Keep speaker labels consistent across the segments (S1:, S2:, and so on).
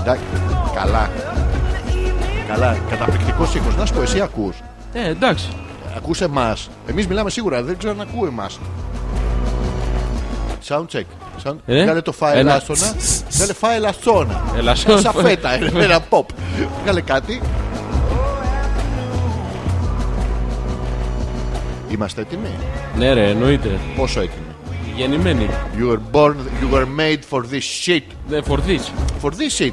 S1: Εντάξει, καλά. Καλά, καταπληκτικός ήχος. Να σου πω, εσύ ακούς.
S2: Ε, εντάξει.
S1: Ακού εμάς. Εμείς μιλάμε σίγουρα, δεν ξέρω αν ακούει εμάς. Sound check. Sound...
S2: Ε,
S1: Κάλε το φάιλ
S2: ένα
S1: άστονα. Κάλε φάιλ αστόνα.
S2: Έλα,
S1: Σαν φέτα, ένα pop. Κάλε κάτι. Είμαστε έτοιμοι.
S2: Ναι, ρε, εννοείται.
S1: Πόσο έτοιμοι.
S2: Γεννημένη.
S1: You were born, you were made for this shit.
S2: Δεν φορτής.
S1: For this shit. eh,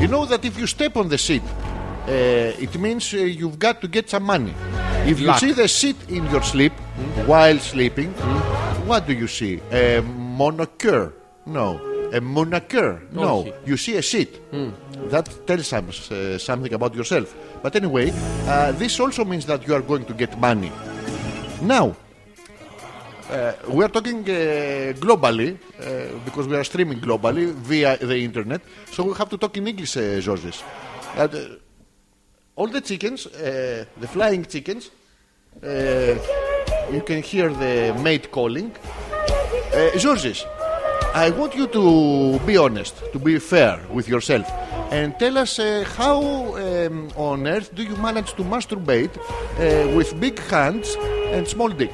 S1: you know that if you step on the shit, eh, it means eh, you've got to get some money. If you
S2: Luck.
S1: see the shit in your sleep while sleeping, what do you see? A monocure? No. A monocure? No.
S2: Όχι.
S1: You see a shit. That tells us eh, something about yourself. But anyway, uh, this also means that you are going to get money. Now, uh, we are talking uh, globally uh, because we are streaming globally via the internet. So we have to talk in English, uh, Georges. And, uh, all the chickens, uh, the flying chickens, uh, you can hear the mate calling. Uh, Georges, I want you to be honest, to be fair with yourself, and tell us uh, how um, on earth do you manage to masturbate uh, with big hands and small dick?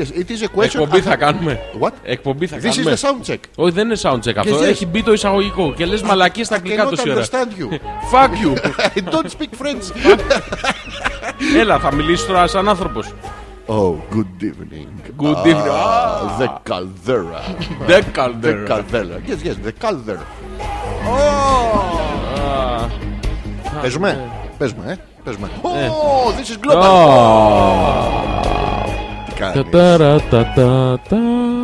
S1: Yes, it is a question.
S2: Εκπομπή θα κάνουμε.
S1: What?
S2: Εκπομπή θα
S1: This is
S2: κάνουμε.
S1: the sound check.
S2: Όχι, δεν είναι sound check αυτό.
S1: yes.
S2: Έχει μπει το εισαγωγικό και λες μαλακίες στα
S1: I
S2: αγγλικά
S1: cannot
S2: τόση ώρα.
S1: understand you.
S2: Fuck you.
S1: I don't speak French.
S2: Έλα, θα μιλήσεις τώρα σαν άνθρωπος.
S1: Oh, good evening.
S2: Good evening.
S1: Ah, the caldera.
S2: Δεν
S1: the
S2: καλδέρα.
S1: caldera. Yes, yes, the caldera. Oh! Παίζουμε, παίζουμε, ε, παίζουμε. Oh, this is global. Τι κάνεις.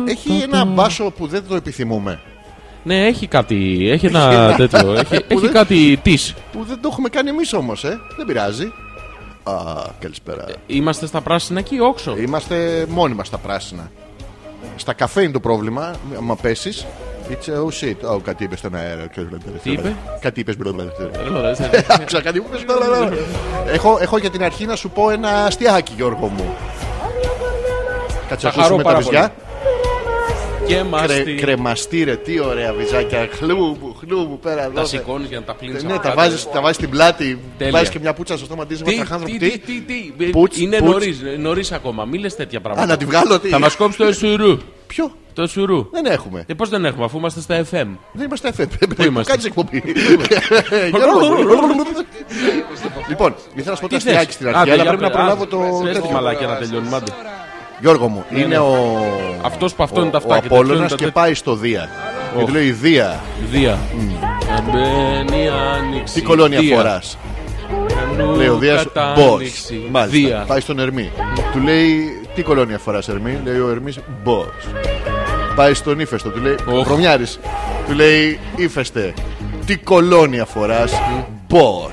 S1: Έχει ένα μπάσο που δεν το επιθυμούμε.
S2: Ναι, έχει κάτι. Έχει ένα τέτοιο. Έχει, έχει κάτι της.
S1: Που δεν το έχουμε κάνει εμείς όμως, ε. Δεν πειράζει. Α, καλησπέρα.
S2: Είμαστε στα πράσινα εκεί, όξο.
S1: Ε, Είμαστε μόνοι μας στα πράσινα. Στα καφέ είναι το πρόβλημα, άμα πέσεις. It's a oh shit. Oh, κάτι είπες στον αέρα.
S2: Τι είπε?
S1: Κάτι είπες μπροστά. Άκουσα κάτι που πες, λα, λα, λα. έχω, έχω για την αρχή να σου πω ένα αστιάκι Γιώργο μου Κάτσε
S2: Θα
S1: να ακούσουμε
S2: χαρώ
S1: τα
S2: πάρα
S1: βυζιά
S2: Και μα
S1: Κρε, Κρεμαστήρε τι ωραία βυζάκια Χλούμπου χλούμπου πέρα εδώ
S2: τα σηκώνεις για να τα πλύνεις.
S1: Ναι τα βάζεις, τα βάζεις στην πλάτη
S2: Τέλεια.
S1: Βάζεις και μια πουτσα στο στόμα της με
S2: Τι,
S1: τραχάνθρωπο
S2: τι,
S1: τι
S2: τι, τι, τι.
S1: Πουτς,
S2: Είναι
S1: πουτς.
S2: νωρίς νωρίς ακόμα. Μην λες τέτοια
S1: Α να
S2: πράγματα.
S1: τη βγάλω τι
S2: Θα μας κόψει το σουρού.
S1: Ποιο
S2: Το σουρού.
S1: δεν έχουμε.
S2: Ε, πώς δεν έχουμε, αφού είμαστε στα FM.
S1: Δεν είμαστε FM.
S2: είμαστε?
S1: Κάνεις εκπομπή. Γιώργο μου. Λοιπόν, ήθελα να σου πω το
S2: Τι
S1: αστιάκι
S2: θες?
S1: στην αρχή,
S2: Άντε,
S1: αλλά
S2: για
S1: πρέπει να
S2: πε-
S1: προλάβω
S2: άντε,
S1: το
S2: πες τη
S1: τέτοιο.
S2: μαλάκια να τελειώνουμε. άντε.
S1: Γιώργο μου, είναι
S2: ναι.
S1: ο.
S2: Αυτός που αυτό
S1: ο-
S2: είναι τα
S1: Ο
S2: αυτάκια, το αυτό είναι
S1: Απόλλωνας
S2: τα
S1: και
S2: τέτοια.
S1: πάει στο Δία. Και του λέει Δία.
S2: Δία. Να μπαίνει άνοιξη.
S1: Τι κολόνια
S2: Δία.
S1: φοράς.
S2: Κανού
S1: Λέει ο Δίας.
S2: κατά
S1: Μπό.
S2: άνοιξη.
S1: Μάλιστα.
S2: Δία.
S1: Πάει στον Ερμή. Του λέει Τι κολόνια φοράς, Ερμή. Λέει ο Ερμής Μπό. Πάει στον ύφεστο. Του λέει Ο
S2: Οχ.
S1: Βρωμιάρης. Του λέει ύφεστε. Τι κολόνια φοράς. Μπό.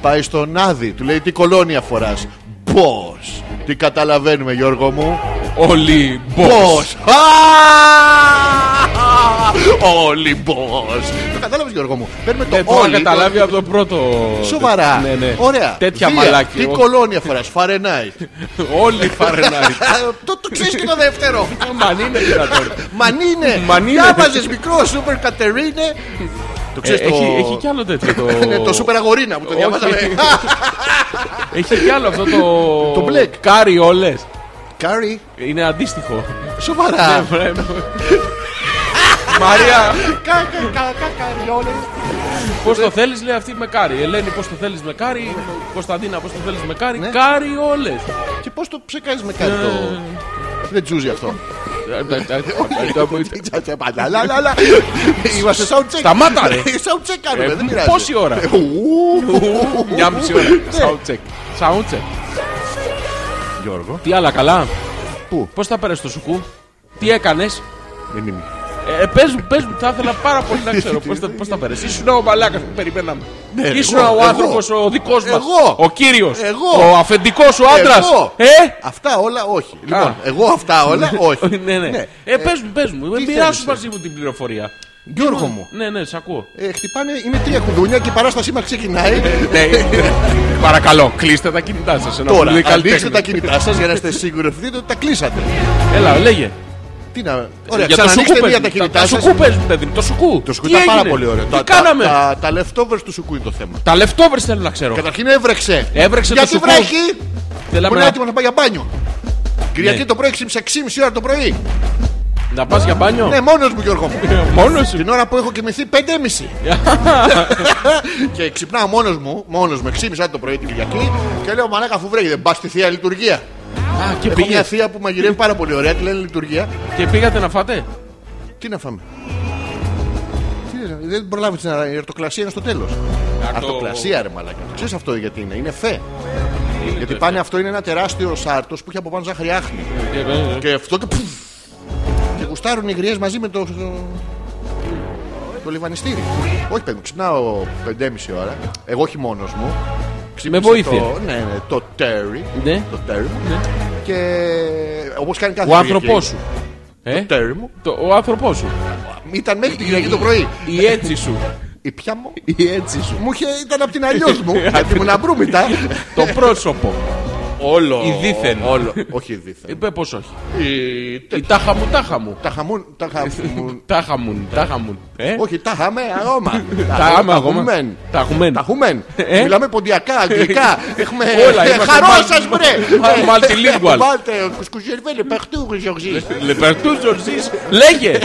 S1: Πάει στον Άδη. Του λέει Τι κολόνια φοράς. Μπό. Τι καταλαβαίνουμε, Γιώργο μου.
S2: Όλοι μπό.
S1: Boss. Όλοι boss. Το κατάλαβες Γιώργο μου. Παίρνουμε το
S2: Ε,
S1: όλοι.
S2: τώρα καταλάβει από το πρώτο.
S1: Σοβαρά.
S2: Ναι, ναι.
S1: Ωραία.
S2: Τέτοια
S1: Δία.
S2: μαλάκια.
S1: Τι κολόνια φοράς. Φαρενάιτ.
S2: Όλοι Φαρενάιτ.
S1: Το το ξέρεις και το δεύτερο.
S2: Μαν είναι δυνατόν.
S1: Μανίνε.
S2: Μανίνε.
S1: Διάβαζε μικρό Σούπερ Κατερίνε. Το
S2: Ε,
S1: ξέρει το.
S2: Έχει έχει κι άλλο τέτοιο. το-
S1: Ναι, το Σούπερ Αγορίνα που το
S2: Όχι.
S1: διαβάζαμε.
S2: Έχει κι άλλο αυτό το.
S1: Το μπλεκ.
S2: Κάρι όλε.
S1: Κάρι.
S2: Είναι αντίστοιχο.
S1: Σοβαρά.
S2: Βρε μου. Μαρία,
S1: Καριόλε.
S2: πώς το θέλεις, λέει αυτή με κάρι. Ελένη, πώς το θέλεις με κάρι. Κωνσταντίνα, πώς το θέλεις με κάρι.
S1: Ναι.
S2: Κάρι όλες.
S1: Και πώς το ψεκάζεις με κάτι το. Δεν τζούζει αυτό. Πάντα, λα, λα, λα. Είμαστε sound check.
S2: Σταμάτα, ρε.
S1: Sound check κάνουμε,
S2: Ε,
S1: δεν πειράζει.
S2: πόση ώρα?
S1: Ου,
S2: Μια μισή ώρα.
S1: Ναι.
S2: Sound check. Sound check.
S1: Γιώργο.
S2: Τι άλλα καλά.
S1: Πού?
S2: Πώς τα πέρασε το σουκού. Τι έκανες.
S1: Δεν είναι.
S2: Ε, πες μου, πες μου, θα ήθελα πάρα πολύ να ξέρω πώς τα, πώς τα πέρασε. Ήσουν ο μαλάκας που περιμέναμε.
S1: Ναι, ρε,
S2: Ήσουν
S1: εγώ,
S2: ο
S1: εγώ.
S2: άνθρωπος ο δικός μας.
S1: Εγώ.
S2: Ο κύριος.
S1: Εγώ.
S2: Ο αφεντικός, ο άντρας.
S1: Εγώ.
S2: Ε,
S1: Αυτά όλα όχι. Λοιπόν, εγώ αυτά όλα όχι.
S2: ναι, ναι. Ε, πες μου, πες μου. Ε,
S1: τι
S2: Μοιράσου
S1: θέλεις,
S2: μαζί μου την πληροφορία.
S1: Γιώργο μου.
S2: Ναι, ναι, σ' ακούω.
S1: ε, χτυπάνε, είναι τρία κουδούνια και η παράστασή μας ξεκινάει.
S2: Ναι, παρακαλώ, κλείστε τα κινητά σας. Ένα
S1: Τώρα,
S2: πολύ
S1: ανοίξτε
S2: καλλιτέχνη.
S1: τα κινητά σας για να είστε σίγουροι ότι τα κλείσατε.
S2: Έλα, λέγε.
S1: Τι να. Ωραία,
S2: Για το σουκού
S1: ξανανοίξτε μία
S2: παίζουν.
S1: τα
S2: Τα
S1: κινητά
S2: σουκού
S1: σα.
S2: παίζουν, παιδί μου, Το σουκού.
S1: Το σουκού
S2: Τι
S1: ήταν πάρα
S2: έγινε?
S1: πολύ ωραίο.
S2: Τι
S1: Τα- τα-
S2: κάναμε.
S1: Τα, τα leftovers του σουκού είναι το θέμα.
S2: Τα leftovers θέλω να ξέρω.
S1: Καταρχήν έβρεξε.
S2: Έβρεξε το
S1: Γιατί
S2: σουκού.
S1: βρέχει. Μπορεί να
S2: Θέλαμε να- Ναι.
S1: είναι έτοιμο να πάει για μπάνιο. Κυριακή το πρωί ξύμισε 6,5 ώρα το πρωί.
S2: Να πας για μπάνιο.
S1: Ναι, μόνος μου Γιώργο μου.
S2: Μόνο Ε, σου.
S1: Την ώρα που έχω κοιμηθεί 5,5. και ξυπνάω μόνος μου, μόνος μου, 6,5 ώρα το πρωί την Κυριακή και λέω Μαλάκα αφού βρέχει, δεν πας στη θεία λειτουργία.
S2: Α, και
S1: Έχω μια
S2: πήγε.
S1: θεία που μαγειρεύει πάρα πολύ ωραία, τη λένε λειτουργία.
S2: Και πήγατε να φάτε.
S1: Τι να φάμε. Τι να- Δεν προλάβεις την αρα- η αρτοκλασία είναι στο τέλος. Αρτοκλασία, ρε μαλάκα. Ξέρεις αυτό γιατί είναι, είναι φε. Γιατί πάνε αυτό είναι ένα τεράστιο σάρτος που έχει από πάνω ζάχαρη άχνη.
S2: Ε,
S1: Και αυτό και. πουφ. Και γουστάρουν οι γριές μαζί με το. Το λιβανιστήρι. Όχι, παιδί μου, ξυπνάω 5,5 ώρα. Εγώ όχι μόνος μου. Ξύπνησε
S2: βοήθεια.
S1: Το, ναι, ναι, το Terry.
S2: Ναι.
S1: Το Terry μου. Και όπως κάνει κάθε
S2: Ο
S1: Κυριακή,
S2: άνθρωπό σου. Ε,
S1: Το Terry μου.
S2: το- Ο άνθρωπός σου.
S1: Ήταν μέχρι την Κυριακή το πρωί.
S2: Η έτσι σου.
S1: Η πια μου.
S2: Η έτσι σου.
S1: Μου είχε, ήταν από την αλλιώς μου. γιατί ήμουν αμπρούμητα.
S2: Το πρόσωπο.
S1: Όλο.
S2: Η δίθεν.
S1: Όλο. Όχι η δίθεν.
S2: Είπε πως όχι.
S1: Η-
S2: Η τάχα μου, τάχα μου.
S1: Τα χαμούν. Τα χαμούν.
S2: Τάχα μου, τάχα μου. Ε,
S1: Όχι, τα χαμέ αγώμα.
S2: τα άμα ακόμα.
S1: χαμούμεν.
S2: Τα έχουμε.
S1: Τα χουμέν.
S2: Ε.
S1: Μιλάμε ποντιακά, αγγλικά. Έχουμε. Ε,
S2: Όλα, είμαστε
S1: Χαρός
S2: μαλ-
S1: σας,
S2: μαλ-
S1: μπρε!
S2: multilingual.
S1: Βάλτε, κουσκουζερβέλε, παχτού, Γεωργή.
S2: Λεπερτού Ζορζή. Λέγε,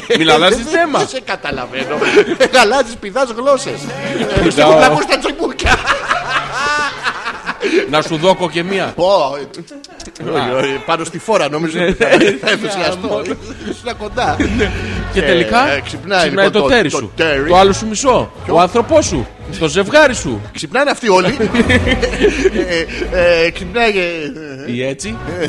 S2: μιλαλά
S1: Δεν-
S2: στη
S1: δεν-
S2: Ε, θέμα.
S1: Ε, Δεν σε καταλαβαίνω. Γαλάζεις, πηδάς γλώσσες. Ε, Σε
S2: Πηδάω.
S1: κουκλακού στα τσιμπούκια.
S2: Να σου δώκω και μία.
S1: Πω, ε, τ- τ- όχι, όχι, Πάνω στη φόρα νομίζω
S2: Ναι.
S1: Ε, ότι θα θα ενθουσιαστώ. Ήσουν κοντά.
S2: Και τελικά
S1: ε, ξυπνάει,
S2: ξυπνάει
S1: λοιπόν,
S2: το
S1: το-
S2: τέρι
S1: το
S2: σου.
S1: τέρι.
S2: Το άλλο σου μισό. Ο άνθρωπός σου. Το ζευγάρι σου.
S1: Ξυπνάνε αυτοί όλοι. Ε, ε, ε, Ξυπνάει. ε, ε,
S2: Η έτσι.
S1: ε,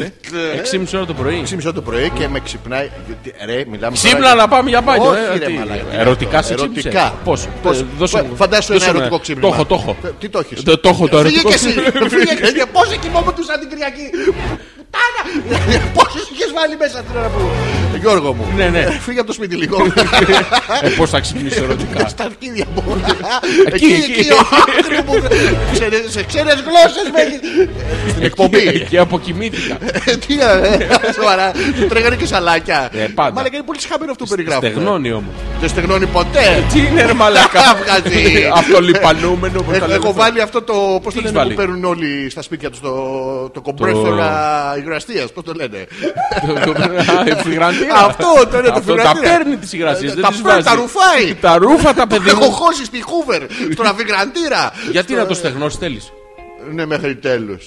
S2: 6,5 ώρα το πρωί.
S1: 6,5 το πρωί και με ξυπνάει. γιατί, Ρε, μιλάμε τώρα
S2: Ξύπνα να πάμε για μπάνιο.
S1: Όχι, ρε,
S2: ε, τι-
S1: μαλάκα, τι είναι
S2: Ερωτικά
S1: αυτό,
S2: σε ξύπνησε.
S1: ερωτικά.
S2: Πώς.
S1: Πώς,
S2: ε, δώσε
S1: πο-
S2: μου-
S1: φαντάσου
S2: δώσε
S1: ένα
S2: μου
S1: ερωτικό ξύπνημα.
S2: Το έχω, το έχω.
S1: Ε, Τι το έχεις.
S2: Το- το έχω το
S1: Φύγε
S2: ερωτικό
S1: και εσύ.
S2: ξύπνημα.
S1: Φύγε και εσύ. Πόσοι κοιμόμουν σαν την Κυριακή. Πουτάνα. Πόσες είχες βάλει μέσα την ώρα που. Γιώργο μου.
S2: Ναι, ναι.
S1: Ε, Φύγε από το σπίτι λίγο.
S2: Ε, Πώς θα ξυπνήσω ερωτικά.
S1: Στα αρχίδια μου.
S2: Εκεί,
S1: Εκεί,
S2: εκεί.
S1: εκεί. ο άκρη μου. Ξέρες- Σε ξένες γλώσσες με έχεις. Στην εκπομπή.
S2: Ε, Και αποκοιμήθηκα.
S1: Ε, Τι να ε, σοβαρά. Του τρέγανε και σαλάκια.
S2: Ε, πάντα.
S1: Μαλάκα είναι πολύ σχαμένο αυτό που περιγράφουμε.
S2: Στεγνώνει Ε, όμως.
S1: Δεν στεγνώνει ποτέ.
S2: Τι είναι ρε μαλακά.
S1: Βγάζει.
S2: Αυτό λιπανούμενο που
S1: Έχω,
S2: τα λέμε.
S1: έχω βάλει αυτό το. Πώς το
S2: ε. έχεις
S1: λένε
S2: βάλει?
S1: που παίρνουν όλοι στα σπίτια τους το, το κομπρέθωρα υγραστία. Πώς το λένε.
S2: ε, Φυγραντήρα.
S1: αυτό το είναι το
S2: Αυτό τα
S1: φυγραντήρα.
S2: παίρνει τις υγρασίες.
S1: Ε,
S2: δεν
S1: τα
S2: τις
S1: παίρνει,
S2: βάζει.
S1: τα ρουφάει.
S2: Τα ρούφα τα παιδί
S1: Έχω
S2: μου.
S1: χώσει στη Χούβερ, στον αφιγραντήρα.
S2: Γιατί να το στεγνώσεις θέλεις.
S1: Ναι, μέχρι τέλους.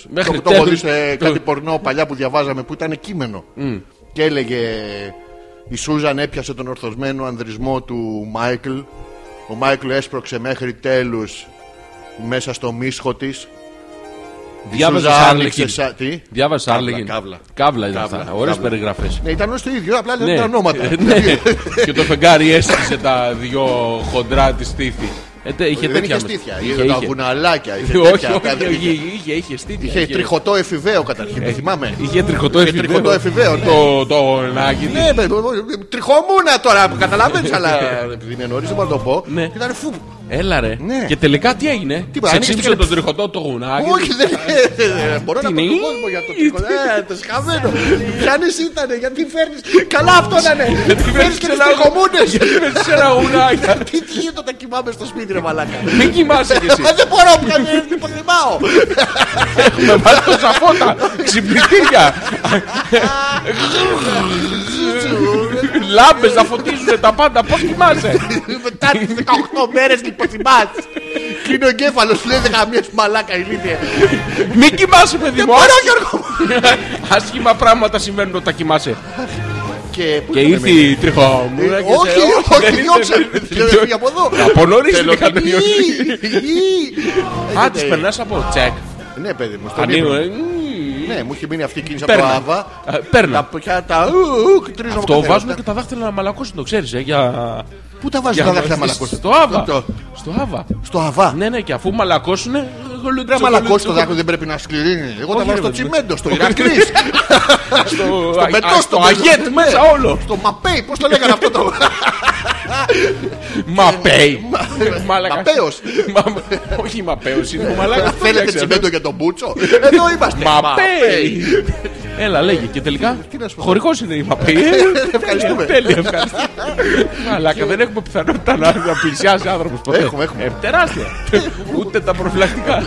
S1: το,
S2: Μέχρι
S1: το έχω δει
S2: τέλους.
S1: σε
S2: Το-
S1: κάτι πορνό παλιά που διαβάζαμε που ήταν κείμενο. Και έλεγε η Σούζαν έπιασε τον ορθωσμένο ανδρισμό του Μάικλ. Ο Μάικλ έσπρωξε μέχρι τέλους μέσα στο μίσχο της. Η
S2: Διάβαζες
S1: Σούζα
S2: Άρλεκιν.
S1: άνοιξε σαν- Τι?
S2: Διάβαζες
S1: Κάβλα,
S2: Άρλεκιν.
S1: κάβλα.
S2: Κάβλα ήταν
S1: Κάβλα,
S2: αυτά. Ωραίες
S1: κάβλα.
S2: περιγραφές.
S1: Ναι, ήταν όλοι το ίδιο, απλά
S2: Ναι.
S1: λένε τα ονόματα.
S2: Ε, ναι. και το φεγγάρι έστησε τα δυο χοντρά της στήθη. Ε, τε- είχε
S1: Δεν
S2: τέτοια.
S1: είχε
S2: μέσα.
S1: στήθια.
S2: Είχε,
S1: Είχε τα
S2: είχε.
S1: βουναλάκια. είχε
S2: Όχι,
S1: τέτοια,
S2: όχι,
S1: δεν
S2: είχε,
S1: είχε.
S2: είχε, είχε Ε, στήθια.
S1: Είχε τριχωτό εφηβαίο καταρχήν, το θυμάμαι.
S2: Είχε τριχωτό
S1: Είχε τριχωτό εφηβαίο, ναι.
S2: Το, το νάκι της.
S1: Ναι, παιδί μου, τριχόμουνα τώρα που καταλαβαίνεις, αλλά επειδή είναι νωρίς δεν μπορώ να το πω.
S2: Ναι.
S1: Ήταν φου.
S2: Έλα ρε.
S1: Ναι.
S2: Και τελικά τι έγινε.
S1: Τίποτα,
S2: Σε
S1: ανοίξτε
S2: ξύψε
S1: και-
S2: το τριχωτό το γουνάκι.
S1: Όχι, δεν δεν μπορώ να πω
S2: Ναι. είναι? Ναι.
S1: τον κόσμο για το τριχωτό. Ε, το σχαμένο. Ποια ήτανε, γιατί φέρνεις. Καλά αυτό να είναι. Φέρνει και τι τριχομούνε.
S2: Γιατί με σε ένα γουνάκι.
S1: Τι τι γίνεται όταν κοιμάμαι στο σπίτι, ρε μαλάκα.
S2: Μην κοιμάσαι κι εσύ.
S1: Ε, Δεν μπορώ πια, δεν υποτιμάω.
S2: Με βάζει τόσα φώτα. Ξυπνητήρια. Λάμπες να φωτίζουν τα πάντα. Πώς κοιμάσαι.
S1: Μετά τι 18 μέρε λιποθυμά. Κλείνει ο εγκέφαλος, λέει δεν γαμιές μαλάκα ηλίθεια.
S2: Μην κοιμάσαι, παιδί μου.
S1: Μπορώ, Γιώργο. μου.
S2: Άσχημα πράγματα συμβαίνουν όταν κοιμάσαι.
S1: Και πού
S2: Και
S1: ήταν
S2: ήρθε η τριχομούρα
S1: Ε,
S2: και σε-
S1: Όχι, όχι,
S2: δεν είναι-
S1: διώξε. με. Θέλω να φύγει από εδώ.
S2: Από νωρίς
S1: Θέλω
S2: την είχα
S1: την-
S2: τελειώσει.
S1: Ι,
S2: Α,
S1: έχετε-
S2: τη περνάς από τσεκ.
S1: Ναι, παιδί μου, στον
S2: Ανοίγω.
S1: ύπνο.
S2: ε, μμμ.
S1: Ναι, μου είχε μείνει αυτή η κίνηση από το
S2: Παίρνα.
S1: Άβα.
S2: Ε, Παίρνα.
S1: Τα πια τα. ου, ου, τρίζουν από
S2: Το
S1: καθένα.
S2: βάζουμε και τα δάχτυλα να μαλακώσουν, το ξέρεις. Για...
S1: Πού τα βάζουν
S2: για
S1: τα
S2: να-
S1: δάχτυλα μαλακώστα.
S2: Στο Άβα.
S1: Το-
S2: Στο Άβα.
S1: Στο Αβά.
S2: Ναι, ναι, και αφού μαλακώσουν.
S1: Ρε μαλακώσει το δάχτυλο δεν πρέπει να σκληρύνει. Εγώ τα
S2: Όχι,
S1: βάζω
S2: ρε,
S1: στο
S2: παιδί μου.
S1: τσιμέντο, στο Ηρακλής.
S2: Στο α-
S1: πετώ,
S2: α-
S1: στο
S2: στο
S1: πετώ.
S2: αγέτ μέσα όλο.
S1: Στο Μαπέι, πώς το λέγανε αυτό το. Ναι,
S2: Μαπέι. Μαλακα.
S1: Μαπέος.
S2: Μα- Όχι μαπέος, είναι ο μαλάκας.
S1: Θέλετε
S2: Φτιάξε,
S1: τσιμέντο για τον Μπούτσο. Εδώ είμαστε.
S2: Μαπέι. Έλα, λέγε. Και τελικά.
S1: τι να σου πω.
S2: Χωρικό είναι η Μαπή.
S1: Ευχαριστούμε.
S2: Τέλεια, ευχαριστώ. Μαλάκα, δεν έχουμε πιθανότητα να να πλησιάσει άνθρωπος ποτέ.
S1: Έχουμε, έχουμε.
S2: Ε, Τεράστια. Ούτε τα προφυλακτικά.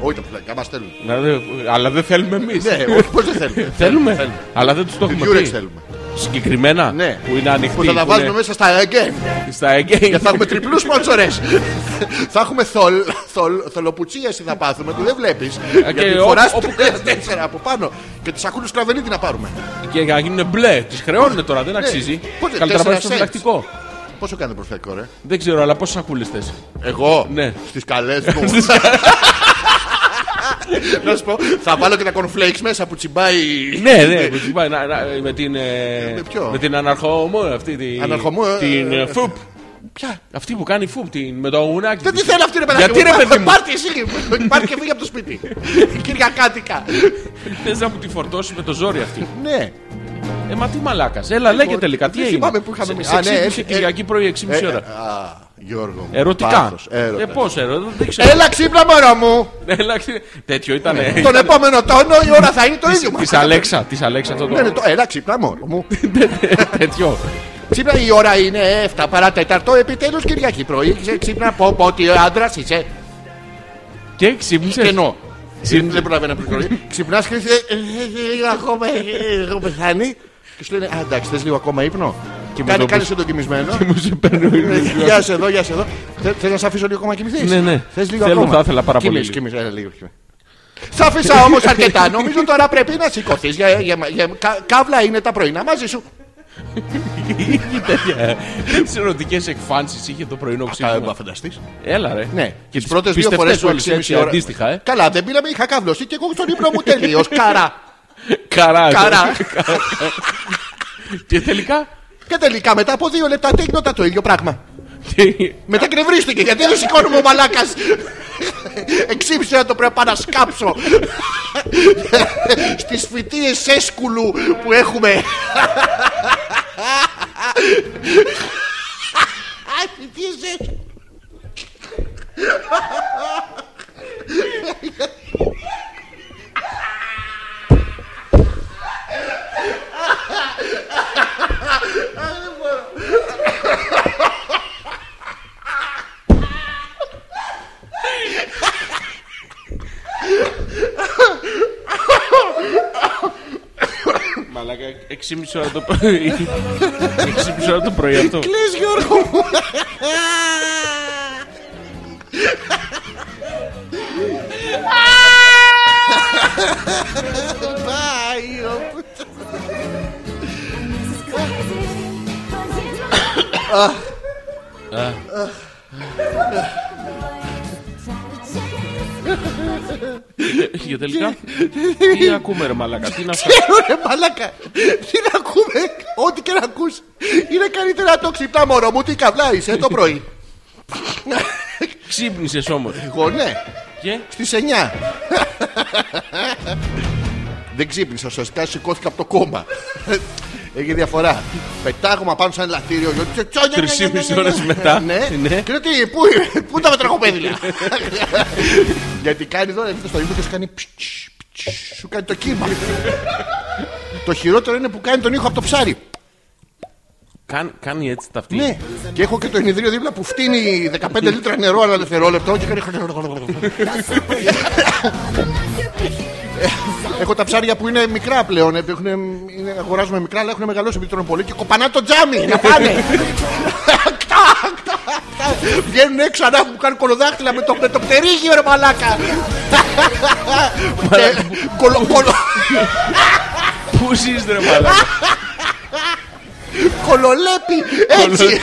S1: Όχι τα πλάκα, μας θέλουν.
S2: Να δε- Αλλά δεν θέλουμε εμείς.
S1: Ναι, όχι, πώς δεν θέλουν.
S2: Θέλουμε, αλλά δεν τους το
S1: Την
S2: έχουμε
S1: Durex
S2: πει.
S1: θέλουμε.
S2: Συγκεκριμένα
S1: Ναι.
S2: που είναι ανοιχτή.
S1: Που θα τα
S2: που
S1: βάζουμε
S2: είναι
S1: μέσα στα game.
S2: Στα εγκαίη.
S1: Και Ε, θα έχουμε τριπλούς σπόνσορε. θα έχουμε θολ, θολ, θολοπουτσίαση θα πάθουμε που δεν βλέπεις. Γιατί
S2: Ε, όπου-
S1: φορά
S2: όπου
S1: τέσσερα από πάνω και τις σακούλε κλαβενίτη να πάρουμε.
S2: Και να γίνουν μπλε. Τις χρεώνουν τώρα, δεν αξίζει.
S1: Ναι. Πότε, τέσσερα
S2: Καλύτερα να πάρεις το
S1: cents.
S2: φυλακτικό.
S1: Πόσο κάνει προφυλακτικό, ρε.
S2: Δεν ξέρω, αλλά πόσες σακούλες θες.
S1: Εγώ
S2: Ναι.
S1: στις καλές μου. Να σου πω, θα βάλω και τα cornflakes μέσα που τσιμπάει.
S2: Ναι, ναι, που τσιμπάει, να- να- με την. ε,
S1: Με ποιο?
S2: Με την αναρχομό αυτή. τη-
S1: Αναρχομό, ε,
S2: Την
S1: ε,
S2: ε, φουπ.
S1: Ποια.
S2: Αυτή που κάνει φουπ την, με το αγουνάκι.
S1: Δεν
S2: της.
S1: τη θέλω αυτή ρε παιδάκι.
S2: Γιατί
S1: μου.
S2: ρε παιδί μου,
S1: Πάρ' τη εσύ. Πάρ' και φύγει από το σπίτι. Κυριακάτικα.
S2: θες να μου τη φορτώσεις με το ζόρι αυτή.
S1: Ναι.
S2: Ε, μα τι μαλάκας. Έλα, λέγε τελικά. Τι
S1: δεν
S2: έγινε.
S1: θυμάμαι που είχαμε
S2: Σε-
S1: εμείς.
S2: σε
S1: Α, ναι,
S2: 6:30
S1: ε,
S2: Κυριακή πρωί, 6,5
S1: Ε,
S2: ώρα.
S1: ε, α, Γιώργο. μου,
S2: Ερωτικά.
S1: πάθος, έρωτας.
S2: Ε, πώς ερωτικά. Δεν ξέρω.
S1: Έλα ξύπνα μωρό μου.
S2: Έλα, ξύ- Τέτοιο ήταν.
S1: Τον επόμενο τόνο η ώρα θα είναι το ίδιο.
S2: Της Αλέξα, της Αλέξα αυτό
S1: Ναι, ναι,
S2: το.
S1: το- Έλα ξύπνα μωρό μου.
S2: Τέτοιο.
S1: Ξύπνα η ώρα είναι 7 παρά τέταρτο. Επιτέλους Κυριακή πρωί. Ξε- Ξύπνα πω πω ότι άντρας είσαι.
S2: Και ξύπνησες.
S1: Κενό.
S2: Ξύπνα.
S1: Δεν προλαβαίνω να πληροφορείς. Ξυπνάς και λες, «Ε, ε, ε, λίγο ακόμα ε, ε, έχω πεθάνει. Και σου λένε Α, εντάξει, θες λίγο ακόμα ύπνο.
S2: με
S1: Κάνει
S2: το
S1: κάνεις τον κοιμισμένο.
S2: Μου σε παίρνει ο ήλιος.
S1: Γεια σε εδώ, γεια σε εδώ. Θε να σε αφήσω λίγο ακόμα να κοιμηθείς.
S2: Ναι, ναι.
S1: Θες λίγο
S2: Θέλω,
S1: ακόμα.
S2: θα ήθελα πάρα πολύ
S1: Κοιμήσου, κοιμήσου, έλα λίγο. κοιμήσου. Σ' άφησα όμως αρκετά. Νομίζω τώρα πρέπει να σηκωθείς. Για, για- για- κα- καύλα είναι τα πρωινά μαζί σου.
S2: Ε. Τι ερωτικές εκφάνσεις είχε το πρωινό
S1: Θα
S2: ξύπνημα.
S1: φανταστείς.
S2: Έλα, ρε.
S1: Ναι,
S2: Και
S1: τις πρώτες δύο φορές που εξήμισε
S2: αντίστοιχα, ε.
S1: Καλά, δεν πήραμε, είχα καύλωσει και εγώ στον ύπνο μου τελείως. Καρά.
S2: Καρά. ε.
S1: Καρά.
S2: Και τελικά.
S1: Και τελικά μετά από δύο λεπτά τέκνοτα το ίδιο πράγμα.
S2: τι-
S1: Μετά κρευρίστηκε γιατί δεν σηκώνουμε ο μαλάκας. Εξήμισε να το πρέπει να πάω να σκάψω Στις φυτίες έσκουλου που έχουμε Φυτίες έσκουλου
S2: Μαλάκα, 6,5 ώρα το πρωί. 6,5 ώρα το πρωί αυτό.
S1: Κλείς Γιώργο μου Πάει ο
S2: Και τελικά. Τι ακούμε, ρε Μαλάκα. Τι είναι αυτά.
S1: Ρε μαλάκα, τι να ακούμε, ό,τι και να ακούς Είναι καλύτερα να το ξυπνά μωρό μου, τι καβλά είσαι το πρωί
S2: Ξύπνησες όμως.
S1: Εγώ ναι,
S2: Και.
S1: στις 9 Δεν ξύπνησα, σωστά σηκώθηκα από το κόμμα Έχει διαφορά Πετάγωμα πάνω σαν λαθήριο
S2: Τρεις ή μισή ώρες μετά.
S1: Ναι,
S2: Ναι.
S1: και λέω, τι, πού, πού τα μετραχοπέδιλα Γιατί κάνει εδώ, έρχεται στο ύπνο και σου κάνει πτς, πτς, Σου κάνει το κύμα Το χειρότερο είναι που κάνει τον ήχο από το ψάρι
S2: κάν- Κάνει έτσι τα αυτή.
S1: Ναι. Και έχω και το ενιδρύο δίπλα που φτύνει 15 λίτρα νερό ανά δευτερόλεπτο και κάνει. Έχω τα ψάρια που είναι μικρά πλέον. ε, που έχουν, ε, είναι, αγοράζουμε μικρά, αλλά έχουν μεγαλώσει επειδή τρώνε πολύ και κοπανά το τζάμι να πάνε. Κτακ, κτακ, κτακ. Βγαίνουν έξω ανά που κάνουν κολοδάχτυλα με το, με το πτερίγιο ρε μαλάκα. Ε, κολο- κολο-
S2: Πού ζεις, ρε Μαλάκα.
S1: Κολολέπι έτσι.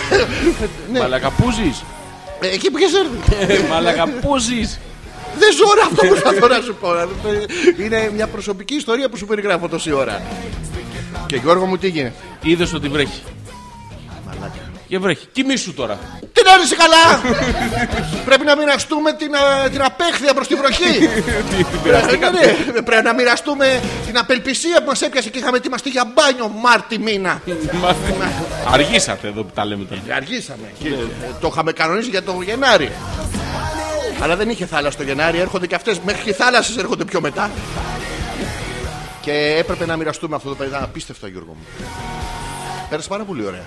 S2: Μαλάκα, πού ζεις.
S1: Ε, Εκεί που έχεις έρθει.
S2: Μαλάκα, πού ζεις.
S1: Δεν ζω ρε, αυτό που προσπαθώ να σου πω. Είναι μια προσωπική ιστορία που σου περιγράφω τόση ώρα. Και Γιώργο μου τι γίνεται.
S2: Είδες ότι βρέχει.
S1: Μαλάκα.
S2: Και βρέχει. Κοιμήσου τώρα.
S1: Τι να είσαι καλά! Πρέπει να μοιραστούμε την, α, την απέχθεια προς τη βροχή. Ναι, ναι, ναι. Πρέπει να μοιραστούμε την απελπισία που μας έπιασε και είχαμε ετοιμαστεί για μπάνιο Μάρτι μήνα.
S2: Μα- Αργήσατε εδώ που τα λέμε τώρα.
S1: Αργήσαμε. Και, ε, Το είχαμε κανονίσει για το Γενάρη. Αλλά δεν είχε θάλασσα το Γενάρη, έρχονται και αυτές. Μέχρι και οι θάλασσες έρχονται πιο μετά. Και έπρεπε να μοιραστούμε αυτό το παιδί. Ήταν απίστευτο, Γιώργο μου. Πέρασε πάρα πολύ ωραία.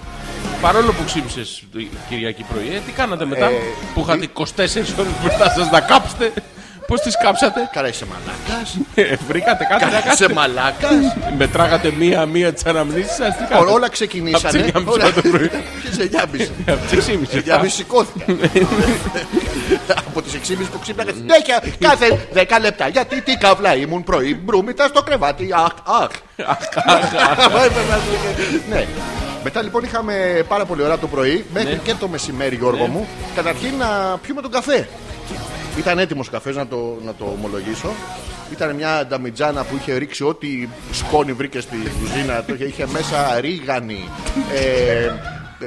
S2: Παρόλο που ξύπνησες Κυριακή πρωί, ε, τι κάνατε μετά που είχατε 24 ώρες μπροστά σας να κάψετε. Πώς τις κάψατε,
S1: Καλά, είσαι μαλάκας.
S2: Ε, βρήκατε κάτι να
S1: Είσαι
S2: κάνετε.
S1: μαλάκας.
S2: Μετράγατε μία-μία τι αναμνήσεις σας. Τι κάνατε.
S1: Όλα ξεκινήσανε.
S2: Από τις 9.30
S1: Όλα-
S2: το πρωί.
S1: Και σε 9.30.
S2: Ε, Από τις 6.30.
S1: Ε, Για μη σηκώθηκα. Από τις 6.30 που ξύπναγα συνέχεια κάθε 10 λεπτά. Γιατί τι καβλά ήμουν πρωί, μπρούμητα στο κρεβάτι. Αχ, αχ. Ναι. Μετά λοιπόν είχαμε πάρα πολύ ώρα το πρωί
S2: Ναι.
S1: μέχρι και το μεσημέρι, Γιώργο μου. Καταρχήν να πιούμε τον καφέ. Ήταν έτοιμος ο καφές, να το, να το ομολογήσω. Ήταν μια νταμιτζάνα που είχε ρίξει ό,τι σκόνη βρήκε στη κουζίνα. Το είχε, είχε μέσα ρίγανη. Ε,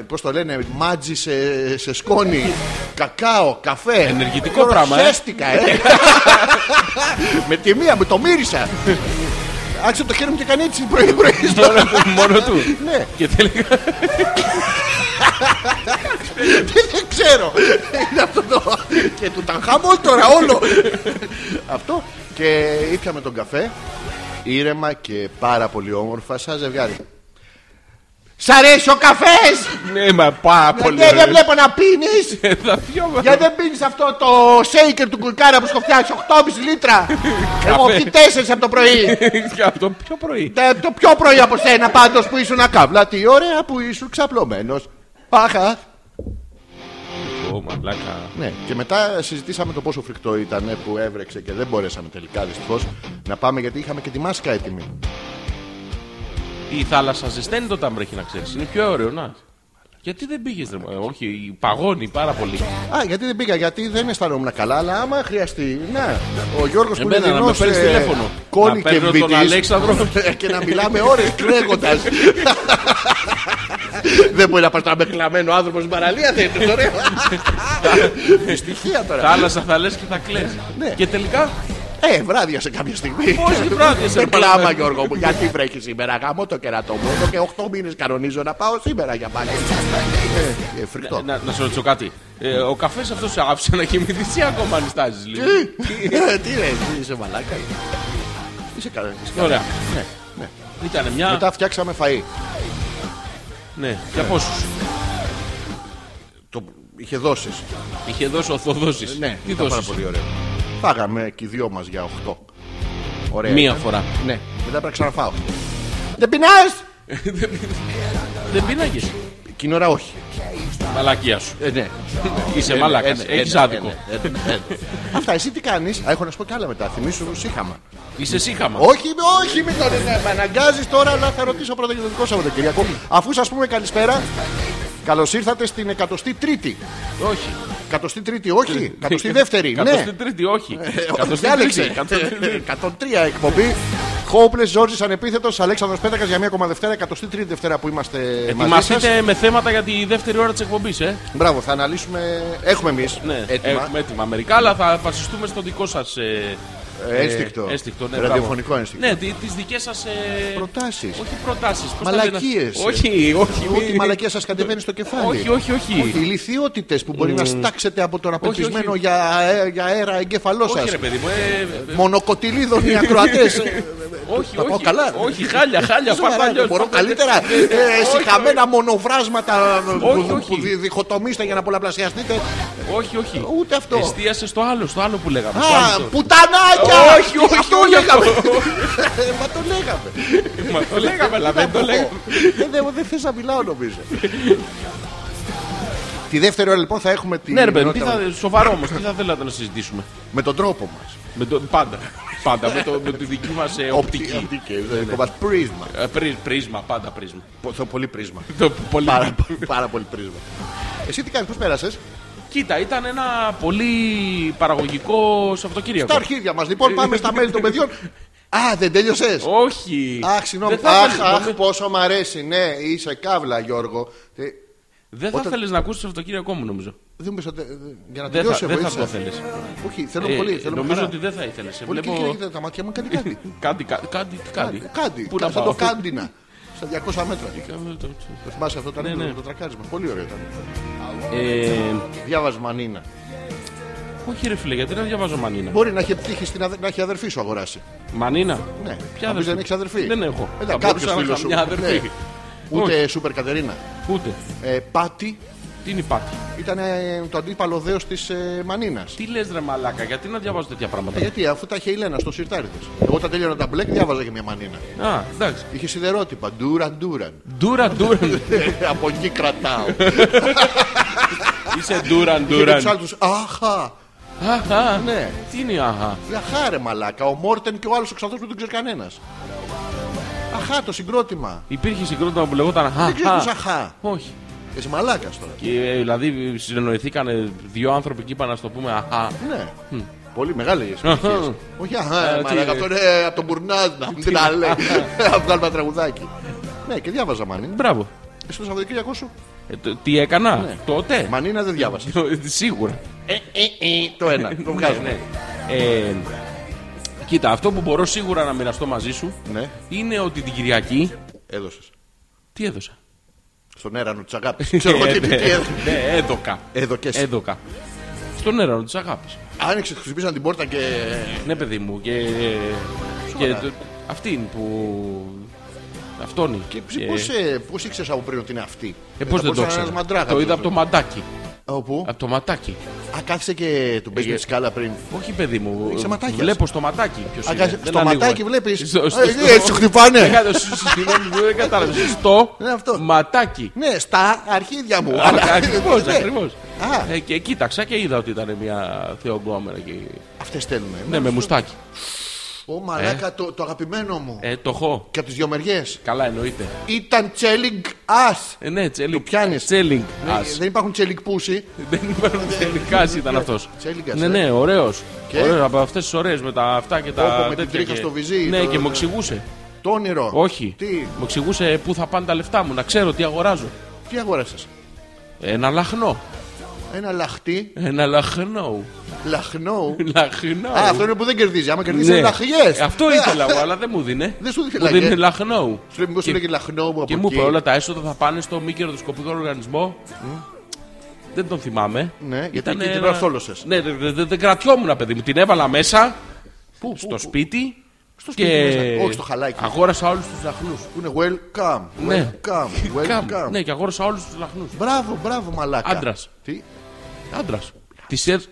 S1: Πώς το λένε, μάτζι σε, σε σκόνη, κακάο, καφέ.
S2: Ενεργητικό
S1: Τώρα
S2: πράγμα, ε.
S1: Ζέστηκα, ε. με τη μία, με το μύρισα. Άξιο το χέρι μου και κάνει έτσι πρωί-πρωί.
S2: Μόνο- Μόνο του.
S1: Ναι.
S2: Και τελικά.
S1: Δεν ξέρω. Είναι αυτό το. Και του τα χάμω τώρα όλο. αυτό. Και ήπιαμε τον καφέ. Ήρεμα και πάρα πολύ όμορφα σαν ζευγάρι. Σ' αρέσει ο καφές!
S2: Ναι, μα πάρα πολύ.
S1: Δεν δεν
S2: ωραία.
S1: βλέπω να πίνεις!
S2: Ε, Θα πιω.
S1: Γιατί δεν πίνεις αυτό το shaker του κουλκάρα που σου έχω φτιάξει 8,5 λίτρα! Εγώ
S2: Καφέ.
S1: πιει 4 από το πρωί!
S2: Και από το πιο πρωί.
S1: Τα- Ε, Το πιο πρωί από σένα πάντως που ήσουν ακάβλα, τι ωραία που ήσουν ξαπλωμένος! Αχα!
S2: Ω, μαλάκα.
S1: Ναι, και μετά συζητήσαμε το πόσο φρικτό ήταν που έβρεξε και δεν μπορέσαμε τελικά δυστυχώς να πάμε γιατί είχαμε και τη μάσκα έτοιμη.
S2: Η θάλασσα ζεσταίνει το τάμπρεχι να ξέρεις. Είναι πιο ωραίο να. Γιατί δεν πήγες, ρε. μα- Όχι, παγώνει πάρα πολύ.
S1: Α, γιατί δεν πήγα, γιατί δεν αισθανόμουν καλά, αλλά άμα χρειαστεί. Να, ο Γιώργος που είναι
S2: Εμένα να με
S1: δεινός,
S2: παίρνει
S1: ε,
S2: τηλέφωνο.
S1: κόνη
S2: Να
S1: και
S2: παίρνω τον
S1: βυτής,
S2: Αλέξανδρο.
S1: και να μιλάμε ώρες κλαίγοντας. δεν μπορεί να πας να με κλαμμένο άνθρωπος στην παραλία, δεν είναι ωραίο. Δυστυχία τώρα.
S2: Θάλασσα θα λες και θα κλαις.
S1: Ναι.
S2: Και τελικά.
S1: Ε, βράδιασε κάποια στιγμή.
S2: Όχι, βράδιασε,
S1: Δεν
S2: ρε,
S1: κλάμα,
S2: μαλάκα.
S1: Γιώργο μου. Γιατί βρέχεις σήμερα, γάμο το κερατό μου. Εδώ και 8 μήνες κανονίζω να πάω σήμερα για πάλι. Ε, ε, φρικτό.
S2: Να, να σε ρωτήσω κάτι. Ε, ο καφές αυτός σε άφησε να κοιμηθεί ή ακόμα ανιστάζεις λίγο. ναι.
S1: Ε, Τι ρε, τι είσαι μαλάκα. Είσαι καλά. είσαι καλά.
S2: Ωραία.
S1: Ναι, ναι.
S2: Ήταν μια.
S1: Μετά φτιάξαμε φαΐ.
S2: Ναι, για πόσους.
S1: Το είχε δώσει.
S2: Είχε δώσει οθοδόσει.
S1: Ναι,
S2: τι
S1: ήταν πάρα
S2: δώσει.
S1: πολύ ωραίο. Φάγαμε και οι δυο μας για 8. Ωραία.
S2: Μία φορά.
S1: Ναι, μετά πρέπει να ξαναφάω. Δεν πεινάς!
S2: Δεν πίναγε.
S1: Εκείνη ώρα όχι.
S2: Μαλακία σου.
S1: Ε, ναι.
S2: Είσαι μαλάκα.
S1: Ε, ναι, ε,
S2: Έχει
S1: ναι,
S2: άδικο.
S1: ε, ναι, ε, ναι, ε, ναι. Αυτά, εσύ τι κάνεις Α, έχω να σου πω κι άλλα μετά. Θυμήσου σύχαμα.
S2: Είσαι σύχαμα.
S1: Όχι, όχι, μην τον αναγκάζεις τώρα, αλλά θα ρωτήσω πρώτα για το δικό Σαββατοκύριακο. Αφού σας πούμε καλησπέρα, καλώς ήρθατε στην 103η.
S2: Όχι.
S1: Ναι. 103η,
S2: Ε,
S1: όχι. 102η, ναι.
S2: Κατοστή τρίτη, όχι.
S1: Ε,
S2: Κατοστή
S1: Διάλεξε.
S2: τρίτη. Κατοστή τρίτη.
S1: 103 εκπομπή. Hopeless George ανεπίθετος, Αλέξανδρος Πέτρακα για μία ακόμα Δευτέρα, 103η Δευτέρα που είμαστε μαζί σα.
S2: Ετοιμαστείτε με θέματα για τη δεύτερη ώρα της εκπομπής, ε.
S1: Μπράβο, θα αναλύσουμε. Έχουμε εμείς
S2: Ναι,
S1: έτοιμα.
S2: έχουμε έτοιμα μερικά, αλλά θα βασιστούμε στο δικό σας. Ε,
S1: Ε, ένστικτο.
S2: Ε, ένστικτο, ναι,
S1: Ραδιοφωνικό
S2: μπράβο.
S1: ένστικτο.
S2: Ναι, τις δικές σας. Ε,
S1: Προτάσεις.
S2: Όχι προτάσεις.
S1: Μαλακίες, ε.
S2: Όχι, όχι.
S1: Ό,τι
S2: μη-
S1: μαλακία σας κατεβαίνει στο κεφάλι.
S2: Όχι, όχι, όχι.
S1: Οι λιθιότητε που μπορεί να στάξετε από τον απελπισμένο
S2: όχι.
S1: για, αε- για αέρα εγκέφαλός
S2: Όχι, ρε
S1: σα.
S2: παιδί μου. ε, ε,
S1: Μονοκοτιλίδων οι ακροατές.
S2: Όχι,
S1: τα πάω
S2: όχι.
S1: καλά.
S2: Όχι, χάλια, χάλια. Πάμε αλλιώς,
S1: Μπορώ
S2: πάμε
S1: καλύτερα.
S2: αλλιώς.
S1: Ε,
S2: όχι,
S1: Συχαμένα μονοβράσματα που-
S2: Όχι, όχι.
S1: που δι- διχοτομείστε για να πολλαπλασιαστείτε.
S2: Όχι, όχι.
S1: Ούτε αυτό.
S2: Εστίασε στο άλλο, στο άλλο που λέγαμε. στο
S1: Α,
S2: άλλο το-
S1: πουτανάκια!
S2: Όχι, όχι,
S1: αυτό
S2: όχι,
S1: λέγαμε.
S2: αυτό.
S1: Ε, Μα το λέγαμε.
S2: Μα Το λέγαμε, αλλά δεν το λέγαμε.
S1: Δεν- δεν- Δεν θες να μιλάω νομίζω. Τη δεύτερη ώρα λοιπόν θα έχουμε την.
S2: Ναι, ρε παιδί, μου, τι
S1: ενότητα
S2: θα- σοβαρό όμως, τι θα θέλατε να συζητήσουμε.
S1: Με τον τρόπο μας.
S2: Με το, πάντα. πάντα με, το, με τη δική μας Ε, οπτική. Ναι.
S1: Το δικό μας πρίσμα.
S2: Ε, πρι- πρίσμα, πάντα πρίσμα.
S1: Πο- Το πολύ πρίσμα.
S2: Το πολύ...
S1: Πάρα, πάρα πολύ πρίσμα. Εσύ τι κάνεις, πώς πέρασες.
S2: Κοίτα, ήταν ένα πολύ παραγωγικό Σαββατοκύριακο.
S1: Τα αρχίδια μας λοιπόν, πάμε στα μέλη των παιδιών. Α, δεν τέλειωσες.
S2: Όχι.
S1: Αχ, συγγνώμη.
S2: Δεν θα
S1: Αχ,
S2: θέλεις-
S1: αχ, πόσο μ' αρέσει. Ναι, είσαι καύλα, Γιώργο. Ε,
S2: Δεν θα
S1: Όταν-
S2: θέλεις να ακούσεις το Σαββατοκύριακο μου, νομίζω.
S1: Δεν μου είπες, ε, για να
S2: Δεν θα,
S1: τελειώσει εγώ.
S2: δεν θα
S1: ήθελα.
S2: το θέλεις.
S1: Όχι, θέλω πολύ. Θέλω
S2: Ε, νομίζω
S1: χαρά.
S2: ότι δεν θα ήθελες.
S1: Πολύ και
S2: Βλέπω.
S1: κοίταγε τα μάτια μου, κάνει κάτι.
S2: Κάτι, κάτι, κάτι. τι κάνει.
S1: Κάτι.
S2: Πού να
S1: σαν
S2: πάω.
S1: το κάντινα. Στα 200 μέτρα. Το θυμάσαι αυτό
S2: Ναι,
S1: ήταν
S2: ναι.
S1: το- το τρακάρισμα. Πολύ ωραίο ήταν.
S2: Ε,
S1: Διάβασμα Νίνα.
S2: Όχι ρε φίλε, γιατί να διαβάζω μανίνα.
S1: Μπορεί να έχει τύχει στην αδε- να έχει αδερφή σου αγοράσει.
S2: Μανίνα.
S1: Ναι.
S2: Ποια
S1: Να πεις,
S2: αδερφή?
S1: δεν έχεις αδερφή.
S2: Δεν έχω.
S1: Ε,
S2: Θα
S1: κάποιος
S2: μπορούσα να
S1: φίλος
S2: είχα
S1: σου.
S2: Μια αδερφή.
S1: Ναι.
S2: Όχι.
S1: Ούτε Σούπερ Κατερίνα.
S2: Ούτε.
S1: Ε, Πάτη
S2: Τι είναι η πάτη.
S1: ήταν ε, το αντίπαλο δέος της ε, Μανίνας.
S2: Τι λες ρε μαλάκα, γιατί να διαβάζω τέτοια πράγματα.
S1: Ε, γιατί αφού τα είχε η Λένα στο σιρτάρι της. Εγώ όταν τελειώνα τα μπλεκ διάβαζα και μια μανίνα.
S2: Α, εντάξει.
S1: Είχε σιδερότυπα. Ντούραν, ντούραν.
S2: Ντούρα ντούραν.
S1: Ε, Από εκεί κρατάω.
S2: Είσαι ντούραν
S1: Και του
S2: ντούραν.
S1: άλλους. Αχα.
S2: Αχα.
S1: Ναι.
S2: Τι είναι η αχα.
S1: Η Αχά ρε μαλάκα. Ο Μόρτεν και ο άλλος ο ξαδός που δεν ξέρει κανένας. Αχά το συγκρότημα.
S2: Υπήρχε συγκρότημα που λεγόταν αχα.
S1: Δεν ξέρεις τους Αχά.
S2: Όχι.
S1: Εσύ μαλάκας τώρα.
S2: Και, ε, δηλαδή συνεννοηθήκανε δύο άνθρωποι και είπαν να στο πούμε αχα.
S1: Ναι. Πολύ μεγάλε οι επιτυχίες.
S2: Αχα. Ε,
S1: Όχι, αχά,
S2: τι-
S1: μαλάκα. Αυτό είναι ε, από τον Μπουρνάζ να μην τα λέει. Να βγάλουμε ένα τραγουδάκι. Ναι, και διάβαζα Μανίνα.
S2: Μπράβο.
S1: Εσύ το Σαββατοκύριακο σου.
S2: Ε, το- τι έκανα
S1: Ναι.
S2: τότε.
S1: Μανίνα δεν διάβασα.
S2: Σίγουρα.
S1: Ναι,
S2: ε,
S1: Το ένα, το βγάζουμε.
S2: Ναι. Ε, κοίτα, αυτό που μπορώ σίγουρα να μοιραστώ μαζί σου
S1: Ναι,
S2: είναι ότι την Κυριακή.
S1: έδωσες.
S2: Τι έδωσα.
S1: Στον έρανο της αγάπης. Ξέρω εγώ
S2: Ε,
S1: τι
S2: ναι,
S1: τι έδωσε.
S2: ναι, έδωκα.
S1: Έδωκες.
S2: Έδωκα. Στον νερό της αγάπης.
S1: Άνοιξε, χτυπήσαν την πόρτα και.
S2: Ναι, παιδί μου. Και, και
S1: Σοβαρά.
S2: το- αυτή είναι που. Αυτό είναι.
S1: Και πώς, ε, πώς ήξερες από πριν ότι είναι αυτή.
S2: Ε, πώς δεν το
S1: Ένας
S2: ξέρω.
S1: μαντράγα.
S2: Το είδα από το μαντάκι.
S1: Όπου.
S2: Από το ματάκι.
S1: Α, κάθισε και του παίζει
S2: Ε,
S1: της σκάλα πριν.
S2: Όχι, παιδί μου.
S1: Είσαι ματάκιας.
S2: Βλέπω στο ματάκι. Ποιος
S1: Α,
S2: είναι.
S1: κάθισε-
S2: Δεν
S1: στο
S2: ανοίγω.
S1: ματάκι βλέπεις.
S2: Στο- στο-
S1: Ε,
S2: στο-
S1: ε, σου χτυπάνε.
S2: Ε, κάτω, σου- σου- συγγνώμη, Δεν κατάλαβες. Στο
S1: Ναι, αυτό.
S2: ματάκι.
S1: Ναι, στα αρχίδια μου. Αλλά-
S2: Ακριβώς,
S1: Ναι.
S2: ακριβώς.
S1: Α.
S2: Ε, Και κοίταξα και είδα ότι ήταν μια θεογκόμενα εκεί.
S1: ε, Αυτές στέλνουν.
S2: Ναι, με Ε. μουστάκι.
S1: Ω μαλάκα, το, το αγαπημένο μου.
S2: Ε, το έχω.
S1: Και από τις δύο μεριές.
S2: Καλά, εννοείται.
S1: Ήταν τσέλιγκ ας.
S2: Ε, ναι, τσέλινγκ.
S1: Το πιάνεις.
S2: Τσέλινγκ.
S1: Ε,
S2: Ας.
S1: Δεν υπάρχουν τσέλιγκ πούσι.
S2: Δεν υπάρχουν τελικά ήταν αυτό.
S1: Τσέλιγκας, ε.
S2: Ναι, ναι, ωραίος.
S1: Και?
S2: Από αυτές τις ωραίες με τα αυτά και
S1: Όπου,
S2: τα.
S1: με την
S2: τέτοια
S1: τρίχα
S2: και-
S1: στο βυζί,
S2: Ναι,
S1: το-
S2: και μου εξηγούσε.
S1: Το όνειρο.
S2: Όχι.
S1: Τι,
S2: Μου εξηγούσε πού θα πάνε τα λεφτά μου, να ξέρω τι αγοράζω.
S1: τι αγόρασες.
S2: Ένα λαχνό.
S1: Ένα λαχτί.
S2: Ένα λαχνό.
S1: Λαχνό.
S2: Λαχνό.
S1: Α, αυτό είναι που δεν κερδίζει. Άμα κερδίζει,
S2: Ναι.
S1: είναι λαχιές.
S2: Αυτό ήθελα εγώ, αλλά δεν μου δίνε.
S1: Ε, Δεν σου ε. δίνε
S2: Μου δίνε
S1: λαχιές.
S2: λαχνό.
S1: Σου λέει μήπως είναι και λαχνό μου από
S2: Και μου είπε
S1: εκεί.
S2: όλα τα έσοδα θα πάνε στο μη κερδοσκοπικό οργανισμό. Δεν τον θυμάμαι.
S1: Ναι, γιατί
S2: Ήτανε
S1: εκεί την
S2: ένα-
S1: ρασόλωσες.
S2: Ναι, δεν δε, δε κρατιόμουν, παιδί μου. Την έβαλα μέσα
S1: Πού, πού,
S2: στο
S1: πού.
S2: σπίτι. Στο
S1: σπίτι μέσα. Όχι, στο χαλάκι.
S2: Αγόρασα όλους τους λαχνούς.
S1: Που είναι welcome.
S2: Ναι.
S1: Welcome. Welcome.
S2: Ναι, και αγόρασα όλους τους λαχνούς.
S1: Μπράβο, μπράβο, μαλάκα.
S2: Άντρας.
S1: Τι.
S2: Άντρας. Τη ε... τι-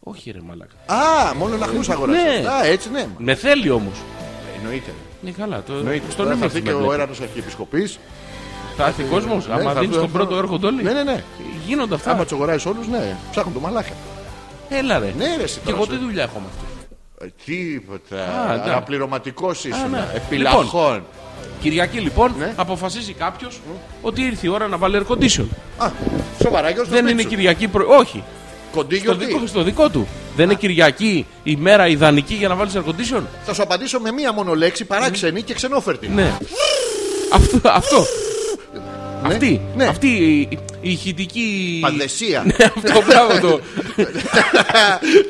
S2: Όχι, ρε μαλάκα.
S1: Α, μόνο λαχνούς αγοράζει.
S2: ναι.
S1: Α, έτσι ναι.
S2: Με θέλει όμως.
S1: Εννοείται.
S2: Ναι, καλά. Το...
S1: Εννοείται.
S2: Στον
S1: Τώρα
S2: ήμουν
S1: θα έρθει και ο έρανο αρχιεπισκοπής.
S2: Θα έρθει κόσμο. Άμα
S1: θα
S2: δίνεις
S1: δω-
S2: τον πρώτο έρχονται όλοι.
S1: Ναι, ναι, ναι.
S2: Γίνονται αυτά.
S1: Άμα τους αγοράζεις όλους, ναι. Ψάχνουν το μαλάκα.
S2: Έλα ρε.
S1: Ναι, ρε, εσύ
S2: Και
S1: τώρα
S2: εγώ
S1: σε-
S2: τι δουλειά έχω με αυτό.
S1: Ε, Τίποτα.
S2: Α, ναι.
S1: Αναπληρωματικό ήσουν. Ε,
S2: ναι.
S1: Επιλαχών.
S2: Κυριακή λοιπόν
S1: Ναι.
S2: αποφασίζει κάποιος ότι ήρθε η ώρα να βάλει air condition.
S1: Α, σοβαρά, και ως το
S2: Δεν είναι
S1: σπίτι σου.
S2: Κυριακή πρωί. Όχι.
S1: Κοντίγιο
S2: Στο
S1: τι?
S2: δικό, στο δικό του. Δεν είναι Κυριακή η μέρα ιδανική για να βάλεις air condition.
S1: Θα σου απαντήσω με μία μόνο λέξη παράξενη και ξενόφερτη.
S2: Ναι. αυτό. αυτό. Αυτή,
S1: ναι.
S2: αυτή η, η- η ηχητική.
S1: Πανδεσία.
S2: Ναι, αυτό μπράβο το.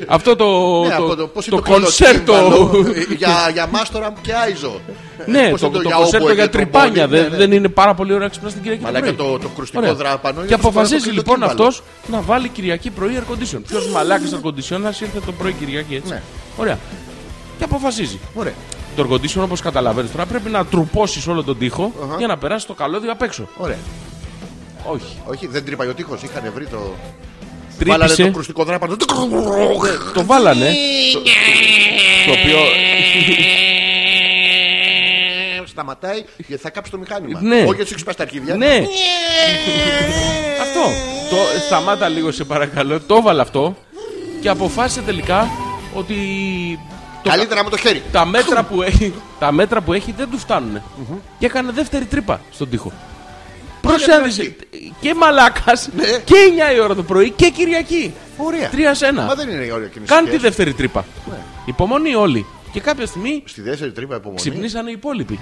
S2: αυτό το.
S1: Ναι, από
S2: το,
S1: το, πώς
S2: το
S1: είναι το
S2: κονσέρτο.
S1: κλεινοτύμπανο, ε, για, για μάστορα και άιζο.
S2: ναι,
S1: Πώς
S2: το,
S1: είναι
S2: το,
S1: για
S2: κονσέρτο
S1: όμπο
S2: για
S1: και τον
S2: τρυπάνια.
S1: πόλι, ναι,
S2: Δεν,
S1: ναι.
S2: δεν είναι πάρα πολύ ώρα να ξυπνάς την Κυριακή. το
S1: Μαλάκα
S2: πρωί.
S1: το, το κρουστικό
S2: Ωραία.
S1: δράπανο.
S2: Και
S1: είναι το
S2: αποφασίζει
S1: σπουδαίο
S2: λοιπόν
S1: κλεινοτύμπανο.
S2: αυτός να βάλει Κυριακή πρωί air condition. Ποιος μαλάκας air conditioner ήρθε το πρωί Κυριακή έτσι.
S1: Ναι.
S2: Ωραία. Και αποφασίζει.
S1: Ωραία.
S2: Το air condition όπως καταλαβαίνεις τώρα πρέπει να τρουπώσεις όλο τον τοίχο
S1: Αχα.
S2: για να περάσει το καλώδιο απ' έξω.
S1: Ωραία.
S2: Όχι.
S1: Όχι, δεν τρύπαγε ο τείχος, είχαν βρει το. Βάλανε το
S2: Τρύπησε.
S1: κρουστικό δράπανο.
S2: Το βάλανε. Το- Το οποίο.
S1: Σταματάει γιατί θα κάψει το μηχάνημα.
S2: Ναι.
S1: Όχι, έτσι ξυπνάς τα αρχίδια.
S2: Ναι. Αυτό. Το σταμάτα λίγο σε παρακαλώ. Το έβαλα αυτό και αποφάσισε τελικά ότι. το-
S1: Καλύτερα με το χέρι.
S2: τα μέτρα, που έχει, τα μέτρα που έχει δεν του φτανουν Και έκανε δεύτερη τρύπα στον τοίχο. Προσέδησε και μαλάκας
S1: Ναι.
S2: και 9 η ώρα το πρωί και Κυριακή.
S1: Ωραία.
S2: Τρία σε ένα.
S1: Μα δεν Ναι. είναι η ώρα κινησία.
S2: Κάνει τη δεύτερη τρύπα. Υπομονή όλοι. Και κάποια στιγμή
S1: Στη δεύτερη τρύπα υπομονή.
S2: ξυπνήσανε οι υπόλοιποι.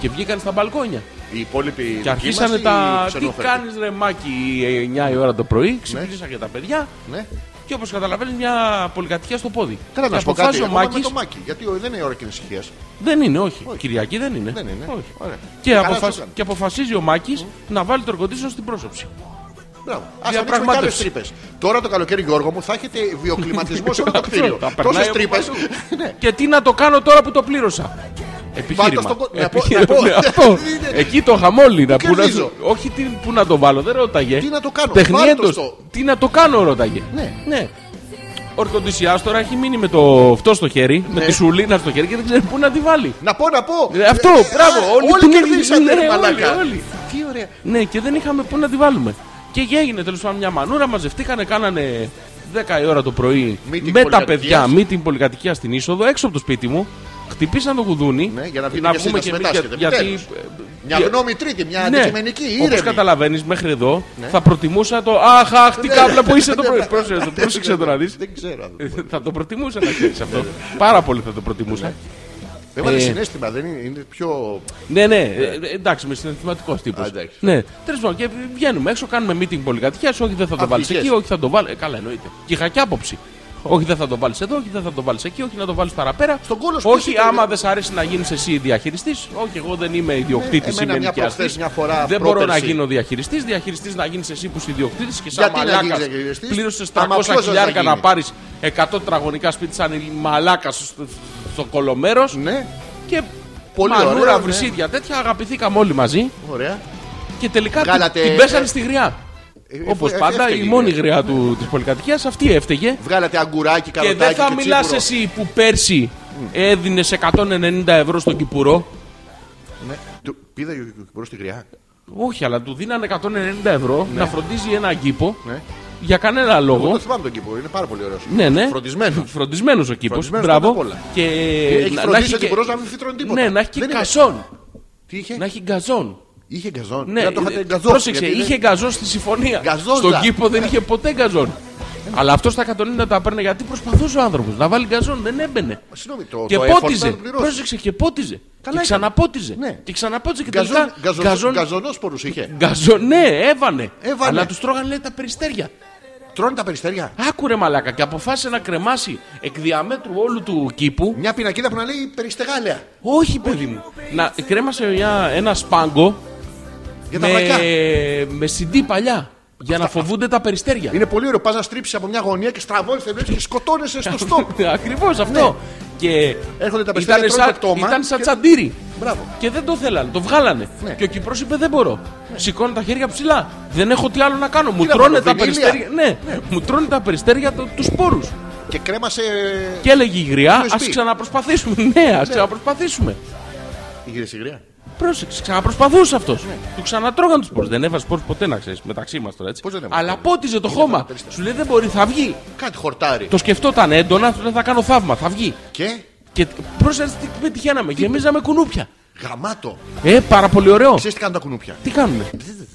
S2: Και βγήκαν στα μπαλκόνια.
S1: Οι υπόλοιποι.
S2: Και
S1: δικοί
S2: αρχίσανε
S1: μας ή
S2: τα. Τι
S1: ξενόφερτοι?
S2: κάνεις, ρε Μάκη, 9 η ώρα το πρωί. Ξυπνήσαν και τα παιδιά.
S1: Ναι.
S2: Και όπως καταλαβαίνεις, μια πολυκατοικία στο πόδι.
S1: Καλά,
S2: Και
S1: να σου πω
S2: αποφάσισε
S1: κάτι.
S2: ο
S1: εγώ είμαι με
S2: Μάκης-
S1: το Μάκη. Γιατί ο- δεν είναι η ώρα κινησία.
S2: Δεν είναι, όχι. Κυριακή δεν είναι.
S1: Δεν είναι.
S2: Όχι.
S1: Ωραία.
S2: Και,
S1: Καλά
S2: αποφασ-
S1: σου έκανε.
S2: και αποφασίζει ο Μάκης να βάλει το εργοτήσιο στην πρόσωψη.
S1: Μπράβο. Ας ανοίξουμε
S2: Διαπραγμάτευση.
S1: άλλε τρύπες. Τώρα το καλοκαίρι, Γιώργο μου, θα έχετε βιοκλιματισμός σε όλο το
S2: Αυτό,
S1: κτίριο. Ναι.
S2: τα περνάει
S1: Τόσες
S2: από
S1: τρύπες.
S2: παντού. Και τι να το κάνω τώρα που το πλήρωσα. Επιχείρημα.
S1: στον κο- να πω-
S2: Επιχείρημα.
S1: να πω.
S2: Ναι, αυτό.
S1: Είναι-
S2: Εκεί το χαμόλι να πού να
S1: κερδίζω.
S2: σου- Όχι τι, που να το βάλω, δεν ρώταγε.
S1: Τι να το κάνω, βάλ' το
S2: Τεχνιέντος.
S1: στο.
S2: Τι να το κάνω, ρώταγε.
S1: Ναι.
S2: ναι. Ο Ορκοντισιάς τώρα έχει μείνει με το αυτό στο χέρι,
S1: Ναι.
S2: με τη σουλίνα στο χέρι και δεν ξέρει πού να τη βάλει.
S1: Να πω, να πω.
S2: Ε, αυτό,
S1: Ε,
S2: μπράβο,
S1: α,
S2: όλοι την ίδια-
S1: κερδίσατε,
S2: ναι,
S1: ρε μαλάκα.
S2: όλοι, όλοι.
S1: ε, Τι ωραία.
S2: Ναι, και δεν είχαμε πού να τη βάλουμε. Και έγινε τέλος πάντων μια μανούρα, μαζευτήκανε, κάνανε 10 η ώρα το πρωί
S1: Meeting
S2: με τα
S1: πολυκατοικίας.
S2: παιδιά, μη την πολυκατοικία στην είσοδο, έξω από το σπίτι μου. Χτυπήσαν το κουδούνι.
S1: Ναι, για να βγείτε κι εσείς να
S2: εμείς,
S1: συμμετάσχετε,
S2: για-
S1: επιτέλους. Μια
S2: για-
S1: γνώμη τρίτη, μια
S2: ναι,
S1: αντικειμενική,
S2: Όπως
S1: ήρεμη.
S2: καταλαβαίνεις μέχρι εδώ θα προτιμούσα το Αχ, αχ, τι
S1: Ναι,
S2: κάβλα
S1: ναι,
S2: που είσαι
S1: ναι,
S2: το
S1: ναι,
S2: πρωί.
S1: ναι,
S2: Πρόσεξε το,
S1: ναι,
S2: πρόσεξε
S1: ναι,
S2: το
S1: ναι,
S2: να δεις.
S1: Δεν ξέρω. αν-
S2: Ε, Θα το προτιμούσα να ξέρεις αυτό. Πάρα πολύ θα το πρotιμούσα.
S1: Δεν βάλε
S2: Ε.
S1: συνέστημα, δεν είναι, είναι πιο.
S2: Ναι, ναι, ε, ε, εντάξει, με συναισθηματικός τύπος.
S1: Α, εντάξει.
S2: Ναι, τέλος πάντων, και βγαίνουμε έξω, κάνουμε meeting πολυκατοικία. Όχι, δεν θα το
S1: Α,
S2: βάλει
S1: βγες.
S2: εκεί, όχι, θα το βάλει. Καλά, εννοείται. Και είχα και άποψη. Όχι, δεν θα το βάλεις εδώ, όχι, δεν θα το βάλεις εκεί, όχι, να το βάλεις παραπέρα.
S1: Στον κόλο σου
S2: Όχι,
S1: πέσει,
S2: άμα
S1: ε,
S2: δεν σ' αρέσει να γίνεις εσύ διαχειριστής. Όχι, εγώ δεν είμαι ιδιοκτήτης,
S1: εμένα
S2: είμαι
S1: μια
S2: νοικιαστή.
S1: προχθές, μια φορά
S2: Δεν μπορώ να
S1: πρόπερση.
S2: γίνω διαχειριστής. Διαχειριστής να γίνεις εσύ που είσαι ιδιοκτήτης και σαν
S1: Γιατί να
S2: μαλάκα.
S1: γίνεις διαχειριστής?
S2: Πλήρωσες
S1: Άμα
S2: 300
S1: ποιος θα
S2: χιλιάρικα να
S1: γίνει?
S2: πάρει 100 τετραγωνικά σπίτι σαν μαλάκα στο, στο κολομέρος.
S1: Ναι,
S2: Και
S1: Πολύ
S2: μανούρα,
S1: ωραία, ναι.
S2: βρυσίδια, τέτοια αγαπηθήκαμε όλοι μαζί
S1: ωραία.
S2: και τελικά την-
S1: Βγάλατε-
S2: την πέσανε στη γριά.
S1: Ε,
S2: Όπως
S1: ε,
S2: πάντα,
S1: έφταιγε,
S2: η μόνη
S1: ναι.
S2: γριά του, της πολυκατοικίας αυτή έφταιγε.
S1: Βγάλατε αγκουράκι,
S2: Και
S1: καλοτάκι
S2: δεν θα
S1: και
S2: μιλάς
S1: τσίπουρο.
S2: εσύ που πέρσι έδινες 190 ευρώ στον Κυπουρό.
S1: Ναι. Του- Πήδα προ τη γριά.
S2: Όχι, αλλά του δίνανε 190 ευρώ να φροντίζει ένα κήπο
S1: Ναι.
S2: για κανένα
S1: Εγώ
S2: λόγο.
S1: το θυμάμαι τον κήπο, είναι πάρα πολύ ωραίος.
S2: Ναι, ναι.
S1: Φροντισμένος.
S2: Φροντισμένος ο κήπο.
S1: Φροντισμένος
S2: Μπράβο.
S1: πρώτα απ' όλα.
S2: Και
S1: Έχει
S2: να-
S1: φροντίσει ο
S2: και-
S1: κυπουρός να μην φυτρώνει τίποτα.
S2: Ναι, να έχει και
S1: Δεν είναι- Ε.
S2: γκαζόν.
S1: Τι είχε,
S2: Να έχει γκαζόν.
S1: είχε γκαζόν.
S2: Ναι,
S1: να το είχατε
S2: ε,
S1: γκαζόν.
S2: πρόσεξε,
S1: γιατί είναι-
S2: είχε γκαζόν στη συμφωνία.
S1: Γκαζόζα.
S2: Στον κήπο δεν είχε ποτέ γκαζόν. Αλλά αυτός τα 190 τα παίρνε γιατί προσπαθούσε ο άνθρωπος να βάλει γκαζόν, δεν έμπαινε.
S1: Συγγνώμη, το,
S2: και
S1: το effort να
S2: πότιζε.
S1: το πληρώσει.
S2: Πρόσεξε και πότιζε. και
S1: έκανε.
S2: ξαναπότιζε.
S1: Ναι.
S2: Και ξαναπότιζε και
S1: Γκαζόν,
S2: τελικά.
S1: γκαζον,
S2: γκαζόν-
S1: Γκαζονόσπορους είχε.
S2: γκαζόν- ναι, έβανε.
S1: Έβανε.
S2: Αλλά τους τρώγανε λέει, τα περιστέρια.
S1: Τρώνε τα περιστέρια.
S2: Άκουρε μαλάκα και αποφάσισε να κρεμάσει εκ διαμέτρου όλου του κήπου.
S1: Μια πινακίδα που να λέει περιστεγάλαια.
S2: Όχι, παιδί μου. Να κρέμασε μια- ένα σπάγκο
S1: Για τα
S2: με,
S1: βρακιά.
S2: με CD παλιά. Για να φοβούνται τα περιστέρια.
S1: Είναι πολύ ωραίο. Πας να στρίψεις από μια γωνία και στραβώνεις και σκοτώνεσαι στο στόχο.
S2: Ακριβώς Ναι, αυτό. Και
S1: Ναι. Έρχονται τα
S2: ήταν
S1: περιστέρια, τρώνε
S2: σαν,
S1: το πτώμα
S2: ήταν σαν
S1: και-
S2: τσαντήρι.
S1: Μπράβο.
S2: Και δεν το θέλανε, το βγάλανε.
S1: Ναι.
S2: Και ο Κυπρός είπε: Δεν μπορώ. Σηκώνω τα χέρια ψηλά. Δεν έχω τι άλλο να κάνω. Μου
S1: Τι να
S2: τρώνε
S1: κάνω,
S2: τα
S1: βινίλια.
S2: περιστέρια. Ναι, μου τρώνε τα περιστέρια τους σπόρους.
S1: Και κρέμασε.
S2: Και έλεγε η γριά: Ας
S1: USB.
S2: ξαναπροσπαθήσουμε. Ναι, ας ξαναπροσπαθήσουμε.
S1: Γύρε η γριά.
S2: Πρόσεξε, ξαναπροσπαθούσε αυτός.
S1: Ναι.
S2: Του ξανατρώγαν του σπόρου. Δεν έβαζε σπόρου ποτέ να ξέρεις μεταξύ μας τώρα έτσι.
S1: Πώς δεν έβαζε
S2: Αλλά
S1: σπόρους.
S2: πότιζε το
S1: Είδα τα
S2: χώμα.
S1: περιστέρια.
S2: Σου λέει: Δεν μπορεί, θα βγει.
S1: Κάτι χορτάρι.
S2: Το σκεφτόταν έντονα, του λέει, θα κάνω θαύμα, θα βγει.
S1: Και
S2: Και πρόσεξε τι πετυχαίναμε. Γεμίζαμε κουνούπια.
S1: γαμάτο.
S2: Ε, πάρα πολύ ωραίο.
S1: Ξέρεις τι κάνουν τα κουνούπια.
S2: Τι κάνουνε.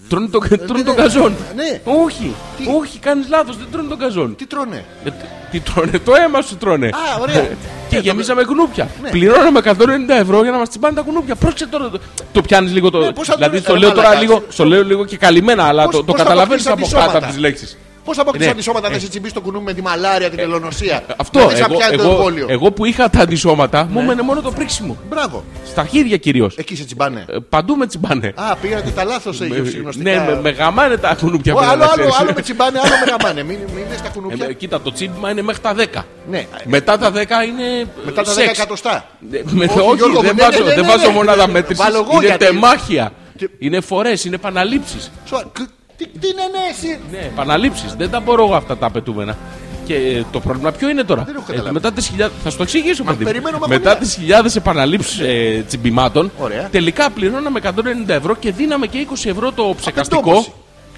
S2: Τρώνε τον τρώνε τον καζόν.
S1: Ναι.
S2: Όχι.
S1: Τι?
S2: Όχι, κάνεις λάθος. Δεν τρώνε τον καζόν.
S1: Τι τρώνε.
S2: Ε, τι- Τι τρώνε, το αίμα σου τρώνε. Ε,
S1: Α, ωραία. Ε,
S2: Και γεμίζαμε κουνούπια.
S1: Ναι.
S2: Πληρώναμε 190 ευρώ για να μας τσιμπάνε τα κουνούπια. Πρόσεξε τώρα. το- Το πιάνεις λίγο το.
S1: Ναι, πώς θα
S2: Δηλαδή
S1: το-
S2: το
S1: ρε,
S2: λέω τώρα
S1: μαλάκα,
S2: λίγο.
S1: εσύ-
S2: Στο λέω λίγο και καλυμμένα, αλλά
S1: Πώς-
S2: το- το
S1: πώς θα
S2: καταλαβαίνει
S1: αποκτήσεις
S2: από κάτω από
S1: αντισώματα.
S2: τις λέξεις.
S1: Πώς θα αποκτήσει
S2: Ναι. Ε,
S1: αντισώματα να σε τσιμπήσεις το κουνούμι με τη μαλάρια, την ελονοσία.
S2: Αυτό
S1: Να δεις να
S2: εγώ,
S1: Δηλαδή πιάνει το
S2: εγώ,
S1: εμβόλιο. Ναι.
S2: εγώ που είχα τα αντισώματα μου έμενε μόνο το πρίξιμο.
S1: Μπράβο.
S2: Στα χέρια κυρίως.
S1: Εκεί σε τσιμπάνε.
S2: Παντού με τσιμπάνε.
S1: Α, πήγατε τα λάθος
S2: Ε. Ναι, με,
S1: γευσυγνωστικά.
S2: με γαμάνε τα κουνούπια
S1: Ω,
S2: πρέπει
S1: Άλλο,
S2: να
S1: άλλο,
S2: ξέρεις.
S1: άλλο με τσιμπάνε, άλλο με γαμάνε. Μην μην είναι στα
S2: Ε,
S1: κουνούπια.
S2: με- κοίτα, το τσίμπημα είναι μέχρι τα 10.
S1: Ναι.
S2: Μετά τα 10 είναι.
S1: Μετά τα 10
S2: σεξ.
S1: εκατοστά.
S2: Ε, με-
S1: Όχι,
S2: όχι,
S1: Γιώργο,
S2: δεν
S1: ναι,
S2: βάζω,
S1: ναι, ναι,
S2: δεν
S1: ναι,
S2: βάζω
S1: ναι.
S2: μονάδα μέτρησης.
S1: Βάλω εγώ,
S2: Είναι
S1: γιατί-
S2: τεμάχια.
S1: Τι-
S2: Είναι φορές, είναι επαναλήψει.
S1: Σοβα- κ- Τι τι είναι ναι, εσύ.
S2: Ναι, επαναλήψεις. Δεν τα μπορώ εγώ αυτά τα απαιτούμενα. Και ε, το πρόβλημα ποιο είναι τώρα. Ε,
S1: Δεν έχω καταλάβει.
S2: μετά τις χιλιάδες, θα σου το εξηγήσω παιδί μου.
S1: περιμένω με
S2: Μετά
S1: αγωνία.
S2: τις χιλιάδες επαναλήψεις ε, τσιμπημάτων,
S1: Ωραία.
S2: τελικά πληρώναμε 190 ευρώ και δίναμε και 20 ευρώ το ψεκαστικό.
S1: Απεντόμωση.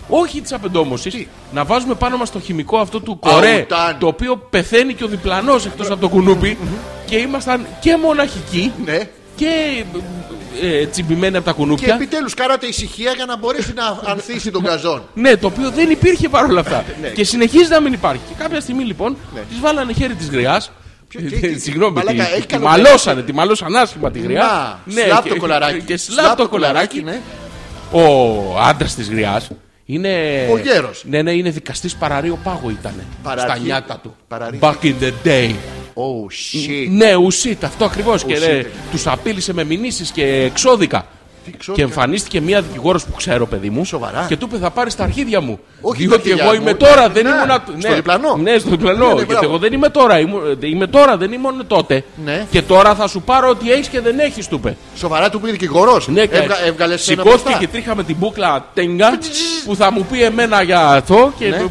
S2: Όχι της απεντόμωσης.
S1: Τι?
S2: Να βάζουμε πάνω μας το χημικό αυτό του κορέ.
S1: Αουτάν.
S2: Το οποίο πεθαίνει και ο διπλανός εκτός από το κουνούπι. και ήμασταν και μοναχικοί
S1: Ναι.
S2: και ε, ε, τσιμπημένοι από τα
S1: Και
S2: κουνούπια.
S1: επιτέλου κάρατε ησυχία για να μπορέσει να ανθίσει τον καζόν.
S2: Ναι, το οποίο δεν υπήρχε παρόλα αυτά.
S1: Ναι.
S2: και συνεχίζει να μην υπάρχει. Και κάποια στιγμή λοιπόν
S1: Ναι.
S2: της βάλανε χέρι της γριάς.
S1: Ποιο- τι- τι-
S2: Συγγνώμη,
S1: μαλάκα,
S2: τη-
S1: έχει
S2: τη
S1: καλοπέραστη.
S2: μαλώσανε, τη μαλώσαν άσχημα τη γριά. Ναι,
S1: Να, σλάπ
S2: και-
S1: το κολαράκι.
S2: Και σλάπ το κολαράκι.
S1: ναι.
S2: Ο άντρας της γριάς είναι.
S1: Ο γέρος.
S2: Ναι, ναι, είναι δικαστής παραρίο πάγο ήταν.
S1: Παραρχή-
S2: Στα νιάτα του.
S1: παραρχή.
S2: Back in the day.
S1: Oh shit.
S2: Ναι, ουσίτ, Ναι, αυτό ακριβώς. Και
S1: Ουσίτ.
S2: τους απείλησε με μηνύσεις και εξώδικα.
S1: ξέρω
S2: Και
S1: ποια-
S2: εμφανίστηκε μία δικηγόρος που ξέρω, παιδί μου.
S1: Σοβαρά.
S2: Και του είπε: Θα πάρεις τα αρχίδια μου.
S1: Όχι τα
S2: διότι
S1: αρχίδια
S2: εγώ
S1: μου,
S2: είμαι
S1: ναι,
S2: τώρα, δεν
S1: ναι,
S2: ήμουν.
S1: στο διπλανό.
S2: Ναι, στο διπλανό.
S1: Ναι, ναι,
S2: Γιατί
S1: μπράβο.
S2: εγώ δεν είμαι τώρα. ήμουν- Είμαι τώρα, δεν ήμουν τότε.
S1: Ναι.
S2: Και τώρα θα σου πάρω ό,τι έχεις και δεν έχεις, του είπε.
S1: Σοβαρά του πήρε δικηγορό.
S2: Ναι, και
S1: Έβγαλες ένα
S2: σηκώθηκε και τρίχα με την μπουκλα τέγκα που θα μου πει εμένα για αυτό και
S1: Ναι.
S2: το...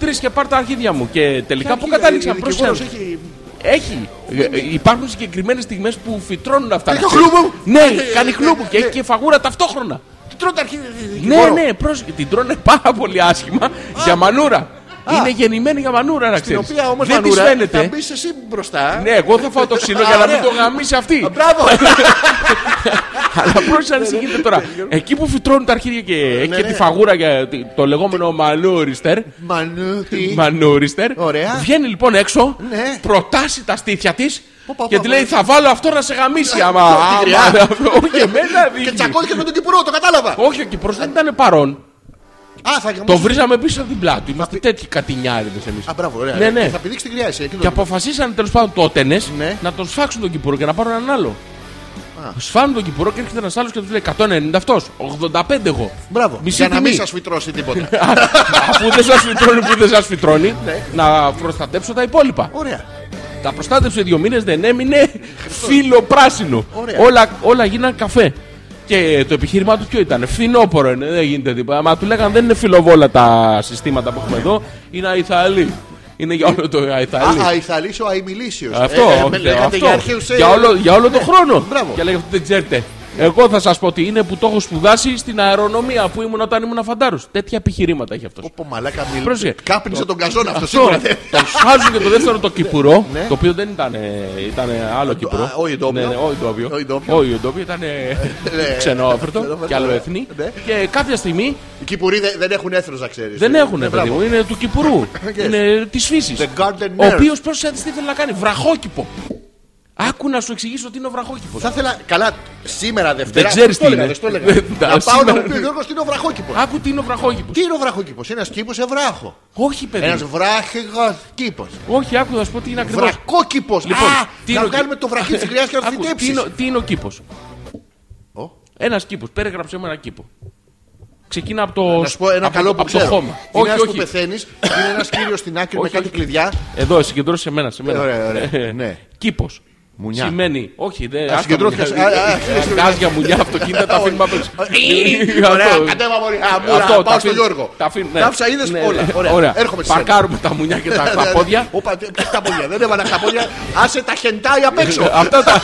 S2: Τρεις και πάρ τα αρχίδια μου και τελικά που κατάληξαν πρόσεχε.
S1: Έχει...
S2: Έχει. Ε, ε, Υπάρχουν συγκεκριμένες στιγμές που φυτρώνουν αυτά.
S1: Κάνει το χλούμπου.
S2: Ναι,
S1: Ε,
S2: κάνει
S1: ε,
S2: χλούμπου
S1: ε,
S2: και
S1: Λοιπόν.
S2: έχει και φαγούρα ταυτόχρονα.
S1: Τρώω τα αρχή. ε,
S2: Ναι, ναι, πρόσεχε. Την τρώνε πάρα πολύ άσχημα για μανούρα. Είναι γεννημένη για μανούρα, να
S1: Την
S2: ξέρεις.
S1: οποία όμως
S2: Δεν της
S1: θα
S2: φαίνεται.
S1: μπεις εσύ μπροστά.
S2: Ναι, εγώ θα φάω το ξύλο
S1: Α, ναι.
S2: για να
S1: ωραία.
S2: μην το γαμίσει αυτή.
S1: Μπράβο!
S2: Αλλά πρόσεχε να ανησυχείτε τώρα. Εκεί που φυτρώνουν τα αρχίδια και έχει και
S1: ναι.
S2: τη φαγούρα για τη- το λεγόμενο μανούριστερ.
S1: Μανούτι.
S2: Μανούριστερ.
S1: Ωραία.
S2: Βγαίνει λοιπόν έξω,
S1: Ναι.
S2: προτάσει τα στήθια της
S1: Πω, πω,
S2: και
S1: πω,
S2: τη λέει:
S1: πω.
S2: Θα βάλω αυτό να σε γαμίσει. Άμα. άμα-
S1: χρειάζεται.
S2: Όχι, εμένα
S1: Και
S2: δείχνει.
S1: τσακώθηκε με τον Κυπουρό, το κατάλαβα.
S2: Όχι, ο Κυπρό δεν ήταν παρόν.
S1: Α, θα
S2: Το
S1: γαμίσει.
S2: βρίζαμε πίσω από την πλάτη. Είμαστε τέτοιοι κατηνιάριδες εμείς.
S1: Α, μπράβο, ωραία.
S2: Ναι, ναι.
S1: Και Θα πηδήξει την κρυάση.
S2: Και αποφασίσανε τέλος πάντων τότενε
S1: Ναι.
S2: να τον σφάξουν τον Κυπουρό και να πάρουν έναν άλλο. Σφάνουν τον Κυπουρό και έρχεται ένας άλλος και τους λέει 190 αυτό, 85 εγώ.
S1: Μπράβο.
S2: Μισή
S1: Για να μην
S2: τιμή.
S1: σας φυτρώσει τίποτα.
S2: Α, Αφού δεν σας φυτρώνει που δεν σας φυτρώνει,
S1: Ναι.
S2: να προστατέψω τα υπόλοιπα.
S1: Ωραία.
S2: Τα προστάτευσε δύο μήνες, δεν έμεινε φύλλο πράσινο.
S1: Ωραία.
S2: Όλα, όλα γίναν καφέ. Και το επιχείρημά του ποιο ήταν, φθινόπορο είναι, δεν γίνεται τίποτα. Μα του λέγανε δεν είναι φιλοβόλα τα συστήματα που έχουμε εδώ, είναι αϊθαλή. Είναι για όλο το αϊθαλή.
S1: Α, Αϊθαλής ο Αιμιλήσιο.
S2: Αυτό, όχι, αυτό.
S1: για αρχαίους, ε,
S2: Για όλο, για όλο τον χρόνο.
S1: μπράβο.
S2: Και λέει αυτό δεν ξέρετε. Εγώ θα σας πω ότι είναι που το έχω σπουδάσει στην αερονομία που ήμουν όταν ήμουν φαντάρος. Τέτοια επιχειρήματα έχει αυτός.
S1: Πω, μαλάκα, μιλ-
S2: Πρόσεχε.
S1: Κάπνισε τον καζόν αυτό
S2: Αυτό.
S1: σίγουρα. δεν-
S2: Τον σφάζουν και το δεύτερο το κυπουρό.
S1: Ναι.
S2: Το οποίο δεν ήταν. ήταν άλλο κυπουρό.
S1: α, όχι ντόπιο.
S2: Ναι, ναι, Όχι ντόπιο.
S1: Όχι ντόπιο.
S2: Όχι ντόπιο. Ήταν ξενόφερτο
S1: ξενόφερτο,
S2: και άλλο
S1: ναι.
S2: εθνή.
S1: Ναι.
S2: Και κάποια στιγμή
S1: Οι Κυπουροί δεν δεν έχουν έθρο, να Ε, ξέρεις.
S2: δεν έχουν παιδί μου. Είναι του κυπουρού.
S1: Yes.
S2: Είναι της φύσης.
S1: The gardener.
S2: Ο οποίος πρόσεχε τι θέλει να κάνει. Βραχόκηπο. Άκου να σου εξηγήσω τι είναι ο βραχόκηπο.
S1: Θα ήθελα. Καλά, σήμερα Δευτέρα.
S2: ξέρεις
S1: αυτό
S2: τι
S1: έλεγα,
S2: είναι.
S1: αυτό έλεγα.
S2: Τα
S1: Να πάω να
S2: σήμερα-
S1: μου πει ο Γιώργος τι είναι ο βραχόκηπος.
S2: Άκου τι είναι ο βραχόκηπος.
S1: Τι είναι ο βραχόκηπος, ένας κήπος σε βράχο.
S2: Όχι, παιδί.
S1: Ένας
S2: μου.
S1: βράχηγος κήπος.
S2: Όχι, άκου να σου πω τι είναι ακριβώς.
S1: Βρακόκηπο.
S2: Λοιπόν,
S1: Α,
S2: τι
S1: να
S2: είναι ο-
S1: βγάλουμε το βραχί της κρυά και να
S2: τι, είναι,
S1: φυτέψει.
S2: ο- τι είναι ο κήπος.
S1: Ω.
S2: Ένας κήπος. Περιγράψε μου ένα κήπο. Ξεκινά από το,
S1: Να σου πω ένα
S2: από,
S1: καλό
S2: το-
S1: που
S2: από το
S1: ξέρω.
S2: χώμα.
S1: Είναι
S2: όχι,
S1: ένας που
S2: όχι.
S1: πεθαίνεις, είναι ένας κύριος στην άκρη με
S2: Όχι,
S1: κάτι
S2: όχι.
S1: κλειδιά.
S2: Εδώ, συγκεντρώσει σε μένα. Σε μένα.
S1: Ωραία, ωραία. Ναι.
S2: Κήπος.
S1: Μουνιά.
S2: Σημαίνει, όχι, δεν.
S1: Α,
S2: άστα
S1: συγκεντρώθηκα
S2: μουνιά.
S1: σε- α, α,
S2: Ε,
S1: ας,
S2: Κάζια μουνιά, αυτοκίνητα τα αφήνουμε απ' έξω. Αυτό.
S1: Ωραία, κατέβα μωρή. Αμούρα,
S2: Αυτό, τα
S1: πάω στον
S2: αφήν-
S1: Γιώργο.
S2: τα αφήν- ναι.
S1: Κάψα είδες
S2: Ναι,
S1: όλα.
S2: ναι.
S1: Ωραία, έρχομαι σε σένα. Ναι,
S2: Παρκάρουμε τα μουνιά και τα- τα πόδια.
S1: Όπα, τι- τα πόδια. Δεν έβαλα τα πόδια. Άσε τα χεντάει απ' έξω.
S2: Αυτά τα.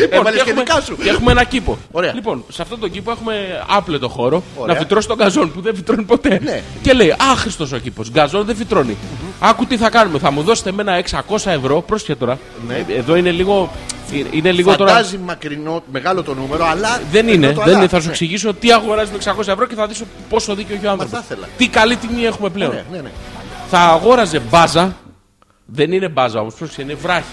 S2: Λοιπόν,
S1: Έβαλες
S2: και
S1: Ε, και
S2: έχουμε-
S1: δικά σου.
S2: και έχουμε ένα κήπο.
S1: Ωραία.
S2: Λοιπόν, σε αυτόν τον κήπο έχουμε άπλετο χώρο
S1: Ωραία.
S2: να φυτρώσει τον καζόν που δεν φυτρώνει ποτέ.
S1: Ναι.
S2: Και λέει, άχρηστος ο κήπος. Γκαζόν δεν φυτρώνει. Άκου τι θα κάνουμε. Θα μου δώσετε εμένα 600 ευρώ. Πρόσχε τώρα.
S1: Ναι.
S2: Ε, Εδώ είναι λίγο. ε, Είναι λίγο τώρα. Ε,
S1: Φαντάζει μακρινό, μεγάλο το νούμερο, αλλά.
S2: Δεν
S1: είναι
S2: είναι,
S1: το
S2: δεν
S1: αλλά.
S2: είναι. Θα σου
S1: Ναι.
S2: εξηγήσω τι αγοράζει με 600 ευρώ και θα δεις πόσο δίκιο έχει ο άνθρωπος.
S1: θα ήθελα.
S2: Τι καλή τιμή έχουμε πλέον.
S1: Ναι, ναι, ναι.
S2: Θα αγόραζε μπάζα. Δεν είναι μπάζα όμως, πρόσεξε, είναι βράχη.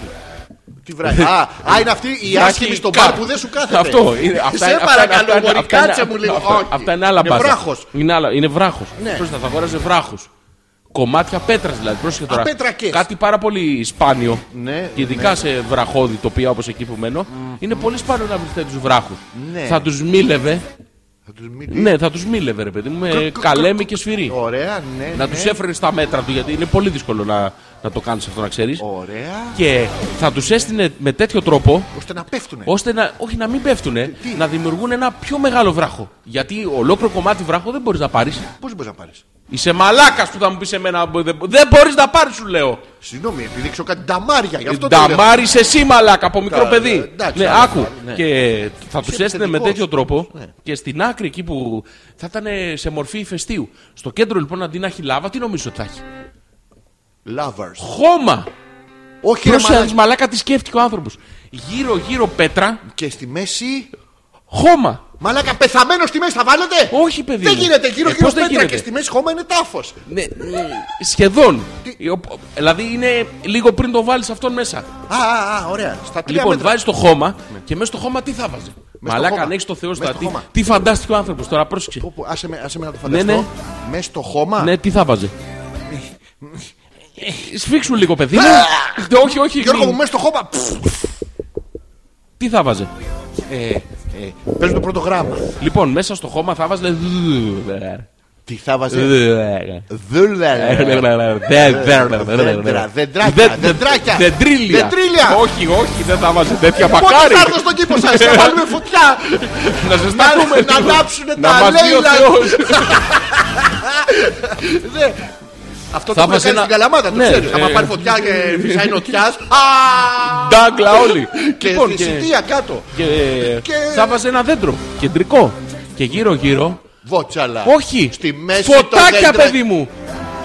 S1: Τι βράδυ. Α, α, είναι αυτή η
S2: Βράχη
S1: άσχημη στο
S2: κάρ.
S1: μπαρ που δεν σου κάθεται.
S2: Αυτό είναι. Αυτά,
S1: Σε
S2: αυτά-
S1: παρακαλώ,
S2: αυτά-
S1: μωρή,
S2: αυτά είναι-
S1: κάτσε μου λίγο.
S2: Αυτά,
S1: Όχι.
S2: αυτά είναι άλλα
S1: Είναι
S2: μπάζα.
S1: βράχος.
S2: Είναι, άλλα, είναι βράχος.
S1: Ναι.
S2: θα αγόραζε βράχους. Κομμάτια πέτρας δηλαδή. Πρόσεχε τώρα.
S1: πέτρακες.
S2: Κάτι πάρα πολύ σπάνιο.
S1: Ναι,
S2: και ειδικά σε βραχώδη τοπία όπως εκεί που μενω Είναι πολύ σπάνιο να βρει τέτοιου βράχους.
S1: Ναι.
S2: Θα τους μίλευε.
S1: Θα τους μην-
S2: Ναι, θα τους μίλευε ρε παιδί μου με
S1: κρου,
S2: καλέμι και σφυρί.
S1: Ωραία, ναι.
S2: Να
S1: ναι.
S2: τους έφερνε στα μέτρα του γιατί είναι πολύ δύσκολο να, να το κάνεις αυτό να ξέρεις.
S1: Ωραία.
S2: Και θα τους έστεινε με τέτοιο τρόπο
S1: ώστε να πέφτουνε.
S2: ώστε να, όχι να μην πέφτουνε, να δημιουργούν ένα πιο μεγάλο βράχο. Γιατί ολόκληρο κομμάτι βράχο δεν μπορείς να πάρεις.
S1: Πώς μπορείς να πάρεις.
S2: Είσαι μαλάκας που θα μου πεις εμένα. μπο- Δεν, δεν μπορείς να πάρεις, σου λέω.
S1: Συγγνώμη, επειδή ξέρω κάτι νταμάρια. Γι' αυτό το λέω.
S2: Νταμάρι εσύ μαλάκα από μικρό
S1: Καλά,
S2: παιδί.
S1: εντάξει,
S2: ναι,
S1: αλλά-
S2: άκου.
S1: ναι.
S2: Και θα τους έστεινε με
S1: επιθετικός.
S2: τέτοιο τρόπο
S1: Ναι.
S2: και στην άκρη εκεί που θα ήταν σε μορφή ηφαιστείου. Στο κέντρο λοιπόν αντί να έχει λάβα, τι νομίζω ότι θα έχει.
S1: Lovers.
S2: Χώμα!
S1: Όχι, ρε
S2: Πρόσεχε,
S1: μαλάκα.
S2: μαλάκα, τι σκέφτηκε ο άνθρωπος. Γύρω-γύρω πέτρα,
S1: Και στη μέση.
S2: χώμα.
S1: Μαλάκα, πεθαμένος στη μέση θα βάλετε.
S2: Όχι, παιδί.
S1: Δεν
S2: μου.
S1: γίνεται γύρω
S2: Ε,
S1: γύρω
S2: πώς δεν
S1: πέτρα και
S2: γίνεται?
S1: στη μέση χώμα είναι τάφος.
S2: Ναι, ναι, σχεδόν.
S1: Τι-
S2: Ε, οπ- Δηλαδή είναι λίγο πριν το βάλεις αυτόν μέσα.
S1: Α, α, α, ωραία. Στα τρία
S2: Λοιπόν,
S1: μέτρα. Ναι.
S2: βάζεις το χώμα και μέσα στο χώμα τι θα βάζεις.
S1: στο
S2: Μαλάκα,
S1: χώμα.
S2: αν έχεις το Θεό
S1: Μέσα
S2: στα
S1: στο
S2: τι,
S1: χώμα.
S2: τι φαντάστηκε ο άνθρωπος τώρα, πρόσεξε.
S1: Πω, πω, Άσε με, άσε με να το
S2: Ναι,
S1: φανταστώ. Μέσα στο χώμα.
S2: Ναι, τι θα βάζει.
S1: Ε,
S2: Σφίξου λίγο, παιδί μου. όχι, όχι.
S1: Γιώργο
S2: μην-
S1: μου, μέσα στο χώμα. Πφ,
S2: Τι θα βάζει.
S1: Ε, ε, Παίζουν το πρώτο γράμμα.
S2: Λοιπόν, μέσα στο χώμα θα βάζε.
S1: Τι θα
S2: Ε,
S1: βάζει.
S2: ναι,
S1: Δούλα. Δέντρα, δεντράκια, δεντράκια.
S2: Δεντρίλια.
S1: Δεντρίλια. Ε,
S2: Όχι, όχι, δεν θα βάζε τέτοια
S1: Πότε
S2: μακάρι.
S1: θα έρθω στον κήπο σα, θα βάλουμε φωτιά.
S2: Να ζεστάνουμε.
S1: να ανάψουνε
S2: Να
S1: τα
S2: μας δει ο
S1: λέιλα.
S2: Θεός.
S1: Δε. Αυτό
S2: Θα
S1: το που
S2: βάζει
S1: κάνει
S2: ένα-
S1: στην Καλαμάτα, το
S2: Ναι,
S1: ξέρεις.
S2: ε.
S1: Άμα πάρει φωτιά και φυσάει νοτιάς, α,
S2: Ντάγκλα όλοι.
S1: Και
S2: Λοιπόν,
S1: θυσιτία κάτω.
S2: και-
S1: και-
S2: Θα βάζε ένα δέντρο κεντρικό. Και γύρω-γύρω.
S1: Βότσαλα.
S2: Όχι!
S1: Στη μέση το
S2: Φωτάκια,
S1: δέντρα.
S2: παιδί μου!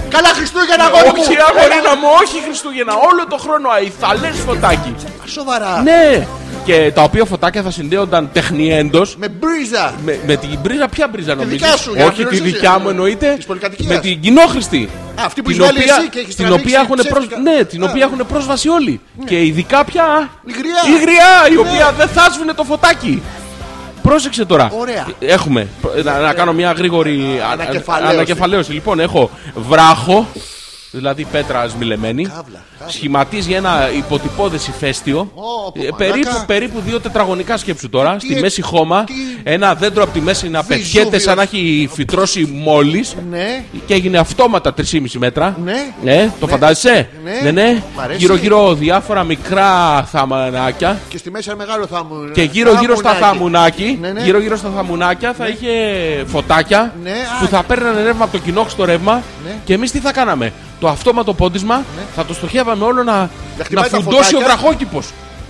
S1: Καλά Χριστούγεννα, αγόρι μου.
S2: Όχι, αγορίνα μου, όχι Χριστούγεννα! Όλο το χρόνο αϊθαλές φωτάκι!
S1: Ε, Σοβαρά.
S2: Ναι! Και τα οποία φωτάκια θα συνδέονταν τεχνιέντος
S1: Με μπρίζα.
S2: με, με την πρίζα, ποια πρίζα νομίζεις
S1: δικιά σου, για να
S2: Όχι, τη
S1: πληρώσεις,
S2: δικιά
S1: ε,
S2: μου εννοείται.
S1: της πολυκατοικίας.
S2: Με την κοινόχρηστη.
S1: Α, αυτή που έχεις βάλει εσύ και έχεις
S2: την
S1: τραβήξει
S2: οποία έχουν
S1: ψεύτικα.
S2: πρόσβαση. Ναι, την
S1: Α.
S2: οποία έχουν πρόσβαση όλοι. Και ειδικά πια.
S1: Η γριά.
S2: Η γριά, η οποία
S1: Ναι.
S2: δεν θα σβήνε το φωτάκι. Πρόσεξε τώρα.
S1: Ωραία.
S2: Έχουμε. Να, να κάνω μια γρήγορη ανα-
S1: Ανακεφαλαίωση.
S2: ανακεφαλαίωση. Λοιπόν, έχω βράχο, δηλαδή πέτρα σμιλεμένη.
S1: Καύλα, καύλα.
S2: Σχηματίζει ένα υποτυπώδες ηφαίστειο.
S1: Ω,
S2: Ε,
S1: πω,
S2: περίπου,
S1: μαλάκα.
S2: περίπου δύο τετραγωνικά σκέψου τώρα. στη
S1: ε-
S2: μέση χώμα.
S1: τι-
S2: Ένα δέντρο από τη μέση να
S1: Βυζούβιος.
S2: πετιέται σαν να έχει φυτρώσει μόλις.
S1: Ναι.
S2: Και έγινε αυτόματα 3,5 μέτρα.
S1: Ναι.
S2: το
S1: Ναι.
S2: φαντάζεσαι.
S1: Ναι.
S2: ναι.
S1: Μ' αρέσει.
S2: Γύρω-γύρω διάφορα μικρά θαμανάκια.
S1: Και στη μέση ένα μεγάλο θάμου.
S2: Και γύρω-γύρω στα θαμουνάκι,
S1: Ναι, ναι.
S2: γύρω-γύρω στα θαμουνάκια θα είχε φωτάκια
S1: Ναι,
S2: που
S1: α.
S2: θα παίρνανε ρεύμα από το κοινόχρηστο ρεύμα.
S1: Ναι.
S2: Και εμείς τι θα κάναμε. Το αυτόματο πόντισμα θα το στοχεύαμε όλο να, να
S1: χτυπάει τα
S2: φουντώσει ο
S1: φωτάκια.
S2: βραχόκηπο.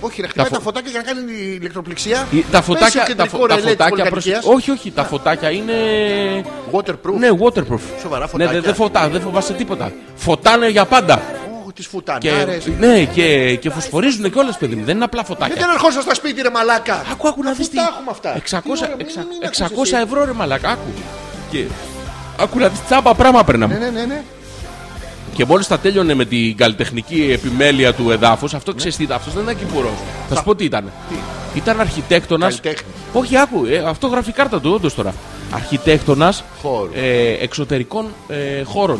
S1: Όχι, να χτυπάει
S2: φω-
S1: τα φωτάκια για να κάνει η ηλεκτροπληξία.
S2: Τα φωτάκια. Τα,
S1: τα
S2: φω- τα φωτάκια. προς-
S1: φωτάκια.
S2: Όχι, όχι,
S1: Ναι.
S2: τα φωτάκια είναι.
S1: Waterproof.
S2: Ναι, waterproof.
S1: Σοβαρά
S2: Ναι,
S1: φωτάκια.
S2: δεν δεν φωτά, δεν φοβάσαι τίποτα. Φωτάνε για πάντα.
S1: Ω, Τις
S2: Και,
S1: φουτανάρες.
S2: ναι, και, και φωσφορίζουν κιόλα, παιδί μου. Δεν είναι απλά φωτάκια.
S1: Γιατί δεν ερχόσασταν στα σπίτι, ρε μαλάκα.
S2: Άκου, άκου να δεις τι.
S1: τα έχουμε αυτά.
S2: 600,
S1: Τι ωραία, μην- μην ακούσεις
S2: 600
S1: εσύ.
S2: ευρώ ρε μαλακά, άκου. Και... Άκου να δεις τσάμπα πράγμα
S1: Ναι,
S2: παίρναμε.
S1: ναι, ναι, ναι.
S2: Και μόλις τα τέλειωνε με την καλλιτεχνική επιμέλεια του εδάφους, αυτό
S1: Ναι.
S2: ξέρεις τι ήταν, αυτός δεν ήταν κυπουρός. Θα σου πω τι ήταν. Ήταν αρχιτέκτονας.
S1: Καλλιτέχνης.
S2: Όχι, άκου, ε, αυτό γράφει η κάρτα του, όντως τώρα. Αρχιτέκτονας
S1: Χώρου.
S2: ε, εξωτερικών ε, χώρων.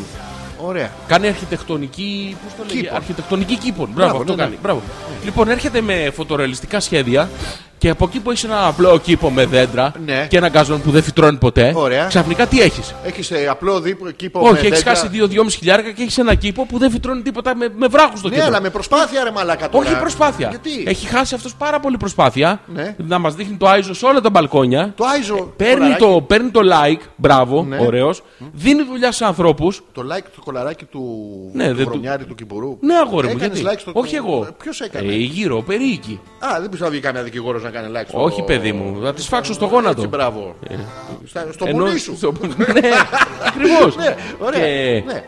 S1: Ωραία.
S2: Κάνει αρχιτεκτονική. Πώς το λέγει,
S1: Κήπων.
S2: Αρχιτεκτονική κήπων. Μπράβο,
S1: Μπράβο,
S2: αυτό
S1: ναι, ναι.
S2: κάνει. Μπράβο. Λοιπόν, έρχεται με φωτορεαλιστικά σχέδια και από εκεί που έχεις ένα απλό κήπο με δέντρα
S1: Ναι.
S2: και έναν γκάζον που δεν φυτρώνει ποτέ,
S1: Ωραία.
S2: ξαφνικά τι έχεις.
S1: Έχεις ε, απλό δίπλο κήπο. με
S2: Όχι, έχεις
S1: δέντρα.
S2: χάσει 2-2,5 χιλιάρικα και έχεις ένα κήπο που δεν φυτρώνει τίποτα με, με βράχους στο
S1: Ναι,
S2: κήπο.
S1: αλλά με προσπάθεια ρε μαλάκα τώρα.
S2: Όχι προσπάθεια.
S1: Γιατί.
S2: Έχει χάσει αυτός πάρα πολύ προσπάθεια
S1: Ναι.
S2: να μας δείχνει το Άιζο σε όλα τα μπαλκόνια.
S1: Το Άιζο.
S2: Ε, Παίρνει
S1: κολαράκι,
S2: το, παίρνει το like, μπράβο,
S1: Ναι.
S2: ωραίος. Δίνει δουλειά σε ανθρώπους.
S1: Το like του κολαράκι του,
S2: Ναι,
S1: του
S2: δεν του-
S1: βρωμιάρη του κυμπουρού.
S2: Ναι, αγόρι μου,
S1: Έκανες
S2: γιατί.
S1: like στο-
S2: Όχι εγώ.
S1: Ποιος έκανες.
S2: Ε, γύρω, περίοικη.
S1: Α, δεν πιστεύω να βγει καμιά δικηγόρος να κάνει like στο.
S2: Όχι, παιδί μου, θα τη φάξω στο γόνατο.
S1: Έτσι, μπράβο. Στα- Στο πουλί σου.
S2: στο- ναι, ακριβώς.
S1: Ναι, ωραία.
S2: και...
S1: Ναι.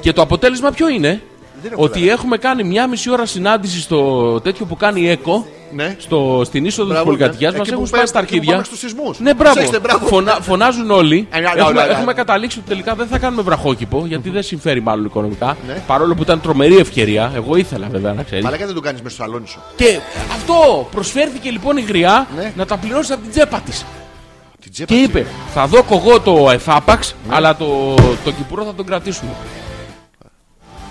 S2: και το αποτέλεσμα ποιο είναι.
S1: Δεν έχω
S2: Ότι
S1: καταλάβει.
S2: έχουμε κάνει μία μισή ώρα συνάντηση στο τέτοιο που κάνει η ΕΚΟ
S1: Ναι.
S2: στο, στην είσοδο της
S1: Μπράβο,
S2: πολυκατοικιάς
S1: ναι.
S2: μας.
S1: Εκεί
S2: Έχουν
S1: που
S2: σπάσει τα
S1: πέ- εκεί που
S2: αρχίδια.
S1: πάμε στους σεισμούς.
S2: Ναι, μπράβο.
S1: Ψάξτε, μπράβο.
S2: Φωνα- φωνάζουν όλοι.
S1: Ε, ναι, ναι,
S2: έχουμε,
S1: ναι, ναι.
S2: έχουμε καταλήξει ότι τελικά δεν θα κάνουμε βραχόκηπο γιατί δεν συμφέρει μάλλον οικονομικά.
S1: Ναι.
S2: Παρόλο που ήταν τρομερή ευκαιρία. Εγώ ήθελα βέβαια να ξέρεις.
S1: Μαλάκα δεν το κάνεις με στο σαλόνι σου.
S2: Και αυτό προσφέρθηκε λοιπόν η γριά
S1: Ναι.
S2: να τα πληρώσει από την τσέπα της.
S1: Την τσέπα.
S2: Και
S1: της.
S2: είπε, θα δω εγώ το εφάπαξ,
S1: Ναι.
S2: αλλά το, το κυπουρό θα τον κρατήσουμε.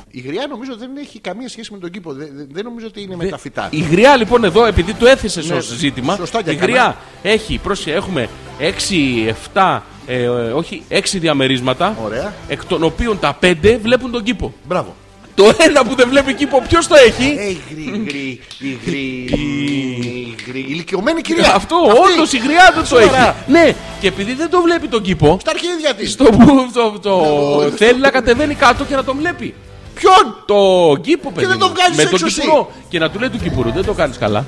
S1: Η γριά νομίζω δεν έχει καμία σχέση με τον κήπο. Δεν, δεν- δεν νομίζω ότι είναι με τα φυτά.
S2: Ε, Η γριά λοιπόν εδώ, επειδή το έθεσε
S1: Ναι,
S2: ως ζήτημα,
S1: σωστά και
S2: η
S1: έκανα.
S2: γριά έχει, πρόσεχε, έχουμε 6, 7, ε, ε, όχι, 6 διαμερίσματα,
S1: Ωραία.
S2: εκ των οποίων τα 5 βλέπουν τον κήπο.
S1: Μπράβο.
S2: Το ένα που δεν βλέπει κήπο, ποιος το έχει.
S1: Ε, η γρή, η γρή, η γρή, η γρή. Η ηλικιωμένη κυρία.
S2: Αυτό
S1: Ε, Αυτή.
S2: όντως η γριά δεν το
S1: Σοβαρά.
S2: έχει. Ναι, και επειδή δεν το βλέπει τον κήπο,
S1: Στα αρχίδια της.
S2: στο που το, το θέλει να κατεβαίνει κάτω και να τον βλέπει.
S1: Ποιον!
S2: το κήπο, παιδί.
S1: δεν το
S2: μου.
S1: βγάζεις
S2: με
S1: έξω
S2: τον
S1: εσύ.
S2: κυπουρό. Και να του λέει του κυπουρού, δεν το κάνεις καλά.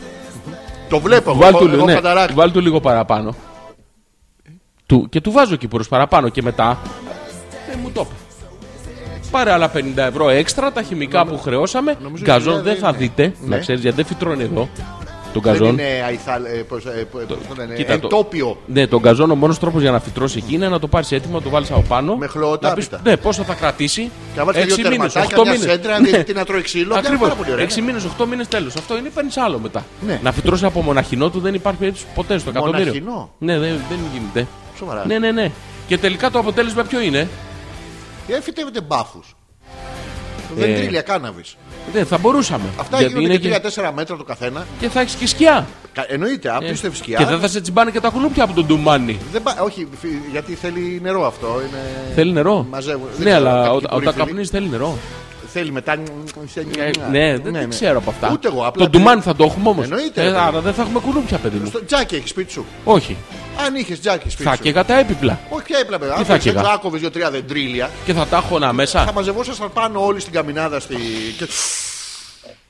S1: Το βλέπω.
S2: Βάλ
S1: Εγώ,
S2: του,
S1: εγώ
S2: ναι,
S1: καταράκτη.
S2: βάλ του λίγο παραπάνω. Του, και του βάζω ο κυπουρός παραπάνω και μετά. Δεν μου το είπε. Πάρε άλλα 50 ευρώ έξτρα, τα χημικά που χρεώσαμε.
S1: νομίζω
S2: Γκαζόν
S1: ότι
S2: δεν
S1: δεν
S2: θα
S1: είναι.
S2: δείτε, να
S1: Ναι.
S2: ξέρεις, γιατί δεν φυτρώνει εδώ. Τον
S1: Δεν
S2: γκαζόν.
S1: είναι αϊθάλ, ε, πώς, ε, πώς το λένε,
S2: Κοίτα το.
S1: εντόπιο.
S2: Ναι, τον γκαζόν ο μόνος τρόπος για να φυτρώσει εκεί είναι να το πάρεις έτοιμο, να το βάλεις από πάνω.
S1: Με χλωοτάπιτα.
S2: να πεις, Ναι, πόσο θα κρατήσει.
S1: Και να βάλεις και
S2: 6
S1: δύο
S2: μήνες,
S1: τερματάκια,
S2: 8
S1: μια
S2: μήνες.
S1: σέντρα, ναι. να τρώει ξύλο. Μια
S2: Ακριβώς.
S1: πάρα πολύ ωραία.
S2: Έξι μήνες, 8 μήνες τέλος. Αυτό είναι παίρνεις άλλο μετά.
S1: Ναι.
S2: Να φυτρώσει από μοναχινό του δεν υπάρχει περίπτωση ποτέ στο εκατομμύριο.
S1: Μοναχινό?
S2: Ναι, δεν, δεν γίνεται.
S1: Σοβαρά.
S2: Ναι, ναι, ναι. Και τελικά το αποτέλεσμα ποιο είναι.
S1: Δεν Ε, φυτεύεται μπάφους. Δεντρίλια, κάναβη.
S2: Δεν Ναι, θα μπορούσαμε.
S1: Αυτά
S2: Ε. Γιατί
S1: γίνονται
S2: και...
S1: και 3-4 μέτρα το καθένα.
S2: και θα έχεις και σκιά.
S1: Κα- Εννοείται, απίστευτη σκιά.
S2: Ε. Και δεν θα σε τσιμπάνε και τα χουλούπια από τον ντουμάνι.
S1: Δεν πα- όχι, φι- γιατί θέλει νερό αυτό. Είναι...
S2: Θέλει νερό.
S1: Μαζεύουν. Δεν
S2: Ναι,
S1: ξέρω,
S2: αλλά
S1: κάποιοι
S2: όταν
S1: μπορεί,
S2: όταν
S1: φίλοι,
S2: καπνίζεις θέλει νερό.
S1: Θέλει μετά.
S2: Ε, Ναι, δεν δεν ξέρω από αυτά.
S1: Ούτε εγώ. απλά
S2: Τον
S1: τι-
S2: ντουμάνι θα το έχουμε όμως.
S1: Εννοείται, ρε,
S2: Άρα δεν θα έχουμε κουνούπια, παιδί μου.
S1: Στο τζάκι έχεις σπίτι σου.
S2: Όχι.
S1: Αν είχες τζάκι σπίτι
S2: Θα
S1: σου.
S2: καίγα τα έπιπλα.
S1: Όχι, πια έπλα παιδιά.
S2: Τι
S1: Αν
S2: θα
S1: δεν
S2: καίγα?
S1: άκοβε δύο-τρία δεντρίλια,
S2: Και θα τα έχω να
S1: θα
S2: μέσα.
S1: μαζευόσασταν πάνω όλοι στην καμινάδα στη... και.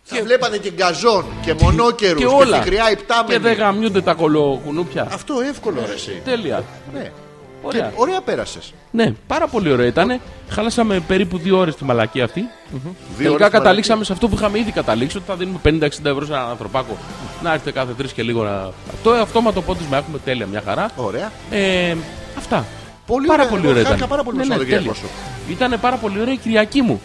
S1: Θα βλέπατε και γκαζόν και μονόκερους
S2: Και
S1: και,
S2: όλα.
S1: πικριά
S2: Και δεν
S1: υπτάμενη.
S2: γαμιούνται τα κολοκουνούπια.
S1: Αυτό εύκολο ρε, εσύ.
S2: Τέλεια.
S1: Ναι.
S2: Ωραία.
S1: Και ωραία πέρασες.
S2: Ναι, πάρα πολύ ωραία ήταν. Χάλασαμε περίπου δύο ώρες τη μαλακή αυτή. Τελικά
S1: ώρες
S2: καταλήξαμε σε αυτό που είχαμε ήδη καταλήξει, ότι θα δίνουμε 50-60 ευρώ σε έναν ανθρωπάκο. Να έρθετε κάθε τρεις και λίγο να. Αυτό αυτόματο πόντισμα έχουμε τέλεια, μια χαρά.
S1: Ωραία.
S2: Ε, αυτά.
S1: Πολύ
S2: πάρα
S1: ωραία,
S2: πολύ
S1: ε, εγώ
S2: ωραία. Ναι,
S1: χάρηκα πάρα πολύ με το Σαββατοκύριακο
S2: Ήταν πάρα πολύ ωραία η Κυριακή μου.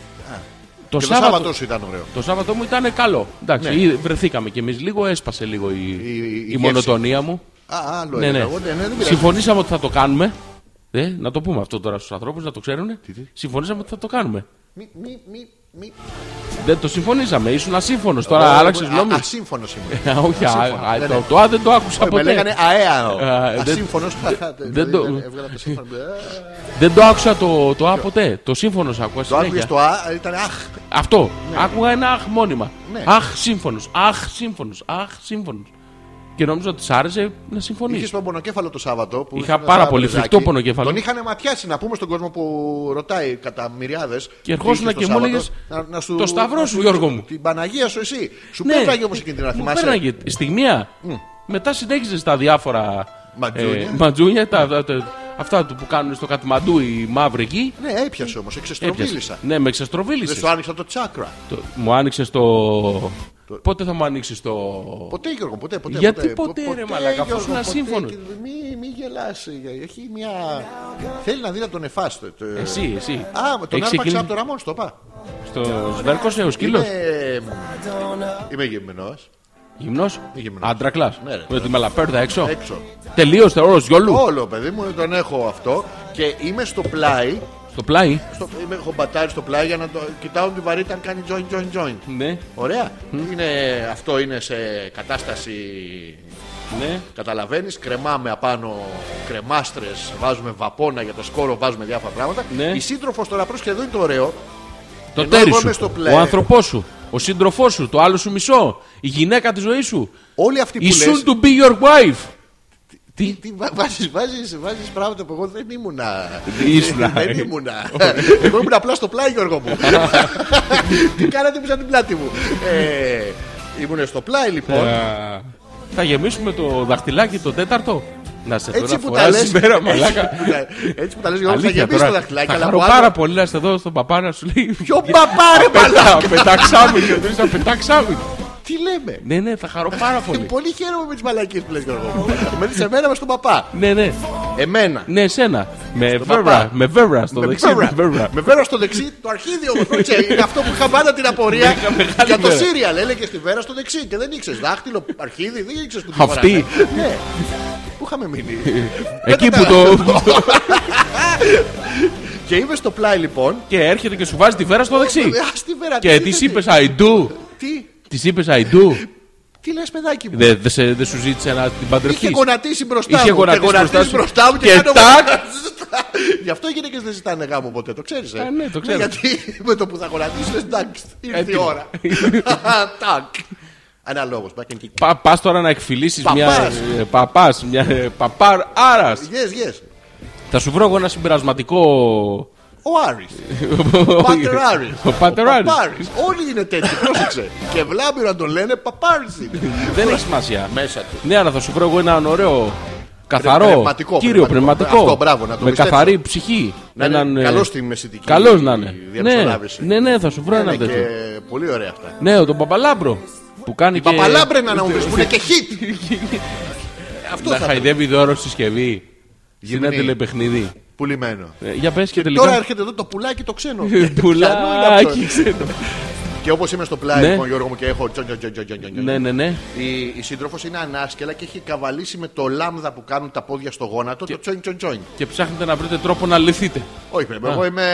S2: Το,
S1: Και το Σάββατο σου ήταν ωραίο.
S2: το Σάββατο μου ήταν καλό. Εντάξει,
S1: Ναι.
S2: ή- βρεθήκαμε κι εμείς λίγο, έσπασε λίγο η,
S1: Η- η- η
S2: η
S1: γεύση.
S2: μονοτονία μου.
S1: Α, άλλο
S2: Ναι,
S1: έλεγα
S2: ναι.
S1: εγώ. ναι, ναι, δεν πειράζει.
S2: Συμφωνήσαμε ότι θα το κάνουμε. Ε, να το πούμε αυτό τώρα στους ανθρώπους, να το ξέρουν.
S1: τι?
S2: Συμφωνήσαμε ότι θα το κάνουμε.
S1: Μη, μη, μη, μη.
S2: Δεν το συμφωνήσαμε, ήσουν ασύμφωνος. Τώρα
S1: Α,
S2: άλλαξε
S1: α,
S2: γνώμη.
S1: Ασύμφωνος είμαι.
S2: Α, Όχι, α,
S1: ασύμφωνος.
S2: α,
S1: ε, Ναι,
S2: το-
S1: ναι.
S2: το α δεν το άκουσα
S1: Όχι, Με λέγανε
S2: ποτέ.
S1: αέαο.
S2: Α, δεν-
S1: Ασύμφωνος.
S2: δεν το-
S1: Έβγαλα το σύμφωνο. Ε,
S2: Δεν το άκουσα το, το α ποτέ. Το σύμφωνος άκουσα.
S1: Το άκουγες
S2: συνέχεια.
S1: το α, ήταν αχ.
S2: Αυτό. Άκουγα ένα αχ μόνιμα.
S1: Ναι.
S2: Αχ σύμφωνος. Αχ σύμφωνος. Αχ σύμφωνος. Και νόμιζα ότι σ' άρεσε να συμφωνείς.
S1: Είχες τον πονοκέφαλο το Σάββατο. Που
S2: Είχα
S1: ήσουν ένα
S2: πάρα
S1: τραπεζάκι.
S2: πολύ φρικτό πονοκέφαλο.
S1: Τον είχαν ματιάσει να πούμε στον κόσμο που ρωτάει κατά μοιριάδε.
S2: Και ερχόσουν και μου έλεγες, «Το σταυρό σου, Γιώργο μου».
S1: Την Παναγία σου, εσύ. Σου
S2: Ναι.
S1: πέτραγε όμως εκείνη την να
S2: μου
S1: θυμάσαι.
S2: πέρναγε στιγμία. Μετά συνέχιζε τα διάφορα ε,
S1: Ματζούνια.
S2: ματζούνια, τα, τα- τα- αυτά του που κάνουν στο Κατμαντού οι μαύροι εκεί.
S1: Ναι, έπιασε όμως, εξεστροβίλησα.
S2: Ναι, με
S1: Δεν
S2: ξεστροβίλησε.
S1: σου άνοιξα το τσάκρα.
S2: Μου άνοιξε το. Πότε θα μου ανοίξεις το.
S1: Ποτέ Γιώργο, ποτέ, ποτέ.
S2: Γιατί ποτέ, ρε μαλάκα, αφού
S1: Γιώργο,
S2: ήσουν
S1: ποτέ.
S2: ασύμφωνος.
S1: Και Μη, μη γελάς, ε, έχει μια... Θέλει να δει να τον εφάστο. το-
S2: Εσύ, εσύ.
S1: Α, τον
S2: Έχεις
S1: άρπαξα
S2: ξεκινήσει-
S1: από το Ραμόν, στο είπα.
S2: Στο σβέρκος σε ο σκύλος.
S1: Είμαι- Είμαι γυμνός,
S2: Γυμνό.
S1: γυμνός.
S2: Αντρακλά.
S1: Ναι, ρε. Ε-
S2: Με τη μαλαπέρδα έξω.
S1: έξω.
S2: Τελείωσε ο γιόλου.
S1: Όλο, παιδί μου, τον έχω αυτό και είμαι στο πλάι,
S2: Στο πλάι.
S1: στο, είμαι χομπατάρι στο πλάι για να το κοιτάω την βαρύτητα αν κάνει join, join, join.
S2: Ναι,
S1: Ωραία. Είναι, αυτό είναι σε κατάσταση
S2: ναι.
S1: Καταλαβαίνεις, κρεμάμε απάνω κρεμάστρες, βάζουμε βαπόνα για το σκόρο, βάζουμε διάφορα πράγματα.
S2: Ναι.
S1: Η σύντροφος τώρα πρόσεχε εδώ είναι το ωραίο.
S2: Το
S1: Ενώ
S2: τέρι
S1: εγώ είμαι
S2: σου.
S1: στο πλέ-
S2: Ο άνθρωπός σου. Ο σύντροφός σου. Το άλλο σου μισό. Η γυναίκα της ζωής σου.
S1: Όλοι αυτοί
S2: Η
S1: που λες...
S2: soon to be your wife. Τι.
S1: Τι βα- βάζεις, βάζεις, βάζεις πράγματα που εγώ δεν ήμουνα.
S2: Ήσουνα. ε.
S1: δεν ήμουνα. εγώ ήμουν απλά στο πλάι, Γιώργο μου. Τι κάνατε που σαν την πλάτη μου. Ε, ήμουν στο πλάι, λοιπόν.
S2: Ε, Θα γεμίσουμε το δαχτυλάκι το τέταρτο. Να σε
S1: Έτσι
S2: τώρα
S1: που τα
S2: φοράς
S1: λες
S2: σήμερα,
S1: Έτσι
S2: μαλάκα.
S1: που τα- Έτσι που τα λες Γιώργο μου, θα
S2: Αλήθεια
S1: γεμίσει
S2: τώρα.
S1: το δαχτυλάκι
S2: θα
S1: Αλλά
S2: χαρώ
S1: που
S2: πάρα Ε, πολύ να είστε εδώ στον παπά να σου λέει.
S1: Ποιο παπάρε
S2: Πετά, πετάξαμε και εμείς θα πετάξαμε.
S1: Τι λέμε
S2: Ναι, ναι, θα χαρώ πάρα πολύ.
S1: Πολύ χαίρομαι με τις μαλακίες που λες Γιώργο μου Μένεις εμένα με στον παπά
S2: Ναι, ναι,
S1: Εμένα
S2: ναι, εσένα. Με βέβρα,
S1: παπά.
S2: με βέβρα στο
S1: με
S2: δεξί.
S1: βέρα.
S2: Με βέβρα.
S1: Με βέρα στο δεξί, το αρχίδι όμως. Είναι αυτό που είχα πάντα την απορία
S2: Είχα μεγάλη
S1: για το
S2: βέρα.
S1: Σύριαλ. Έλεγε στη βέρα στο δεξί και δεν ήξερες. Δάχτυλο, αρχίδι, δεν ήξερες που τη
S2: Αυτή.
S1: φοράνε. Ναι. Πού είχαμε μείνει.
S2: Εκεί
S1: Πέτα
S2: που
S1: τα-
S2: το.
S1: Και είμαι στο πλάι λοιπόν. Ε,
S2: Και έρχεται και σου βάζει τη βέρα στο δεξί.
S1: Α τη βέρα.
S2: Και
S1: τι
S2: της
S1: θες,
S2: είπες I do.
S1: Τι,
S2: Τη είπες I do.
S1: τι λες, παιδάκι μου.
S2: Δεν δε σε- δεν σου ζήτησε να την παντρευτείς.
S1: Είχε γονατίσει μπροστά
S2: Είχε
S1: μου.
S2: γονατίσει
S1: Και γονατίζει
S2: μπροστά σου.
S1: μπροστά μου και,
S2: Και
S1: κάνω
S2: τάκ.
S1: Γι' αυτό οι γυναίκες δεν ζητάνε γάμο ποτέ, το ξέρεις.
S2: Α, ναι, το ξέρω.
S1: Γιατί με το που θα γονατίσεις, λες τάκ, ήρθε η
S2: Έτοιμο.
S1: ώρα. τάκ. Αναλόγως.
S2: Πα τώρα να εκφυλίσει μια.
S1: Παπάς.
S2: Παπάς, μια. ε, Παπάρ, άρας.
S1: Yes, yes.
S2: Θα σου βρω εγώ ένα συμπερασματικό.
S1: Ο Άρης. Πάτερ Άρης.
S2: Ο Πάτερ Άρης.
S1: Όλοι είναι τέτοιοι, πρόσεξε. και βλάμπυρο να τον λένε Παπάρι.
S2: Δεν έχει σημασία.
S1: Μέσα του.
S2: Ναι, αλλά θα σου βρω εγώ έναν ωραίο. Καθαρό.
S1: πνευματικό,
S2: κύριο
S1: πνευματικό.
S2: πνευματικό.
S1: Αυτό, μπράβο, να το
S2: Με
S1: πιστέψω.
S2: καθαρή ψυχή.
S1: Να είναι καλός στη μεσητική
S2: Καλός ε, να είναι. Ναι,
S1: διαμεσολάβηση.
S2: ναι, ναι, θα σου βρω
S1: Ναι,
S2: έναν τέτοιο.
S1: και πολύ ωραία αυτά.
S2: Ναι, τον Παπαλάμπρο. Που κάνει και.
S1: Παπαλάμπρενα να μου πει που είναι και hit. Αυτό θα
S2: Να
S1: ήταν.
S2: χαϊδεύει δώρο στη συσκευή. Σε ένα
S1: Γυμνή.
S2: τηλεπαιχνίδι.
S1: Πουλημένο.
S2: Ε, Για πες και, τελικά.
S1: Τώρα έρχεται εδώ το πουλάκι το ξένο.
S2: Ναι.
S1: Πιανού είναι αυτό.
S2: Πουλάκι, ξέρω.
S1: Και όπως είμαι στο πλάι,
S2: Ναι.
S1: λοιπόν, Γιώργο μου και έχω. τζον, τζον, τζον, τζον, τζον, τζον.
S2: Ναι, ναι, ναι.
S1: Η, η σύντροφος είναι ανάσκελα και έχει καβαλήσει με το λάμδα που κάνουν τα πόδια στο γόνατο το τσόιν τσόιν τσόιν.
S2: Και ψάχνετε να βρείτε τρόπο να λυθείτε.
S1: Όχι, πρέπει. Εγώ είμαι.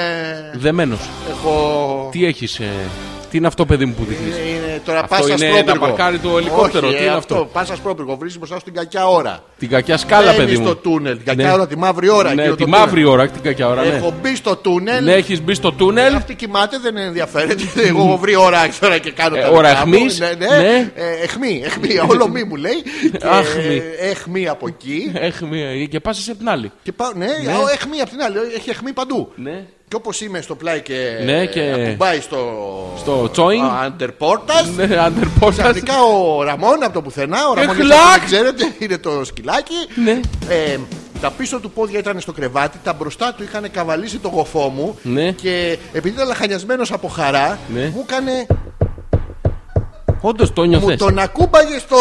S2: Δεμένος.
S1: Έχω.
S2: Τι έχεις. Ε... Τι είναι αυτό, παιδί μου, που δείχνεις.
S1: Είναι, είναι τώρα
S2: Αυτό
S1: πάσας
S2: είναι να
S1: πρόπυργο.
S2: παρκάρει το ελικόπτερο,
S1: Όχι,
S2: τι είναι
S1: ε,
S2: αυτό.
S1: Πάσα πρόπυργο. Βρίσκεις μπροστά στην κακιά ώρα.
S2: Την κακιά σκάλα,
S1: Μπαίνεις
S2: παιδί μου.
S1: στο τούνελ. Την κακιά
S2: Ναι.
S1: ώρα, τη μαύρη ώρα.
S2: Ναι,
S1: γύρω
S2: τη
S1: το
S2: μαύρη
S1: τούνελ.
S2: ώρα, την κακιά ώρα, ναι.
S1: Έχω μπει στο τούνελ.
S2: Ναι, έχεις μπει στο τούνελ.
S1: Αυτή κοιμάται, δεν ενδιαφέρεται. Εγώ έχω βρει ώρα τώρα και κάνω
S2: Ε,
S1: τα
S2: ώρα
S1: δικά μου.
S2: αιχμής.
S1: Ναι, ναι.
S2: Ναι.
S1: Ε, αιχμή, αιχμή. Όλο μη μου λέει. Και,
S2: Αχμή.
S1: ε, Αιχμή από εκεί.
S2: Έχει μία και πα σε την άλλη.
S1: Και πάω, ναι, ναι. αιχμή από την άλλη. Έχει αιχμή παντού.
S2: Ναι.
S1: Και όπως είμαι στο πλάι και,
S2: Ναι, και-
S1: ακουμπάει στο,
S2: Στο τσόινγκ.
S1: Αντερπόρτα.
S2: Ναι, underpodcast.
S1: Ξαφνικά ο Ραμόν από το πουθενά, ο
S2: Ε,
S1: Ραμόν
S2: χλακ!
S1: δεν ξέρετε, είναι το σκυλάκι.
S2: Ναι.
S1: Ε, τα πίσω του πόδια ήταν στο κρεβάτι, τα μπροστά του είχαν καβαλήσει το γοφό μου
S2: Ναι.
S1: και επειδή ήταν λαχανιασμένος από χαρά,
S2: Ναι.
S1: μου έκανε.
S2: Όντως το
S1: Μου
S2: νιώθε.
S1: τον ακούμπαγε στο.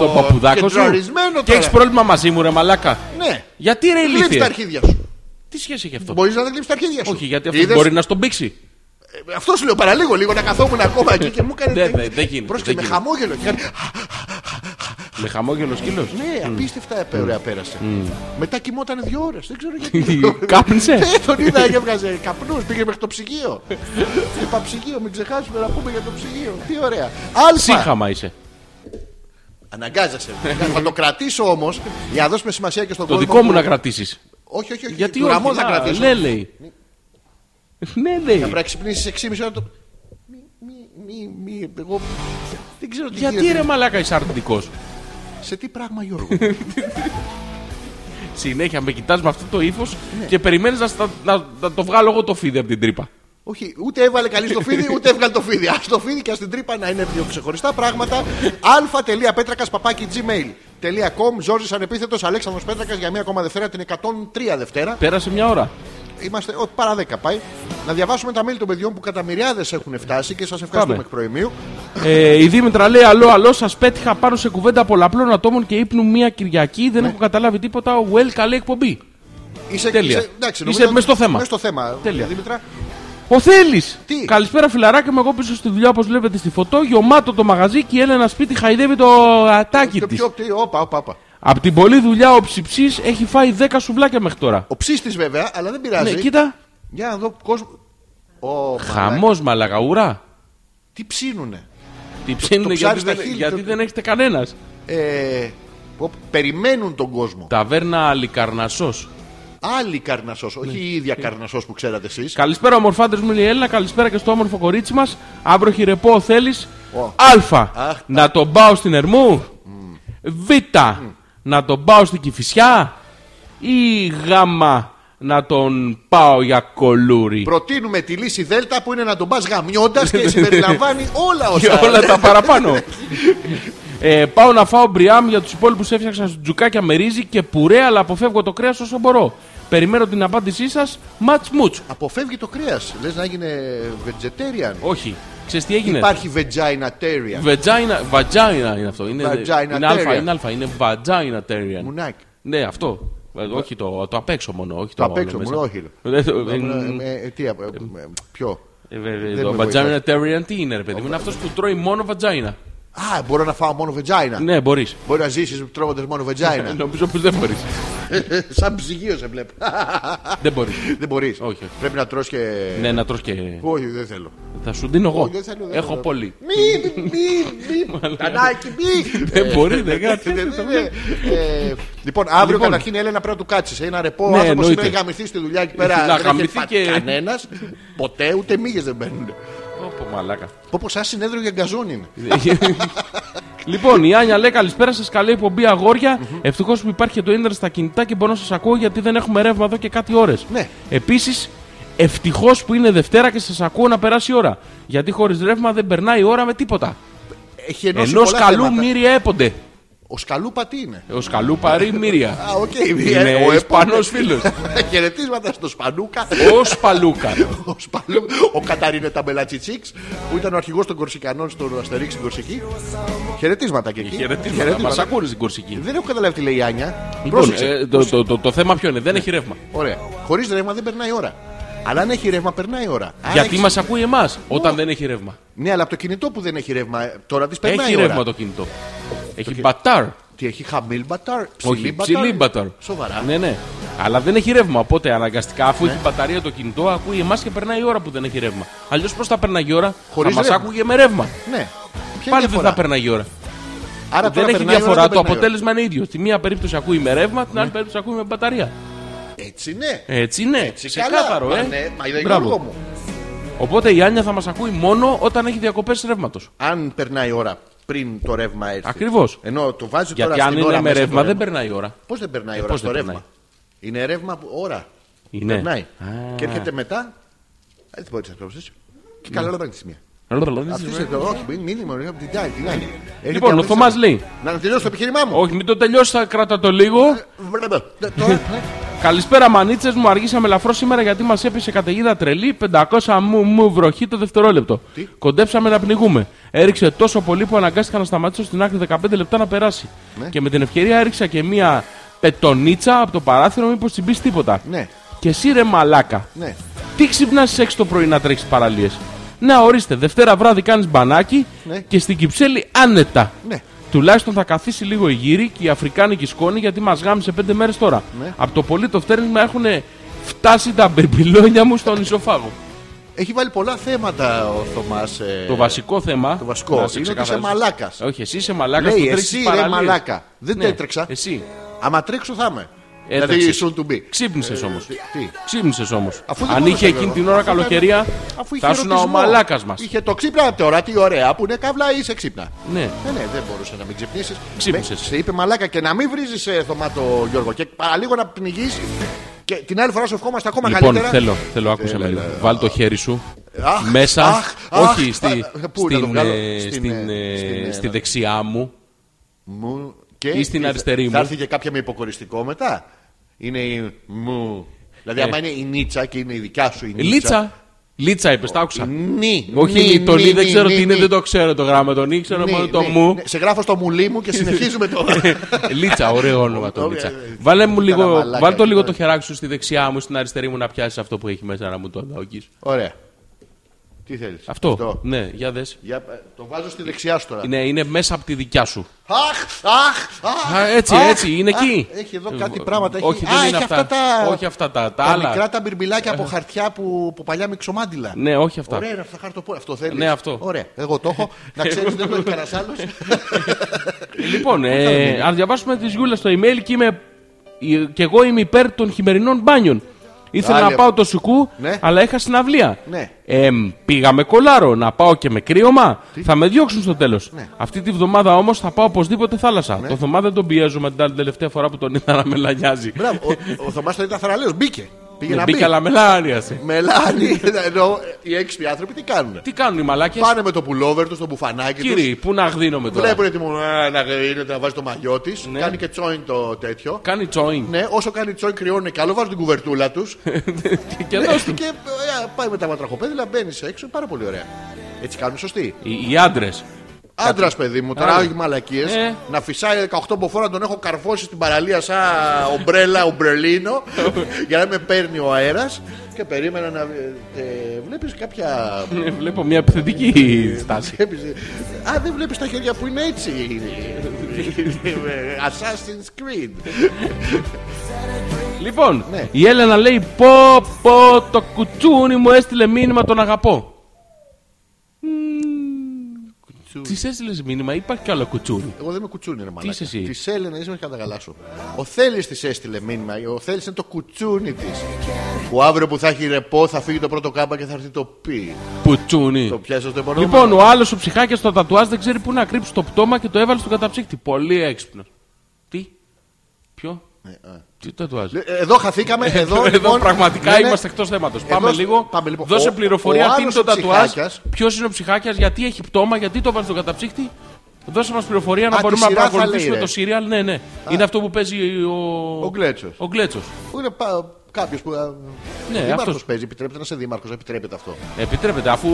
S2: Το παπουδάκο σου.
S1: κεντροαρισμένο
S2: Και
S1: τώρα.
S2: έχει πρόβλημα μαζί μου, ρε Μαλάκα.
S1: Ναι.
S2: Γιατί ρε
S1: Γλύψει τα
S2: ηλίθιε.
S1: αρχίδια σου.
S2: Τι σχέση έχει αυτό.
S1: Μπορείς να τα γλύψει τα αρχίδια σου.
S2: Όχι, γιατί αυτό
S1: Είδες?
S2: μπορεί να στον πήξει.
S1: Ε, Αυτό σου λέω παραλίγο, λίγο να καθόμουν ακόμα εκεί και μου έκανε.
S2: Ναι, ναι, δεν γίνεται,
S1: Πρόσεξε,
S2: δεν
S1: με
S2: γίνεται.
S1: χαμόγελο. και έκανε,
S2: Με χαμόγελο σκύλος.
S1: Ναι, απίστευτα ε, ωραία πέρασε. Μετά κοιμόταν δύο ώρες. Δεν ξέρω γιατί.
S2: Τι, κάπνισε?
S1: Ε, τον είδα, έβγαζε καπνούς, πήγε μέχρι το ψυγείο. Είπα ψυγείο, μην ξεχάσουμε να πούμε για το ψυγείο. Τι ωραία. Αλφα.
S2: Σύγχαμα είσαι.
S1: Αναγκάζεσαι. Θα το κρατήσω όμως για να δώσουμε σημασία και στον
S2: Το
S1: κόσμο.
S2: δικό μου
S1: που-
S2: να κρατήσεις.
S1: Όχι, όχι, όχι.
S2: Γιατί
S1: του
S2: όχι.
S1: Ραμόν θα
S2: να,
S1: κρατήσω.
S2: Ναι, λέει. Ναι, λέει.
S1: Πρέπει να ξυπνήσει 6,5 ώρα το. Μη, μη, μη, μη, εγώ δεν ξέρω τι
S2: Γιατί
S1: γίνεται.
S2: ρε Μαλάκα είσαι αρνητικός.
S1: Σε τι πράγμα, Γιώργο.
S2: Συνέχεια με κοιτάς με αυτό το ύφος και περιμένεις να, στα- να- να το βγάλω εγώ το φίδι από την τρύπα.
S1: Όχι, ούτε έβαλε καλή στο φίδι, ούτε έβγαλε το φίδι. Α το φίδι και ας την τρύπα να είναι δύο ξεχωριστά πράγματα. αλφα.πέτρακα παπάκι gmail.com Ζόρζη ανεπίθετο Αλέξανδρος Πέτρακα για μία ακόμα Δευτέρα, την 103 Δευτέρα.
S2: Πέρασε μια ώρα.
S1: Είμαστε ο, παρά 10 πάει. Να διαβάσουμε τα mail των παιδιών που κατά μοιριάδε έχουν φτάσει και σα ευχαριστούμε
S2: Πάμε.
S1: εκ προημίου.
S2: Ε, η Δήμητρα λέει: Αλό, αλό, σα πέτυχα πάνω σε κουβέντα πολλαπλών ατόμων και ύπνου μία Κυριακή. Δεν έχω καταλάβει τίποτα. Well, καλή εκπομπή.
S1: Είσαι,
S2: Τέλεια.
S1: εντάξει,
S2: Είσαι
S1: νομίζω
S2: μες στο
S1: ότι-
S2: θέμα.
S1: μες στο θέμα.
S2: Τέλεια.
S1: Δήμητρα.
S2: Ο Θέλει!
S1: Τι?
S2: Καλησπέρα, φιλαράκι μου. Εγώ πίσω στη δουλειά, όπως βλέπετε στη φωτό, γεμάτο το μαγαζί και η Έλενα σπίτι χαϊδεύει το ατάκι
S1: Το
S2: της.
S1: πιο, τι, όπα, όπα, όπα.
S2: Απ' την πολλή δουλειά ο ψιψή έχει φάει 10 σουβλάκια μέχρι τώρα.
S1: Ο ψήστη βέβαια, αλλά δεν πειράζει.
S2: Ναι, κοίτα.
S1: Για να δω κόσμο. Ω, μαλάκα.
S2: Χαμό, μαλαγαούρα.
S1: Τι ψήνουνε.
S2: Τι ψήνουν γιατί,
S1: ψάρι στα
S2: δεν,
S1: χείλη,
S2: γιατί
S1: το-
S2: δεν έχετε κανένας.
S1: Ε, πω, περιμένουν τον κόσμο.
S2: Ταβέρνα Αλικαρνασός.
S1: Άλλη καρνασό,
S2: Ναι.
S1: όχι η
S2: Ε.
S1: ίδια καρνασό που ξέρατε εσείς.
S2: Καλησπέρα, ομορφάντε μου, λέει η Έλληνα. Καλησπέρα και στο όμορφο κορίτσι μας. Αύριο χειρεπό θέλεις.
S1: Ω.
S2: Α.
S1: Αχ,
S2: Να τον πάω στην Ερμού. Β. Να τον πάω στην Κυφυσιά. Ή Γ. Να τον πάω για κολούρι.
S1: Προτείνουμε τη λύση Δέλτα που είναι να τον πας γαμιώντας και συμπεριλαμβάνει όλα
S2: Και
S1: όσα.
S2: όλα τα παραπάνω. Ε, πάω να φάω μπριάμ για τους υπόλοιπους έφτιαξα σου τζουκάκια με ρύζι και πουρέ, αλλά αποφεύγω το κρέας όσο μπορώ. Περιμένω την απάντησή σας. Ματ μουτ.
S1: Αποφεύγει το κρέας. Λες να έγινε vegetarian.
S2: Όχι. Ξέρεις τι έγινε.
S1: Υπάρχει veginatarian.
S2: Vagina, vagina είναι αυτό. Είναι,
S1: Vagina
S2: είναι αλφα,
S1: terrier.
S2: είναι αλφα. Είναι vagina terrian.
S1: Μουνάκι.
S2: Ναι, αυτό. Ε, όχι το, το απ' έξω μόνο. Όχι
S1: Το
S2: το,
S1: απ' έξω
S2: μέσα.
S1: μόνο, όχι.
S2: Ε, το-
S1: Ε,
S2: ε,
S1: ε, Τι, ε, ε, ποιο.
S2: ε, ε,
S1: δεν
S2: Το
S1: με
S2: vagina
S1: βοηθάει.
S2: terrian τι είναι, ρε παιδί μου. Είναι αυτός που τρώει μόνο vagina.
S1: Α, μπορώ να φάω μόνο vagina.
S2: Ναι, μπορείς.
S1: Μπορεί να ζήσεις τρώγοντας μόνο vagina.
S2: Νομίζω πως δεν μπορείς.
S1: Σαν ψυγείο σε βλέπω.
S2: δεν μπορείς.
S1: Δεν μπορείς.
S2: Όχι, όχι.
S1: Πρέπει να τρως και.
S2: Ναι, να τρως και.
S1: Όχι, δεν θέλω.
S2: Θα σου δίνω εγώ.
S1: Όχι, δεν θέλω, δεν
S2: Έχω
S1: θέλω.
S2: πολύ.
S1: Μη, μη, μη, μη. Κανάκι, μη.
S2: Δεν μπορεί, δεν
S1: Ε,
S2: κάνει.
S1: δεν είναι. Ε, Λοιπόν, αύριο
S2: Λοιπόν.
S1: καταρχήν Έλενα πρέπει να του ε, κάτσει. Ένα ρεπό
S2: Ναι,
S1: άνθρωπος σήμερα
S2: εννοείται.
S1: έχει γαμηθεί στη δουλειά εκεί πέρα.
S2: Να
S1: Δεν έχει
S2: γαμηθεί
S1: φάει
S2: και-
S1: κανένας. Ποτέ ούτε μύγες δεν μπαίνουν.
S2: Όπο μαλάκα.
S1: Όπως σαν συνέδριο για γκαζόν είναι.
S2: λοιπόν, η Άνια λέει καλησπέρα σας. Καλή εκπομπή, αγόρια. Ευτυχώς που υπάρχει και το ίντερνετ στα κινητά και μπορώ να σας ακούω γιατί δεν έχουμε ρεύμα εδώ και κάτι ώρες.
S1: Ναι.
S2: Επίσης, ευτυχώς που είναι Δευτέρα και σας ακούω να περάσει η ώρα. Γιατί χωρίς ρεύμα δεν περνάει η ώρα με τίποτα.
S1: Έχει ενώσει
S2: Ενώ
S1: πολλά
S2: σκαλού
S1: θέματα.
S2: μύρια έπονται.
S1: Ο Σκαλούπα τι είναι.
S2: Ο σκαλού παρή μύρια.
S1: Α, οκ. ε,
S2: Είναι
S1: ο
S2: Ισπανό
S1: Επανός
S2: φίλος.
S1: Χαιρετίσματα στο Σπανούκα.
S2: Ο Σπαλούκα.
S1: Ο, Σπαλού, ο Καταρίνε Ταμπελατσιτσίξ που ήταν ο αρχηγός των Κορσικανών στον Αστερίξ στην Κορσική. Χαιρετίσματα και εκεί.
S2: Χαιρετίσματα. Μας ακούνε στην Κορσική.
S1: Δεν έχω καταλάβει τι λέει η Άνια.
S2: Λοιπόν,
S1: Πρόσεξε.
S2: ε, το, το, το, το θέμα ποιο είναι, δεν έχει ρεύμα.
S1: Ωραία. Χωρίς ρεύμα δεν περνάει η ώρα. Αλλά αν έχει ρεύμα, περνάει η ώρα. Αν
S2: Γιατί
S1: έχεις-
S2: μας ακούει εμάς όταν δεν έχει ρεύμα.
S1: Ναι, αλλά από το κινητό που δεν έχει ρεύμα, ε, τώρα της περνάει
S2: Έχει
S1: η ώρα.
S2: ρεύμα το κινητό. Έχει μπατάρ.
S1: Τι έχει χαμήλμπαταρ,
S2: Όχι,
S1: ψηλή
S2: ψηλή μπαταρ.
S1: Σοβαρά.
S2: Ναι, ναι. Αλλά δεν έχει ρεύμα. Οπότε αναγκαστικά,
S1: Ναι.
S2: αφού έχει μπαταρία το κινητό, ακούει εμάς και περνάει η ώρα που δεν έχει ρεύμα. Αλλιώς πώς θα περνάει η ώρα,
S1: Χωρίς
S2: θα μας
S1: ρεύμα.
S2: άκουγε με ρεύμα.
S1: Ναι. Ποια είναι
S2: Πάλι
S1: η
S2: δεν
S1: διαφορά?
S2: θα περνάει η ώρα.
S1: Άρα
S2: δεν
S1: τώρα
S2: έχει
S1: περνάει η ώρα,
S2: διαφορά.
S1: δεν περνάει η
S2: Το
S1: ώρα. Ναι.
S2: αποτέλεσμα είναι ίδιο. Στη μία περίπτωση ακούει με ρεύμα, την άλλη περίπτωση ακούει με μπαταρία.
S1: Έτσι ναι.
S2: Έτσι είναι.
S1: Έτσι
S2: Ε, Ξεκάθαρο,
S1: καλά.
S2: ε.
S1: Μα ναι, μα είδα
S2: Μπράβο.
S1: Γιώργο μου.
S2: Οπότε η Άνια θα μας ακούει μόνο όταν έχει διακοπές ρεύματος.
S1: Αν περνάει η ώρα πριν το ρεύμα έρθει.
S2: Ακριβώς.
S1: Ενώ το βάζει
S2: Γιατί
S1: τώρα
S2: αν
S1: στην ώρα
S2: είναι με
S1: μέσα
S2: ρεύμα,
S1: το
S2: δεν περνάει η ώρα.
S1: Πώς δεν περνάει η
S2: Ε,
S1: ώρα
S2: πώς
S1: στο
S2: δεν
S1: ρεύμα. Είναι ρεύμα που ώρα.
S2: Είναι.
S1: Περνάει.
S2: Ναι. Α.
S1: Και έρχεται μετά. Α, Δεν μπορεί να κόψει. Και καλά ώρα τη μία. Αυτή σε το όχι, μην μήνυμα, ρε, απ' την άλλη, την άλλη. Έρχεται
S2: Λοιπόν, ο
S1: απ' τις
S2: Θωμάς
S1: άλλες.
S2: λέει.
S1: Να τελειώσω το επιχείρημά μου.
S2: Όχι, μην το τελειώσει, θα κράτα το λίγο.
S1: Βρε, δε, τώρα,
S2: Καλησπέρα, μανίτσες μου. Αργήσαμε ελαφρώς σήμερα γιατί μας έπεσε καταιγίδα τρελή. 500 μου, μου βροχή το δευτερόλεπτο.
S1: Τι?
S2: Κοντέψαμε να πνιγούμε. Έριξε τόσο πολύ που αναγκάστηκα να σταματήσω στην άκρη 15 λεπτά να περάσει.
S1: Ναι.
S2: Και με την ευκαιρία έριξα και μία πετονίτσα από το παράθυρο, μήπως την πεις τίποτα.
S1: Ναι,
S2: Και εσύ ρε μαλάκα,
S1: ναι.
S2: τι ξυπνάς 6 το πρωί να τρέξεις παραλίες. Να ορίστε, Δευτέρα βράδυ κάνεις μπανάκι
S1: Ναι.
S2: και στην Κυψέλη άνετα.
S1: Ναι.
S2: Τουλάχιστον θα καθίσει λίγο η γύρι και η Αφρικάνικη σκόνη γιατί μας γάμισε 5 μέρες τώρα.
S1: Ναι.
S2: Από το πολύ το φτέρνισμα έχουν φτάσει τα μπερμπιλόνια μου στον ισοφάγο.
S1: Έχει βάλει πολλά θέματα ο Θωμάς. ε,
S2: το βασικό θέμα.
S1: το βασικό
S2: να σε
S1: είναι ότι είσαι
S2: ξεκαθαρίσω.
S1: μαλάκας.
S2: Όχι, εσύ είσαι μαλάκας.
S1: Λέει, εσύ, ρε, μαλάκα. Δεν έτρεξα.
S2: Ναι. Εσύ.
S1: Άμα τρέξω θα είμαι.
S2: Έτρεξες.
S1: Δηλαδή soon to be.
S2: Ξύπνησε όμως.
S1: Τι- τι?
S2: Ξύπνησες όμως.
S1: Αφού δεν
S2: Αν
S1: μπορούσα,
S2: είχε εκείνη
S1: βέβαια.
S2: την ώρα
S1: Αφού ήταν-
S2: καλοκαιρία,
S1: Αφού είχε
S2: θα ήσουν ο
S1: ερωτισμό.
S2: μαλάκας μας.
S1: Είχε το ξύπνα τώρα, τι ωραία που είναι καύλα ή σε ξύπνα.
S2: Ναι.
S1: Ναι, ναι, δεν μπορούσε να μην ξυπνήσεις.
S2: Ξύπνησες.
S1: Σε είπε μαλάκα και να μην βρίζεις ε, θωμάτο Γιώργο. Και παραλίγο να πνιγείς. Και την άλλη φορά σου ευχόμαστε ακόμα
S2: Λοιπόν,
S1: καλύτερα.
S2: θέλω, θέλω, άκουσε με λίγο. Βάλ το χέρι σου
S1: Ε, Αχ,
S2: μέσα.
S1: αχ, αχ,
S2: όχι, στη,
S1: α, πού να το
S2: στην,
S1: βγάλω,
S2: ε,
S1: στην,
S2: στην,
S1: ε,
S2: ε,
S1: στην, ε,
S2: στη
S1: να-
S2: δεξιά μου.
S1: Μου και,
S2: Ή στην
S1: θα-
S2: αριστερή μου.
S1: Θα έρθει και κάποια με υποκοριστικό μετά. Είναι η μου. Δηλαδή,
S2: Ε.
S1: άμα είναι η Νίτσα και είναι η δικιά σου η Νίτσα.
S2: Λίτσα. Λίτσα είπες, τα άκουσα.
S1: Νι,
S2: Όχι,
S1: νι,
S2: νι, το
S1: νι,
S2: νι, δεν
S1: νι,
S2: ξέρω
S1: νι,
S2: τι είναι,
S1: νι.
S2: δεν το ξέρω το γράμμα. Το νι, ξέρω
S1: Ναι,
S2: μόνο το
S1: ναι,
S2: μου. Ναι.
S1: ναι. Σε γράφω στο μουλί μου και συνεχίζουμε τώρα.
S2: Λίτσα, ωραίο όνομα το
S1: Ωραία,
S2: Λίτσα.
S1: ε, ε,
S2: Βάλε μου
S1: ήταν
S2: λίγο,
S1: μαλάκα ναι.
S2: βάλ το
S1: και
S2: λίγο
S1: τώρα.
S2: το χεράκι σου στη δεξιά μου, στην αριστερή μου να πιάσεις αυτό που έχει μέσα να μου το ανταγωγεί.
S1: Ωραία. Τι θέλεις.
S2: Αυτό. Ναι, για δες.
S1: Για, ε, το βάζω στη δεξιά σου τώρα.
S2: Είναι, είναι μέσα από τη δικιά σου.
S1: Αχ, αχ, αχ.
S2: Α, έτσι,
S1: αχ,
S2: έτσι, είναι
S1: αχ.
S2: εκεί.
S1: Έχει εδώ κάτι πράγματα.
S2: Όχι,
S1: έχει...
S2: δεν
S1: Α,
S2: είναι
S1: έχει
S2: αυτά.
S1: αυτά. τα.
S2: Όχι αυτά τα- τα
S1: τα
S2: άλλα. Ε.
S1: μικρά τα μπιρμπιλάκια από χαρτιά που, που παλιά μιξομάντιλα.
S2: Ναι, όχι αυτά.
S1: Ωραία, είναι αυτά τα χαρτοπόλα. Αυτό θέλεις.
S2: Ναι, αυτό.
S1: Ωραία. Εγώ το έχω. Να ξέρει, δεν το έχει κανένας άλλος.
S2: Λοιπόν, ε, αν διαβάσουμε τη Γιούλα στο email και είμαι. και εγώ είμαι υπέρ των χειμερινών μπάνιων. Ήθελα
S1: Άλλη.
S2: να πάω το σουκού,
S1: Ναι.
S2: αλλά είχα συναυλία.
S1: Ναι.
S2: Εμ, πήγα με κολάρο, να πάω και με κρύωμα. Θα με διώξουν στο τέλος.
S1: Ναι.
S2: Αυτή τη βδομάδα όμως θα πάω οπωσδήποτε θάλασσα. Το Θωμά δεν τον πιέζουμε την άλλη τελευταία φορά που τον είδα να με λανιάζει.
S1: Μπράβο. Ο, ο Θωμάς το ήταν θαραλέος. Μπήκε. Πήγε
S2: Ναι,
S1: να
S2: Μπήκα,
S1: μπει.
S2: αλλά με λάνιασε.
S1: Μελάνι, ενώ οι έξυπνοι άνθρωποι τι κάνουν.
S2: Τι κάνουν οι μαλάκες,
S1: Πάνε με το πουλόβερ τους, το μπουφανάκι του.
S2: κύριοι, πού να γδίνομαι τώρα.
S1: Βλέπουν τη μου ε, να γρίνεται, να βάζει το μαγιό της.
S2: Ναι.
S1: Κάνει και τσόιν το τέτοιο.
S2: Κάνει τσόιν.
S1: Ναι, όσο κάνει τσόιν κρυώνει και άλλο, βάζουν την κουβερτούλα τους.
S2: και δώσ' τους.
S1: και ε, πάει με τα ματραχοπέδιλα, μπαίνεις έξω, πάρα πολύ ωραία. Έτσι κάνουν σωστοί.
S2: Οι, οι άντρες.
S1: Άντρας, παιδί μου, τώρα
S2: Άντε.
S1: όχι μαλακίες.
S2: Ε.
S1: Να φυσάει 18 μποφόρ να τον έχω καρφώσει στην παραλία σαν ομπρέλα, ομπρελίνο, για να με παίρνει ο αέρας. Και περίμενα να. Βλέπεις κάποια.
S2: Ε, Βλέπω μια επιθετική στάση.
S1: Βλέπεις, ε, Α, δεν βλέπεις τα χέρια που είναι έτσι. Ε, Assassin's Creed.
S2: Λοιπόν,
S1: Ναι.
S2: η Έλενα λέει πω πω το κουτσούνι μου έστειλε μήνυμα τον αγαπώ. Τη έστειλες μήνυμα, υπάρχει κι άλλο κουτσούνι.
S1: Εγώ δεν είμαι κουτσούνι, ρε μαλάκα.
S2: είσαι εσύ?
S1: Τη Έλενα, είσαι με κατά καλά σου. Ο Θέλει τη έστειλε μήνυμα. Ο Θέλει είναι το κουτσούνι της. Που αύριο που θα έχει ρεπό θα φύγει το πρώτο κάμπα και θα έρθει το πι.
S2: Πουτσούνι.
S1: Το πιάσες το επόμενο.
S2: Λοιπόν, ο άλλος ο ψυχάκιας στο τατουάζ δεν ξέρει πού να κρύψει το πτώμα και το έβαλε στον καταψύκτη. Πολύ έξυπνος. Τι, ποιο, τι τατουάζ.
S1: Ε, Εδώ χαθήκαμε. Εδώ,
S2: Ε, Εδώ
S1: λοιπόν,
S2: πραγματικά
S1: ναι, ναι.
S2: είμαστε εκτός θέματος.
S1: Εδώ
S2: Πάμε
S1: σ-
S2: λίγο.
S1: πάμε λίγο.
S2: Δώσε
S1: Ο- ο
S2: πληροφορία τι είναι
S1: άλλος
S2: το
S1: ο
S2: τατουάζ.
S1: ψυχάκιας-
S2: Ποιος είναι ο ψυχάκιας, γιατί έχει πτώμα, γιατί το βάλει στον καταψύκτη. Δώσε μας πληροφορία
S1: Α,
S2: να
S1: τη
S2: μπορούμε να
S1: σειρά θα
S2: παρακολουθήσουμε
S1: λέει,
S2: το serial. Ναι, ναι. Είναι αυτό που παίζει ο.
S1: Ο Γκλέτσος.
S2: Ο Γκλέτσος.
S1: Πού είναι κάποιος που.
S2: Ναι,
S1: Δήμαρχος
S2: αυτός.
S1: παίζει. Επιτρέπεται να είσαι δήμαρχος. Επιτρέπεται αυτό.
S2: Επιτρέπεται, αφού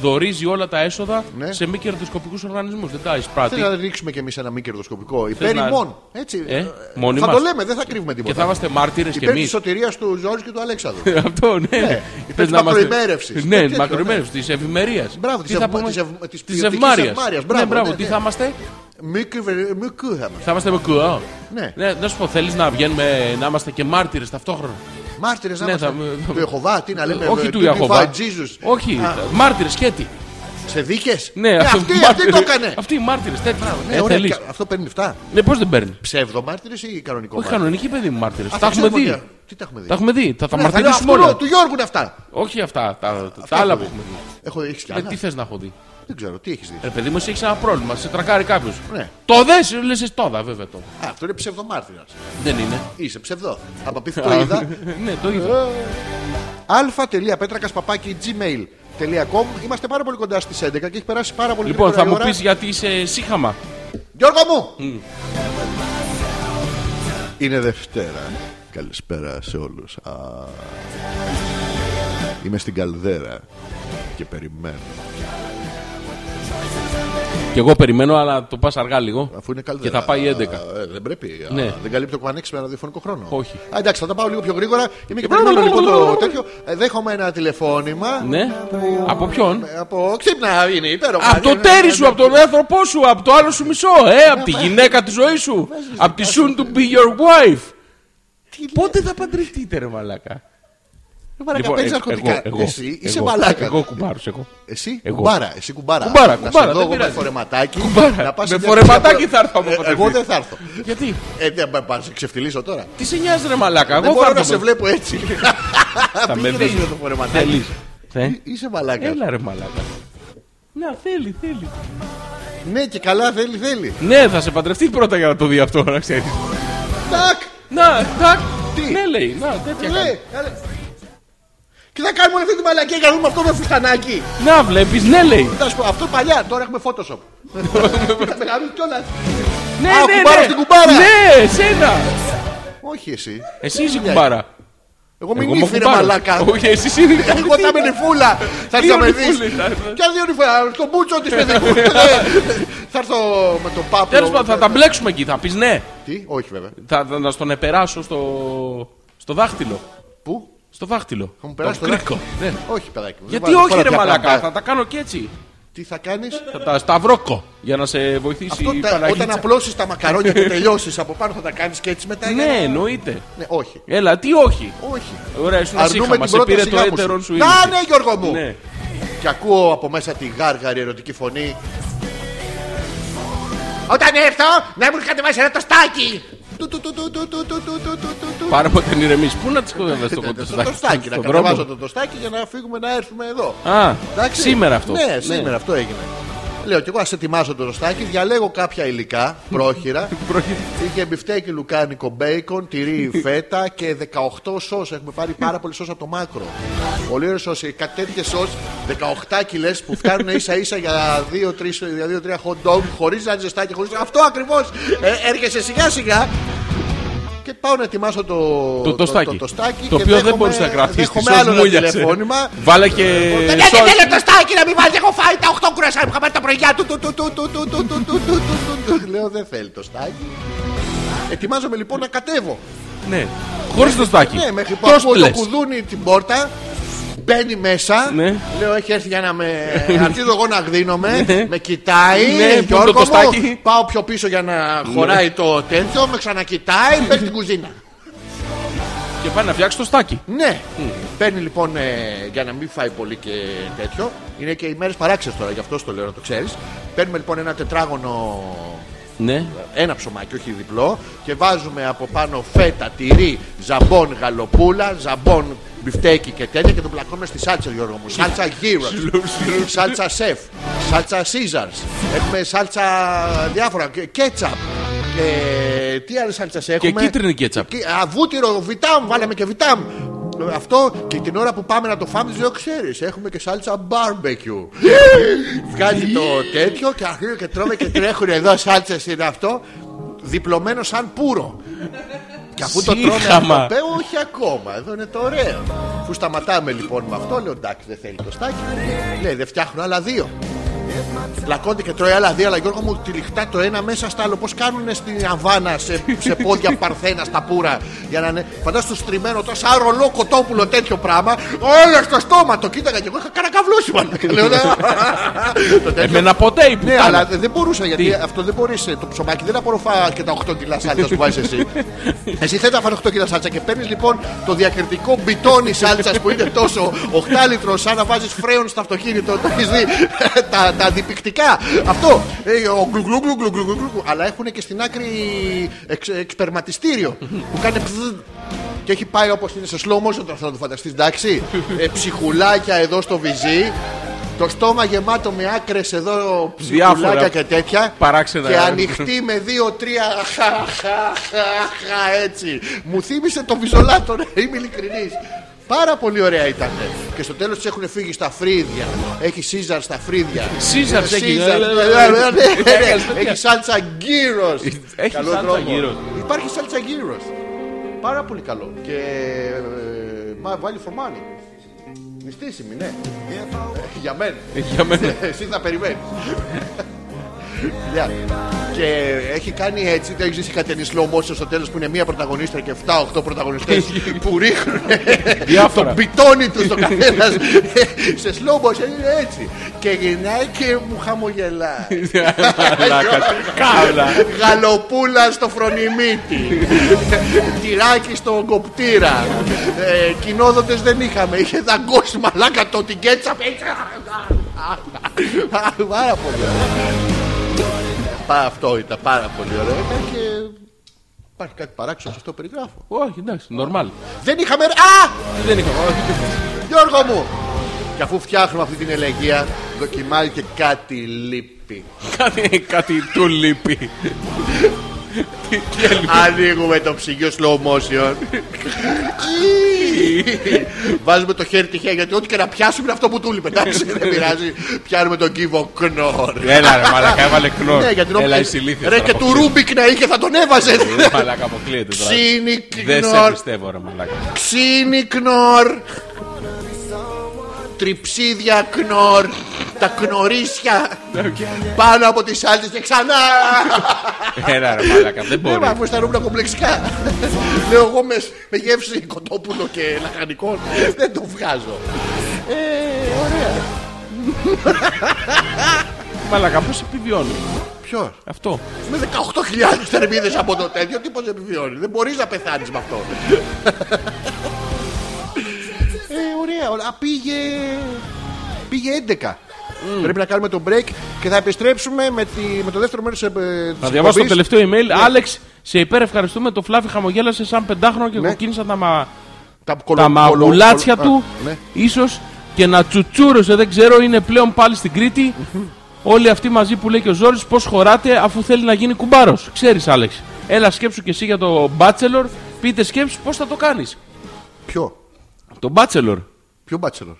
S2: δορίζει όλα τα έσοδα
S1: Ναι.
S2: σε μη κερδοσκοπικούς οργανισμούς. Δεν τα εισπράττει.
S1: Θε να ρίξουμε κι εμείς ένα μη κερδοσκοπικό. Υπέρ
S2: να-
S1: ημών. Έτσι.
S2: Ε, μόνοι
S1: θα
S2: μας.
S1: το λέμε, δεν θα κρύβουμε
S2: Και θα
S1: τίποτα.
S2: είμαστε μάρτυρες κι
S1: Υπέρ τη
S2: εμείς.
S1: σωτηρίας του Ζόρι και του Αλέξανδρου.
S2: Αυτό, ναι. ναι.
S1: υπέρ της μακροημέρευσης.
S2: Ναι,
S1: Τέτοιο,
S2: μακροημέρευσης, της ευημερίας.
S1: Μπράβο, της ευμα- της ευ- της ποιοτικής ευμάρειας. Μπράβο,
S2: Ναι, μπράβο,
S1: ναι,
S2: τι
S1: ναι.
S2: θα είμαστε.
S1: Μη κυβε- μη κούδαμε.
S2: Θα είμαστε με κουό.
S1: Ναι.
S2: ναι. Να σου πω, θέλεις να βγαίνουμε, να είμαστε και μάρτυρες ταυτόχρονα.
S1: Μάρτυρες να
S2: Ναι,
S1: είμαστε.
S2: θα-
S1: Του Ιεχωβά, τι να λέμε.
S2: Όχι
S1: ε,
S2: του
S1: 25
S2: Ιαχωβά.
S1: Jesus.
S2: Όχι, μάρτυρες και τι.
S1: Σε δίκες.
S2: Ναι, αυτό-
S1: αυτή,
S2: μάρτυρες.
S1: αυτή το έκανε.
S2: Αυτή η μάρτυρε, τέτοια.
S1: Ναι,
S2: Ε,
S1: ωραία,
S2: θέλεις.
S1: κα- αυτό παίρνει 7.
S2: Ναι, πώς δεν παίρνει.
S1: Ψευδομάρτυρε ή κανονικό
S2: Όχι
S1: μάρτυρο.
S2: κανονική παιδί μου μάρτυρες.
S1: Αυτά
S2: Τα έχουμε
S1: ξέρουμε
S2: δει.
S1: ότι- ε, Τι τα έχουμε δει.
S2: Τα έχουμε δει. Θα τα
S1: Ναι, θα λέω,
S2: μαρτυρήσουμε
S1: αυτό
S2: όλα.
S1: Του Γιώργου είναι αυτά.
S2: Όχι αυτά, τα, τα άλλα που έχουμε δει.
S1: Έχω έχεις κι
S2: Ε,
S1: άλλα.
S2: Τι Ε, θες να έχω δει.
S1: Δεν ξέρω, τι έχεις δει.
S2: Ρε παιδί μου, εσύ έχεις ένα πρόβλημα. Σε τρακάρει κάποιος.
S1: Ναι.
S2: Το δες, λες τόδα βέβαια το.
S1: Α, αυτό είναι ψευδομάρτυρας.
S2: Δεν είναι.
S1: Είσαι ψευδό. Άμα πει το είδα.
S2: ναι, το είδα.
S1: αλφα.πέτρακα παπάκι gmail.com Είμαστε πάρα πολύ κοντά στις 11 και έχει περάσει πάρα πολύ
S2: Λοιπόν,
S1: γρήγορα
S2: θα
S1: η
S2: μου
S1: ώρα.
S2: πεις γιατί είσαι σύχαμα.
S1: Γιώργο μου! Είναι Δευτέρα. Καλησπέρα σε όλους. Α. Είμαι στην καλδέρα και περιμένω.
S2: Και εγώ περιμένω, αλλά το πας αργά λίγο.
S1: Αφού είναι καλδέρα.
S2: Και θα πάει 11.
S1: Α, ε, δεν πρέπει. Α,
S2: Ναι.
S1: δεν καλύπτει το κουανέξι με ραδιοφωνικό χρόνο.
S2: Όχι.
S1: Α, εντάξει, θα τα πάω λίγο πιο γρήγορα. Είμαι και περιμένω λοιπόν το τέτοιο. Ε, δέχομαι ένα τηλεφώνημα.
S2: Ναι. Από ποιον?
S1: Ε, Από ξύπνα είναι υπέροχα.
S2: Από το
S1: Είναι- Ναι.
S2: τέρι σου, από τον άνθρωπό σου, από το άλλο σου μισό, ε, από τη γυναίκα τη ζωή σου, από τη soon to be your wife. Πότε θα παντρευτείτε, ρε μαλάκα.
S1: Μαλάκα,
S2: Λοιπόν,
S1: παίζεις ναρκωτικά. Εσύ είσαι μαλάκα.
S2: ε, Εγώ κουμπάρος, εγώ.
S1: Εσύ
S2: Εγώ.
S1: κουμπάρα, εσύ κουμπάρα.
S2: Κουμπάρα,
S1: να
S2: κουμπάρα,
S1: σε δω
S2: δεν
S1: εγώ με
S2: πειράζει.
S1: φορεματάκι.
S2: Κουμπάρα.
S1: Να πας
S2: Με
S1: σε μια
S2: φορεματάκι
S1: φυσιά-
S2: θα έρθω από
S1: Ε,
S2: φωτογραφία.
S1: Εγώ δεν θα έρθω.
S2: Γιατί,
S1: Ε, δεν πα- πα- σε ξεφτυλίσω τώρα.
S2: τι σε νοιάζει ρε μαλάκα,
S1: Δεν
S2: εγώ
S1: μπορώ να
S2: θα
S1: σε βλέπω έτσι.
S2: Θα με
S1: Πήγαινες
S2: δεις.
S1: γύρω το φορεματάκι.
S2: Θέλεις. Θε.
S1: Ε, Είσαι μαλάκας.
S2: Έλα ρε μαλάκα. Να, θέλει, θέλει.
S1: Ναι και καλά θέλει, θέλει.
S2: Ναι, θα σε παντρευτεί πρώτα για να το δει αυτό, να ξέρεις.
S1: Τακ!
S2: Να, τάκ.
S1: Τι? Ε.
S2: Ναι, λέει, να, τέτοια κάνει.
S1: Λέει, έλα. Και θα κάνουμε όλη αυτή τη μαλακία και να δούμε αυτό με φουστανάκι.
S2: Να βλέπεις, ναι, λέει.
S1: Θα σου πω, αυτό παλιά, τώρα έχουμε Photoshop. Θα με γαμίσει κιόλας.
S2: Ναι,
S1: Α,
S2: ναι,
S1: κουμπάρα
S2: ναι.
S1: στην κουμπάρα. Ε,
S2: Ναι, σένα.
S1: Όχι εσύ.
S2: Εσύ είσαι η κουμπάρα.
S1: Εγώ μην
S2: Εγώ είμαι
S1: ήρθε ρε
S2: κουμπάρος.
S1: μαλάκα.
S2: Όχι, εσύ είσαι.
S1: Εγώ θα είμαι νυφούλα. Θα έρθει
S2: Δύο ναι.
S1: να με δεις.
S2: νυφούλες θα έρθουν.
S1: Ποια δύο νυφούλα. Στον μπούτσο της παιδί μου. Θα έρθω με το πάπλο.
S2: Τέλος Ναι. πάντων, θα τα μπλέξουμε εκεί. Θα πεις ναι.
S1: Τι, όχι βέβαια.
S2: Θα, θα- να στον επεράσω στο, στο δάχτυλο.
S1: Πού,
S2: Στο δάχτυλο.
S1: θα μου περάσει
S2: το
S1: το
S2: κρίκο.
S1: δάχτυλο.
S2: Ναι.
S1: Όχι παιδάκι μου. δεν
S2: Γιατί
S1: βάζω
S2: όχι,
S1: τώρα
S2: ρε
S1: πια
S2: Μαλακά,
S1: πράγματα.
S2: θα τα κάνω και έτσι.
S1: Τι θα κάνεις.
S2: Θα τα σταυρόκω για να σε βοηθήσει
S1: Αυτό
S2: η
S1: τα-
S2: Παναγίτσα.
S1: όταν απλώσεις τα μακαρόνια και τελειώσεις από πάνω θα τα κάνεις και έτσι μετά. για να-
S2: Ναι, εννοείται.
S1: Ναι, όχι.
S2: Έλα, τι όχι.
S1: Όχι.
S2: Ωραία, ήσουν
S1: Αρνούμε
S2: σύγχαμα.
S1: την
S2: Σε πήρε
S1: πρόταση
S2: το
S1: γάμου
S2: έτερον σου
S1: σου.
S2: ήλιο.
S1: Να ναι Γιώργο μου.
S2: Ναι.
S1: Και ακούω από μέσα τη γάργαρη ερωτική φωνή. Όταν έρθω να μου κατεβάσει ένα τοστάκι. Του, του, του, του, του, του, του, του, του, του, του. Ναι,
S2: Πάρα πολύ την ηρεμήσει. Πού να τη κοδεύει το
S1: Ε, Το
S2: κοντοστάκι.
S1: τοστάκι, να
S2: στον δρόμο.
S1: κατεβάζω το τοστάκι για να φύγουμε να έρθουμε εδώ.
S2: Α,
S1: Εντάξει.
S2: σήμερα αυτό.
S1: Ναι, σήμερα αυτό έγινε. Λέω κι εγώ, ας ετοιμάζω το τοστάκι, διαλέγω κάποια υλικά πρόχειρα.
S2: Πρόκειται-
S1: Είχε μπιφτέκι λουκάνικο μπέικον,
S2: Ναι.
S1: τυρί φέτα και 18 σως. Έχουμε πάρει πάρα πολύ σως από το μάκρο. Πολύ ωραία σως. Κάτι τέτοιες σως, 18 κιλές που φτάνουν ίσα ίσα για 2-3 hot dog χωρίς να είναι ζεστάκι. Χωρίς... Αυτό ακριβώς. Ε, έρχεσαι σιγά σιγά. Και πάω να ετοιμάσω το,
S2: Το τοστάκι.
S1: το, τοστάκι
S2: Το
S1: και
S2: οποίο δεν
S1: δέχομαι-
S2: μπορούσε να κρατήσει. Τη
S1: δέχομαι
S2: σως
S1: άλλο ένα
S2: μούλιασε.
S1: τηλεφώνημα. Ε,
S2: Βάλε και.
S1: Δεν
S2: σως.
S1: θέλω το στάκι να μην βάζει, έχω φάει τα 8 κουρασά που είχα πάρει τα πρωινιά του. του, του, του, του, του, του, του, του, του, του, του. Λέω δεν θέλει το στάκι. Ετοιμάζομαι λοιπόν να κατέβω.
S2: Ναι. Χωρίς το στάκι.
S1: Ναι, μέχρι που
S2: Το
S1: ακούω το
S2: σπλες.
S1: κουδούνι την πόρτα. Μπαίνει μέσα.
S2: Ναι.
S1: Λέω έχει έρθει για να με. Αρχίζω εγώ να γδίνομαι. με κοιτάει.
S2: Ναι, πού είναι το Ναι.
S1: Γιώργο
S2: τοστάκι?
S1: μου. Πάω πιο πίσω για να χωράει το τέτοιο. Με ξανακοιτάει. Μπαίνει στην κουζίνα.
S2: Και πάει να φτιάξει το στάκι.
S1: Ναι. Παίρνει λοιπόν ε, για να μην φάει πολύ και τέτοιο. Είναι και οι μέρες παράξενες τώρα, γι' αυτό στο λέω να το ξέρεις. Παίρνουμε λοιπόν ένα τετράγωνο,
S2: Ναι.
S1: ένα ψωμάκι, όχι διπλό, και βάζουμε από πάνω φέτα, τυρί, ζαμπόν, γαλοπούλα, ζαμπόν, μπιφτέκι και τέτοια και το πλακώνουμε στη σάλτσα, Γιώργο μου. Σάλτσα γύρο, σάλτσα σεφ, σάλτσα Caesars. Έχουμε σάλτσα διάφορα, και- κέτσαπ. Και τι άλλες σάλτσες
S2: Και
S1: έχουμε.
S2: κίτρινη κέτσαπ.
S1: Και, α, βούτυρο, βιτάμ, βάλαμε και βιτάμ. Αυτό και την ώρα που πάμε να το φάμε, της λέω: Ξέρεις, έχουμε και σάλτσα barbecue. Βγάζει το τέτοιο και αρχίζουμε και τρώμε και τρέχουν εδώ σάλτσες είναι αυτό. Διπλωμένο σαν πουρο. Και αφού το τρώμε
S2: Σύγχαμα.
S1: αυτό, πέ- όχι ακόμα. Εδώ είναι το ωραίο. Αφού σταματάμε λοιπόν με αυτό, λέω εντάξει, δεν θέλει το στάκι. Λέει, δεν φτιάχνω άλλα δύο. Πλακώνται και τρώει άλλα δύο, αλλά Γιώργο μου τυλιχτά το ένα μέσα στα άλλο. Πώς κάνουν στην Αβάνα σε, σε πόδια παρθένας στα πουρα. Για να είναι. Φαντάζομαι στο στριμμένο, τόσο ρολό κοτόπουλο τέτοιο πράγμα. Όλα στο στόμα το κοίταγα και εγώ είχα κανένα καβλό μεγαλώσει μάλλον. Λέω, «Ναι». Το τέτοιο.
S2: Εμένα ποτέ η
S1: Ναι,
S2: πουτάνα.
S1: αλλά δεν μπορούσα γιατί
S2: Τι?
S1: αυτό δεν μπορείς. Το ψωμάκι δεν απορροφά και τα 8 κιλά σάλτσας που βάζεις εσύ. εσύ θε να φάνε 8 κιλά σάλτσα και παίρνεις λοιπόν το διακριτικό μπιτόνι σάλτσας που είναι τόσο 8 λίτρο, σαν να βάζεις φρέον στο αυτοκίνητο. Το έχεις δει. τα, τα αντιπικτικά. Αυτό. Ε, ο γκλου, γκλου, γκλου, γκλου, γκλου, γκλου, γκλου. Αλλά έχουν και στην άκρη εξ, εξπερματιστήριο που κάνει. πζζζ. Και έχει πάει όπως είναι σε slow motion τώρα, θα το φανταστείς, εντάξει. ε, ψυχουλάκια εδώ στο βυζί. Το στόμα γεμάτο με άκρες εδώ
S2: Διάφορα.
S1: ψυχουλάκια και τέτοια.
S2: Παράξενα.
S1: Και ανοιχτή με δύο-τρία. χα, χα, χα, χα, έτσι. Μου θύμισε το βυζολάτο, ρε, είμαι ειλικρινής. Πάρα πολύ ωραία ήταν. Και στο τέλος της έχουν φύγει στα φρύδια. Έχει Σίζαρ στα φρύδια.
S2: Caesar,
S1: Έχει
S2: έχει,
S1: Caesar, ναι,
S2: ναι, ναι,
S1: ναι, ναι,
S2: ναι,
S1: ναι.
S2: ναι, ναι.
S1: Έχει σάλτσα γκύρο.
S2: Έχει σάλτσα γκύρος.
S1: Υπάρχει σάλτσα γκύρο. Πάρα πολύ καλό. Και. ε, Μα βάλει for money. Μυστήσιμη, ναι. Ε, Για μένα.
S2: Για μένα.
S1: Εσύ θα περιμένεις. Γεια. Και έχει κάνει έτσι, δεν έχει ζήσει κάτι εν slow motion στο τέλος που είναι μία πρωταγωνίστρια και 7-8 πρωταγωνιστές που ρίχνουν
S2: Διάφορα.
S1: το πιτόνι τους στο καθένας. σε slow motion είναι έτσι. Και γυρνάει και μου χαμογελάει.
S2: Κάβλα.
S1: Γαλοπούλα στο φρονιμίτι. Τυράκι στο κοπτήρα. ε, Κοινόδοντε δεν είχαμε. Είχε δαγκώσει μαλάκα το την κέτσαπ. Έτσι. Πάρα πολύ ωραίο. Πάρα αυτό ήταν πάρα πολύ ωραίο. Ήταν και. Υπάρχει κάτι παράξενο σε αυτό που περιγράφω.
S2: Όχι, εντάξει, normal.
S1: Δεν είχαμε. Α!
S2: Δεν είχα. όχι.
S1: Γιώργο μου! Και αφού φτιάχνουμε αυτή την ελεγγύα, δοκιμάει και κάτι λείπει.
S2: Κάτι- Κάτι του λείπει. Τι- τι έλειπε.
S1: Ανοίγουμε το ψυγείο slow motion. Βάζουμε το χέρι τυχαία γιατί ό,τι και να πιάσουμε είναι αυτό που του λείπει. Εντάξει, δεν πειράζει. Πιάνουμε τον κύβο κνόρ.
S2: Έλα ρε μαλακά, έβαλε Ε, κνόρ.
S1: Ναι, γιατί
S2: Έλα
S1: νόμιζα-
S2: εσύ λύθιες,
S1: Ρε
S2: τώρα,
S1: και του
S2: αποκλείεται.
S1: Ρούμπικ να είχε θα τον έβαζε.
S2: Ρε, Μαλάκα αποκλείεται τώρα.
S1: Ξύνη
S2: Δεν σε
S1: κνόρ.
S2: πιστεύω ρε μαλάκα.
S1: Ξύνη κνόρ. Τριψίδια κνόρ. Τα κνορίσια πάνω από τις άλλες και ξανά.
S2: Έλα ρε μαλάκα, δεν
S1: Ναι,
S2: μπορεί.
S1: μα αφού αισθανόμουν κομπλεξικά. Λέω εγώ με, με γεύση κοτόπουλο και λαχανικών. Δεν το βγάζω. Ε, ωραία.
S2: Μαλάκα, πώς επιβιώνει.
S1: Ποιος.
S2: Αυτό.
S1: Με 18.000 θερμίδες από το τέτοιο, τι πως επιβιώνει. Δεν μπορείς να πεθάνεις με αυτό. ε, ωραία. όλα. Α, Πήγε. Πήγε 11. Πρέπει να κάνουμε το break και θα επιστρέψουμε με, τη, με το δεύτερο ε, μέρο τη
S2: Να διαβάσω το τελευταίο email.
S1: Ναι.
S2: Άλεξ, σε υπέρ ευχαριστούμε. Το Φλάβι χαμογέλασε σαν πεντάχρονο και
S1: Ναι.
S2: εγώ κίνησα τα, μα...
S1: Τα,
S2: τα
S1: κολο- κολο-
S2: μαγουλάτσια
S1: κολο-
S2: του.
S1: Α, ναι.
S2: Ίσως και να τσουτσούρωσε, δεν ξέρω, είναι πλέον πάλι στην Κρήτη. Όλοι αυτοί μαζί που λέει και ο Ζόρις, πώς χωράτε αφού θέλει να γίνει κουμπάρος. Ξέρεις, Άλεξ. Έλα, σκέψου και εσύ για το Bachelor. Πείτε σκέψου πώς θα το κάνεις.
S1: Ποιο.
S2: Το Bachelor.
S1: Ποιο bachelor.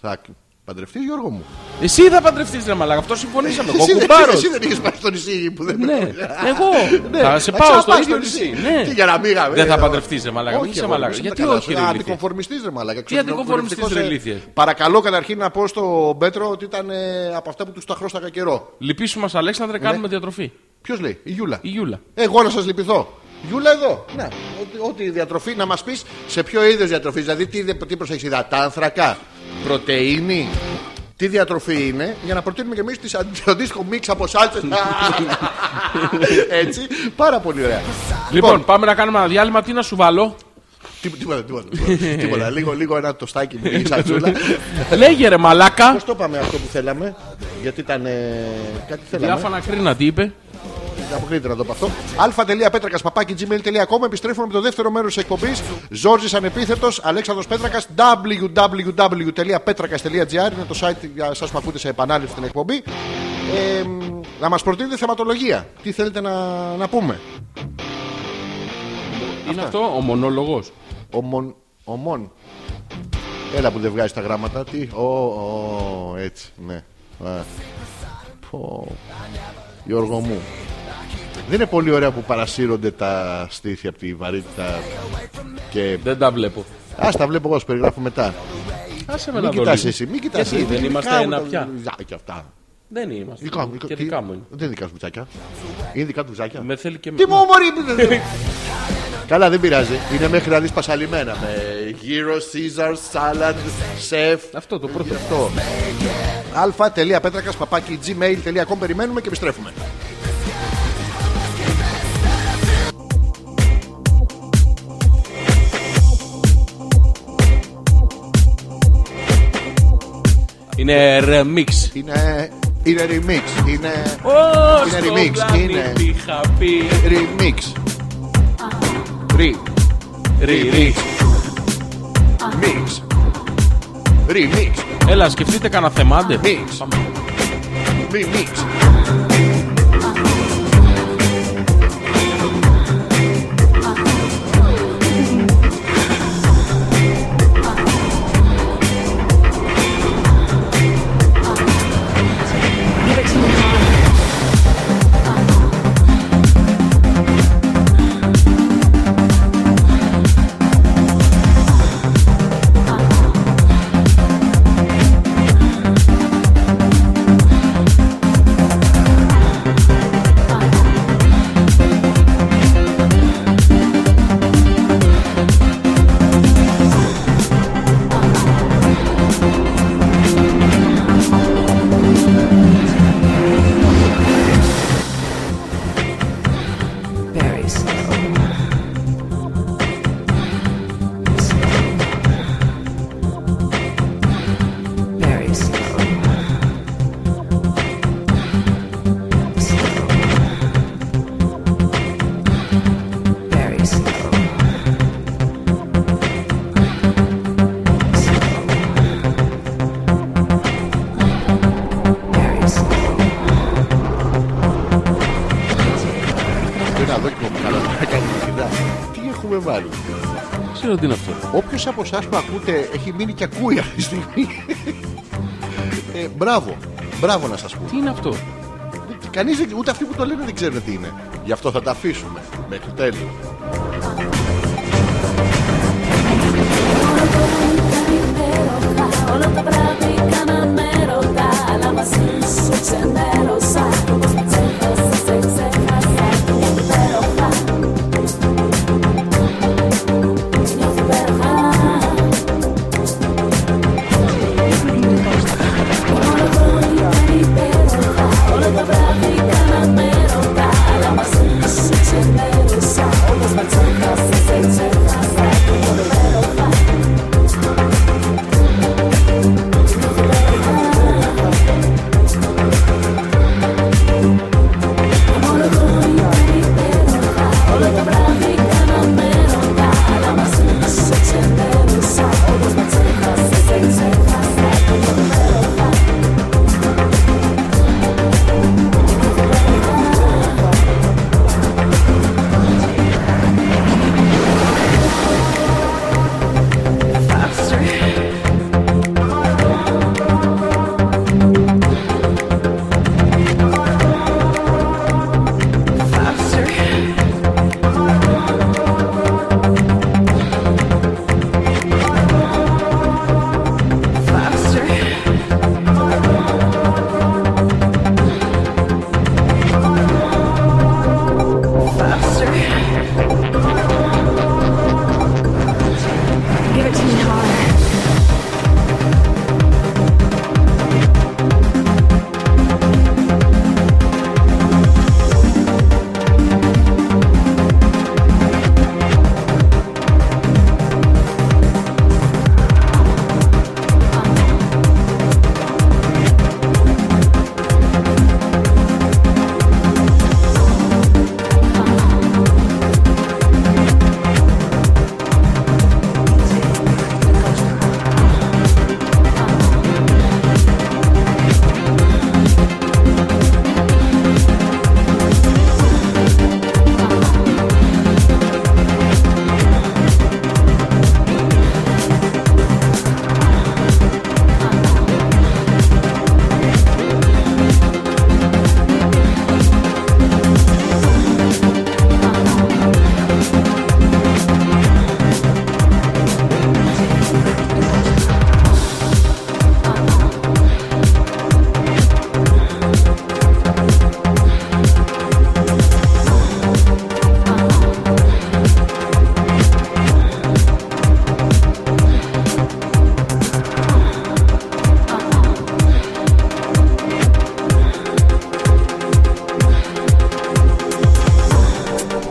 S1: Θα παντρευτείς, Γιώργο μου.
S2: Εσύ θα παντρευτείς, ρε Μαλάκα. Αυτό συμφωνήσαμε. Εγώ
S1: Εσύ δεν-
S2: κουμπάρος.
S1: Εσύ δεν είχες πάει στο νησί που δεν
S2: Ναι, εγώ.
S1: Ναι.
S2: Θα σε
S1: Να
S2: πάω στο
S1: ξαναπάς
S2: ίδιο νησί.
S1: Τι,
S2: Ναι.
S1: για να Ε, μίγαμε.
S2: Δεν θα παντρευτείς, ρε Μαλάκα. Μην είσαι Μαλάκα. Γιατί όχι, ρε ηλίθιε.
S1: Αντικομφορμιστής, ρε Μαλάκα.
S2: Τι αντικομφορμιστής,
S1: Ξυπνοπνευστικός,
S2: ρε,
S1: ε.
S2: ηλίθιε.
S1: Παρακαλώ καταρχήν να πω στον Πέτρο ότι ήταν ε, από αυτά που τους τα χρώστακα καιρό.
S2: Λυπήσουμε μα,
S1: Ναι.
S2: Αλέξανδρε, κάνουμε διατροφή.
S1: Ποιος λέει, η Γιούλα.
S2: Η Γιούλα.
S1: Εγώ να σας λυπηθώ. Γιούλα εδώ. Να, ό,τι- ό,τι διατροφή να μας πεις σε ποιο είδος διατροφής. Δηλαδή τι, τι προσέχεις, υδατάνθρακα, πρωτενη. Τι διατροφή είναι, για να προτείνουμε και εμεί το αντίστοιχο μίξ από σάλτσε. Έτσι. Πάρα πολύ ωραία.
S2: Λοιπόν, πάμε να κάνουμε ένα διάλειμμα. Τι να σου βάλω.
S1: Τι- Τίποτα, τίποτα. τίποτα. τίποτα. Λίγο, λίγο ένα τοστάκι μου η σαλτσούλα.
S2: Λέγε ρε Μαλάκα.
S1: Πώς το είπαμε αυτό που θέλαμε, Γιατί ήταν. ε, κάτι θέλαμε.
S2: Διάφανα κρίνα, τι είπε.
S1: Αποκλείται να το πω αυτό. αλφα.πέτρακα παπάκι gmail.com Επιστρέφουμε με το δεύτερο μέρος της εκπομπής. Ζόρζης Ανεπίθετος, Αλέξανδρος Πέτρακας, www.πέτρακα.gr είναι το site για εσάς που ακούτε σε επανάληψη την εκπομπή. Ε, μ, να μας προτείνετε θεματολογία. Τι θέλετε να, να πούμε.
S2: Είναι αυτό ο μονόλογος.
S1: Ομον. ομον. Έλα που δεν βγάζει τα γράμματα. Τι. Ο, ο, έτσι, ναι. Α. Πω. Γιώργο μου. Δεν είναι πολύ ωραία που παρασύρονται τα στήθη από τη βαρύτητα και
S2: Δεν τα βλέπω.
S1: Ας τα βλέπω εγώ, σου περιγράφω μετά.
S2: Άσε με
S1: Μην
S2: να δω.
S1: κοιτά
S2: λίγο.
S1: εσύ, μην κοιτάς
S2: Γιατί,
S1: εσύ.
S2: Δεν
S1: δικά
S2: είμαστε
S1: μου
S2: ένα
S1: τα-
S2: πια.
S1: Ζα, Και αυτά.
S2: Δεν είμαστε.
S1: Δικά μου,
S2: Και
S1: τι-
S2: δικά μου είναι.
S1: Δεν είναι δικά σου βουτσάκια. Είναι δικά του βουτσάκια.
S2: Με θέλει και
S1: Τι μου μωρή. Καλά, δεν πειράζει. Είναι μέχρι να δεις πασαλιμένα. Με γύρο, Caesar, salad, chef.
S2: Αυτό το πρώτο.
S1: Αυτό. αλφα.πέτρακα παπάκι gmail.com Περιμένουμε και επιστρέφουμε.
S2: Είναι remix.
S1: Είναι, είναι remix. Είναι
S2: Ω,
S1: Είναι
S2: στο
S1: remix,
S2: πλανήτη
S1: είναι.
S2: είχα πει.
S1: remix. Re-
S2: Ρι, ρι.
S1: Mix. Remix.
S2: Έλα, σκεφτείτε κανένα θεμάντε.
S1: Mix. Remix.
S3: berries. Berries. Berries. Berries.
S1: Δεν αδόκιμο που κάνω να κάνω κοινά. Τι έχουμε βάλει.
S2: Ξέρω τι είναι αυτό.
S1: Όποιος από εσάς που ακούτε έχει μείνει και ακούει αυτή τη στιγμή. Ε, μπράβο. Μπράβο να σας πω.
S2: Τι είναι αυτό.
S1: Κανείς δεν- ούτε αυτοί που το λένε δεν ξέρουν τι είναι. Γι' αυτό θα τα αφήσουμε μέχρι τέλους.
S4: Όλο το βράδυ κάναμε ρωτά, αλλά μαζί σου ξενέρωσα. Όπως με ξέχασες, σε ξέχασα. Υπέροχα. Νιώθω υπέροχα. Όλο το βράδυ ήταν υπέροχα. Όλο το βράδυ κάναμε ρωτά, αλλά μαζί σου ξενέρωσα. Όπως με ξέχασες, σε ξέχασα. Υπέροχα.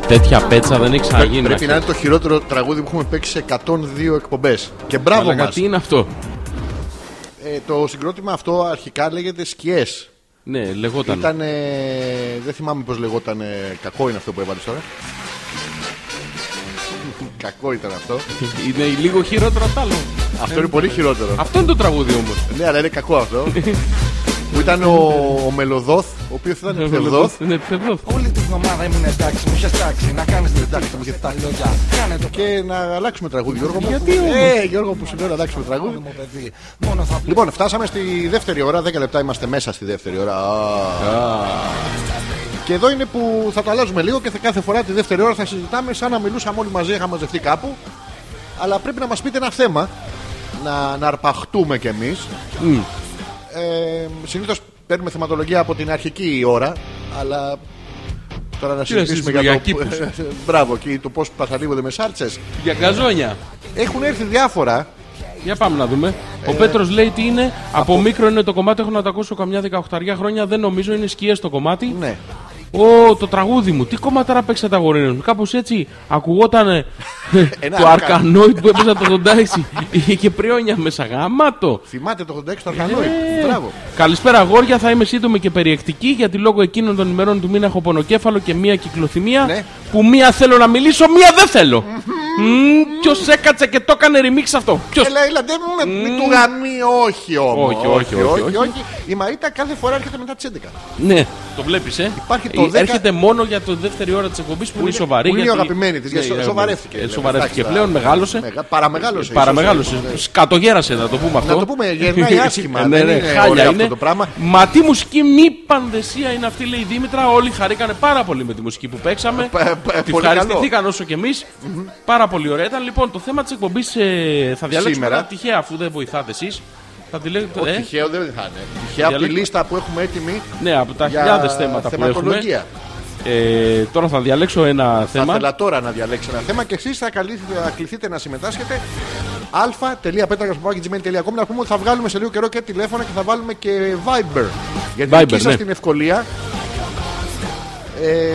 S2: τέτοια πέτσα δεν έχει ξαναγίνει.
S1: Πρέπει να
S2: ξέρεις.
S1: είναι το χειρότερο τραγούδι που έχουμε παίξει σε 102 εκπομπές. Και μπράβο
S2: Μαλάκα,
S1: μας.
S2: τι είναι αυτό.
S1: Ε, το συγκρότημα αυτό αρχικά λέγεται Σκιές.
S2: Ναι, λεγόταν.
S1: Ήταν. δεν θυμάμαι πώς λεγόταν. κακό είναι αυτό που έβαλες τώρα. κακό ήταν αυτό.
S2: Είναι λίγο χειρότερο από τα άλλο.
S1: αυτό είναι πολύ χειρότερο.
S2: Αυτό είναι το τραγούδι όμως.
S1: Ναι, αλλά είναι κακό αυτό. που ήταν ο, ο Μελοδόθ, ο οποίος ήταν Μελοδόθ.
S2: Ναι, ψευδό.
S5: Όλη τη βδομάδα ήμουν εντάξει, μου είχες τάξει να κάνεις την τάξη μου είχε τα λόγια. Κάνε το
S1: Και να αλλάξουμε τραγούδι, Γιώργο. μου.
S2: Γιατί όμως?
S1: Ε, Γιώργο, που σου λέω να αλλάξουμε τραγούδι.
S5: μου παιδί. Μόνο θα πλέον.
S1: Λοιπόν, φτάσαμε στη δεύτερη ώρα. 10 λεπτά είμαστε μέσα στη δεύτερη ώρα. Και εδώ είναι που θα το αλλάζουμε λίγο και θα- κάθε φορά τη δεύτερη ώρα θα συζητάμε σαν να μιλούσαμε όλοι μαζί, είχαμε μαζευτεί κάπου. Αλλά πρέπει να μας πείτε ένα θέμα, να, να αρπαχτούμε κι εμείς. Ε, συνήθως παίρνουμε θεματολογία από την αρχική ώρα, αλλά τώρα να συζητήσουμε
S2: συζητήσουμε,
S1: για,
S2: για
S1: το... Μπράβο, και το πώς παθαρίγονται με σάρτσες.
S2: Για γκαζόνια.
S1: Έχουν έρθει διάφορα.
S2: Για πάμε να δούμε. Ο Πέτρος λέει τι είναι. Από μικρό είναι το κομμάτι, έχω να το ακούσω καμιά 18 χρόνια. Δεν νομίζω, είναι σκιές το κομμάτι.
S1: Ναι.
S2: Ω, το τραγούδι μου. Τι κομματάρα παίξατε αγορίνε μου. Κάπως έτσι ακουγότανε
S1: Ένα
S2: το
S1: αρκα-
S2: αρκανόιτ που έπαιζε το 86. Είχε και πριόνια μέσα. Γαμάτο.
S1: Θυμάται το 86 το Αρκανόη.
S2: Ε.
S1: Μπράβο.
S2: Καλησπέρα αγόρια, θα είμαι σύντομη και περιεκτική γιατί λόγω εκείνων των ημερών του μήνα έχω πονοκέφαλο και μία κυκλοθυμία
S1: Ναι.
S2: που μία θέλω να μιλήσω, μία δεν θέλω. Ποιος έκατσε και το έκανε remix αυτό. Ποιος.
S1: Έλα, έλα, Ε, δηλαδή, δεν με μην του γαμεί, όχι όμως.
S2: Όχι, όχι, όχι, όχι.
S1: Η Μαρίτα κάθε φορά έρχεται μετά τις 11.
S2: Ναι, το βλέπεις, ε.
S1: Υπάρχει το
S2: Ε,
S1: 10
S2: Έρχεται μόνο για το δεύτερη ώρα της εκπομπής που, είναι σοβαρή.
S1: που είναι η
S2: γιατί-
S1: αγαπημένη της, γιατί
S2: Ναι,
S1: σοβαρεύτηκε,
S2: ε,
S1: λέμε,
S2: Σοβαρεύτηκε
S1: εντάξει,
S2: πλέον,
S1: τώρα.
S2: μεγάλωσε.
S1: Μεγα- παραμεγάλωσε, ίσως,
S2: Ε, Παραμεγάλωσε.
S1: ναι.
S2: Σκατογέρασε, να το πούμε αυτό.
S1: το πούμε, γερνάει άσχημα,
S2: ναι,
S1: δεν
S2: ναι,
S1: είναι
S2: χάλια
S1: ωραίο αυτό
S2: είναι.
S1: το πράγμα.
S2: Μα τι μουσική μη πανδεσία είναι αυτή, λέει η Δήμητρα. Όλοι χαρήκανε πάρα πολύ με τη μουσική που παίξαμε.
S1: Ε, Πα- πα-
S2: Τη
S1: πολύ καλό.
S2: ευχαριστηθήκαν όσο και εμείς. Πάρα πολύ ωραία ήταν. Λοιπόν, το θέμα της εκπομπής θα διαλέξουμε
S1: Σήμερα.
S2: ένα τυχαία, αφού δεν βοηθάτε εσείς. Θα τη λέγετε.
S1: Όχι,
S2: ε,
S1: τυχαίο δεν θα είναι. Τυχαία από τη
S2: Διαλέγουμε.
S1: λίστα που έχουμε έτοιμη
S2: Ναι, από τα
S1: για
S2: χιλιάδες θέματα που έχουμε.
S1: θεματολογία.
S2: Ε, τώρα θα διαλέξω ένα
S1: Θα
S2: θέμα.
S1: ήθελα τώρα να διαλέξει ένα θέμα και εσείς θα, καλεί- θα κληθείτε να συμμετάσχετε. α.πέτρακα.gmail.com Να πούμε ότι θα βγάλουμε σε λίγο καιρό και τηλέφωνα και θα βάλουμε και Viber. Για την
S2: Viber,
S1: δική σας
S2: ναι.
S1: την ευκολία. Ε,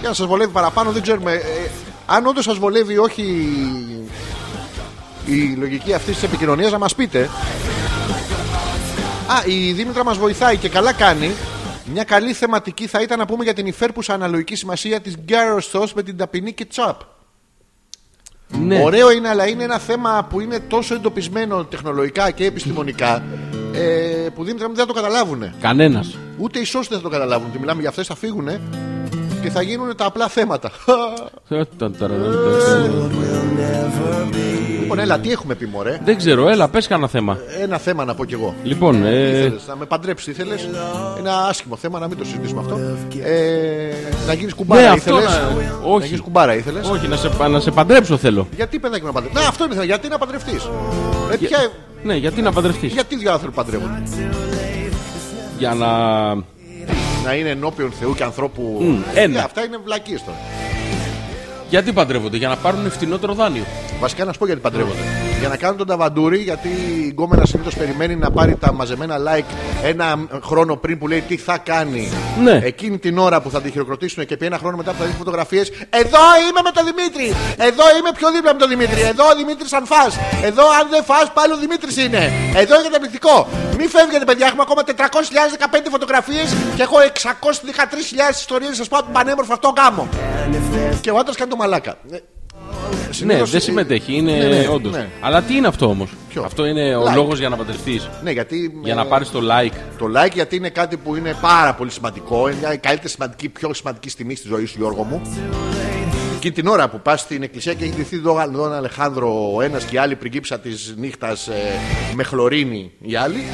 S1: για να σα βολεύει παραπάνω, δεν ξέρουμε. Ε, αν όντως σας βολεύει ή όχι η λογική αυτής της επικοινωνίας, να μας πείτε. Α, η Δήμητρα μας βοηθάει και καλά κάνει. Μια καλή θεματική θα ήταν να πούμε για την υφέρπουσα αναλογική σημασία της Γκάρωστο με την ταπεινή και τσάπ.
S2: Ναι.
S1: Ωραίο είναι, αλλά είναι ένα θέμα που είναι τόσο εντοπισμένο τεχνολογικά και επιστημονικά ε, που Δήμητρα μου δεν θα το καταλάβουν.
S2: Κανένας.
S1: Ούτε οι σώσοι δεν θα το καταλάβουν. Τι μιλάμε για αυτές, θα φύγουν και θα γίνουν τα απλά θέματα.
S2: Ε,
S1: λοιπόν, έλα, τι έχουμε πει, Μωρέ.
S2: Δεν ξέρω, έλα, πες κανένα θέμα.
S1: Ένα θέμα να πω κι εγώ.
S2: Λοιπόν, ε,
S1: Ήθελες, να με παντρέψεις, ήθελε. Ένα άσχημο θέμα, να μην το συζητήσουμε αυτό. Ε, να γίνεις κουμπάρα,
S2: Ναι, αυτό
S1: ήθελε.
S2: να- όχι.
S1: γίνεις κουμπάρα, ήθελε.
S2: όχι, να σε, πα- να σε παντρέψω θέλω.
S1: Γιατί παιδάκι να παντρευτεί. Να, αυτό είναι θέμα. Γιατί να παντρευτείς. Ε, ποια-
S2: Ναι, γιατί να παντρευτείς. Για...
S1: Γιατί δύο άνθρωποι παντρεύονται.
S2: να.
S1: Να είναι ενώπιον Θεού και ανθρώπου.
S2: ένα.
S1: Ε, αυτά είναι βλακίες τώρα.
S2: Γιατί παντρεύονται, για να πάρουν φτηνότερο δάνειο.
S1: Βασικά να σου πω γιατί παντρεύονται. Για να κάνουν τον ταβαντούρι, γιατί η γκόμενα συνήθως περιμένει να πάρει τα μαζεμένα like ένα χρόνο πριν που λέει τι θα κάνει.
S2: Ναι.
S1: Εκείνη την ώρα που θα τη χειροκροτήσουν και πει ένα χρόνο μετά που θα δει φωτογραφίες. Εδώ είμαι με τον Δημήτρη! Εδώ είμαι πιο δίπλα με τον Δημήτρη! Εδώ ο Δημήτρης αν φά! Εδώ αν δεν φά πάλι ο Δημήτρης είναι! Εδώ είναι καταπληκτικό! Μη φεύγετε παιδιά, έχουμε ακόμα 400.015 φωτογραφίες και έχω 613.000 ιστορίες να σας πω από τον πανέμορφο αυτό γάμο. Και ο άντρας κάνει το μαλάκα. Ε,
S2: Ναι,
S1: συνήθως, ε,
S2: δεν συμμετέχει, είναι
S1: ναι, ναι,
S2: όντως.
S1: ναι.
S2: Αλλά τι είναι αυτό όμως.
S1: Ποιο?
S2: Αυτό είναι ο
S1: Like.
S2: λόγος για να παντρευτεί.
S1: Ναι, γιατί.
S2: Για
S1: ε,
S2: να πάρεις το like.
S1: Το like γιατί είναι κάτι που είναι πάρα πολύ σημαντικό. Είναι μια καλύτερη σημαντική, πιο σημαντική στιγμή στη ζωή σου, Γιώργο μου. Και την ώρα που πας στην εκκλησία και έχει ντυθεί εδώ τον Αλεχάνδρο ο ένας και η άλλη πριγκίψα της νύχτας ε, με χλωρίνη η άλλη.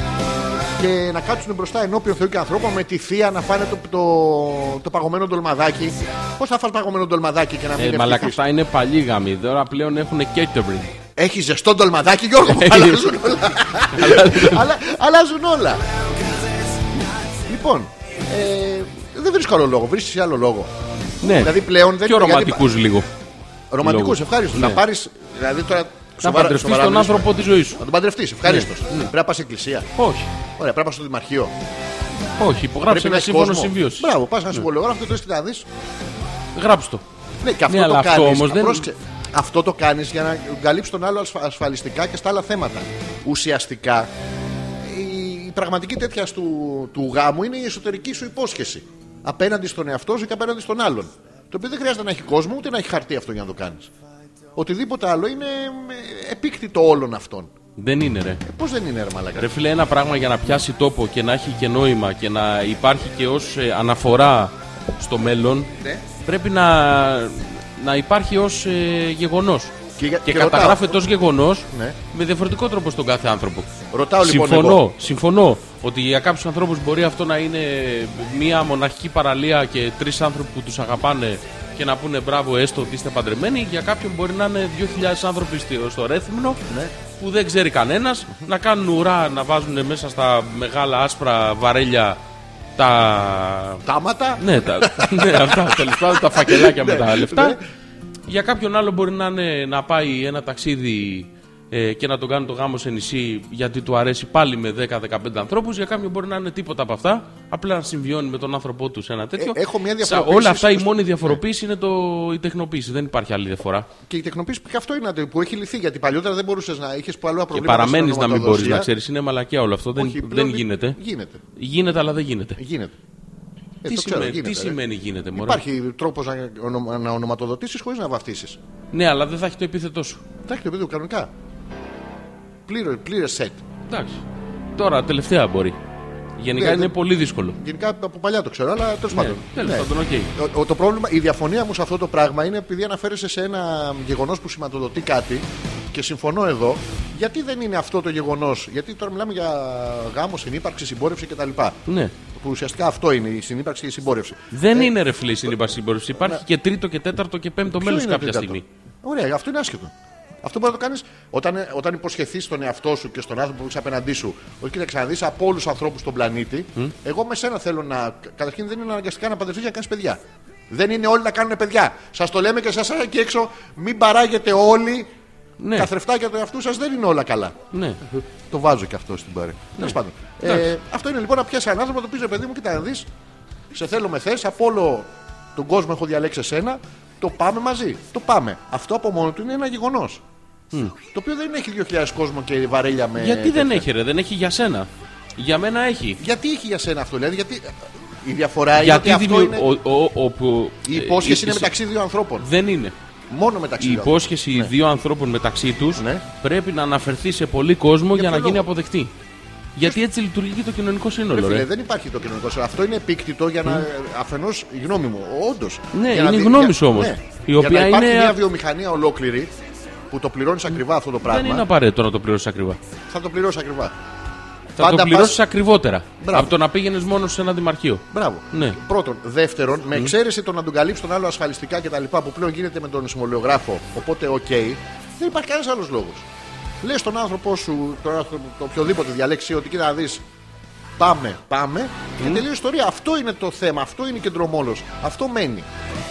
S1: Και να κάτσουν μπροστά ενώπιον Θεού και ανθρώπων με τη θεία να φάνε το, το, το παγωμένο ντολμαδάκι. Πώς θα φας παγωμένο ντολμαδάκι και να μην
S2: Ε,
S1: ε,
S2: μαλάκα, αυτά είναι παλιοί γάμοι. Τώρα πλέον έχουν catering.
S1: Έχει ζεστό ντολμαδάκι, Γιώργο μου. αλλάζουν όλα. Αλλά- αλλάζουν όλα. Λοιπόν, ε, δεν βρίσκω άλλο λόγο. Βρίσκεις άλλο λόγο.
S2: Ναι,
S1: Δηλαδή πλέον δεν
S2: πιο
S1: γιατί-
S2: ρομαντικούς λίγο.
S1: Ρομαντικούς,
S2: Λόγο.
S1: ευχάριστος.
S2: Ναι.
S1: Να πάρεις. Δηλαδή τώρα.
S2: Να
S1: σοβαρά-
S2: παντρευτείς
S1: σοβαρά
S2: τον
S1: μιλήσουμε.
S2: άνθρωπο Ναι. τη ζωή σου.
S1: Να τον παντρευτείς, ευχαρίστω. Πρέπει να πας εκκλησία.
S2: Όχι.
S1: Ωραία, πρέπει να πας στο δημαρχείο.
S2: Όχι, υπογράψε
S1: Πρέπει να
S2: ένα
S1: έχεις
S2: σύμφωνο Ναι.
S1: κόσμο.
S2: συμβίωσης.
S1: Μπράβο, πας να συμβολογράφο και το και να δεις.
S2: Γράψτε το.
S1: Ναι, και αυτό
S2: Ναι,
S1: το
S2: αλλά αυτό
S1: κάνεις,
S2: όμως δεν-
S1: πρόσεξε, Αυτό το κάνεις για να καλύψει τον άλλο ασφα- ασφαλιστικά και στα άλλα θέματα. Ουσιαστικά, η, η πραγματική τέτοια του, του γάμου είναι η εσωτερική σου υπόσχεση. Απέναντι στον εαυτός σου και απέναντι στον άλλον. Το οποίο δεν χρειάζεται να έχει κόσμο ούτε να έχει χαρτί αυτό για να το κάνεις. Οτιδήποτε άλλο είναι ε, επίκτητο όλων αυτών.
S2: Δεν είναι, ρε.
S1: Ε, Πώς δεν είναι, ρε Μαλακά.
S2: Ρε φίλε, ένα πράγμα για να πιάσει τόπο και να έχει και νόημα και να υπάρχει και ως ε, αναφορά στο μέλλον
S1: Ναι.
S2: πρέπει να, να υπάρχει ως ε, γεγονός.
S1: Και για-
S2: και
S1: και
S2: καταγράφεται
S1: ρωτάω.
S2: ως γεγονός
S1: Ναι.
S2: με διαφορετικό τρόπο στον κάθε άνθρωπο.
S1: Ρωτάω λοιπόν.
S2: συμφωνώ,
S1: εγώ.
S2: συμφωνώ ότι για κάποιους ανθρώπους μπορεί αυτό να είναι μία μοναχική παραλία και τρεις άνθρωποι που τους αγαπάνε και να πούνε μπράβο, έστω ότι είστε παντρεμένοι. Για κάποιον μπορεί να είναι 2.000 άνθρωποι στη- στο Ρέθυμνο
S1: Ναι.
S2: που δεν ξέρει κανένας, να κάνουν ουρά, να βάζουν μέσα στα μεγάλα άσπρα βαρέλια τα.
S1: Τάματα.
S2: Ναι, τα, ναι, αυτά τέλος πάντων, τα φακελάκια με τα
S1: ναι.
S2: λεφτά. Για κάποιον άλλο μπορεί να, είναι, να πάει ένα ταξίδι ε, και να τον κάνει το γάμο σε νησί γιατί του αρέσει πάλι με 10-15 ανθρώπους. Για κάποιον μπορεί να είναι τίποτα από αυτά. Απλά να συμβιώνει με τον άνθρωπό του σε ένα τέτοιο.
S1: Ε, έχω μια
S2: Σα-
S1: διαφοροποίηση Ναι.
S2: Όλα αυτά η
S1: στο-
S2: μόνη διαφοροποίηση είναι το, η τεχνοποίηση. Δεν υπάρχει άλλη διαφορά.
S1: Και η τεχνοποίηση και αυτό είναι το- που έχει λυθεί. Γιατί παλιότερα δεν μπορούσες να είχες πολλά προβλήματα.
S2: Και παραμένει
S1: στην
S2: να μην μπορείς
S1: ονοματοδοσία.
S2: να ξέρεις. Είναι μαλακιά όλο αυτό.
S1: Όχι,
S2: δεν,
S1: πλέον
S2: δεν γίνεται.
S1: Γίνεται.
S2: Γίνεται, αλλά δεν γίνεται.
S1: γίνεται. Ε,
S2: τι
S1: το ξέρω,
S2: σημαίνει,
S1: γίνεται,
S2: τι
S1: ρε.
S2: σημαίνει γίνεται, μωρέ.
S1: Υπάρχει τρόπος να, ονομα, να ονοματοδοτήσεις χωρίς να βαφτίσεις.
S2: Ναι, αλλά δεν θα έχει το επίθετό σου.
S1: Εντάξει, το παιδί κανονικά. Πλήρες σετ.
S2: Εντάξει. Τώρα τελευταία μπορεί. Γενικά
S1: Ναι,
S2: είναι
S1: δεν-
S2: πολύ δύσκολο.
S1: Γενικά από παλιά το ξέρω, αλλά τέλος
S2: Ναι,
S1: πάντων.
S2: τέλος
S1: Ναι.
S2: πάντων, οκ.
S1: Ο- ο- το πρόβλημα, η διαφωνία μου σε αυτό το πράγμα είναι επειδή αναφέρεσαι σε ένα γεγονός που σηματοδοτεί κάτι και συμφωνώ εδώ, γιατί δεν είναι αυτό το γεγονός. Γιατί τώρα μιλάμε για γάμο, συνύπαρξη, συμπόρευση κτλ.
S2: Ναι.
S1: Που ουσιαστικά αυτό είναι η συνύπαρξη και η συμπόρευση.
S2: Δεν είναι ρε φίλε η συνύπαρξη συμπόρευση. Υπάρχει και τρίτο και τέταρτο και πέμπτο
S1: Ποιο
S2: μέλος
S1: είναι
S2: κάποια
S1: το τέταρτο?
S2: στιγμή.
S1: Ωραία, αυτό είναι άσχετο. Αυτό μπορεί να το κάνεις όταν, ε, όταν υποσχεθείς στον εαυτό σου και στον άνθρωπο που έχεις απέναντί σου. Ότι κοίταξε να δει από όλους τους ανθρώπους στον πλανήτη, εγώ με σένα θέλω να. Καταρχήν δεν είναι αναγκαστικά να παντρευτείς για να κάνεις παιδιά. Δεν είναι όλοι να κάνουν παιδιά. Σας το λέμε και εσά εκεί έξω, μην παράγετε όλοι.
S2: Ναι.
S1: Καθρεφτάκια του εαυτού σας δεν είναι όλα καλά.
S2: Ναι.
S1: Το βάζω και αυτό στην παρέα. Τέλος πάντων. Ε,
S2: Εντάξει.
S1: αυτό είναι λοιπόν να πιάσει έναν άνθρωπο, να του πει ρε παιδί μου, κοίτα να δεις. Σε θέλω με θες, από όλο τον κόσμο έχω διαλέξει εσένα. Το πάμε μαζί. Το πάμε. Αυτό από μόνο του είναι ένα γεγονός. Το οποίο δεν έχει 2.000 κόσμο και βαρέλια με.
S2: Γιατί δεν
S1: Ε, τέτοια. Ε,
S2: έχει ρε, δεν έχει για σένα. Για μένα έχει.
S1: Γιατί έχει για σένα αυτό, δηλαδή, γιατί η διαφορά
S2: Γιατί
S1: είναι ότι αυτό
S2: δημιου-
S1: είναι.
S2: ο- ο- όπου-
S1: Η
S2: ε,
S1: υπόσχεση
S2: ε,
S1: είναι
S2: ε,
S1: μεταξύ δύο ανθρώπων.
S2: Δεν είναι.
S1: Μόνο μεταξύ
S2: Η
S1: δύο ανθρώπων.
S2: υπόσχεση δύο ανθρώπων μεταξύ τους
S1: Ναι.
S2: πρέπει να αναφερθεί σε πολύ κόσμο για,
S1: ποιο
S2: να γίνει
S1: λόγο?
S2: αποδεκτή. Γιατί έτσι λειτουργεί και το κοινωνικό σύνολο,
S1: Ρε
S2: ρε.
S1: φίλε, δεν υπάρχει το κοινωνικό σύστημα. Αυτό είναι επίκτητο για να. Αφενός, η γνώμη μου, όντως.
S2: Ναι, είναι η γνώμη σου όμως, η
S1: ναι. για να
S2: οποία
S1: υπάρχει
S2: είναι-
S1: μια βιομηχανία ολόκληρη που το πληρώνεις ακριβά αυτό το
S2: Δεν
S1: πράγμα.
S2: είναι απαραίτητο να το πληρώσεις ακριβά.
S1: Θα το πληρώσεις ακριβά.
S2: Θα
S1: Πάντα
S2: το
S1: πας-
S2: πληρώσει ακριβότερα.
S1: Μπράβο.
S2: Από το να πήγαινες μόνο σε ένα δημαρχείο.
S1: Μπράβο.
S2: Ναι.
S1: Πρώτον. Δεύτερον, με εξαίρεση το να τον καλύψεις τον άλλο ασφαλιστικά κτλ. που πλέον γίνεται με τον συμβολιογράφο. Οπότε, οκ. Δεν υπάρχει κανένας άλλος λόγος. Λες τον άνθρωπό σου, τον άνθρωπο, το οποιοδήποτε διαλέξει, ότι κοίτα να δεις. Πάμε, πάμε και τελείω ιστορία. Αυτό είναι το θέμα. Αυτό είναι κεντρομόλος. Αυτό μένει.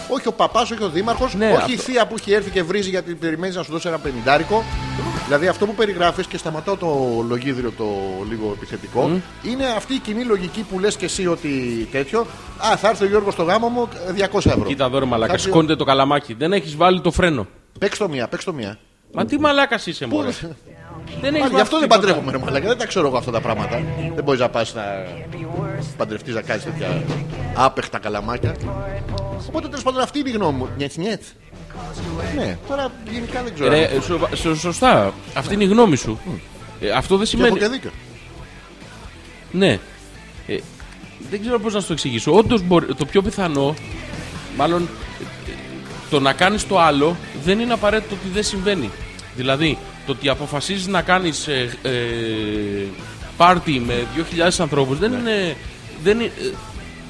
S1: Όχι ο παπάς, όχι ο δήμαρχος,
S2: Ναι,
S1: όχι η
S2: αυτό.
S1: θεία που έχει έρθει και βρίζει γιατί περιμένεις να σου δώσει ένα πενιντάρικο. Δηλαδή αυτό που περιγράφεις και σταματάω το λογίδριο το λίγο επιθετικό είναι αυτή η κοινή λογική που λες και εσύ ότι τέτοιο. Α, θα έρθει ο Γιώργος στο γάμο μου 200 ευρώ.
S2: Κοίτα εδώ ρε μαλάκα,
S1: Εντάξει,
S2: σηκώνεται το καλαμάκι. Δεν έχεις βάλει το φρένο.
S1: Παίξ το μία, παίξ το μία.
S2: Μα τι μαλάκας είσαι,
S1: Πού-
S2: Μωρέ. Δεν έχεις
S1: Πάλι, Γι' αυτό δεν
S2: τίποτα.
S1: παντρεύομαι, ρε Μαλάκα. Δεν τα ξέρω εγώ αυτά τα πράγματα. Δεν μπορείς να πας να παντρευτείς να κάνεις τέτοια άπεχτα καλαμάκια. Οπότε τέλος πάντων αυτή είναι η γνώμη μου. Νιέτ, νιέτ. Ναι, τώρα γενικά δεν ξέρω.
S2: Ρε, σο- σο- σωστά. Αυτή είναι η γνώμη σου. Ε, αυτό δεν
S1: και έχω
S2: σημαίνει.
S1: και δίκιο.
S2: Ναι. Ε, δεν ξέρω πώς να σου το εξηγήσω. Όντως το πιο πιθανό, μάλλον ε, ε, το να κάνεις το άλλο δεν είναι απαραίτητο ότι δεν συμβαίνει. Δηλαδή, το ότι αποφασίζεις να κάνεις ε, ε, πάρτι με 2.000 ανθρώπου
S1: Ναι.
S2: δεν είναι. Δεν είναι ε,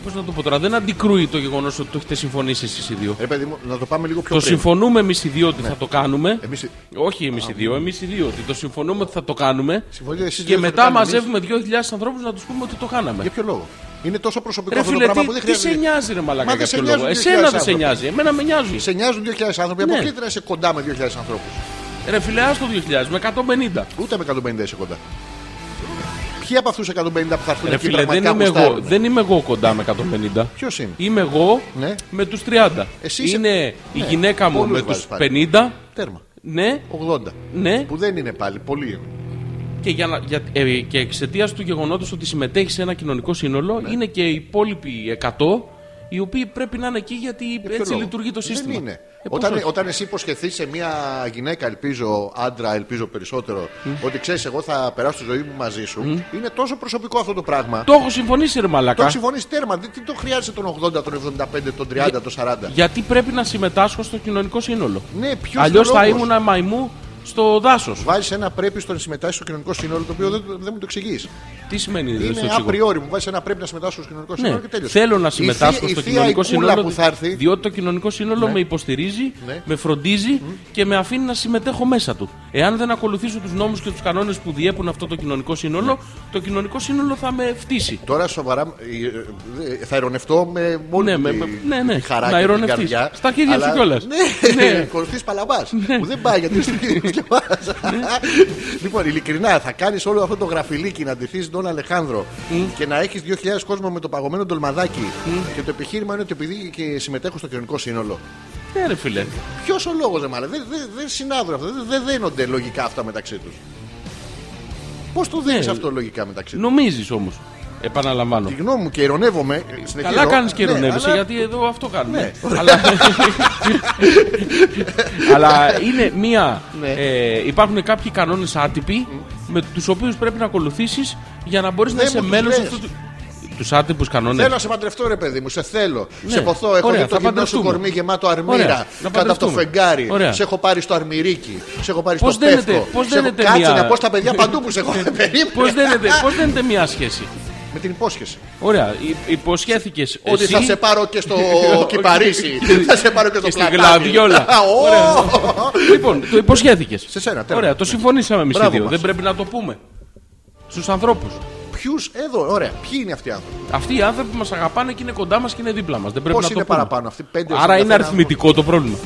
S2: πώς να το πω τώρα, δεν αντικρούει το γεγονός ότι το έχετε συμφωνήσει εσείς οι δύο.
S1: Ρε παιδί μου, να το πάμε λίγο Ε, πιο
S2: Το
S1: πριν. Ναι.
S2: συμφωνούμε εμείς οι δύο ότι θα το κάνουμε.
S1: Εμείς-
S2: Όχι εμείς οι δύο, εμείς οι δύο. Ότι το συμφωνούμε ότι θα το κάνουμε.
S1: Συμφωνείτε εσείς δύο
S2: και
S1: θα το
S2: μετά
S1: κάνουμε
S2: μαζεύουμε 2.000 ανθρώπους να τους πούμε ότι το κάναμε.
S1: Για ποιο λόγο. Είναι τόσο προσωπικό
S2: Ρε
S1: αυτό το
S2: φίλε,
S1: πράγμα
S2: τι,
S1: που δεν
S2: τι σε
S1: χρειάζεται.
S2: νοιάζει, ρε Μαλάκα,
S1: Μα
S2: για
S1: δεν σε
S2: ποιο
S1: νοιάζουν
S2: λόγο.
S1: 2.000
S2: Εσένα δεν σε
S1: άνθρωποι.
S2: νοιάζει, εμένα με νοιάζει.
S1: Σε νοιάζουν 2.000 άνθρωποι.
S2: Ναι.
S1: Αποκλείται να είσαι κοντά με 2.000 ανθρώπους.
S2: Ρε φίλε, άστο 2.000 με 150.
S1: Ούτε με 150 είσαι κοντά. Ποιοι από αυτούς 150 που θα έρθουν
S2: Ρε
S1: εκεί
S2: φίλε, δεν
S1: πραγματικά
S2: είμαι, εγώ,
S1: γουστάρουν.
S2: δεν είμαι εγώ κοντά με 150.
S1: Ποιος είναι?
S2: Είμαι εγώ
S1: Ναι.
S2: με τους 30.
S1: Εσύ είσαι-
S2: είναι η
S1: Ναι,
S2: γυναίκα μου
S1: πολλούς
S2: με
S1: βάζεις
S2: του
S1: πάλι.
S2: 50.
S1: Τέρμα.
S2: Ναι,
S1: 80.
S2: ναι.
S1: Που δεν είναι πάλι, πολύ είναι.
S2: Και, για να, για, ε, και εξαιτίας του γεγονότος ότι συμμετέχει σε ένα κοινωνικό σύνολο,
S1: Ναι.
S2: είναι και οι υπόλοιποι 100 οι οποίοι πρέπει να είναι εκεί γιατί
S1: Ε, ποιο
S2: έτσι
S1: λόγο?
S2: λειτουργεί το σύστημα.
S1: Δεν είναι.
S2: Ε, πώς
S1: όταν,
S2: όχι.
S1: όταν εσύ υποσχεθείς σε μια γυναίκα, ελπίζω, άντρα, ελπίζω περισσότερο, ότι ξέρεις, εγώ θα περάσω τη ζωή μου μαζί σου, είναι τόσο προσωπικό αυτό το πράγμα.
S2: Το έχω συμφωνήσει, ρε
S1: Το
S2: Μαλακά.
S1: συμφωνεί τέρμα. Δεν- Τι το χρειάζεται τον 80, τον 75, τον 30, τον 40.
S2: Γιατί πρέπει να συμμετάσχω στο κοινωνικό σύνολο.
S1: Ναι, ποιος
S2: Αλλιώς θα ήμουν μαϊμού στο δάσος.
S1: Βάζεις ένα πρέπει στο να συμμετάσχεις στο κοινωνικό σύνολο, το οποίο δεν, δεν μου το εξηγείς.
S2: Τι σημαίνει δεν στο
S1: Είναι
S2: εξηγώ.
S1: απριόρι μου. Βάζεις ένα πρέπει να συμμετάσχω στο κοινωνικό σύνολο
S2: Ναι.
S1: και τέλειωσε.
S2: Θέλω να
S1: Η θεία-
S2: συμμετάσχω
S1: η
S2: στο
S1: θεία
S2: κοινωνικό
S1: η κούλα
S2: σύνολο.
S1: που θα έρθει,
S2: Διότι το κοινωνικό σύνολο με υποστηρίζει,
S1: Ναι.
S2: με φροντίζει και με αφήνει να συμμετέχω μέσα του. Εάν δεν ακολουθήσω τους νόμους και τους κανόνες που διέπουν αυτό το κοινωνικό σύνολο,
S1: Ναι.
S2: το κοινωνικό σύνολο θα με φτύσει.
S1: Τώρα σοβαρά ε, ε, θα ειρωνευτώ με όλη
S2: Ναι,
S1: τη-
S2: με- με- ναι, ναι.
S1: τη χαρά
S2: Να
S1: και την
S2: ειρωνευτείς.
S1: καρδιά.
S2: Στα χέρια
S1: αλλά-
S2: σου κιόλας. Ναι.
S1: Ναι, κορυφή παλαμπά. Που δεν πάει γιατί στο χέρι και Λοιπόν, ειλικρινά, θα κάνεις όλο αυτό το γραφιλίκι να ντυθείς τον Αλεχάνδρο και να έχεις 2.000 κόσμο με το παγωμένο τολμαδάκι. Και το επιχείρημα είναι ότι επειδή και συμμετέχω στο κοινωνικό σύνολο.
S2: Ναι, ρε φίλε.
S1: Ποιος ο λόγος, δε μάλλον. Δεν δεν- δεν συνάδουν αυτά. Δεν- Δεν δένονται λογικά αυτά μεταξύ τους. Πώς το δίνεις
S2: Ναι.
S1: αυτό λογικά μεταξύ τους.
S2: Νομίζεις όμως. Επαναλαμβάνω.
S1: Τη γνώμη μου και ειρωνεύομαι.
S2: Καλά
S1: συνεχίζω.
S2: κάνεις και
S1: Ναι,
S2: ειρωνεύεσαι,
S1: αλλά Ναι.
S2: γιατί εδώ αυτό κάνουμε. Αλλά... Αλλά είναι μία.
S1: Ναι.
S2: Ε, υπάρχουν κάποιοι κανόνες άτυποι με τους οποίους πρέπει να ακολουθήσεις για να μπορείς να
S1: Δεν
S2: είσαι
S1: Ναι, μου τους
S2: μέλος
S1: λες.
S2: αυτού του. Τους άτυπους κανόνες.
S1: Θέλω να σε παντρευτώ, ρε παιδί μου, σε θέλω.
S2: Ναι.
S1: Σε ποθώ, έχω
S2: Ωραία,
S1: δει το
S2: θα
S1: γυμνό σου
S2: παντρευτούμε.
S1: κορμί γεμάτο
S2: Ωραία,
S1: αρμύρα.
S2: να
S1: Κατά από το
S2: παντρευτούμε.
S1: φεγγάρι.
S2: Ωραία.
S1: Σε έχω πάρει στο αρμυρίκι. Σε έχω πάρει
S2: Πώς
S1: στο
S2: δένεται-
S1: πεύκο.
S2: πώς
S1: σε έχω-
S2: δένεται
S1: Κάτσε
S2: μια-
S1: να πω στα παιδιά παντού που σε έχω περίπου.
S2: Πώς δένεται, πώς δένεται μία σχέση.
S1: Με την υπόσχεση.
S2: Ωραία, υποσχέθηκε
S1: Ε, Ότι θα σε πάρω και στο Κυπαρίσι. θα σε πάρω και στο
S2: και στην
S1: Πλατάνι.
S2: Γλαβιόλα.
S1: Α, ω!
S2: Λοιπόν, το υποσχέθηκες. Σε
S1: σένα, τέρμα.
S2: Ωραία, το συμφωνήσαμε εμείς οι
S1: Μπράβο
S2: δύο.
S1: μας.
S2: Δεν πρέπει να το πούμε. Στους ανθρώπους.
S1: Ποιους εδώ, ωραία, ποιοι είναι αυτοί οι άνθρωποι.
S2: Αυτοί οι άνθρωποι μας αγαπάνε και είναι κοντά μας και είναι δίπλα μας. Δεν πρέπει
S1: Πώ
S2: να
S1: είναι
S2: το πούμε.
S1: παραπάνω αυτοί, πέντε
S2: Άρα είναι
S1: καθένα
S2: αριθμητικό το πρόβλημα.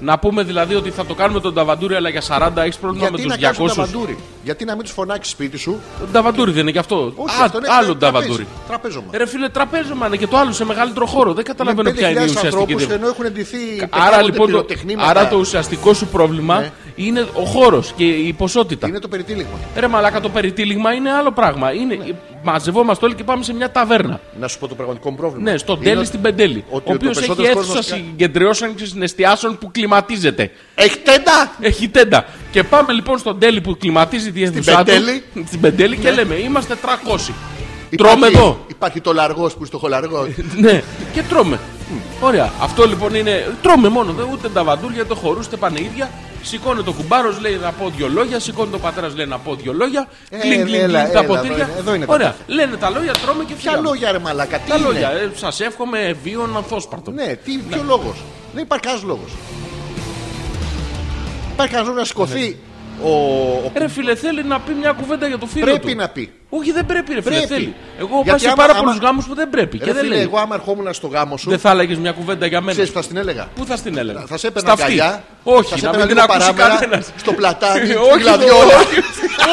S2: Να πούμε δηλαδή ότι θα το κάνουμε τον Ταβαντούρη, αλλά για 40 έχεις πρόβλημα
S1: Γιατί
S2: με
S1: να
S2: του 200.
S1: κάνεις τον ταβαντούρι. Γιατί να μην τους φωνάξεις σπίτι σου.
S2: Τον Ταβαντούρη δεν είναι και αυτό.
S1: Όχι,
S2: Α,
S1: αυτό είναι
S2: άλλο
S1: τραπέζι,
S2: Ταβαντούρι.
S1: Τραπέζωμα.
S2: Ρε φίλε, τραπέζωμα είναι και το άλλο σε μεγαλύτερο χώρο. Δεν καταλαβαίνω ποια είναι η
S1: 5.000
S2: ουσιαστική
S1: ανθρώπους
S2: διαφορά.
S1: ενώ έχουν εντυθεί.
S2: Άρα λοιπόν το, άρα το
S1: το...
S2: ουσιαστικό σου πρόβλημα
S1: Ναι.
S2: είναι ο χώρος και η ποσότητα.
S1: Είναι το περιτύλιγμα.
S2: Ρε μαλάκα, το περιτύλιγμα είναι άλλο πράγμα. Είναι,
S1: Ναι.
S2: Μαζευόμαστε όλοι και πάμε σε μια ταβέρνα.
S1: Να σου πω το πραγματικό μου πρόβλημα.
S2: Ναι, στον
S1: Είναι
S2: τέλει
S1: ότι-
S2: στην Πεντέλη. Ο
S1: ότι
S2: οποίο
S1: το
S2: έχει
S1: περισσότερος
S2: αίθουσα
S1: κόσμος-
S2: συγκεντριώσεων και συναισθιάσεων που κλιματίζεται.
S1: Έχει τέντα!
S2: Έχει τέντα. Και πάμε λοιπόν στον τέλη που κλιματίζει τη αίθουσά του.
S1: Πεντέλη. Ναι.
S2: Στην Πεντέλη και λέμε είμαστε 300. Τρώμε
S1: Υπάρχει-
S2: εδώ.
S1: Υπάρχει το λαργός που στο χολαργό.
S2: ναι, και τρώμε. Ωραία. Αυτό λοιπόν είναι. Τρώμε μόνο. Δε, ούτε τα βαντούλια, ούτε χορού, ούτε πανείδια. Σηκώνει το κουμπάρος, λέει να πω δύο λόγια. Σηκώνει το πατέρας, λέει να πω δύο λόγια.
S1: Ε,
S2: Κλείνει κλείνει,
S1: έλα,
S2: κλείνει
S1: έλα,
S2: τα
S1: εδώ
S2: ποτήρια.
S1: είναι, εδώ είναι τα
S2: Ωραία. Λένε τα λόγια, τρώμε και
S1: Ποια
S2: φτιάχνουμε.
S1: λόγια ρε μαλάκα, τι
S2: Τα
S1: είναι.
S2: λόγια. Ε, Σας εύχομαι βίων ανθόσπαρτο.
S1: Ναι, τι, ποιο λόγος. Δεν υπάρχει κανένας λόγος. Υπάρχει κανένας λόγος να σηκωθεί. Ο, ο-
S2: Ναι. Ε, Ρε φίλε, θέλει να πει μια κουβέντα για το φίλο
S1: Πρέπει
S2: του.
S1: να πει.
S2: Όχι, δεν πρέπει, ρε φίλε.
S1: Πρέπει.
S2: Θέλει. Εγώ έχω
S1: Γιατί
S2: πάει σε
S1: άμα-
S2: πάρα
S1: άμα-
S2: πολλούς γάμους που δεν πρέπει. και
S1: Ρε
S2: δεν
S1: φίλε,
S2: λέει.
S1: εγώ άμα ερχόμουν στο γάμο σου,
S2: Δεν θα έλεγε μια κουβέντα για μένα.
S1: ξέρεις που θα στην έλεγα.
S2: Πού θα στην έλεγα.
S1: Θα σε έπαιρνα
S2: Στα αυτή.
S1: αγκαλιά. θα
S2: Όχι,
S1: σε
S2: να
S1: έπαιρνα
S2: μην την
S1: λίγο
S2: ακούσει
S1: παράμερα,
S2: κανένας.
S1: Στο πλατάνι,
S2: Ε,
S1: στην
S2: όχι,
S1: γλαδιόλα.
S2: όχι,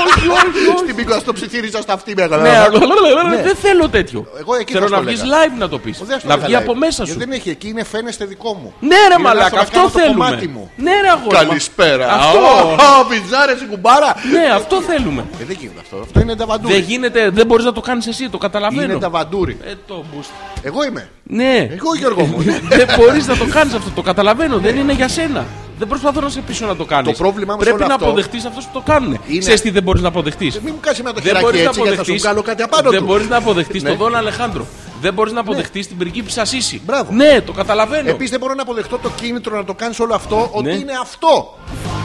S2: όχι, όχι, όχι.
S1: Στην πίκο, στο ψιθύριζα στα αυτή με
S2: Ναι, αλλά- δεν θέλω τέτοιο.
S1: Εγώ εκεί
S2: Θέλω
S1: θα
S2: να
S1: στο
S2: βγεις
S1: έλεγα.
S2: live να το πεις.
S1: Δεν στο
S2: Να
S1: έλεγα
S2: βγει
S1: live.
S2: από μέσα σου.
S1: Γιατί Δεν έχει εκεί, είναι φαίνεστε δικό μου.
S2: Ναι, ρε
S1: Γυρνάω
S2: μαλάκα,
S1: να
S2: αυτό
S1: κάνω το κομμάτι
S2: θέλουμε.
S1: μου.
S2: Ναι, ρε αγόρι. μα-
S1: Καλησπέρα.
S2: Αυτό.
S1: Αυτό. Βιτζάρε η κουμπάρα.
S2: Ναι, αυτό θέλουμε.
S1: Ε, δεν γίνεται αυτό. Αυτό είναι
S2: Δεν
S1: ταβαντούρι.
S2: γίνεται, δεν μπορείς να το κάνεις εσύ, το
S1: Είναι
S2: καταλαβαίνω.
S1: ταβαντούρι.
S2: Ε, το boost.
S1: Εγώ είμαι.
S2: Ναι.
S1: Εγώ Γιώργο μου.
S2: Δεν μπορείς να το κάνεις αυτό, το καταλαβαίνω. Δεν είναι για σένα. Δεν προσπαθώ να σε πείσω να το κάνεις.
S1: Το πρόβλημά μου σε
S2: Πρέπει
S1: όλο
S2: να
S1: αυτό-
S2: αποδεχτείς αυτούς που το κάνουν.
S1: Είναι-
S2: Ξέρεις τι δεν μπορείς να αποδεχτείς.
S1: Μην μου κάτσεις με το
S2: Δεν
S1: χεράκι
S2: μπορείς να
S1: έτσι γιατί θα
S2: αποδεχτεί.
S1: σου κάνω κάτι απάνω
S2: Δεν
S1: του.
S2: μπορείς να αποδεχτείς
S1: Ναι.
S2: τον Δόν Αλεχάνδρο. Δεν μπορείς να αποδεχτείς την πριγκίπισσα Σίση.
S1: Μπράβο.
S2: Ναι, το καταλαβαίνω.
S1: Επίσης δεν μπορώ να αποδεχτώ το κίνητρο να το κάνεις όλο αυτό ότι
S2: Ναι.
S1: είναι αυτό.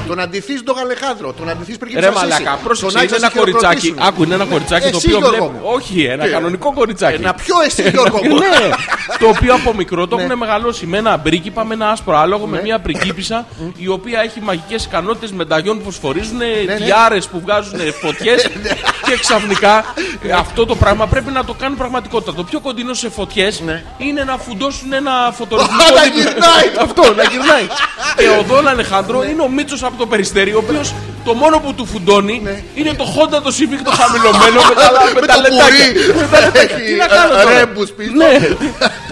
S1: Το να ντυθεί τον Αλεχάνδρο, το να ντυθείς πριν
S2: Ρε μαλακά, πρόσεξε, είναι ένα κοριτσάκι. Άκου, είναι ένα κοριτσάκι το
S1: Εσύ,
S2: οποίο
S1: Γιώργο
S2: βλέπει.
S1: μου. Ε,
S2: Όχι, ένα
S1: Τι,
S2: κανονικό κοριτσάκι.
S1: Να πιω εσύ Γιώργο μου.
S2: ναι, το οποίο από μικρό
S1: Ναι.
S2: το έχουν μεγαλώσει με ένα μπρίκιπα, με ένα άσπρο άλογο, με μια πριγκίπισσα η οποία έχει μαγικές ικανότητες μεταγιών που φωσφορίζουν,
S1: Ναι,
S2: διάρε που βγάζουν φωτιέ και ξαφνικά ε, αυτό το πράγμα πρέπει να το κάνουν πραγματικότητα. Το πιο κοντινό σε φωτιές είναι να φουντώσουν ένα φωτορυθμικό.
S1: Ναι. Να
S2: δίπλο.
S1: γυρνάει. Ναι.
S2: Αυτό, να γυρνάει. Και ο Δόν Αλεχάνδρο είναι ο Μίτσος από το περιστέρι, ο οποίος Το μόνο που του φουντώνει
S1: Ναι.
S2: είναι το Honda το Civic το χαμηλωμένο με τα, με
S1: Με
S2: τα
S1: το
S2: λεντάκια.
S1: πουρί.
S2: Με τα λεντάκια.
S1: Έχει
S2: Τι να κάνω τώρα.
S1: ρέμπους Ε, πίσω. Ε.
S2: Ναι.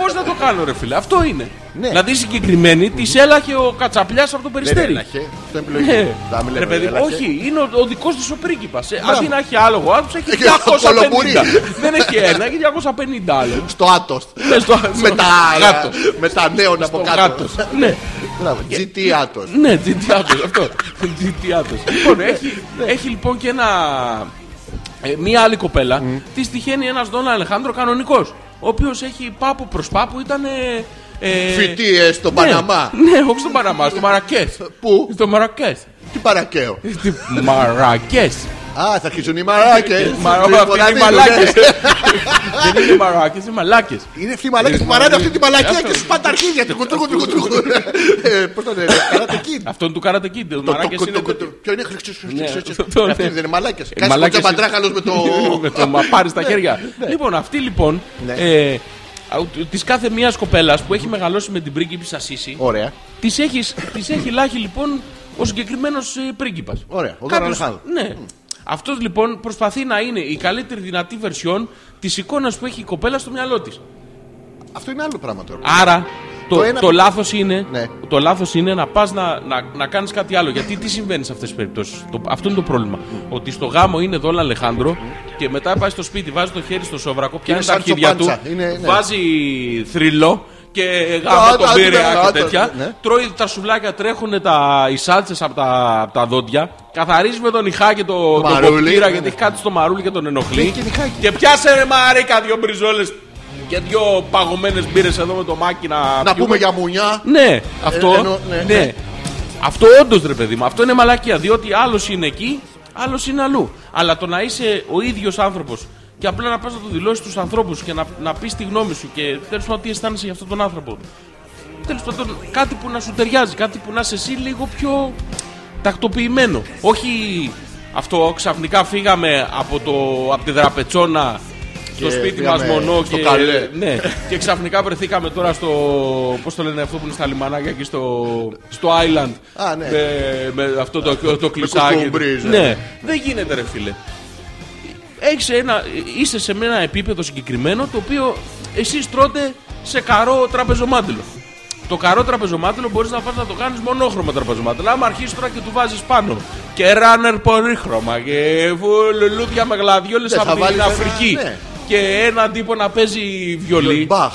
S2: Πώς να το κάνω ρε φίλε. Αυτό είναι.
S1: Ναι.
S2: Δηλαδή συγκεκριμένη της έλαχε ο Κατσαπλιάς από το
S1: Δεν
S2: Περιστέρι.
S1: έλαχε. Αυτό είναι
S2: Ναι.
S1: επιλογή. Τα μιλάμε,
S2: Ρε παιδί,
S1: έλαχε.
S2: όχι, είναι ο, ο δικός της ο πρίγκιπας. Αντί να έχει άλογο άνθρωπο, έχει
S1: Έχει
S2: 250.
S1: κολομπούρι.
S2: Δεν έχει ένα, έχει 250 άλλο.
S1: Στο άτος.
S2: Ναι, στο-
S1: Με τα
S2: Γάτος.
S1: Με τα νέων από κάτω.
S2: Ναι,
S1: Μπράβο, GT άτος.
S2: ναι, GTATOS αυτό. GTATOS. Λοιπόν, έχει, έχει λοιπόν και ένα. ε, μία άλλη κοπέλα. Της τυχαίνει ένας Δόν Αλεχάνδρο κανονικός. Ο οποίος έχει πάπου προς πάπου ήταν. ε, ε,
S1: Φοιτίε στον
S2: ναι,
S1: Παναμά.
S2: Ναι, όχι στον Παναμά, στο Μαρακές.
S1: Πού?
S2: Στο Μαρακές.
S1: Τι παρακαίω.
S2: Μαρακές.
S1: Α, θα αρχίσουν οι μαράκες.
S2: Μα-
S1: Τι
S2: μα-
S1: πολλά
S2: αυτοί είναι
S1: δίνουν,
S2: μαλάκες.
S1: ε.
S2: Δεν είναι μαράκες, είναι μαλάκες.
S1: Είναι αυτοί οι μαλάκες που παράνε αυτή τη μαλακία και σου πάνε τα αρχίδια. Τουκου, τουκου, τουκου, τουκου. Ε, Πώς το λένε, Karate Kid.
S2: Αυτόν του Karate Kid. ο
S1: Το-
S2: μαράκες
S1: το-
S2: είναι
S1: το- το-
S2: τέτοιο.
S1: Ποιο είναι, χρυσό,
S2: Ναι,
S1: χρυσό,
S2: αυτό,
S1: χρυσό.
S2: ναι.
S1: Αυτοί δεν είναι μαλάκες. Κάτσε
S2: μαλάκες
S1: που
S2: είναι- Ναι.
S1: τζαμπατράχαλος με το... Ναι,
S2: με το μαπάρι στα χέρια. Λοιπόν, αυτή λοιπόν. Της κάθε μιας κοπέλας που έχει μεγαλώσει με την πρίγκιπισσα Σίση,
S1: Ωραία,
S2: της έχεις λάχει λοιπόν ο συγκεκριμένος πρίγκιπας.
S1: ωραία. Ο Δον
S2: Κάποιος-
S1: Αλεχάνδρου.
S2: Ναι. Αυτός λοιπόν προσπαθεί να είναι η καλύτερη δυνατή βερσιόν της εικόνας που έχει η κοπέλα στο μυαλό της.
S1: Αυτό είναι άλλο πράγμα τώρα.
S2: Άρα το,
S1: Το
S2: το,
S1: ένα-
S2: λάθος είναι,
S1: Ναι.
S2: το λάθος είναι να πας να, να, να κάνεις κάτι άλλο. Γιατί τι συμβαίνει σε αυτές τις περιπτώσεις. Το, αυτό είναι το πρόβλημα. Ότι στο γάμο είναι Δόλα Αλεχάνδρο και μετά πάει στο σπίτι, βάζει το χέρι στο σόβρακο, πιάνει τα
S1: σαν
S2: αρχίδια του,
S1: τσοπάντσα. Είναι- ναι.
S2: βάζει θρυλό και γάμο
S1: Α,
S2: τον
S1: α,
S2: πήρεα
S1: α,
S2: και
S1: α,
S2: τέτοια.
S1: ναι.
S2: Τρώει τα σουβλάκια, τρέχουν τα, οι σάλτσες από τα, απ' τα δόντια. Καθαρίζεις με τον Ιχά και το, τον
S1: μαρούλι,
S2: κοπτήρα
S1: ναι,
S2: γιατί
S1: ναι.
S2: έχει κάτι στο μαρούλι και τον ενοχλεί.
S1: Έχει και νυχάκι.
S2: Και πιάσε ρε μαρίκα δύο μπριζόλες και δύο παγωμένες μπύρες εδώ με το μάκι να,
S1: Να
S2: πιούμε.
S1: πούμε για μουνιά.
S2: Ναι, αυτό.
S1: εννοώ, ναι,
S2: ναι.
S1: ναι.
S2: Αυτό όντως ρε παιδί μου, αυτό είναι μαλακία. Διότι άλλος είναι εκεί, άλλος είναι αλλού. Αλλά το να είσαι ο ίδιος άνθρωπος και απλά να πας να το δηλώσεις στους ανθρώπους και να, να πεις τη γνώμη σου και τέλος πάντων τι αισθάνεσαι για αυτόν τον άνθρωπο. Τέλος πάντων, κάτι που να σου ταιριάζει, κάτι που να είσαι εσύ λίγο πιο τακτοποιημένο. Όχι αυτό ξαφνικά φύγαμε από, το, από τη δραπετσόνα στο
S1: Και
S2: σπίτι μα
S1: πήγαμε
S2: μονό
S1: στο
S2: και,
S1: καλέ.
S2: ναι. και ξαφνικά βρεθήκαμε τώρα στο. Πώς το λένε αυτό που είναι στα λιμανάκια εκεί στο. στο Island.
S1: Α, ναι.
S2: με, με αυτό το, το, κλεισάκι.
S1: κουκουμπρίζ, ναι.
S2: Ναι. Δεν γίνεται, ρε φίλε. Έχεις ένα, είσαι σε ένα επίπεδο συγκεκριμένο το οποίο εσείς τρώτε σε καρό τραπεζομάτιλο. Το καρό τραπεζομάτιλο μπορείς να πας να το κάνεις μονόχρωμα τραπεζομάτιλο. Άμα αρχίσεις τώρα και του βάζεις πάνω και ράνερ πολύχρωμα και φου- λουλούδια με γλαδιόλες
S1: Ναι, θα
S2: από την
S1: βάλεις ένα-
S2: Αφρική
S1: ναι.
S2: και έναν τύπο να παίζει βιολί.
S1: Μπαχ.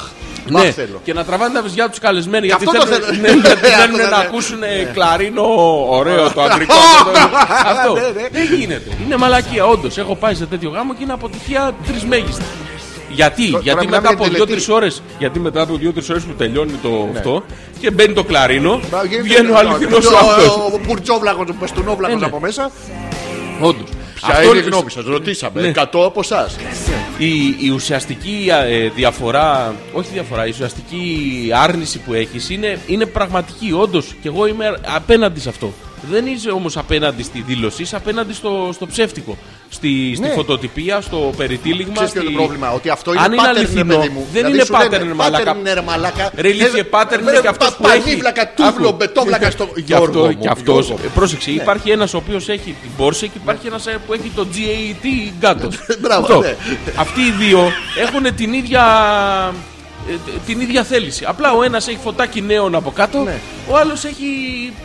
S2: Ναι,
S1: Μπαχ θέλω.
S2: και να τραβάνε τα βυζιά τους καλεσμένοι. Γιατί
S1: αυτό το
S2: θέλουν,
S1: θέλω.
S2: ναι, γιατί
S1: Ναι,
S2: θέλουν
S1: αυτό Ναι.
S2: να
S1: θέλω.
S2: ακούσουν ε, κλαρίνο ωραίο το αγγλικό.
S1: Ναι,
S2: Αυτό. Δεν γίνεται. Είναι μαλακία, όντως. Έχω πάει σε τέτοιο γάμο και είναι αποτυχία τρεις μέγιστη. Γιατί,
S1: Τώρα
S2: γιατί
S1: μιλάμε
S2: μετά
S1: για
S2: από
S1: τελετή.
S2: δύο-τρει ώρες γιατί μετά από δύο-τρει ώρες που τελειώνει το αυτό και μπαίνει το κλαρίνο,
S1: Μπράβο, Ναι. γίνεται-
S2: βγαίνει ο αληθινό ο αυτό.
S1: Ο Μπουρτζόβλακος, ο Παστουνόβλακος
S2: Ναι, ναι.
S1: από μέσα.
S2: Όντω.
S1: Ποια είναι η γνώμη σας,
S2: Ναι.
S1: ρωτήσαμε. 100 από εσάς.
S2: Η, η ουσιαστική ε, διαφορά, όχι διαφορά, η ουσιαστική άρνηση που έχεις είναι, είναι πραγματική, όντως. Και εγώ είμαι απέναντι σε αυτό. Δεν είσαι όμως απέναντι στη δήλωση, είσαι απέναντι στο, στο ψεύτικο. Στη, στη
S1: Ναι.
S2: φωτοτυπία, στο περιτύλιγμα.
S1: Ξέρεις ποιο είναι
S2: στη-
S1: το πρόβλημα, ότι αυτό είναι
S2: Αν είναι
S1: pattern, ρε
S2: αληθινό,
S1: παιδί μου.
S2: δεν
S1: Δηλαδή
S2: είναι
S1: σου λένε,
S2: pattern, ρε μαλάκα.
S1: pattern είναι, ρε μαλάκα.
S2: Ρε ηλίθιε, pattern είναι και αυτός που έχει.
S1: Ε, Πανίβλακα,
S2: Άκου.
S1: τούβλο, μπετόβλακα στο
S2: Και αυτό,
S1: Γιώργο μου,
S2: και αυτός,
S1: Γιώργο.
S2: ε, πρόσεξε, υπάρχει ένας ο οποίος έχει την Porsche και υπάρχει ένας ε, που έχει το GAT Gatos.
S1: Μπράβο,
S2: Αυτό.
S1: ναι.
S2: Αυτοί οι δύο έχουν την ίδια, ε, την ίδια θέληση. Απλά ο ένας έχει φωτάκι νέων από κάτω,
S1: Ναι.
S2: ο άλλος έχει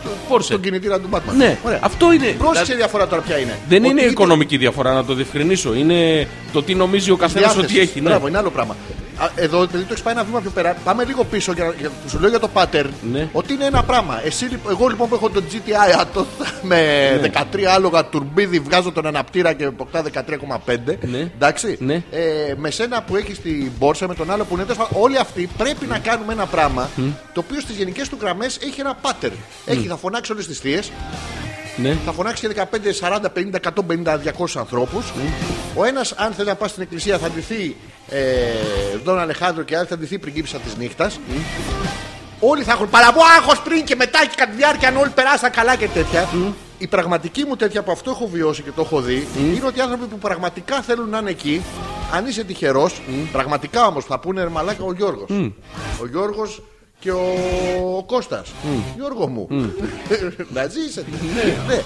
S2: το Porsche.
S1: Τον κινητήρα του Batman.
S2: Ναι,
S1: Ωραία.
S2: αυτό είναι.
S1: Πρόσεξε η διαφορά τώρα ποια είναι.
S2: Δεν
S1: Ότι
S2: είναι οικονομική διαφορά, να το διευκρινίσω. Είναι το τι νομίζει ο καθένας
S1: διάθεση.
S2: ότι έχει. ναι.
S1: Μπράβο, είναι άλλο πράγμα. Α, Εδώ επειδή το έχεις πάει ένα βήμα πιο πέρα, πάμε λίγο πίσω για, για, που σου λέω για το pattern.
S2: Ναι.
S1: Ότι είναι ένα πράγμα. Εσύ, λοιπόν- εγώ λοιπόν που έχω το GTI άτο, με
S2: Ναι.
S1: 13 άλογα τουρμπίδι, βγάζω τον αναπτήρα και αποκτά 13,5.
S2: Ναι.
S1: Εντάξει.
S2: Ναι.
S1: Ε, με σένα που έχεις την πόρσα, με τον άλλο που είναι τέλος πάντων, Όλοι αυτοί πρέπει να κάνουμε ένα πράγμα το οποίο στις γενικές του γραμμές έχει ένα pattern. Έχει, θα φωνάξει όλες τις θείες,
S2: Ναι.
S1: θα φωνάξει και 15, 40, 50, 150, 200 ανθρώπου. Ο ένας, αν θέλει να πάει στην εκκλησία, θα ντυθεί ε, Δον Αλεχάνδρο και άλλοι θα ντυθεί πριγκίπισσα της νύχτας. Όλοι θα έχουν παραπώ άγχος πριν και μετά και κατά τη διάρκεια αν όλοι περάσαν καλά και τέτοια. Η πραγματική μου τέτοια που αυτό έχω βιώσει και το έχω δει είναι ότι οι άνθρωποι που πραγματικά θέλουν να είναι εκεί, αν είσαι τυχερός, πραγματικά όμως θα πούνε ρε μαλάκα ο Γιώργος. Ο Γιώργος και ο, ο Κώστας. Γιώργο μου. να ζήσετε. Ναι. Ε,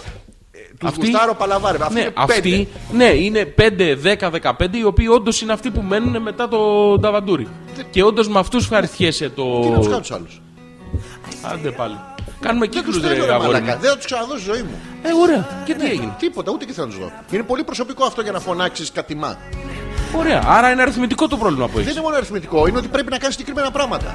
S1: Τους
S2: Αυτοί-
S1: γουστάρω παλαβάρε. Αυτή
S2: Ναι,
S1: είναι πέντε.
S2: αυτοί ναι, είναι 5, 10, 15 οι οποίοι όντως είναι αυτοί που μένουν μετά το ταβαντούρι. Και όντως με αυτούς ευχαριστιέσαι
S1: Τι να τους κάνω
S2: το.
S1: τους άλλους.
S2: Άντε πάλι. Κάνουμε
S1: Δεν τους
S2: κύκλους ρε
S1: θέλω ρε Ναι.
S2: αγόρι.
S1: μαλακά.
S2: μου.
S1: Δεν θα τους ξαναδώ στη ζωή μου.
S2: Ε, ωραία. Και τι έγινε.
S1: Τίποτα, ούτε και θέλω να τους δω. Είναι πολύ προσωπικό αυτό για να φωνάξεις κατημά.
S2: Ωραία. Άρα είναι αριθμητικό το πρόβλημα που
S1: Δεν
S2: έχει.
S1: είναι μόνο αριθμητικό, είναι ότι πρέπει να κάνεις συγκεκριμένα πράγματα.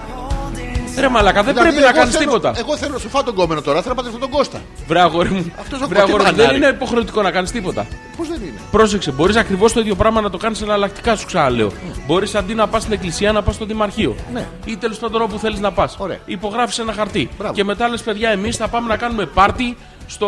S2: Ρε μαλακά, δεν
S1: Δηλαδή,
S2: πρέπει να
S1: εγώ
S2: κάνεις
S1: θέλω-
S2: τίποτα.
S1: Εγώ θέλω να σου φάω τον κόμενο τώρα, θέλω να πατήσω τον Κώστα.
S2: Βρε αγόρι μου.
S1: Αυτός ο
S2: Βρε, αγόρι μου, δεν
S1: κοτιμανάρη.
S2: είναι υποχρεωτικό να κάνεις τίποτα.
S1: Πώς δεν είναι.
S2: Πρόσεξε, μπορείς ακριβώς το ίδιο πράγμα να το κάνεις εναλλακτικά, σου ξαναλέω. Μπορείς αντί να πας στην εκκλησία να πας στο δημαρχείο.
S1: Ναι.
S2: Ή τέλος πάντων όπου θέλεις να πας.
S1: Ωραία.
S2: Υπογράφεις ένα χαρτί.
S1: Μπράβο.
S2: Και μετά λες, παιδιά, εμείς θα πάμε να κάνουμε πάρτι στο,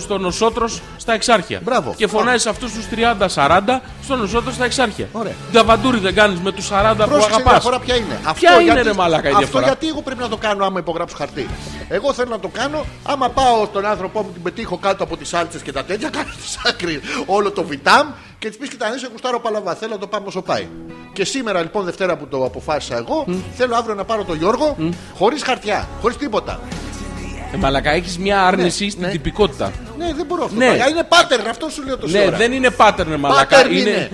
S2: στο νοσότρος στα εξάρχεια.
S1: Μπράβο.
S2: Και φωνάζεις αυτούς τους 30-40 στο νοσότρο στα εξάρχεια.
S1: Ωραία.
S2: Νταβαντούρι δεν κάνεις με τους 40 που
S1: Πρόσεξε η
S2: αγαπά.
S1: διαφορά ποια είναι. Αυτό
S2: Ποια είναι, ρε μαλάκα, η
S1: Αυτό
S2: διαφορά?
S1: γιατί εγώ πρέπει να το κάνω άμα υπογράψω χαρτί. Εγώ θέλω να το κάνω άμα πάω στον άνθρωπό μου την πετύχω κάτω από τις σάλτσες και τα τέτοια, κάνω τη άκρη όλο το βιτάμ και της πεις και τα νύχια κουστάρω παλαβά. Θέλω να το πάμε όσο πάει. Και σήμερα λοιπόν Δευτέρα που το αποφάσισα εγώ, θέλω αύριο να πάρω τον Γιώργο χωρίς χαρτιά, χωρίς τίποτα.
S2: Ε, μαλακά, έχεις μια άρνηση στην
S1: ναι.
S2: τυπικότητα.
S1: Ναι, δεν μπορώ αυτό.
S2: Ναι.
S1: Ναι. Είναι pattern, αυτό σου λέω το
S2: Ναι, δεν είναι pattern, ρε μαλακά.
S1: Pattern
S2: είναι.
S1: είναι.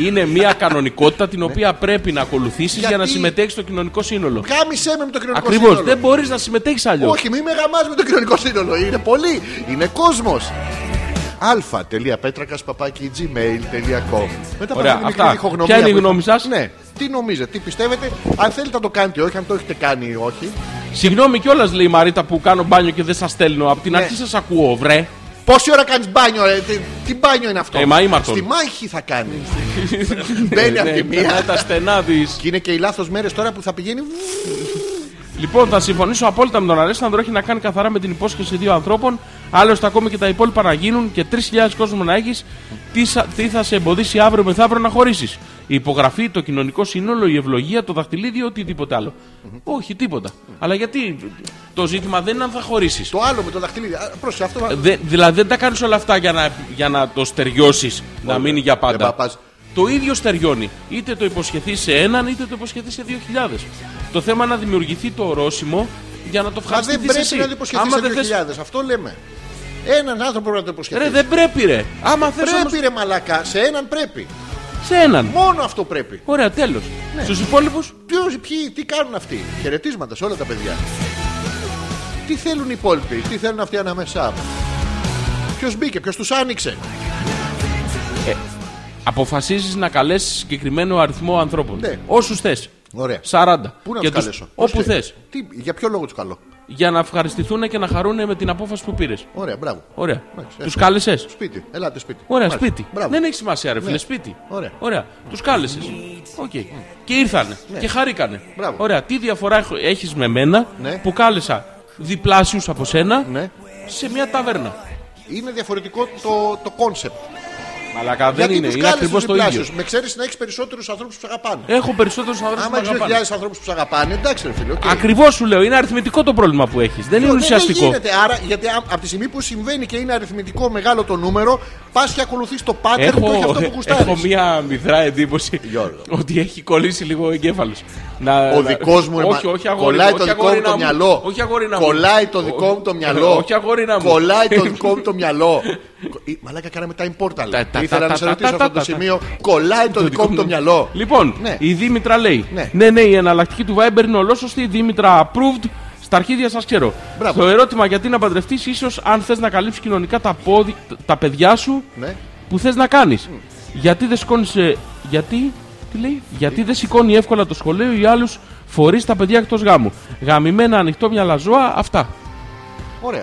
S2: είναι μια κανονικότητα την οποία πρέπει να ακολουθήσεις για να
S1: Γιατί?
S2: συμμετέχεις στο κοινωνικό σύνολο.
S1: Γάμισε με με το κοινωνικό
S2: Ακριβώς.
S1: σύνολο.
S2: Δεν μπορείς να συμμετέχεις αλλιώς.
S1: Όχι, μην με γαμάς με το κοινωνικό σύνολο. Είναι πολύ. Είναι κόσμος. αλφα.πέτρακα παπάκι gmail.com Μετά
S2: Ωραία,
S1: από
S2: αυτά. Ποια είναι η γνώμη σας?
S1: Ναι. Τι νομίζετε, τι πιστεύετε, αν θέλετε να το κάνετε ή όχι, αν το έχετε κάνει ή όχι.
S2: Συγγνώμη κιόλας, λέει η Μαρίτα, που κάνω μπάνιο και δεν σας στέλνω. Απ' την
S1: Ναι.
S2: αρχή σας ακούω, βρε.
S1: Πόση ώρα κάνεις μπάνιο, ρε, τι, τι μπάνιο είναι αυτό.
S2: Ε, μα ήμαρτον.
S1: Στη μάχη θα κάνεις. Μπαίνει
S2: Ναι,
S1: από τη μία.
S2: περνάει τα στενά της.
S1: Και είναι και οι λάθος μέρες τώρα που θα πηγαίνει.
S2: Λοιπόν, θα συμφωνήσω απόλυτα με τον Αλέξανδρο. Έχει να κάνει καθαρά με την υπόσχεση δύο ανθρώπων. Άλλωστε, ακόμη και τα υπόλοιπα να γίνουν και 3.000 κόσμο να έχεις. Τι, σα- τι θα σε εμποδίσει αύριο μεθαύριο να χωρίσεις. Η υπογραφή, το κοινωνικό σύνολο, η ευλογία, το δαχτυλίδι, οτιδήποτε άλλο. Όχι, τίποτα. Αλλά γιατί το ζήτημα δεν είναι αν θα χωρίσεις.
S1: Το άλλο με το δαχτυλίδι. Α, Πρόσεχε αυτό.
S2: Δε, δηλαδή δεν τα κάνεις όλα αυτά για να, για να το στεριώσεις, να μείνει για
S1: δεν
S2: πάντα.
S1: παπάς.
S2: Το ίδιο στεριώνει. Είτε το υποσχεθείς σε έναν, είτε το υποσχεθείς σε δύο χιλιάδες. Το θέμα είναι να δημιουργηθεί το ορόσημο για να το
S1: Μα δεν
S2: ευχαριστηθεί
S1: πρέπει
S2: εσύ.
S1: να το υποσχεθείς
S2: Άμα
S1: σε
S2: δεν θες-
S1: 2.000. Αυτό λέμε. Έναν άνθρωπο πρέπει να το υποσχεθείς.
S2: Ρε, δεν πρέπει, ρε. Άμα θες
S1: Πρέπει ρε μαλακά, σε έναν πρέπει.
S2: σε έναν.
S1: Μόνο αυτό πρέπει.
S2: Ωραία, τέλος.
S1: Ναι.
S2: Στους υπόλοιπους,
S1: Ποιος, ποιοι, τι κάνουν αυτοί. Χαιρετίσματα σε όλα τα παιδιά. Τι θέλουν οι υπόλοιποι, τι θέλουν αυτοί ανάμεσά. Ποιος μπήκε, ποιος τους άνοιξε.
S2: αποφασίζεις να καλέσεις συγκεκριμένο αριθμό ανθρώπων.
S1: Ναι.
S2: Όσους θες.
S1: Ωραία.
S2: 40.
S1: Πού να
S2: Και
S1: τους
S2: τους-
S1: καλέσω.
S2: Όπου
S1: Πώς
S2: θε.
S1: θέλει. Τι- Για ποιο λόγο τους καλώ.
S2: Για να ευχαριστηθούν και να χαρούν με την απόφαση που πήρες.
S1: Ωραία, μπράβο.
S2: Ωραία.
S1: Εντάξει,
S2: Τους
S1: έτσι.
S2: κάλεσες.
S1: Σπίτι, ελάτε σπίτι.
S2: Ωραία,
S1: Μάλιστα.
S2: σπίτι.
S1: Μπράβο.
S2: Δεν έχει σημασία, ρε φίλε,
S1: Ναι.
S2: σπίτι.
S1: Ωραία.
S2: Τους κάλεσες. Οκ. Και ήρθανε. Και χαρήκανε.
S1: Ναι. Μπράβο.
S2: Ωραία. Τι διαφορά έχεις με μένα
S1: Ναι.
S2: που κάλεσα διπλάσιους από σένα
S1: Ναι.
S2: σε μια ταβέρνα.
S1: Είναι διαφορετικό το, το κόνσεπτ.
S2: Μαλακά δεν
S1: Γιατί
S2: είναι,
S1: τους
S2: είναι
S1: κάνεις
S2: ακριβώς
S1: τους
S2: το ίδιο.
S1: διπλάσιους. Με ξέρεις να έχεις περισσότερους ανθρώπους που σε αγαπάνε.
S2: Έχω περισσότερους ανθρώπους που
S1: Άμα
S2: με
S1: έχεις 2.000
S2: αγαπάνε.
S1: ανθρώπους που σε αγαπάνε, εντάξει, ρε φίλε. οκ.
S2: Ακριβώς σου λέω, είναι αριθμητικό το πρόβλημα που έχεις. Δεν είναι
S1: Λοιπόν, Δεν- Δεν
S2: ουσιαστικό.
S1: γίνεται. Άρα, γιατί από τη στιγμή που συμβαίνει και είναι αριθμητικό μεγάλο το νούμερο, πας και ακολουθείς το pattern που έχει
S2: Ε, Έχω,
S1: αυτό που κουστάρει.
S2: έχω μία μυδρά εντύπωση
S1: Γιώργο.
S2: ότι έχει κολλήσει λίγο ο εγκέφαλος. Να,
S1: Ο
S2: να-
S1: δικός μου, ρε,
S2: όχι,
S1: μα-
S2: όχι, αγόρινα,
S1: κολλάει
S2: όχι,
S1: το δικό μου
S2: αγόρινα
S1: το μυαλό.
S2: Όχι αγόρινα μου.
S1: Κολλάει το δικό
S2: Ο-
S1: μου το μυαλό.
S2: Όχι αγόρινα μου. Ε,
S1: Κολλάει το δικό μου το μυαλό. Κο- ε, Μαλάκα, κάναμε time portal.
S2: Τα- τα-
S1: Ήθελα
S2: τα-
S1: να σε
S2: τα-
S1: ρωτήσω αυτό
S2: τα- τα-
S1: το
S2: τα-
S1: σημείο. Κολλάει το δικό μου το μυαλό.
S2: Λοιπόν,
S1: Ναι.
S2: η Δήμητρα λέει:
S1: Ναι.
S2: Ναι, ναι, η εναλλακτική του Viber είναι ολόσωστη. Η Δήμητρα approved. Στα αρχίδια σας ξέρω.
S1: Μπράβο.
S2: Το ερώτημα γιατί να παντρευτείς, ίσως αν θες να καλύψεις κοινωνικά τα, πόδι, τα παιδιά σου
S1: Ναι.
S2: που θες να κάνεις. Γιατί δεν σηκώνει. Γιατί. Τι λέει? Γιατί δεν σηκώνει εύκολα το σχολείο ή άλλους φορείς τα παιδιά εκτός γάμου. Γαμημένα ανοιχτό μυαλαζόα, αυτά.
S1: Ωραία.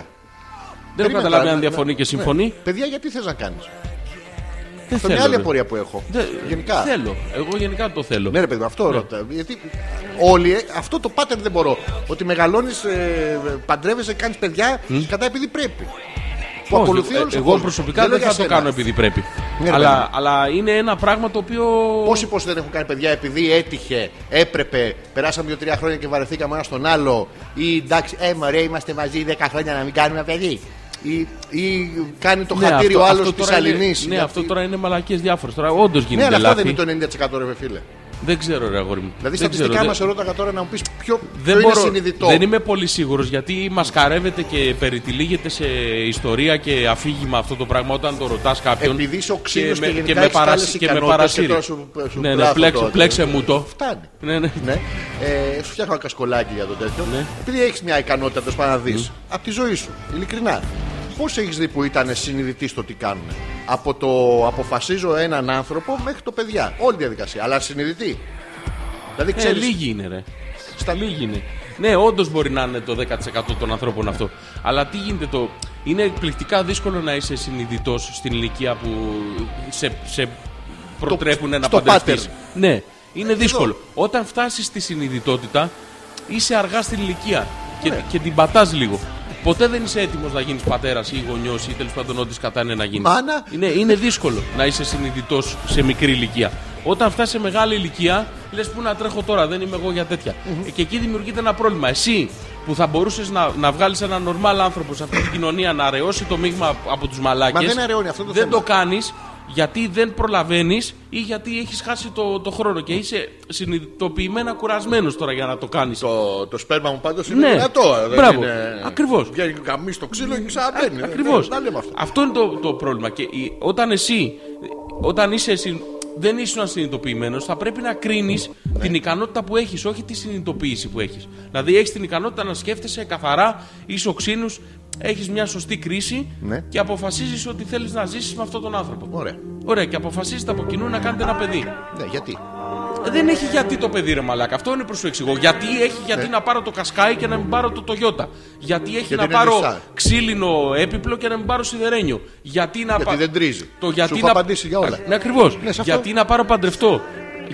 S2: Δεν έχω
S1: Περίμενα,
S2: καταλάβει αν
S1: ναι,
S2: διαφωνεί
S1: ναι.
S2: και συμφωνεί.
S1: Παιδιά, γιατί θες να κάνεις.
S2: Δεν
S1: Αυτό είναι
S2: θέλω.
S1: άλλη
S2: ρε.
S1: απορία που έχω.
S2: Δεν-
S1: Γενικά.
S2: Θέλω. Εγώ γενικά το θέλω.
S1: Ναι, ρε παιδί, μου, αυτό ρώτα. Γιατί όλοι, ε, αυτό το pattern δεν μπορώ. Ότι μεγαλώνεις, παντρεύεσαι, κάνεις παιδιά κατά επειδή πρέπει. Που
S2: Όχι,
S1: ακολουθεί
S2: ε,
S1: όλος ο
S2: εγώ
S1: κόσμος.
S2: προσωπικά
S1: λέω
S2: δεν,
S1: για
S2: θα το
S1: σένα.
S2: κάνω επειδή πρέπει.
S1: Ναι, ρε παιδί
S2: αλλά,
S1: μου.
S2: αλλά είναι ένα πράγμα το οποίο.
S1: Πόσοι πόσοι δεν έχουν κάνει παιδιά επειδή έτυχε, έπρεπε, περάσαμε δύο-τρία χρόνια και βαρεθήκαμε ένα στον άλλο. Ή εντάξει, ε, μωρέ, είμαστε μαζί 10 χρόνια να μην κάνουμε παιδί. Ή, ή κάνει το
S2: Ναι,
S1: χατήρι
S2: αυτό-
S1: ο άλλο
S2: αυτό
S1: τη
S2: τώρα είναι-
S1: Αλληνής.
S2: Ναι, αυτό τώρα είναι μαλακίες διάφορες. Τώρα όντως
S1: Ναι,
S2: γίνεται
S1: αλλά αυτό
S2: λάθη.
S1: δεν είναι το 90% ρε φίλε.
S2: Δεν ξέρω, ρε αγόρι μου.
S1: Δηλαδή,
S2: δεν ξέρω,
S1: στατιστικά
S2: δεν-
S1: μα ερώταγα τώρα να μου πεις ποιο,
S2: δεν,
S1: ποιο είναι
S2: μπορώ-
S1: συνειδητό.
S2: δεν είμαι πολύ σίγουρος γιατί μασκαρεύεται και περιτυλίγεται σε ιστορία και αφήγημα αυτό το πράγμα όταν το ρωτάς κάποιον.
S1: Επειδή είσαι ο ξύλος και
S2: με-
S1: γενικά
S2: με
S1: έχεις
S2: παρασύ-
S1: άλλες
S2: και με
S1: ικανότητες
S2: παρασύρει.
S1: και τώρα σου- σου
S2: ναι, ναι,
S1: πλάθω
S2: πλέξε,
S1: τότε.
S2: πλέξε μου το.
S1: Φτάνει.
S2: Ναι, ναι.
S1: Ναι. Ε, σου φτιάχνω ένα κασκολάκι για το τέτοιο.
S2: Ναι.
S1: Επειδή έχεις μια ικανότητα τέλος πάντων να δεις από τη ζωή σου, ειλικρινά. Πώ έχεις δει που ήταν συνειδητή στο τι κάνουν. Από το αποφασίζω έναν άνθρωπο μέχρι το παιδιά. Όλη η διαδικασία. Αλλά συνειδητή. Δηλαδή
S2: Ε,
S1: ξέρεις.
S2: λίγοι είναι, ρε. Στα λίγοι είναι. Ναι, όντως μπορεί να είναι το 10% των ανθρώπων αυτό. Αλλά τι γίνεται το. Είναι εκπληκτικά δύσκολο να είσαι συνειδητός στην ηλικία που σε, σε προτρέπουν να
S1: στο
S2: παντρευτείς.
S1: pattern.
S2: Ναι, είναι δύσκολο. Όταν φτάσεις στη συνειδητότητα, είσαι αργά στην ηλικία και,
S1: Ναι.
S2: και την πατάς λίγο. Ποτέ δεν είσαι έτοιμος να γίνεις πατέρας ή γονιός ή τέλος πάντων ό,τι κατά είναι να γίνεις.
S1: Μάνα.
S2: Είναι, είναι δύσκολο να είσαι συνειδητός σε μικρή ηλικία. Όταν φτάσεις σε μεγάλη ηλικία, λες πού να τρέχω τώρα, δεν είμαι εγώ για τετοια Και εκεί δημιουργείται ένα πρόβλημα. Εσύ που θα μπορούσες να, να βγάλεις έναν νορμάλ άνθρωπο σε αυτή την κοινωνία να αραιώσει το μείγμα από τους μαλάκες.
S1: Μα δεν αραιώνει, αυτό είναι το
S2: Δεν
S1: θέμα.
S2: το κάνεις γιατί δεν προλαβαίνεις ή γιατί έχεις χάσει το, το χρόνο και είσαι συνειδητοποιημένα κουρασμένος τώρα για να το κάνεις.
S1: Το, το σπέρμα μου πάντως είναι
S2: Ναι,
S1: δυνατό. δεν
S2: μπράβο.
S1: είναι-
S2: Ακριβώς.
S1: Βγαίνει καμί στο ξύλο και ξαναμπαίνει.
S2: Ακριβώ.
S1: Ναι, Τα λέμε αυτά.
S2: Αυτό είναι το, το πρόβλημα. Και η- όταν εσύ, όταν είσαι εσύ, δεν ήσουν συνειδητοποιημένο, θα πρέπει να κρίνεις την ικανότητα που έχεις, όχι τη συνειδητοποίηση που έχεις. Δηλαδή, έχεις την ικανότητα να σκέφτεσαι καθαρά, είσαι οξύνου, έχεις μια σωστή κρίση
S1: Ναι.
S2: και αποφασίζεις ότι θέλεις να ζήσεις με αυτόν τον άνθρωπο.
S1: Ωραία.
S2: Ωραία, και αποφασίζετε από κοινού να κάνετε ένα παιδί.
S1: Ναι, γιατί.
S2: Δεν έχει γιατί το παιδί ρε μαλάκα. Αυτό είναι που σου εξηγώ. Γιατί έχει γιατί
S1: Ναι.
S2: να πάρω το κασκάι και να μην πάρω το Τοyota. Γιατί έχει
S1: Γιατί
S2: να
S1: είναι
S2: πάρω
S1: Nissan.
S2: ξύλινο έπιπλο και να μην πάρω σιδερένιο. Γιατί να
S1: Γιατί
S2: πα-
S1: δεν τρίζει.
S2: Το γιατί
S1: Σου
S2: να...
S1: έχω απαντήσει για όλα.
S2: Ναι, ακριβώς.
S1: Ναι, σε αυτό.
S2: γιατί να πάρω παντρευτό.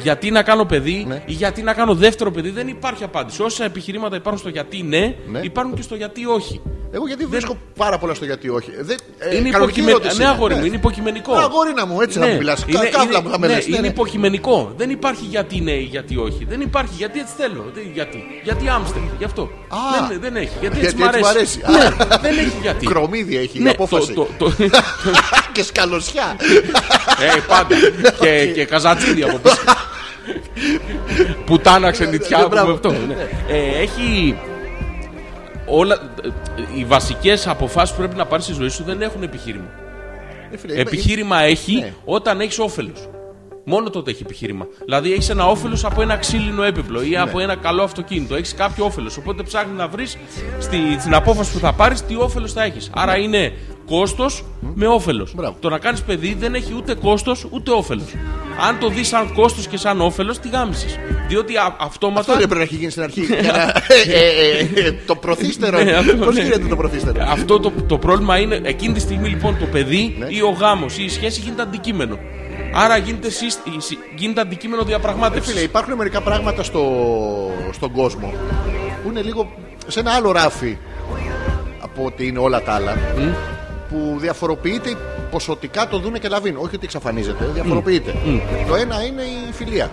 S2: Γιατί να κάνω παιδί
S1: Ναι.
S2: ή γιατί να κάνω δεύτερο παιδί. Δεν υπάρχει απάντηση. Όσα επιχειρήματα υπάρχουν στο γιατί ναι,
S1: Ναι.
S2: υπάρχουν και στο γιατί όχι.
S1: Εγώ γιατί βρίσκω πάρα πολλά στο γιατί όχι. Δεν, ε,
S2: Ναι. είναι
S1: κανονική
S2: υποκειμενικό.
S1: ερώτηση
S2: Ναι,
S1: είναι.
S2: αγόρι μου,
S1: Ναι.
S2: είναι υποκειμενικό.
S1: Α, αγόρινα μου, έτσι να μου μιλάς. Κα- καύλα μου θα με
S2: ναι,
S1: λες. Ναι,
S2: είναι
S1: ναι.
S2: υποκειμενικό. Δεν υπάρχει γιατί ναι ή γιατί όχι. Δεν υπάρχει γιατί έτσι θέλω. Δεν- γιατί. Γιατί Άμστερ, γι' αυτό.
S1: Α.
S2: δεν, δεν έχει. Γιατί
S1: Γιατί
S2: έτσι, μ'
S1: έτσι μ'
S2: αρέσει.
S1: αρέσει. Α.
S2: Ναι, δεν έχει γιατί.
S1: Κρομίδι έχει
S2: Ναι,
S1: η απόφαση.
S2: Το, το, το,
S1: και σκαλωσιά.
S2: ε, πάντα. και, και καζατσίδι από πίσω. Πουτάνα ξενιτιά
S1: Ναι,
S2: από
S1: μπράβο.
S2: αυτό. ναι. Ε, Έχει. Όλα, ε, οι βασικές αποφάσεις που πρέπει να πάρεις στη ζωή σου δεν έχουν επιχείρημα.
S1: Ε, φίλε, είμαι-
S2: Επιχείρημα έχει
S1: Ναι.
S2: όταν έχεις όφελος. Μόνο τότε έχει επιχείρημα. Δηλαδή έχεις ένα όφελος από ένα ξύλινο έπιπλο
S1: Ναι.
S2: ή από ένα καλό αυτοκίνητο. Έχεις κάποιο όφελος. Οπότε ψάχνει να βρεις στην απόφαση που θα πάρεις τι όφελος θα έχεις. Άρα είναι κόστος με όφελος.
S1: Ναι. Μπράβο.
S2: Το να κάνεις παιδί δεν έχει ούτε κόστος ούτε όφελος. Αν το δεις σαν κόστος και σαν όφελος, τη γάμισες. Διότι α-
S1: Αυτό
S2: αυτόματα.
S1: δεν πρέπει να έχει γίνει στην αρχή. για να- ε, ε, ε, ε, Το προθύστερο.
S2: Ναι, αυτό,
S1: Πώς
S2: ναι.
S1: γίνεται το προθύστερο.
S2: Αυτό το, το πρόβλημα είναι εκείνη τη στιγμή λοιπόν το παιδί
S1: Ναι.
S2: ή ο γάμος ή η σχέση γίνεται αντικείμενο. Άρα γίνεται, σύσ- η συ- γίνεται αντικείμενο διαπραγμάτευσης.
S1: Φίλε, υπάρχουν μερικά πράγματα στο, στον κόσμο που είναι λίγο σε ένα άλλο ράφι από ότι είναι όλα τα άλλα. Που διαφοροποιείται ποσοτικά το δούνε και λαβίν. Όχι ότι εξαφανίζεται, διαφοροποιείται. Το ένα είναι η φιλία.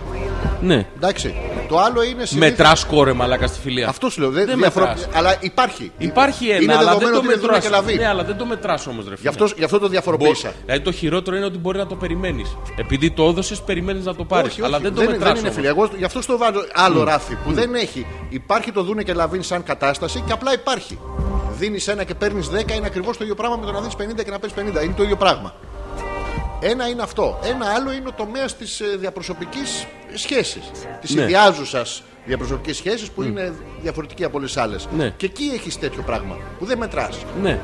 S2: ναι.
S1: Εντάξει. Το άλλο είναι. συνήθως-
S2: Μετράς κόρε μαλάκα στη φιλία.
S1: Αυτός σου λέω. Δεν,
S2: Δεν
S1: διαφορο-
S2: μετράς.
S1: Αλλά υπάρχει.
S2: Υπάρχει ένα,
S1: είναι
S2: αλλά δεν
S1: δεδομένο
S2: το
S1: ότι είναι δούνε και
S2: μετρά.
S1: λαβή.
S2: Ναι, αλλά δεν το μετράς όμως, ρε
S1: Γι'
S2: φίλε.
S1: αυτός, γι αυτό το
S2: Μπο-
S1: διαφοροποίησα.
S2: Δηλαδή το χειρότερο είναι ότι μπορεί να το περιμένεις. Επειδή το έδωσες, περιμένεις να το πάρεις.
S1: Όχι, όχι,
S2: Αλλά δεν το
S1: δεν,
S2: μετρά.
S1: είναι φίλε. Εγώ γι' αυτό το βάζω άλλο ράφι που δεν έχει. Υπάρχει το δούνε και λαβίν σαν κατάσταση και απλά υπάρχει. Δίνεις ένα και παίρνεις 10 είναι ακριβώς το ίδιο πράγμα με το να δίνεις 50 και να παίρνει 50. Είναι το ίδιο πράγμα. Ένα είναι αυτό. Ένα άλλο είναι ο ε, τομέας της διαπροσωπική σχέση. Τη
S2: Ναι.
S1: ιδιάζουσας διαπροσωπική σχέση που είναι διαφορετική από όλες άλλες.
S2: Ναι.
S1: Και εκεί έχεις τέτοιο πράγμα που δεν μετράς.
S2: Ναι.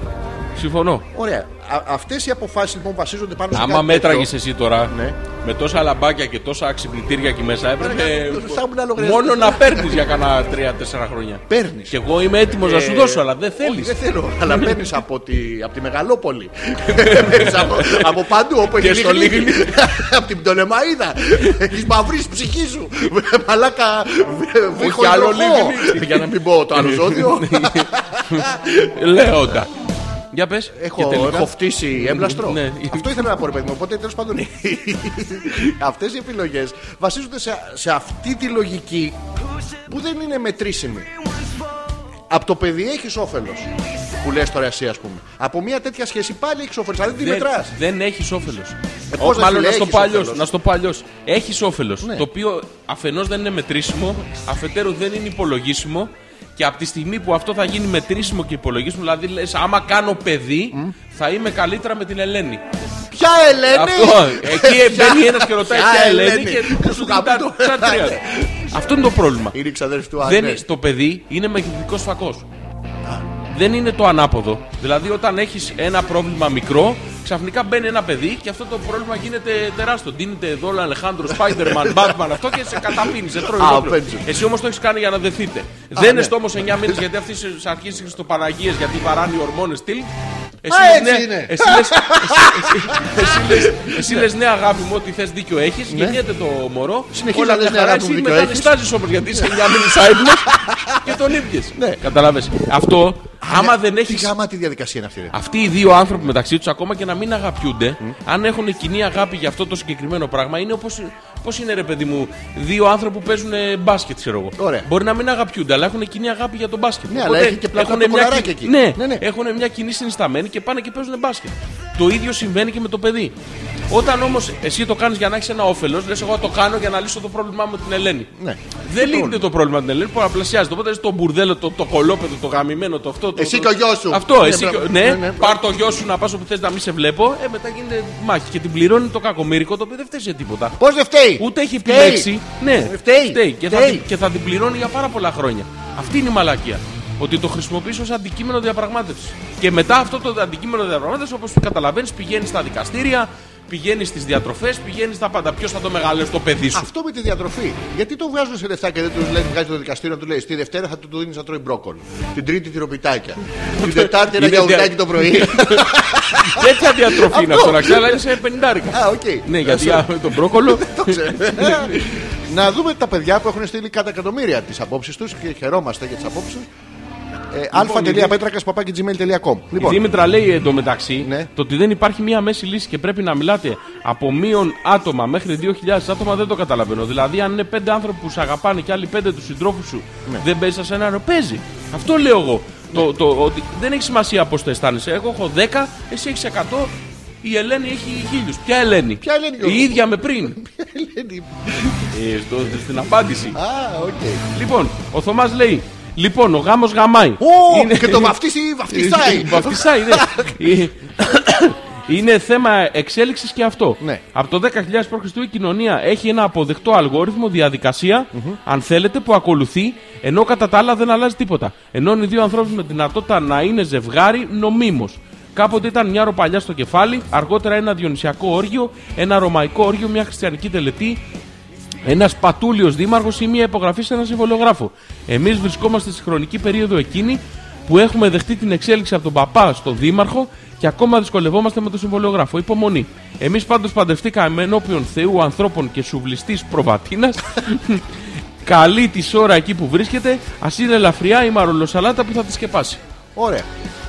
S2: Συμφωνώ.
S1: Ωραία. Αυτές οι αποφάσεις λοιπόν βασίζονται πάνω σε. κάτι
S2: Άμα
S1: τέτοιο.
S2: μέτραγε εσύ τώρα
S1: Ναι.
S2: με τόσα λαμπάκια και τόσα ξυπνητήρια εκεί μέσα, έπρεπε.
S1: Ρε, θα ήμουν άλλο χρειαστή.
S2: Μόνο να παίρνεις για κανένα τρία-τέσσερα χρόνια.
S1: Παίρνεις.
S2: Και εγώ είμαι έτοιμος να σου
S1: Ε,
S2: δώσω, αλλά δεν
S1: Όχι,
S2: θέλεις.
S1: Δεν θέλω, αλλά παίρνεις από, τη, από τη Μεγαλόπολη. Παίρνεις από, από παντού όπου έχει το
S2: στολίγνη.
S1: λίγνη. από την Πτολεμαίδα. Έχεις μαυρίσει ψυχή σου. Μαλάκα βήχο
S2: άλλο
S1: άλλο
S2: λίγνη.
S1: Για να μην πω το άλλο ζώδιο.
S2: Λέοντα. Για πες.
S1: Έχω, έχω φτύσει έμπλαστρο.
S2: Ναι.
S1: Αυτό ήθελα να πω, ρε παιδί μου. Οπότε τέλος πάντων αυτές οι επιλογές βασίζονται σε, σε αυτή τη λογική που δεν είναι μετρήσιμη. Από το παιδί έχεις όφελος.
S2: Ναι.
S1: Που λες τώρα εσύ, ας πούμε. Από μια τέτοια σχέση πάλι έχεις όφελος, αλλά δεν τη
S2: Δεν,
S1: μετράς.
S2: δεν έχεις όφελος.
S1: Ε, πώς
S2: Ω,
S1: να σου
S2: μάλλον να
S1: λέει,
S2: στο
S1: έχεις
S2: πω αλλιώς,
S1: όφελος.
S2: Να στο πω αλλιώς. Έχεις όφελος.
S1: Ναι.
S2: Το οποίο αφενός δεν είναι μετρήσιμο, αφετέρου δεν είναι υπολογίσιμο. Και από τη στιγμή που αυτό θα γίνει μετρήσιμο και υπολογίσιμο, δηλαδή λες, άμα κάνω παιδί, θα είμαι καλύτερα με την Ελένη.
S1: Ποια Ελένη!
S2: Αυτό. Εκεί
S1: Ποια-
S2: μπαίνει ένας και ρωτάει
S1: ποια
S2: ποια Ελένη και
S1: Ελένη?
S2: σου
S1: Σου
S2: κοιτάει.
S1: καπνό.
S2: σαν τρία. Αυτό είναι το πρόβλημα.
S1: Είναι η ξαδέρφη του
S2: Δεν,
S1: Άννε.
S2: είναι- το παιδί είναι μαγνητικό φακό. Δεν είναι το ανάποδο. Δηλαδή, όταν έχεις ένα πρόβλημα μικρό, ξαφνικά μπαίνει ένα παιδί και αυτό το πρόβλημα γίνεται τεράστιο. Δίνεται εδώ ο Αλεχάνδρος, Spider-Man, Batman, αυτό και σε καταπίνει, σε τρώει
S1: Α,
S2: ολόκληρο.
S1: απέναντι.
S2: Εσύ όμως το έχεις κάνει για να δεθείτε. Δεν
S1: ναι.
S2: είναι όμω 9 μήνες γιατί αυτή σε σε αρχίζει στι Χριστοπαναγίε γιατί βαράνε οι ορμόνες τίλ. Εσύ
S1: Α,
S2: λες,
S1: έτσι
S2: ναι,
S1: είναι.
S2: Εσύ λες, εσύ- εσύ- εσύ λες ναι αγάπη μου ότι θες δίκιο έχεις γεννιέται το μωρό
S1: Ναι. Συνεχίζεις
S2: όλα
S1: να λες, ναι,
S2: μια χαρά,
S1: αγάπη μου,
S2: εσύ
S1: δίκιο
S2: μετά
S1: έχεις.
S2: διστάζεις όμως γιατί είσαι 9 μήνες άϊπνος και τον ήπιες
S1: Ναι.
S2: καταλάβες αυτό άμα δεν
S1: Τι
S2: έχεις
S1: γάμα τη διαδικασία είναι αυτή. ρε.
S2: αυτοί οι δύο άνθρωποι μεταξύ τους ακόμα και να μην αγαπιούνται αν έχουν κοινή αγάπη για αυτό το συγκεκριμένο πράγμα είναι όπως Πώς είναι ρε παιδί μου, δύο άνθρωποι που παίζουν ε, μπάσκετ, ξέρω εγώ.
S1: Ωραία.
S2: Μπορεί να μην αγαπιούνται, αλλά έχουν κοινή αγάπη για τον μπάσκετ.
S1: Ναι, αλλά έχει και πλακό
S2: έχουν
S1: το
S2: μια
S1: κολαράκι
S2: κοι-
S1: εκεί.
S2: Ναι,
S1: Ναι, ναι.
S2: έχουν μια κοινή συνισταμένη και πάνε και παίζουν μπάσκετ. Το ίδιο συμβαίνει και με το παιδί. Όταν όμως εσύ το κάνεις για να έχεις ένα όφελος, λες: Εγώ το κάνω για να λύσω το πρόβλημά μου με την Ελένη.
S1: Ναι.
S2: Δεν λύνεται το πρόβλημα με την Ελένη, πολλαπλασιάζεται. Οπότε το μπουρδέλο, το, το κολόπεδο, το γαμημένο, το αυτό. Το,
S1: Εσύ
S2: το-
S1: και ο γιος σου.
S2: Αυτό,
S1: Ναι,
S2: εσύ και...
S1: μπράβο.
S2: Ναι,
S1: Ναι, ναι,
S2: πάρ το γιος σου να πας όπου θες να μην σε βλέπω. Ε, μετά γίνεται μάχη και την πληρώνει το κακομήρικο το οποίο δεν φταίει για τίποτα.
S1: Πώς δεν φταίει!
S2: Ούτε έχει
S1: Φταίει.
S2: επιλέξει. Ναι,
S1: Ε, φταίει.
S2: Και, θα,
S1: Φταίει.
S2: την- και θα την πληρώνει για πάρα πολλά χρόνια. Αυτή είναι η μαλακία. Ότι το χρησιμοποιείς ως αντικείμενο διαπραγμάτευσης. Και μετά αυτό το αντικείμενο διαπραγμάτευσης, όπως καταλαβαίνεις, πηγαίνει στα δικαστήρια, πηγαίνεις στις διατροφές, πηγαίνεις στα πάντα. Ποιος θα το μεγαλώσει το παιδί σου.
S1: Αυτό με τη διατροφή. Γιατί το βγάζουν σε λεφτά και δεν τους λένε βγάζει το δικαστήριο να του λέει Τη Δευτέρα θα του το δίνεις να τρώει μπρόκολ. Την Τρίτη τυροπιτάκια. Την Τετάρτη ένα
S2: Είναι
S1: γιαουρτάκι
S2: δια-
S1: το πρωί.
S2: Τέτοια διατροφή είναι αυτό, να ξέρεις, αλλά είναι σε 50
S1: Α, οκ.
S2: Ναι, γιατί ας, με τον πρόκολο.
S1: Το ξέρω. Να δούμε τα παιδιά που έχουν στείλει κατά εκατομμύρια τις απόψεις τους και χαιρόμαστε για τις απόψεις τους. Ε,
S2: Λοιπόν,
S1: αλφα.πέτρακα.gmail.com
S2: Η
S1: Λοιπόν,
S2: Δήμητρα λέει εντωμεταξύ
S1: Ναι.
S2: το ότι δεν υπάρχει μία μέση λύση και πρέπει να μιλάτε από μείον άτομα μέχρι 2.000 άτομα δεν το καταλαβαίνω. Δηλαδή, αν είναι πέντε άνθρωποι που σε αγαπάνε και άλλοι πέντε τους συντρόφους σου,
S1: Ναι.
S2: δεν παίζεις σε ένα αέριο. Παίζει. Αυτό λέω εγώ. Το, το, ότι δεν έχει σημασία πώς το αισθάνεσαι. Εγώ έχω 10, εσύ έχεις 100, η Ελένη έχει χίλιους. Ποια Ελένη?
S1: Ποια Ελένη, Γιώργο?
S2: Η ίδια με πριν. ε, στο, στην απάντηση.
S1: Α, οκ.
S2: λοιπόν, ο Θωμάς λέει. Λοιπόν, ο γάμος γαμάει.
S1: Ω,
S2: Είναι-
S1: Και το βαφτίσει, βαφτισάει.
S2: Βαφτισάει, ναι. Ε, Είναι θέμα εξέλιξης και αυτό.
S1: Ναι.
S2: Από το 10.000 π.Χ. η κοινωνία έχει ένα αποδεκτό αλγόριθμο, διαδικασία, αν θέλετε, που ακολουθεί, ενώ κατά τα άλλα δεν αλλάζει τίποτα. Ενώνει δύο ανθρώπους με τη δυνατότητα να είναι ζευγάρι νομίμως. Κάποτε ήταν μια ροπαλιά στο κεφάλι, αργότερα ένα διονυσιακό όργιο, ένα ρωμαϊκό όργιο, μια χριστιανική τελετή, ένας πατούλιος δήμαρχος ή μια υπογραφή σε έναν συμβολογράφο. Εμείς βρισκόμαστε στη χρονική περίοδο εκείνη που έχουμε δεχτεί την εξέλιξη από τον παπά στον δήμαρχο και ακόμα δυσκολευόμαστε με τον συμβολογράφο. Υπομονή. Εμείς πάντως παντρευτήκαμε ενώπιον Θεού ανθρώπων και σουβλιστής προβατίνα. Καλή της ώρα εκεί που βρίσκεται, ας είναι ελαφριά η μαρολοσαλάτα που θα τη σκεπάσει.
S1: Ωραία.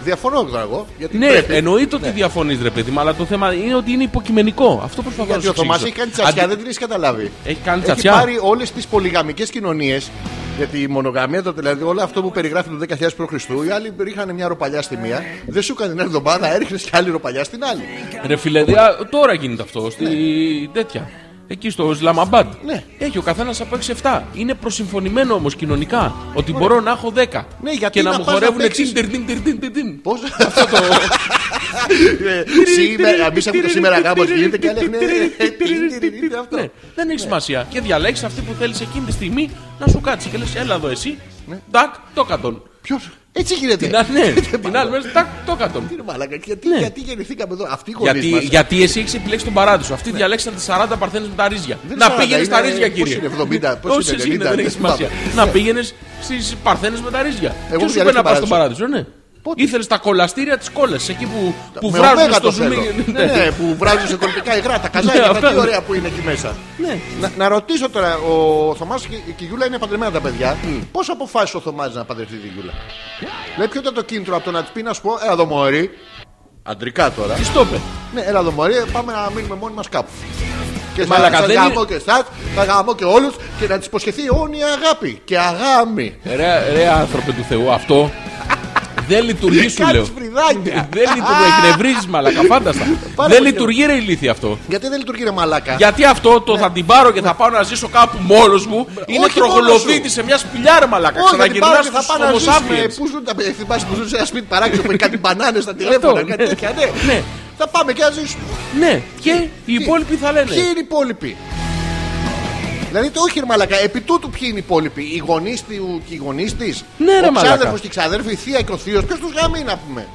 S1: Διαφωνώ τώρα εγώ. γιατί
S2: Ναι,
S1: πρέπει.
S2: εννοείται ότι διαφωνείς, ρε παιδί μου, αλλά το θέμα είναι ότι είναι υποκειμενικό. Αυτό προσπαθώ
S1: Γιατί
S2: να
S1: ο
S2: σου
S1: Θωμάς
S2: εξηγήσω.
S1: έχει κάνει τσασιά,
S2: Αντί-
S1: δεν την έχεις καταλάβει.
S2: Έχει κάνει
S1: Έχει
S2: τσατσιά.
S1: πάρει όλες τις πολυγαμικές κοινωνίες. Γιατί η μονογαμία, το- δηλαδή όλο αυτό που περιγράφει το 10.000 π.Χ. Οι άλλοι ρίχνανε μια ροπαλιά στη μία, δεν σου έκανε την άλλη εβδομάδα, έριχνες και άλλη ροπαλιά στην άλλη.
S2: Ρε φίλε, δι- α, τώρα γίνεται αυτό. Στη τέτοια. Εκεί στο Ισλαμαμπάντ.
S1: Ναι.
S2: Έχει ο καθένας από 6-7. Είναι προσυμφωνημένο όμως κοινωνικά. Ότι μπορώ να έχω 10.
S1: Ναι, γιατί
S2: και να,
S1: να
S2: μου
S1: πας να
S2: χορεύουν
S1: παίξεις.
S2: τιν, τιν, τιν, τιν, τιν, τιν, τιν.
S1: Πώς. Αυτό το. Σήμερα, εμείς έχουμε το σήμερα γάμος γίνεται και άλλοι Ε, έχουν. αυτό.
S2: Ναι, δεν έχει σημασία. Και διαλέγει αυτή που θέλεις εκείνη τη στιγμή να σου κάτσει. Και λες, έλα εδώ εσύ.
S1: Ναι.
S2: Τάκ, το κατόν.
S1: Ποιος. Έτσι γίνεται.
S2: Την άλλη, ναι, την άλλη μέρα, τάκ, το κατόν.
S1: Τι είναι, μαλάκα, γιατί,
S2: Ναι.
S1: γιατί γεννηθήκαμε εδώ, αυτοί οι γονείς
S2: Γιατί,
S1: μας. Ναι.
S2: γιατί εσύ έχεις επιλέξει τον παράδεισο. Αυτοί διαλέξαν τι 40 παρθένες με τα ρίζια.
S1: Δεν είναι
S2: να
S1: 40,
S2: πήγαινε στα
S1: είναι-
S2: ρίζια,
S1: πώς
S2: κύριε.
S1: είναι, 70, πώς
S2: Όσες
S1: είναι,
S2: είναι,
S1: 90,
S2: δεν έχεις
S1: δεν
S2: σημασία.
S1: θυμάμαι.
S2: Να πήγαινες στις παρθένες με τα ρίζια. Ποιο σου είπε
S1: διαλέξω
S2: να πας στον
S1: παράδεισο.
S2: παράδεισο, ναι.
S1: Πότε?
S2: Ήθελες τα κολαστήρια της κόλλας εκεί που, που
S1: Με
S2: βράζουν
S1: ωμέγα
S2: στο
S1: το
S2: ζουμί.
S1: θέλω. Ναι,
S2: Ναι.
S1: ναι, που βράζουν σε κολπικά υγρά, τα
S2: Ναι,
S1: καζάκια,
S2: αυτά
S1: αυτά τι
S2: είναι.
S1: ωραία που είναι εκεί μέσα.
S2: Ναι.
S1: Να, να ρωτήσω τώρα, ο Θωμάς και, και η Γιούλα είναι παντρεμένα τα παιδιά. Πώς αποφάσισε ο Θωμάς να παντρευτεί τη Γιούλα, Λέει, ποιο ήταν το κίνητρο από το να της πει να σου πω, Ελά εδώ μωρή. Αντρικά τώρα.
S2: Τι το είπε.
S1: Ναι, έλα εδώ μωρή, πάμε να μείνουμε μόνοι μας κάπου. Και θα,
S2: Μαλάκα,
S1: θα
S2: δεν
S1: γαμώ
S2: είναι-
S1: και εσάς, θα γαμώ και όλους και να της υποσχεθεί αιώνια αγάπη και αγάμη.
S2: Ρε, ρε άνθρωπε του Θεού, αυτό Δεν λειτουργεί, σου λέω.
S1: Κάνεις φρυδάκια.
S2: Δεν λειτουργεί, εκνευρίζεις μαλακά, φάνταστα.
S1: Πάρα
S2: Δεν
S1: πολύ.
S2: λειτουργεί ρε ηλίθεια αυτό.
S1: Γιατί δεν λειτουργεί ρε μαλάκα.
S2: Γιατί αυτό το θα την πάρω και θα πάω να ζήσω κάπου μόνος μου είναι
S1: Ναι. όχι μόνος
S2: τροχολοβίτη
S1: σου.
S2: σε μια σπηλιά ρε μαλακά.
S1: Όχι, γιατί
S2: Ξαναγυρνά
S1: πάρω και θα
S2: στους
S1: πάω να ζήσω. Πού ζουν τα παιδιά, θυμάσαι που ζουν σε ένα σπίτι παράξενο που έχει κάτι μπανάνες στα τηλέφωνα,
S2: Αυτό,
S1: κάτι
S2: ναι.
S1: τέτοια. ναι.
S2: Ναι.
S1: Θα πάμε και να ζήσουμε.
S2: Ναι, και οι υπόλοιποι θα λένε.
S1: Ποιοι είναι οι υπόλοιποι. Δηλαδή το όχι ρε μαλακά, επί τούτου ποιοι είναι οι υπόλοιποι. Οι γονείς του και οι γονείς της.
S2: Ναι, ρε
S1: ο
S2: μαλακά.
S1: ξάδερφος και η ξαδέρφη, η θεία και ο θείος, ποιος τους γάμει να πούμε.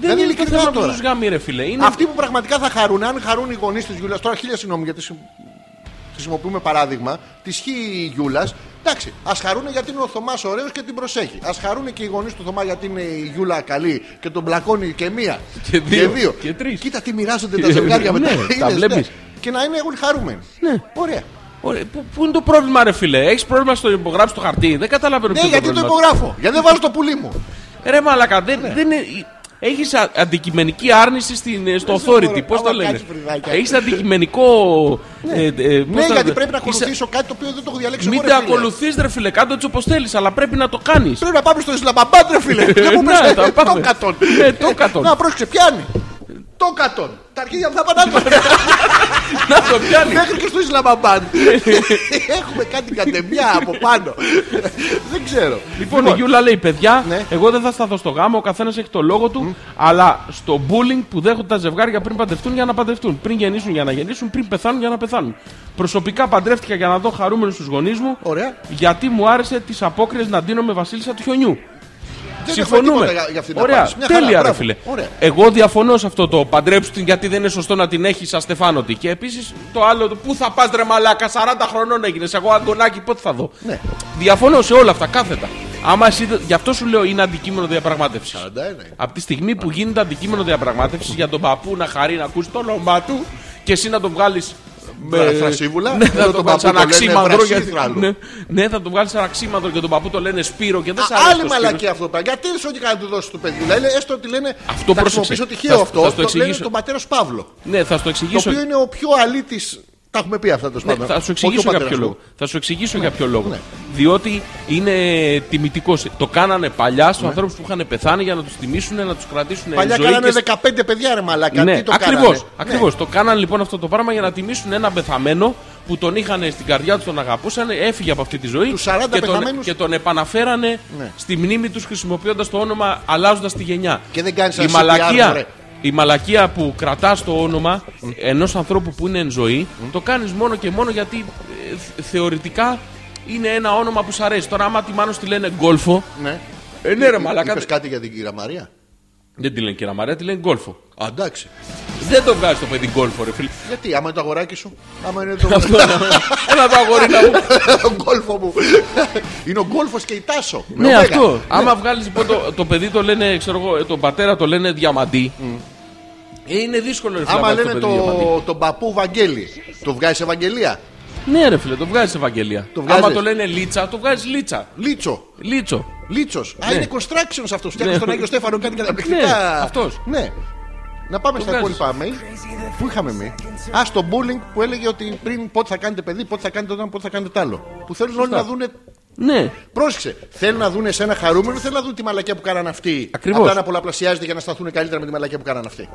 S2: Δεν είναι
S1: ειλικρινά
S2: καθόλου
S1: τώρα.
S2: τους γάμι, ρε φίλε. Είναι
S1: Αυτοί που πραγματικά θα χαρούν, αν χαρούν οι γονείς της Γιούλας, τώρα χίλια συγγνώμη γιατί συμ- χρησιμοποιούμε παράδειγμα, της Χ Γιούλας. Εντάξει, ας χαρούν γιατί είναι ο Θωμάς ωραίος και την προσέχει. Ας χαρούν και οι γονείς του Θωμά γιατί είναι η Γιούλα καλή και τον μπλακώνει και μία.
S2: Και δύο. Και τρεις.
S1: Κοίτα τι μοιράζονται τα ζευγάρια μετά.
S2: Ναι,
S1: Είναι,
S2: τα
S1: ναι.
S2: βλέπεις.
S1: Και να είναι όλοι χαρούμενοι.
S2: Ναι.
S1: Ωραία.
S2: Ωραία, Πού, πού είναι το πρόβλημα, ρε φίλε. Έχεις πρόβλημα στο υπογράψεις το χαρτί. Δεν καταλαβαίνω ποιο
S1: Ναι,
S2: είναι
S1: γιατί το Ναι.
S2: πρόβλημα.
S1: υπογράφω. Γιατί δεν βάζω το πουλί μου.
S2: Ρε μαλακά, δεν, δεν είναι. Έχεις αντικειμενική άρνηση στην, ε, στο
S1: σε
S2: authority.
S1: μπορώ,
S2: Πώς το
S1: άμα
S2: λένε.
S1: κάτσεις, βρυδάκια.
S2: Έχεις αντικειμενικό. ε, ε, πώς
S1: Ναι,
S2: το-
S1: γιατί πρέπει να
S2: είσαι-
S1: ακολουθήσω κάτι το οποίο δεν το έχω διαλέξει
S2: Μην
S1: εγώ,
S2: τα
S1: ρε φίλε.
S2: ακολουθείς, ρε φίλε. Κάντο έτσι όπως θέλεις, αλλά πρέπει να το κάνεις.
S1: Πρέπει να πάμε στο Ισλαμπαμπάντ, ρε φίλε. Δεν μου
S2: Ναι,
S1: πες,
S2: τα πάμε.
S1: Το κατόν. Ε,
S2: Ναι, το κατόν.
S1: Να πρόσεξε, πιάνει. Το κατόν. Τα αρχίδια μου θα πάνε άτομα.
S2: Ναι. να το πιάνει.
S1: Μέχρι και στο Ισλαμπαμπάντ. Έχουμε κάτι κατεμιά από πάνω. Δεν ξέρω.
S2: Λοιπόν, η Γιούλα λέει: Παιδιά,
S1: Ναι.
S2: εγώ δεν θα σταθώ στο γάμο, ο καθένας έχει το λόγο του, αλλά στο bullying που δέχονται τα ζευγάρια πριν παντρευτούν για να παντρευτούν, πριν γεννήσουν για να γεννήσουν, πριν πεθάνουν για να πεθάνουν. Προσωπικά παντρεύτηκα για να δω χαρούμενο στου γονείς μου,
S1: Ωραία.
S2: γιατί μου άρεσε τις απόκριες να ντύνω με Βασίλισσα του χιονιού.
S1: Δεν έχουμε
S2: Συμφωνούμε.
S1: τίποτα για- για αυτήν την
S2: Ωραία.
S1: απάντηση. Μια χαρά,
S2: Τέλεια, ρε
S1: μπράβο.
S2: φίλε.
S1: Ωραία.
S2: Εγώ διαφωνώ σε αυτό το παντρέψου την γιατί δεν είναι σωστό να την έχεις αστεφάνωτη. Και επίσης το άλλο, το πού θα πας ρε μαλάκα, 40 χρονών έγινες. Εγώ αγκονάκι, πότε θα δω.
S1: Ναι.
S2: Διαφωνώ σε όλα αυτά, κάθετα. Άμα εσύ, δεν- γι' αυτό σου λέω είναι αντικείμενο διαπραγμάτευσης.
S1: 41 είναι.
S2: Από τη στιγμή που γίνεται αντικείμενο διαπραγμάτευσης για τον παππού να χαρεί να ακούσει το όνομά του και εσύ να τον βγάλεις.
S1: Βρα- θρασίβουλα.
S2: Ναι,
S1: Εδώ
S2: θα τον
S1: τον
S2: βγάλει
S1: παππού
S2: σαν
S1: το λένε
S2: αξίμανδρο. γιατί-
S1: βρασίθραλο.
S2: ναι, Ναι, θα τον βγάλει σαν αξίμανδρο και τον παππού το λένε Σπύρο και δεν σ'
S1: Α,
S2: αρέσει.
S1: Άλλη
S2: το Σπύρο.
S1: μαλακία αυτό το πράγμα. Γιατί είναι ό,τι κάνει του δώσει του παιδιού. Δηλαδή, έστω ότι λένε.
S2: Αυτό
S1: θα
S2: πρόσεξε.
S1: χρησιμοποιήσω
S2: Θα
S1: τυχαίο
S2: σου-
S1: αυτό.
S2: θα σου
S1: Το
S2: το
S1: λένε
S2: εξηγήσω.
S1: τον πατέρα σου Παύλο.
S2: Ναι, θα σου το
S1: Το
S2: εξηγήσω.
S1: οποίο είναι ο πιο αλήτης. Τα έχουμε πει αυτά το
S2: Ναι,
S1: σπάνιο.
S2: θα σου εξηγήσω για ποιο λόγο. Θα σου εξηγήσω για ποιο
S1: Ναι.
S2: λόγο. Διότι είναι τιμητικός. Το κάνανε παλιά στους ανθρώπους που είχαν πεθάνει για να τους τιμήσουν, να τους κρατήσουν
S1: Ναι. Παλιά
S2: Ε, ζωή.
S1: κάνανε
S2: και-
S1: 15 παιδιά ρε μαλάκα.
S2: Ναι,
S1: Τι το κάνανε.
S2: ακριβώς,
S1: Ναι.
S2: ακριβώς. Το κάνανε λοιπόν αυτό το πράγμα για να τιμήσουν ένα πεθαμένο που τον είχαν στην καρδιά του, τον αγαπούσαν, έφυγε από αυτή τη ζωή
S1: Τους 40
S2: και, τον,
S1: πεθαμένους.
S2: και τον επαναφέρανε
S1: Ναι.
S2: στη μνήμη τους χρησιμοποιώντας το όνομα, αλλάζοντας τη γενιά.
S1: Και δεν κάνεις
S2: η
S1: ένα CPR,
S2: μαλακία,
S1: μωρέ.
S2: η μαλακία που κρατάς το όνομα ενός ανθρώπου που είναι εν ζωή, το κάνεις μόνο και μόνο γιατί ε, θε- θεωρητικά είναι ένα όνομα που σ' αρέσει. Τώρα, άμα τη μάνος τη λένε γκολφο.
S1: Ναι.
S2: Ε, ναι, ρε, μαλακά.
S1: Είπες κάτι για την κυρία Μαρία.
S2: Δεν τη λένε κυρία Μαρία, τη λένε γκολφο.
S1: Α, εντάξει.
S2: Δεν το βγάζεις το παιδί γκολφο, ρε φίλε.
S1: Γιατί, άμα είναι το αγοράκι σου, άμα είναι το.
S2: Αυτό ναι. να- Έλα το αγόρι να μου.
S1: ο γκόλφο μου. είναι ο γκόλφος και η τάσο. με
S2: Ναι,
S1: ωμέγα.
S2: αυτό. Άμα βγάλεις λοιπόν το, το παιδί το λένε, ξέρω εγώ, ε, τον πατέρα το λένε διαμαντή. Ε, είναι δύσκολο ρε φίλε.
S1: Άμα
S2: να βγάλεις
S1: λένε
S2: το παιδί διαμαντή.
S1: το, τον παππού Βαγγέλη, το βγάζει Ευαγγελία.
S2: Ναι, ρε φίλε, το βγάζει Ευαγγελία.
S1: Το βγάζεις.
S2: Άμα το λένε λίτσα, το βγάζει λίτσα.
S1: Λίτσο.
S2: Λίτσο.
S1: Λίτσος. Α,
S2: Ναι.
S1: είναι constructions αυτός. Φτιάχνεις
S2: Ναι.
S1: τον Άγιο Στέφανο, κάνει καταπληκτικά.
S2: Ναι, αυτός.
S1: Ναι. Να πάμε στα
S2: βγάζεις.
S1: υπόλοιπα mail. Πού είχαμε εμείς. Α, στο bullying που έλεγε ότι πριν πότε θα κάνετε παιδί, πότε θα κάνετε το ένα, πότε θα κάνετε το άλλο. Που θέλουν όλοι να δούνε
S2: Ναι,
S1: Πρόσεξε. Θέλουν να δουν εσένα χαρούμενο, θέλουν να δουν τη μαλακία που κάνανε αυτοί.
S2: Ακριβώς.
S1: Απλά να πολλαπλασιάζεται για να σταθούν καλύτερα με τη μαλακία που κάνανε αυτοί.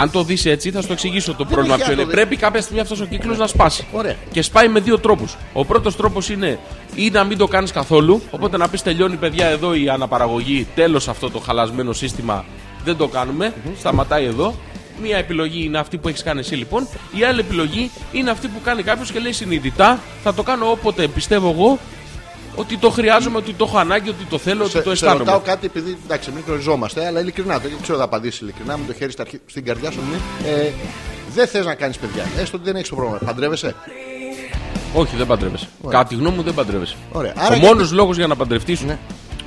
S2: αν το δεις έτσι, θα σου το εξηγήσω το πρόβλημα
S1: έχει
S2: ποιο είναι.
S1: άλλο, δεν-
S2: Πρέπει κάποια στιγμή αυτός ο κύκλος να σπάσει.
S1: Ωραία.
S2: Και σπάει με δύο τρόπους. Ο πρώτος τρόπος είναι ή να μην το κάνεις καθόλου. Οπότε να πεις τελειώνει, παιδιά, εδώ η αναπαραγωγή. Τέλος αυτό το χαλασμένο σύστημα. Δεν το κάνουμε. Σταματάει εδώ. Μία επιλογή είναι αυτή που έχεις κάνει εσύ λοιπόν. Η άλλη επιλογή είναι αυτή που κάνει κάποιος και λέει συνειδητά θα το κάνω όποτε πιστεύω εγώ ότι το χρειάζομαι, ότι το έχω ανάγκη, ότι το θέλω, ότι το
S1: σε, σε ρωτάω
S2: αισθάνομαι.
S1: κάτι επειδή εντάξει, μην γνωριζόμαστε, αλλά ειλικρινά δεν ξέρω θα απαντήσεις ειλικρινά με το χέρι στα αρχή- στην καρδιά σου. Ε, δεν θες να κάνεις παιδιά. Έστω ότι δεν έχεις το πρόβλημα. Παντρεύεσαι.
S2: Όχι, δεν παντρεύεσαι. Κατά τη γνώμη μου, δεν παντρεύεσαι.
S1: Ωραία.
S2: Ο
S1: Άρα Ναι.
S2: μόνος
S1: γιατί-
S2: μόνο λόγος για να παντρευτείς,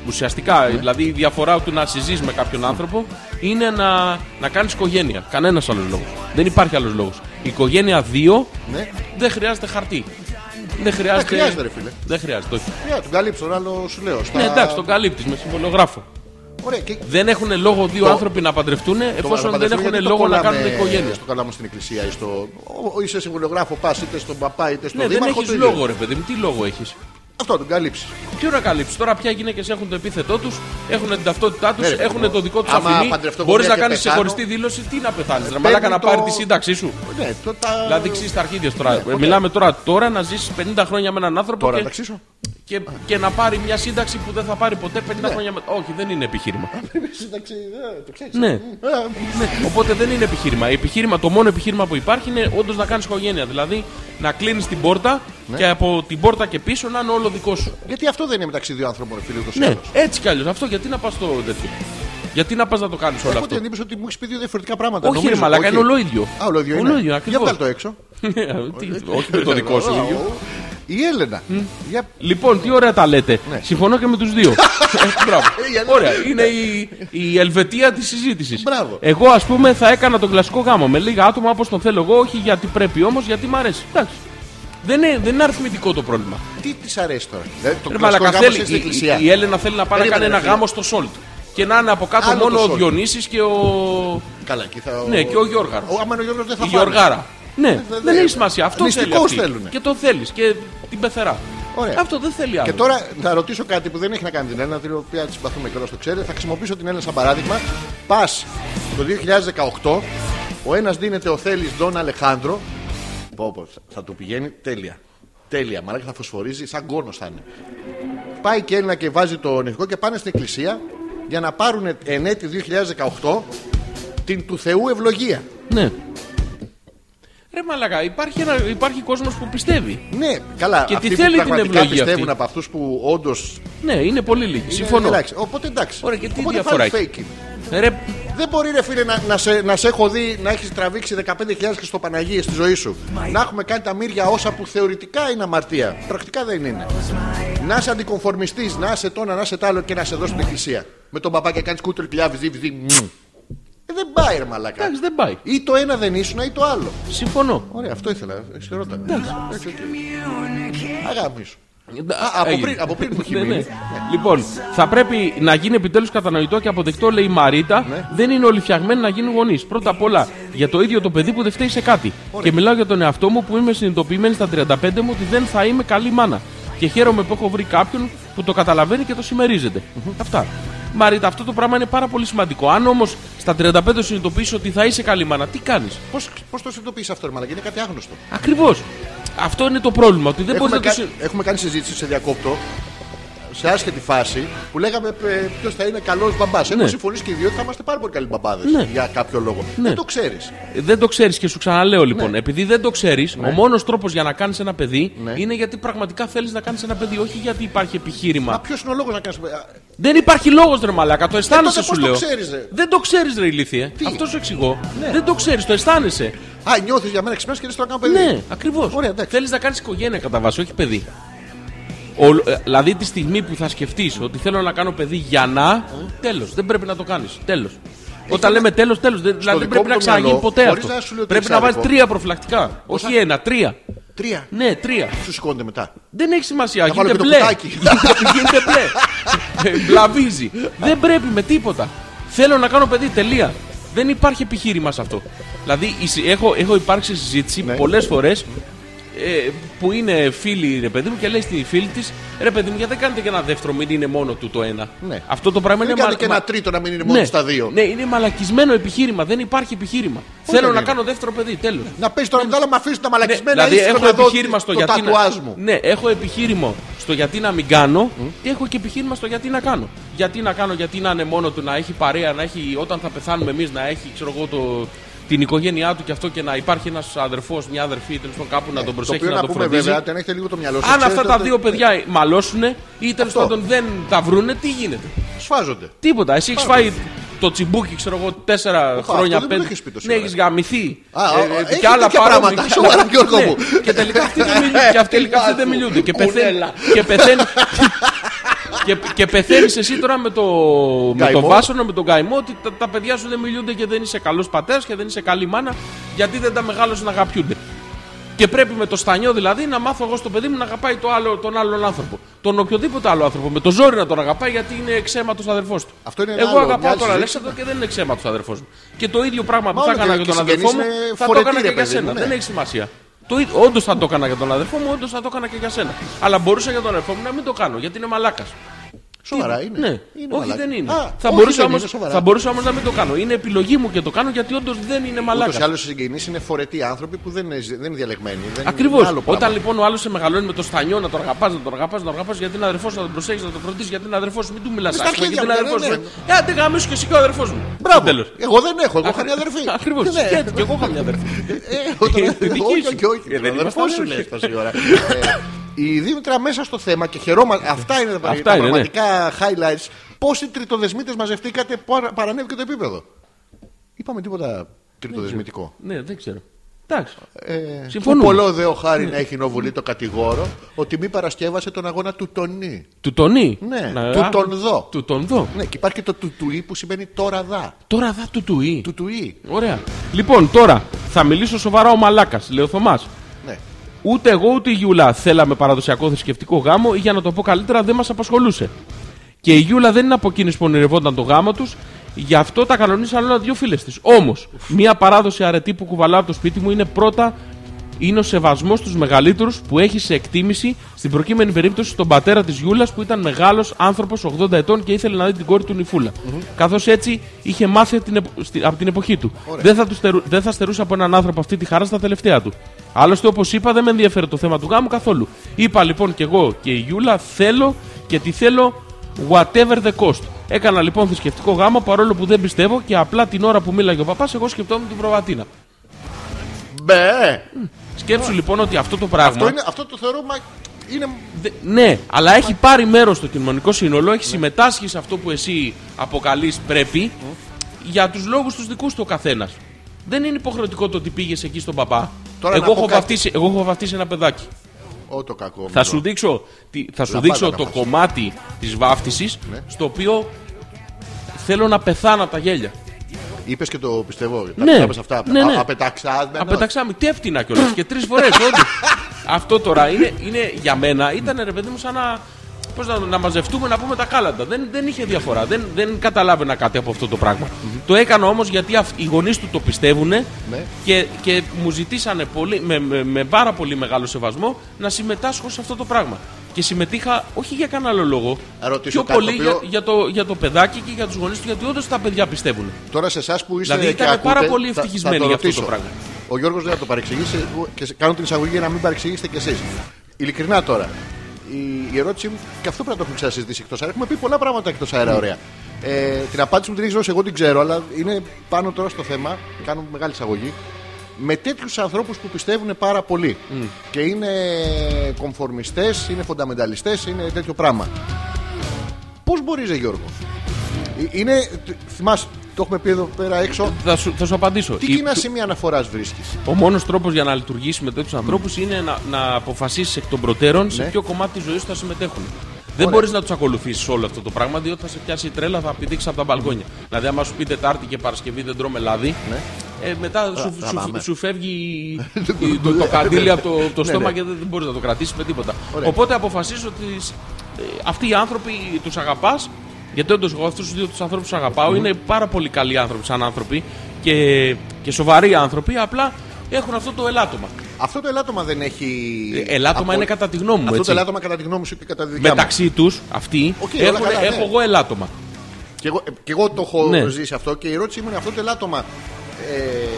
S2: ουσιαστικά,
S1: Ναι.
S2: δηλαδή η διαφορά του να συζείς με κάποιον άνθρωπο, είναι να, να κάνεις οικογένεια. Κανένας άλλος λόγος. Δεν υπάρχει άλλος λόγος. Η οικογένεια 2
S1: Ναι.
S2: δεν χρειάζεται χαρτί. Δεν χρειάζεται.
S1: χρειάζεται, ρε φίλε.
S2: Δεν χρειάζεται, όχι.
S1: Για τον καλύψω, τον άλλο σου λέω. Στα...
S2: Ναι, εντάξει, τον καλύπτεις με συμβολογράφο.
S1: Ωραία, και... το-
S2: Δεν έχουν λόγο δύο
S1: Το-
S2: άνθρωποι να παντρευτούν εφόσον
S1: να
S2: δεν
S1: παντρευτούν,
S2: έχουν
S1: γιατί το
S2: λόγο να
S1: κόλλαμε
S2: κάνουν οικογένεια.
S1: Στο καλάμο στην εκκλησία ή στο. ο- ο- Είσαι συμβολιογράφο, πας είτε στον παπά είτε στον
S2: Ναι, δεν
S1: δήμαρχο.
S2: έχεις
S1: το ίδιο.
S2: λόγο, ρε παιδί μου, τι λόγο έχεις.
S1: Αυτό τον καλύψεις.
S2: Ποιο να καλύψεις. Τώρα πια οι γυναίκες έχουν το επίθετό τους, έχουν την ταυτότητά τους,
S1: Ναι, ρε,
S2: έχουν
S1: παιδί μου.
S2: το δικό τους
S1: Άμα
S2: αφημί.
S1: παντρευτώ
S2: Μπορείς
S1: γυναίκα και
S2: να κάνεις
S1: πεθάνω,
S2: ξεχωριστή δήλωση, τι να πεθάνεις. Ρε
S1: παίρνει
S2: μαλάκα να
S1: το-
S2: πάρει τη σύνταξή σου.
S1: Ναι, το, τα...
S2: Δηλαδή ξέρεις τα αρχίδια σου τώρα.
S1: Ναι,
S2: Ε, Μιλάμε τώρα, τώρα να ζήσει 50 χρόνια με έναν άνθρωπο
S1: Τώρα
S2: και,
S1: να ταξίσω.
S2: και, και να πάρει μια σύνταξη που δεν θα πάρει ποτέ 50
S1: Ναι.
S2: χρόνια μετά. Όχι, δεν είναι επιχείρημα.
S1: Σύνταξη, ε, το ξέρεις.
S2: Ναι.
S1: Ε,
S2: Οπότε δεν είναι επιχείρημα. επιχείρημα. Το μόνο επιχείρημα που υπάρχει είναι όντως να κάνεις οικογένεια. Δηλαδή να κλείνεις την πόρτα
S1: Ναι.
S2: και από την πόρτα και πίσω να είναι όλο δικό σου.
S1: Γιατί αυτό δεν είναι μεταξύ δύο άνθρωπων, ρε φίλε, ούτως ή
S2: Ναι,
S1: άλλως.
S2: έτσι κι αλλιώς. Αυτό γιατί να πας το τέτοιο. Γιατί να πας να το κάνεις όλο
S1: Έχω την
S2: αυτό.
S1: εντύπωση ότι μου έχεις πει δύο διαφορετικά πράγματα.
S2: Όχι, ρε
S1: Νομίζω,
S2: Μαλάκα,
S1: όχι.
S2: είναι όλο ίδιο.
S1: Α, όλο ίδιο είναι. Για
S2: ακριβώς. Ε,
S1: βγάλ' το έξω.
S2: Τι- Όχι με το δικό σου ίδιο.
S1: Η Έλενα. Για
S2: Λοιπόν, τι ωραία τα λέτε.
S1: Ναι.
S2: Συμφωνώ και με τους δύο. Ε, Μπράβο.
S1: Για να-
S2: Ωραία. Είναι η, η Ελβετία της συζήτησης.
S1: Μπράβο.
S2: Εγώ, ας πούμε, θα έκανα τον κλασικό γάμο με λίγα άτομα όπως τον θέλω εγώ. Όχι γιατί πρέπει όμως, γιατί μ' αρέσει. Εντάξει. Δεν είναι, δεν είναι αριθμητικό το πρόβλημα.
S1: Τι της αρέσει τώρα. Δηλαδή, το
S2: Ρε
S1: κλασικό
S2: μαλακα,
S1: γάμος
S2: θέλει-
S1: είναι στην
S2: η-
S1: εκκλησία.
S2: Η, η Έλενα θέλει να πάει να
S1: Περίμενε,
S2: κάνει ένα
S1: ρε φίλε.
S2: γάμο στο Σόλτ. Και να είναι από κάτω
S1: Άλλο το
S2: μόνο ο
S1: Salt.
S2: Διονύσης και ο.
S1: Καλά, εκεί θα.
S2: Ναι, και ο Γιώργαρος.
S1: Ο, άμα είναι ο Γιώργος δεν θα φάει.
S2: Η Γιωργάρα. Ναι,
S1: δεν-
S2: δεν
S1: δεν-
S2: έχει σημασία. Αυτό θέλει.
S1: Μυστικούς
S2: αυτή.
S1: Ε, θέλουνε.
S2: Και το θέλεις. Και την πεθερά.
S1: Ωραία.
S2: Αυτό δεν θέλει άλλο.
S1: Και τώρα θα ρωτήσω κάτι που δεν έχει να κάνει την Έλενα, την οποία τη συμπαθούμε και το ξέρετε. Θα χρησιμοποιήσω την Έλενα σαν παράδειγμα. Πας το 2018, ο ένας δίνεται ο Θέλει Ντόν Αλεχάνδρο. Πω, πω, θα του πηγαίνει τέλεια. Τέλεια, μαλάκα θα φωσφορίζει, σαν κόνος θα είναι. Πάει και Έλληνα και βάζει το νηφικό και πάνε στην εκκλησία για να πάρουν εν έτη 2018 την του Θεού ευλογία.
S2: Ναι. Ρε μαλακά, υπάρχει, ένα, υπάρχει κόσμος που πιστεύει.
S1: Ναι, καλά.
S2: Και
S1: αυτοί
S2: τι
S1: που
S2: θέλει την
S1: πραγματικά
S2: ευλογία
S1: πιστεύουν από
S2: αυτή.
S1: αυτούς που όντως.
S2: Ναι, είναι πολύ λίγοι. Συμφωνώ.
S1: Οπότε εντάξει.
S2: Ωραία, και τι
S1: Οπότε
S2: διαφορά
S1: πάλι
S2: έχει?
S1: fake είναι.
S2: Ρε,
S1: Δεν μπορεί ρε φίλε να, να, σε, να σε έχω δει να έχεις τραβήξει 15.000 Χριστοπαναγίες στη ζωή σου. Να έχουμε κάνει τα μύρια όσα που θεωρητικά είναι αμαρτία. Πρακτικά δεν είναι. Να είσαι αντικομφορμιστής, να είσαι τόνα, να είσαι τ' άλλο και να σε δώσει την εκκλησία. Με τον παπά και κάνεις κούτρι πια, βυζί, βυζί. μμμ. Ε, δεν πάει ρε μαλακά.
S2: εντάξει, δεν πάει.
S1: Ή το ένα δεν ήσουν ή το άλλο.
S2: Συμφωνώ.
S1: Ωραία, αυτό ήθελα. Σε ρώταγα. Εντάξει, οκ. Αγάπης σου.
S2: Α,
S1: από
S2: Ε, έγινε.
S1: πριν- από πριν που έχει
S2: Ναι, ναι.
S1: μείνει.
S2: Λοιπόν, θα πρέπει να γίνει επιτέλους κατανοητό και αποδεκτό, λέει η Μαρίτα,
S1: Ναι.
S2: δεν είναι όλοι φτιαγμένοι να γίνουν γονείς. Πρώτα απ' όλα για το ίδιο το παιδί που δεν φταίει σε κάτι. Και μιλάω για τον εαυτό μου που είμαι συνειδητοποιημένη στα 35 μου ότι δεν θα είμαι καλή μάνα. Και χαίρομαι που έχω βρει κάποιον που το καταλαβαίνει και το συμμερίζεται. Αυτά. Μαρίτα, αυτό το πράγμα είναι πάρα πολύ σημαντικό. Αν όμως στα 35 συνειδητοποιήσει ότι θα είσαι καλή μάνα, τι κάνεις.
S1: Πώς το συνειδητοποιείς αυτό, ρε Μαλακά, είναι κάτι άγνωστο.
S2: Ακριβώς. Αυτό είναι το πρόβλημα. Ότι δεν μπορεί
S1: Έχουμε,
S2: να το.
S1: κα...
S2: συ-
S1: έχουμε κάνει συζήτηση σε διακόπτω σε άσχετη φάση που λέγαμε ποιος θα είναι καλός μπαμπάς. Έχουμε
S2: Ναι.
S1: συμφωνήσει και οι δύο ότι θα είμαστε πάρα πολύ καλοί μπαμπάδες
S2: Ναι.
S1: για κάποιο λόγο. Δεν το ξέρεις.
S2: Δεν το ξέρεις και σου ξαναλέω λοιπόν. Επειδή δεν το ξέρεις, ο μόνος τρόπος για να κάνεις ένα παιδί
S1: Ναι.
S2: είναι γιατί πραγματικά θέλεις να κάνεις ένα παιδί, όχι γιατί υπάρχει επιχείρημα.
S1: Μα ποιος είναι ο λόγος να κάνεις.
S2: Δεν υπάρχει λόγος, ρε Μαλάκα, το αισθάνεσαι
S1: τότε
S2: σου
S1: πώς το
S2: λέω.
S1: ξέρεις, ρε?
S2: Δεν το ξέρεις, ρε ηλίθιε.
S1: Τι? Ναι.
S2: Αυτό σου εξηγώ. Δεν το ξέρεις, το αισθάνεσαι.
S1: Α, νιώθεις για μένα ξυπνάς και λες τώρα κάνω παιδί.
S2: Ναι, ακριβώς.
S1: Ωραία, εντάξει.
S2: Θέλεις να κάνεις οικογένεια κατά βάση, όχι παιδί. Ο- ε, δηλαδή τη στιγμή που θα σκεφτεί ότι θέλω να κάνω παιδί για να. Τέλος. Δεν πρέπει να το κάνεις. Τέλος. Όταν λέμε τέλος, τέλος. Δηλαδή δεν
S1: δικό
S2: πρέπει
S1: μου
S2: να
S1: το
S2: ξαναγίνει
S1: μυαλό,
S2: ποτέ
S1: χωρίς
S2: αυτό.
S1: να σου λέω ότι
S2: Πρέπει
S1: είναι
S2: να βάλει
S1: ξάδικο.
S2: τρία προφυλακτικά. Όχι ένα, τρία.
S1: Τρία.
S2: Ναι, τρία.
S1: Σου σηκώνεται μετά.
S2: Δεν έχει σημασία.
S1: βάλω
S2: Γίνεται
S1: και το
S2: μπλε.
S1: κουτάκι.
S2: Γίνεται- Γίνεται μπλε. Ε, Βλαβίζει. Δεν πρέπει με τίποτα. Θέλω να κάνω παιδί. Τελεία. Δεν υπάρχει επιχείρημα σε αυτό. Δηλαδή η συ- έχω, έχω υπάρξει συζήτηση
S1: Ναι.
S2: πολλές φορές που είναι φίλοι ρε παιδί μου και λέει στη φίλη της ρε παιδί μου γιατί δεν κάνετε και ένα δεύτερο μην είναι μόνο του το ένα.
S1: Ναι.
S2: Αυτό το πράγμα
S1: Δεν
S2: είναι
S1: κάνει
S2: μα-
S1: και
S2: μα-
S1: ένα τρίτο να μην είναι μόνο στα δύο.
S2: ναι, είναι μαλακισμένο επιχείρημα. Δεν υπάρχει επιχείρημα. Θέλω
S1: δεν
S2: να
S1: είναι.
S2: κάνω δεύτερο παιδί. Τέλος.
S1: Να πέσει τώρα μετά, αλλά με αφήσουν τα
S2: Ναι,
S1: μαλακισμένα
S2: δηλαδή
S1: ίσως
S2: έχω
S1: να δω
S2: επιχείρημα στο
S1: το
S2: γιατί
S1: τατουάζ
S2: να...
S1: μου.
S2: Ναι, έχω επιχείρημα στο γιατί να μην κάνω και έχω και επιχείρημα στο γιατί να κάνω. Γιατί να κάνω, γιατί να είναι μόνο του, να έχει παρέα, να έχει, όταν θα πεθάνουμε εμείς να έχει ξέρω εγώ, το, την οικογένειά του και αυτό και να υπάρχει ένας αδερφός, μια αδερφή τέλος πάντων κάπου να τον
S1: Ναι, Το
S2: προσέχει,
S1: οποίο
S2: να
S1: να
S2: τον
S1: πούμε
S2: φροντίζει.
S1: βέβαια, ότι αν έχετε λίγο το μυαλό σας.
S2: Αν αυτά τα δύο παιδιά μαλώσουν ή τέλος
S1: Αυτό.
S2: πάντων δεν τα βρούνε, τι γίνεται.
S1: Σφάζονται.
S2: Τίποτα. Εσύ έχεις φάει το τσιμπούκι, ξέρω εγώ, τέσσερα
S1: αυτό δεν
S2: χρόνια
S1: μου το
S2: πέντε.
S1: έχεις πει το
S2: Ναι,
S1: σήμερα.
S2: έχεις γαμηθεί.
S1: Α, α,
S2: ε,
S1: έχει
S2: και άλλα
S1: τέτοια
S2: παρόμοια,
S1: πράγματα,
S2: και
S1: σοβαρά,
S2: άλλα-
S1: Γιώργο
S2: Ναι.
S1: μου.
S2: Και τελικά αυτοί δεν μιλούν. Και αυτοί- τελικά αυτοί δεν
S1: Κούνελα.
S2: μιλούνται. Και πεθαίνει. Και πεθαίνει. Και, και πεθαίνεις εσύ τώρα με το, με το
S1: Καημό.
S2: βάσανο, με τον καημό ότι τα, τα παιδιά σου δεν μιλούνται και δεν είσαι καλός πατέρας και δεν είσαι καλή μάνα γιατί δεν τα μεγάλωσε να αγαπιούνται. Και πρέπει με το στανιό δηλαδή να μάθω εγώ στο παιδί μου να αγαπάει το άλλο, τον άλλον άνθρωπο. Τον οποιοδήποτε άλλο άνθρωπο. Με το ζόρι να τον αγαπάει γιατί είναι εξαίματο αδερφός του.
S1: Αυτό είναι ένα
S2: εγώ
S1: άλλο, μια
S2: αγαπάω
S1: άλλη
S2: τον
S1: συζήτηση.
S2: Αλέξανδρο και δεν είναι εξαίματο αδερφός μου. Και το ίδιο πράγμα που θα
S1: όλα
S2: έκανα
S1: και-
S2: για
S1: και
S2: τον
S1: συγγενείς
S2: αδερφό μου
S1: είναι
S2: θα το
S1: φορετή,
S2: έκανα
S1: ρε
S2: και για
S1: παιδί μου,
S2: σένα.
S1: ναι.
S2: Δεν έχει σημασία. Το ίδιο, όντως θα το έκανα για τον αδερφό μου, όντως θα το έκανα και για σένα. Αλλά μπορούσα για τον αδερφό μου να μην το κάνω γιατί είναι μαλάκας.
S1: Σοβαρά είναι.
S2: Ναι,
S1: είναι
S2: όχι
S1: μαλάκα.
S2: δεν είναι.
S1: Α,
S2: θα,
S1: όχι,
S2: μπορούσα
S1: δεν
S2: όμως,
S1: είναι, σοβαρά.
S2: θα μπορούσα όμως να μην το κάνω. Είναι επιλογή μου και το κάνω γιατί όντως δεν είναι
S1: Ούτως ή
S2: μαλάκα.
S1: άλλως οι συγγενείς είναι φορετοί άνθρωποι που δεν είναι, δεν είναι διαλεγμένοι. Δεν είναι
S2: Ακριβώς.
S1: άλλο πράγμα.
S2: Όταν λοιπόν ο άλλος σε μεγαλώνει με το στανιό να τον αγαπάς, να τον αγαπάς, να τον αγαπάς, γιατί είναι αδερφός, να τον προσέχεις, να τον φροντίζει, γιατί είναι αδερφό, μην του μιλάς
S1: στα
S2: άσχημα, γιατί
S1: αρχίδια
S2: είναι
S1: μου,
S2: αδερφός.
S1: ναι,
S2: Ναι, ναι. Ε, γαμίσου και εσύ και ο αδερφός μου. Μπράβο. Τέλος.
S1: Εγώ δεν έχω, εγώ χάρη αδερφή.
S2: Ακριβώς.
S1: Ναι.
S2: Γιατί και εγώ είχα μια αδερφή.
S1: Ε, όταν-
S2: Ε, δική
S1: Όχι,
S2: σου.
S1: όχι, όχι.
S2: Ε, δεν
S1: Τον αδερφό
S2: είμαστε
S1: σου λες
S2: αδερφοί.
S1: τόση ώρα. Ε, Η Δήμητρα μέσα στο θέμα και χαιρόμαστε. Αυτά είναι τα
S2: Ε, Αυτά
S1: τα
S2: είναι, ναι.
S1: πραγματικά highlights. Πόσοι τριτοδεσμίτες μαζευτήκατε, παρα- παρανέβηκε το επίπεδο. Είπαμε τίποτα τριτοδεσμητικό.
S2: Ναι, δεν ξέρω. Εντάξει.
S1: Ε,
S2: Συμφωνούμε.
S1: Του πολλό δε ο χάρη να έχει νοβουλή το κατηγόρο ότι μη παρασκεύασε τον αγώνα του Τονί.
S2: Του τονί.
S1: Ναι,
S2: Να-
S1: του
S2: α,
S1: τον δω.
S2: Του τον δω.
S1: Ναι, και υπάρχει και το τουτουί που σημαίνει τώρα δα.
S2: Τώρα δα του του ή.
S1: Τουτουί.
S2: Ωραία. Λοιπόν, τώρα θα μιλήσω σοβαρά ο Μαλάκας, λέει ο Θωμάς.
S1: Ναι.
S2: Ούτε εγώ ούτε η Γιούλα θέλαμε παραδοσιακό θρησκευτικό γάμο ή για να το πω καλύτερα δεν μας απασχολούσε. Και η Γιούλα δεν είναι από εκείνε που ονειρευόταν το γάμο τους, γι' αυτό τα κανονίσαν όλα δύο φίλες της. Όμως, μία παράδοση αρετή που κουβαλάω από το σπίτι μου είναι πρώτα είναι ο σεβασμός στους μεγαλύτερους που έχει σε εκτίμηση στην προκείμενη περίπτωση τον πατέρα της Γιούλας που ήταν μεγάλος άνθρωπος 80 ετών και ήθελε να δει την κόρη του νυφούλα. Καθώς έτσι είχε μάθει από την, επο- στη- από την εποχή του. Δεν θα, τους στερού- δεν θα στερούσε από έναν άνθρωπο αυτή τη χαρά στα τελευταία του. Άλλωστε, όπως είπα, δεν με ενδιαφέρει το θέμα του γάμου καθόλου. Είπα λοιπόν και εγώ και η Γιούλα θέλω και τη θέλω whatever the cost. Έκανα λοιπόν θρησκευτικό γάμο παρόλο που δεν πιστεύω και απλά την ώρα που μίλαγε ο παπάς, εγώ σκεφτόμουν την προβατίνα.
S1: Μπε!
S2: Σκέψου λοιπόν ότι αυτό το πράγμα.
S1: Αυτό, είναι, αυτό το θεωρώ μα, είναι
S2: Δε- ναι, αλλά έχει πάρει μέρος στο κοινωνικό σύνολο, έχει συμμετάσχει σε αυτό που εσύ αποκαλείς πρέπει για τους λόγους τους δικούς του ο καθένας. Δεν είναι υποχρεωτικό το ότι πήγες εκεί στον παπά.
S1: Τώρα να
S2: εγώ,
S1: πω
S2: έχω
S1: κάτι.
S2: βαφτίσει, εγώ έχω βαφτίσει ένα παιδάκι.
S1: ό, το κακό.
S2: Θα σου δείξω, τη- θα σου
S1: Λαμπάδα
S2: δείξω
S1: να Ναι.
S2: το
S1: φας.
S2: κομμάτι της βάφτισης στο οποίο θέλω να πεθάνω από τα γέλια.
S1: Είπες και το πιστεύω. Τα
S2: Ναι.
S1: ναι. αυτά.
S2: Ναι, ναι.
S1: Α- απεταξάδμενος.
S2: Απεταξάμε, τι έφτιανα κιόλας και τρεις φορές, όντω. Αυτό τώρα είναι, είναι για μένα, ήταν ρε παιδί μου σαν να, πώς να, να μαζευτούμε να πούμε τα κάλαντα. Δεν, δεν είχε διαφορά. Δεν, δεν καταλάβαινα κάτι από αυτό το πραγμα Το έκανα όμως γιατί αυ- οι γονείς του το πιστεύουν
S1: Ναι.
S2: και, και μου ζητήσανε πολύ, με, με, με πάρα πολύ μεγάλο σεβασμό να συμμετάσχω σε αυτό το πράγμα. Και συμμετείχα όχι για κανένα άλλο λόγο.
S1: Να ρωτήσω
S2: πιο
S1: κάτι το
S2: πολύ
S1: οποίο-
S2: για, για, το, για το παιδάκι και για τους γονείς του, γιατί όντως τα παιδιά πιστεύουν.
S1: Τώρα σε εσάς που είστε.
S2: Δηλαδή
S1: και
S2: ήταν
S1: ακούτε,
S2: πάρα πολύ
S1: θα- θα
S2: ευτυχισμένοι
S1: το
S2: για αυτό το
S1: ρωτήσω.
S2: πράγμα.
S1: Ο Γιώργος δεν θα το παρεξηγήσει. εγώ- Και σε- κάνω την εισαγωγή για να μην παρεξηγήσετε κι εσείς. Ειλικρινά τώρα. Η, η ερώτησή μου, και αυτό πρέπει να το έχουμε ξανασυζητήσει εκτός αέρα. Έχουμε πει πολλά πράγματα εκτός αέρα, ωραία. Ε, την απάντηση μου την έχεις δώσει, εγώ την ξέρω, αλλά είναι πάνω τώρα στο θέμα. Κάνω μεγάλη εισαγωγή. Με τέτοιους ανθρώπους που πιστεύουν πάρα πολύ και είναι κομφορμιστές, είναι φονταμενταλιστές, είναι τέτοιο πράγμα. Πώς μπορείς, Γιώργο. Ε, Είναι, θυμάσαι, το έχουμε πει εδώ πέρα έξω.
S2: Θα σου, θα σου απαντήσω.
S1: Τι
S2: Η-
S1: κοινά σημεία αναφοράς βρίσκεις.
S2: Ο μόνος τρόπος για να λειτουργήσει με τέτοιους ανθρώπους είναι να, να αποφασίσεις εκ των προτέρων σε
S1: Ναι.
S2: ποιο κομμάτι της ζωής σου θα συμμετέχουν. Δεν μπορείς να τους ακολουθήσεις όλο αυτό το πράγμα, διότι θα σε πιάσει η τρέλα, θα πηδήξει από τα μπαλκόνια. Δηλαδή, άμα σου πει Τετάρτη και Παρασκευή δεν τρώμε λάδι, ε, μετά σου, σου,
S1: Ναι. πάμε.
S2: σου φεύγει η- το, το καντήλι από το, το στόμα
S1: ναι.
S2: και δεν, δεν μπορείς να το κρατήσεις με τίποτα. Οπότε αποφασίζει ότι σ- ε, αυτοί οι άνθρωποι τους αγαπάς, γιατί όντω εγώ αυτούς τους δύο τους ανθρώπους αγαπάω, είναι πάρα πολύ καλοί άνθρωποι σαν άνθρωποι και, και σοβαροί άνθρωποι, απλά έχουν αυτό το ελάττωμα.
S1: Αυτό το ελάττωμα δεν έχει.
S2: Ε, ελάττωμα είναι κατά τη γνώμη μου,
S1: Αυτό
S2: έτσι.
S1: το ελάττωμα κατά τη γνώμη σου και κατά τη δικιά
S2: Μεταξύ τους, αυτοί,
S1: Οκ, όλα
S2: έχουν,
S1: καλά, ναι.
S2: έχω εγώ ελάττωμα.
S1: μου. Και εγώ, ε, και εγώ το έχω
S2: Ναι.
S1: ζήσει αυτό και η ερώτησή μου είναι αυτό το ελάττωμα. Ε,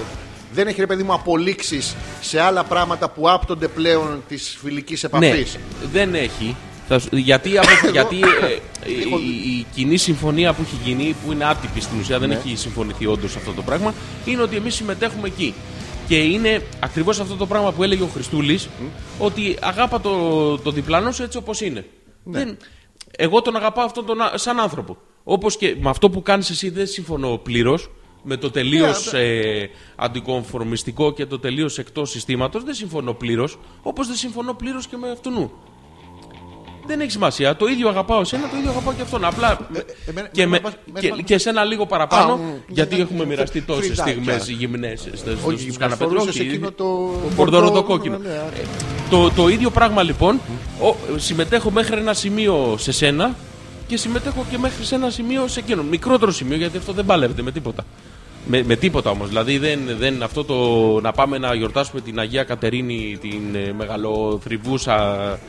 S1: δεν έχει ρε παιδί μου απολύξεις σε άλλα πράγματα που άπτονται πλέον της φιλικής επαφή.
S2: Ναι, δεν έχει. Θα σου- γιατί από- γιατί ε, ε, η, η κοινή συμφωνία που έχει γίνει, που είναι άτυπη στην ουσία, δεν έχει συμφωνηθεί όντως αυτό το πράγμα, είναι ότι εμείς συμμετέχουμε εκεί. Και είναι ακριβώς αυτό το πράγμα που έλεγε ο Χριστούλης, ότι αγάπα το, το διπλανό σου έτσι όπως είναι. Δεν, εγώ τον αγαπάω αυτόν τον, α- σαν άνθρωπο. Όπως και με αυτό που κάνεις εσύ δεν συμφωνώ πλήρως. Με το τελείως ε, αντικομφορμιστικό και το τελείως εκτός συστήματος δεν συμφωνώ πλήρως. Όπως δεν συμφωνώ πλήρως και με αυτού νου. Δεν έχει σημασία. Το ίδιο αγαπάω εσένα, το ίδιο αγαπάω και αυτόν. Απλά.
S1: Ε, εμένα-
S2: και, με,
S1: εμένα μας- εμένα
S2: και,
S1: μας-
S2: και εσένα λίγο παραπάνω,
S1: Α, μ,
S2: γιατί
S1: ναι,
S2: έχουμε
S1: ναι,
S2: μοιραστεί
S1: ναι,
S2: τόσε
S1: φρυδάκια.
S2: στιγμέ γυμνέ
S1: Όχι,
S2: στους
S1: μας
S2: καναπέδε.
S1: φορούσες εκείνο το
S2: Μπορδοροδό
S1: μπορδό,
S2: κόκκινο.
S1: ναι, ναι.
S2: Ε, Το, το ίδιο πράγμα λοιπόν. Ο, συμμετέχω μέχρι ένα σημείο σε σένα και συμμετέχω και μέχρι σε ένα σημείο σε εκείνον. Μικρότερο σημείο γιατί αυτό δεν παλεύεται με τίποτα. Με, με τίποτα όμως. Δηλαδή δεν, δεν αυτό το να πάμε να γιορτάσουμε την Αγία Κατερίνη, την ε, μεγαλοθριβούσα.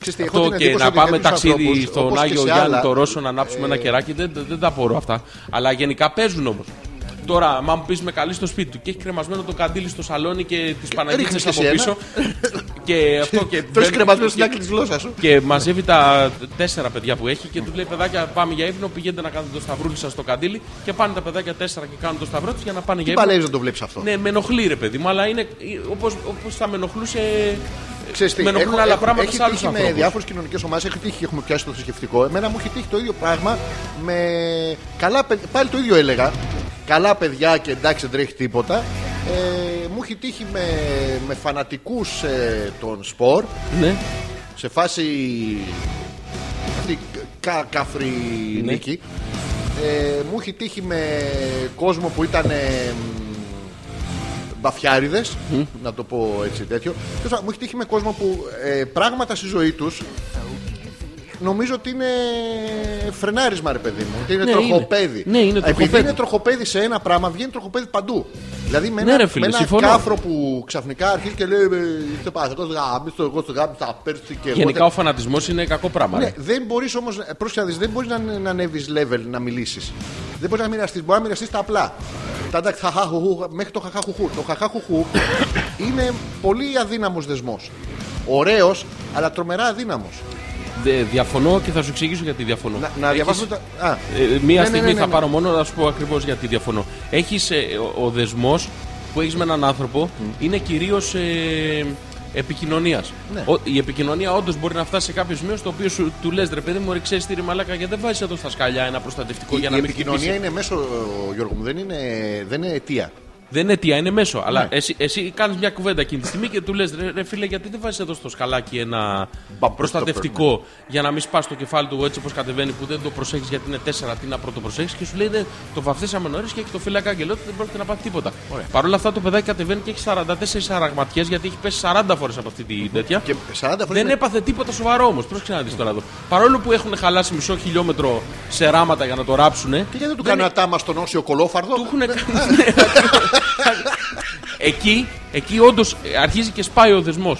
S1: Ξέρεις τι, έχω
S2: Αυτό
S1: την
S2: και
S1: εντύπωση
S2: να
S1: ότι
S2: πάμε
S1: τέτοιους
S2: ταξίδι
S1: ανθρώπους,
S2: στον
S1: όπως και
S2: Άγιο
S1: σε
S2: Γιάννη
S1: άλλα, Ε.
S2: το Ρώσο να ανάψουμε ένα κεράκι. Δεν, δεν, δεν τα μπορώ αυτά. Αλλά γενικά παίζουν όμως. Τώρα, άμα μου πεις με καλή στο σπίτι του και έχει κρεμασμένο το καντήλι στο σαλόνι και τις
S1: ρίχνεις
S2: Παναγίτσε
S1: και
S2: από
S1: εσύ
S2: πίσω. και αυτό και.
S1: Το έχει
S2: μπαίνει-
S1: κρεμασμένο
S2: και-
S1: στην άκρη της γλώσσας σου.
S2: και μαζεύει τα τέσσερα παιδιά που έχει και του λέει: Παιδάκια, πάμε για ύπνο. Πηγαίνετε να κάνετε το σταυρούλι σας στο καντήλι. Και πάνε τα παιδάκια τέσσερα και κάνουν το σταυρό τους για να πάνε
S1: Τι
S2: για ύπνο.
S1: παλεύει να το βλέπεις αυτό.
S2: Ναι, με ενοχλεί ρε παιδί μου, αλλά είναι όπως όπως θα με ενοχλούσε.
S1: Ξέρεις τι,
S2: με ενοχλούν
S1: έχω-
S2: άλλα
S1: έχω-
S2: πράγματα
S1: έχει
S2: σε άλλους
S1: τύχει με
S2: ανθρώπους.
S1: διάφορες κοινωνικές ομάδες. Έχει τύχει και έχουμε πιάσει το θρησκευτικό. Εμένα μου έχει τύχει το ίδιο πράγμα με καλά παιδιά. Πάλι το ίδιο έλεγα. Καλά παιδιά και εντάξει δεν τρέχει τίποτα. Ε, μου έχει τύχει με, με φανατικούς ε, των σπορ
S2: Ναι.
S1: σε φάση. Αυτή κα, καφρή
S2: Ναι.
S1: νίκη. Ε, μου έχει τύχει με κόσμο που ήταν. Ε, Μπαφιάριδε, να το πω έτσι τέτοιο. Τέλος πάντων, Μου έχει τύχει με κόσμο που ε, πράγματα στη ζωή τους νομίζω ότι είναι φρενάρισμα, ρε παιδί μου. Ότι είναι
S2: Ναι,
S1: τροχοπέδι.
S2: είναι. Ναι, είναι
S1: Επειδή
S2: τροχοπέδι.
S1: είναι τροχοπέδι σε ένα πράγμα, βγαίνει τροχοπέδι παντού. Δηλαδή με
S2: Ναι,
S1: ένα,
S2: ρε φίλε,
S1: με ένα
S2: συμφωνώ.
S1: κάφρο που ξαφνικά αρχίζει και λέει «Ε, Είστε παθητό γάμιστο, εγώ στο γάμιστο, πέρσι και εγώ.
S2: Γενικά ο φανατισμός είναι κακό πράγμα.
S1: Ναι,
S2: ρε.
S1: δεν μπορείς όμως, πρόσεχε να δεις, δεν μπορείς να, να ανέβεις level να μιλήσεις. Δεν μπορείς να μοιραστείς, μπορεί να μοιραστείς τα απλά. Τα εντάξει, χαχαχουχού, μέχρι το χαχαχουχού. Το χαχαχουχού είναι πολύ αδύναμος δεσμός. Ωραίος, αλλά τρομερά αδύναμος.
S2: Δε- Διαφωνώ και θα σου εξηγήσω γιατί διαφωνώ.
S1: Να, να
S2: Έχεις-
S1: διαβάσουμε τα. Α,
S2: Ε, μία
S1: Ναι, ναι,
S2: στιγμή
S1: ναι, ναι,
S2: θα
S1: ναι.
S2: πάρω μόνο να σου πω ακριβώς γιατί διαφωνώ. Έχεις ο, ο δεσμός που έχεις με έναν άνθρωπο
S1: Mm.
S2: είναι κυρίως ε, επικοινωνίας.
S1: Ναι.
S2: Η επικοινωνία όντως μπορεί να φτάσει σε κάποιο σημείο στο οποίο σου, του λες ρε παιδί μου, ρε ξέρεις τι ρε μαλάκα, γιατί δεν βάζεις εδώ στα σκαλιά ένα προστατευτικό
S1: η,
S2: για
S1: η
S2: να μην
S1: επικοινωνία
S2: χτυπήσει.
S1: είναι μέσο, Γιώργο μου, δεν είναι, δεν είναι αιτία.
S2: Δεν είναι αιτία, είναι μέσο. Αλλά
S1: Ναι.
S2: εσύ, εσύ κάνεις μια κουβέντα εκείνη τη στιγμή και του λες: ρε, ρε φίλε, γιατί δεν βάζεις εδώ στο σκαλάκι ένα
S1: Μπα,
S2: προστατευτικό για να μην σπάς το κεφάλι του έτσι όπως κατεβαίνει που δεν το προσέχεις γιατί είναι τέσσερα, τι να πρώτο προσέχει. Και σου λέει: «Δεν, Το βαφτίσαμε νωρίς και έχει το φύλακα αγγελό, δεν πρόκειται να πάθει τίποτα. Παρ' όλα αυτά το παιδάκι κατεβαίνει και έχει 44 αραγματιές γιατί έχει πέσει 40 φορές από αυτή τη τέτοια.
S1: Και Ναι. 40 φορές.
S2: Δεν έπαθε τίποτα σοβαρό όμως. Πρόσεξε να δεις τώρα εδώ. Παρόλο που έχουν χαλάσει μισό χιλιόμετρο σε ράματα για να το ράψουν.
S1: Και γιατί δεν του κάνει ένα τάμα στον όσιο κολόφαρδο.
S2: Του έχουν κάνει. ναι. εκεί εκεί όντως αρχίζει και σπάει ο δεσμός.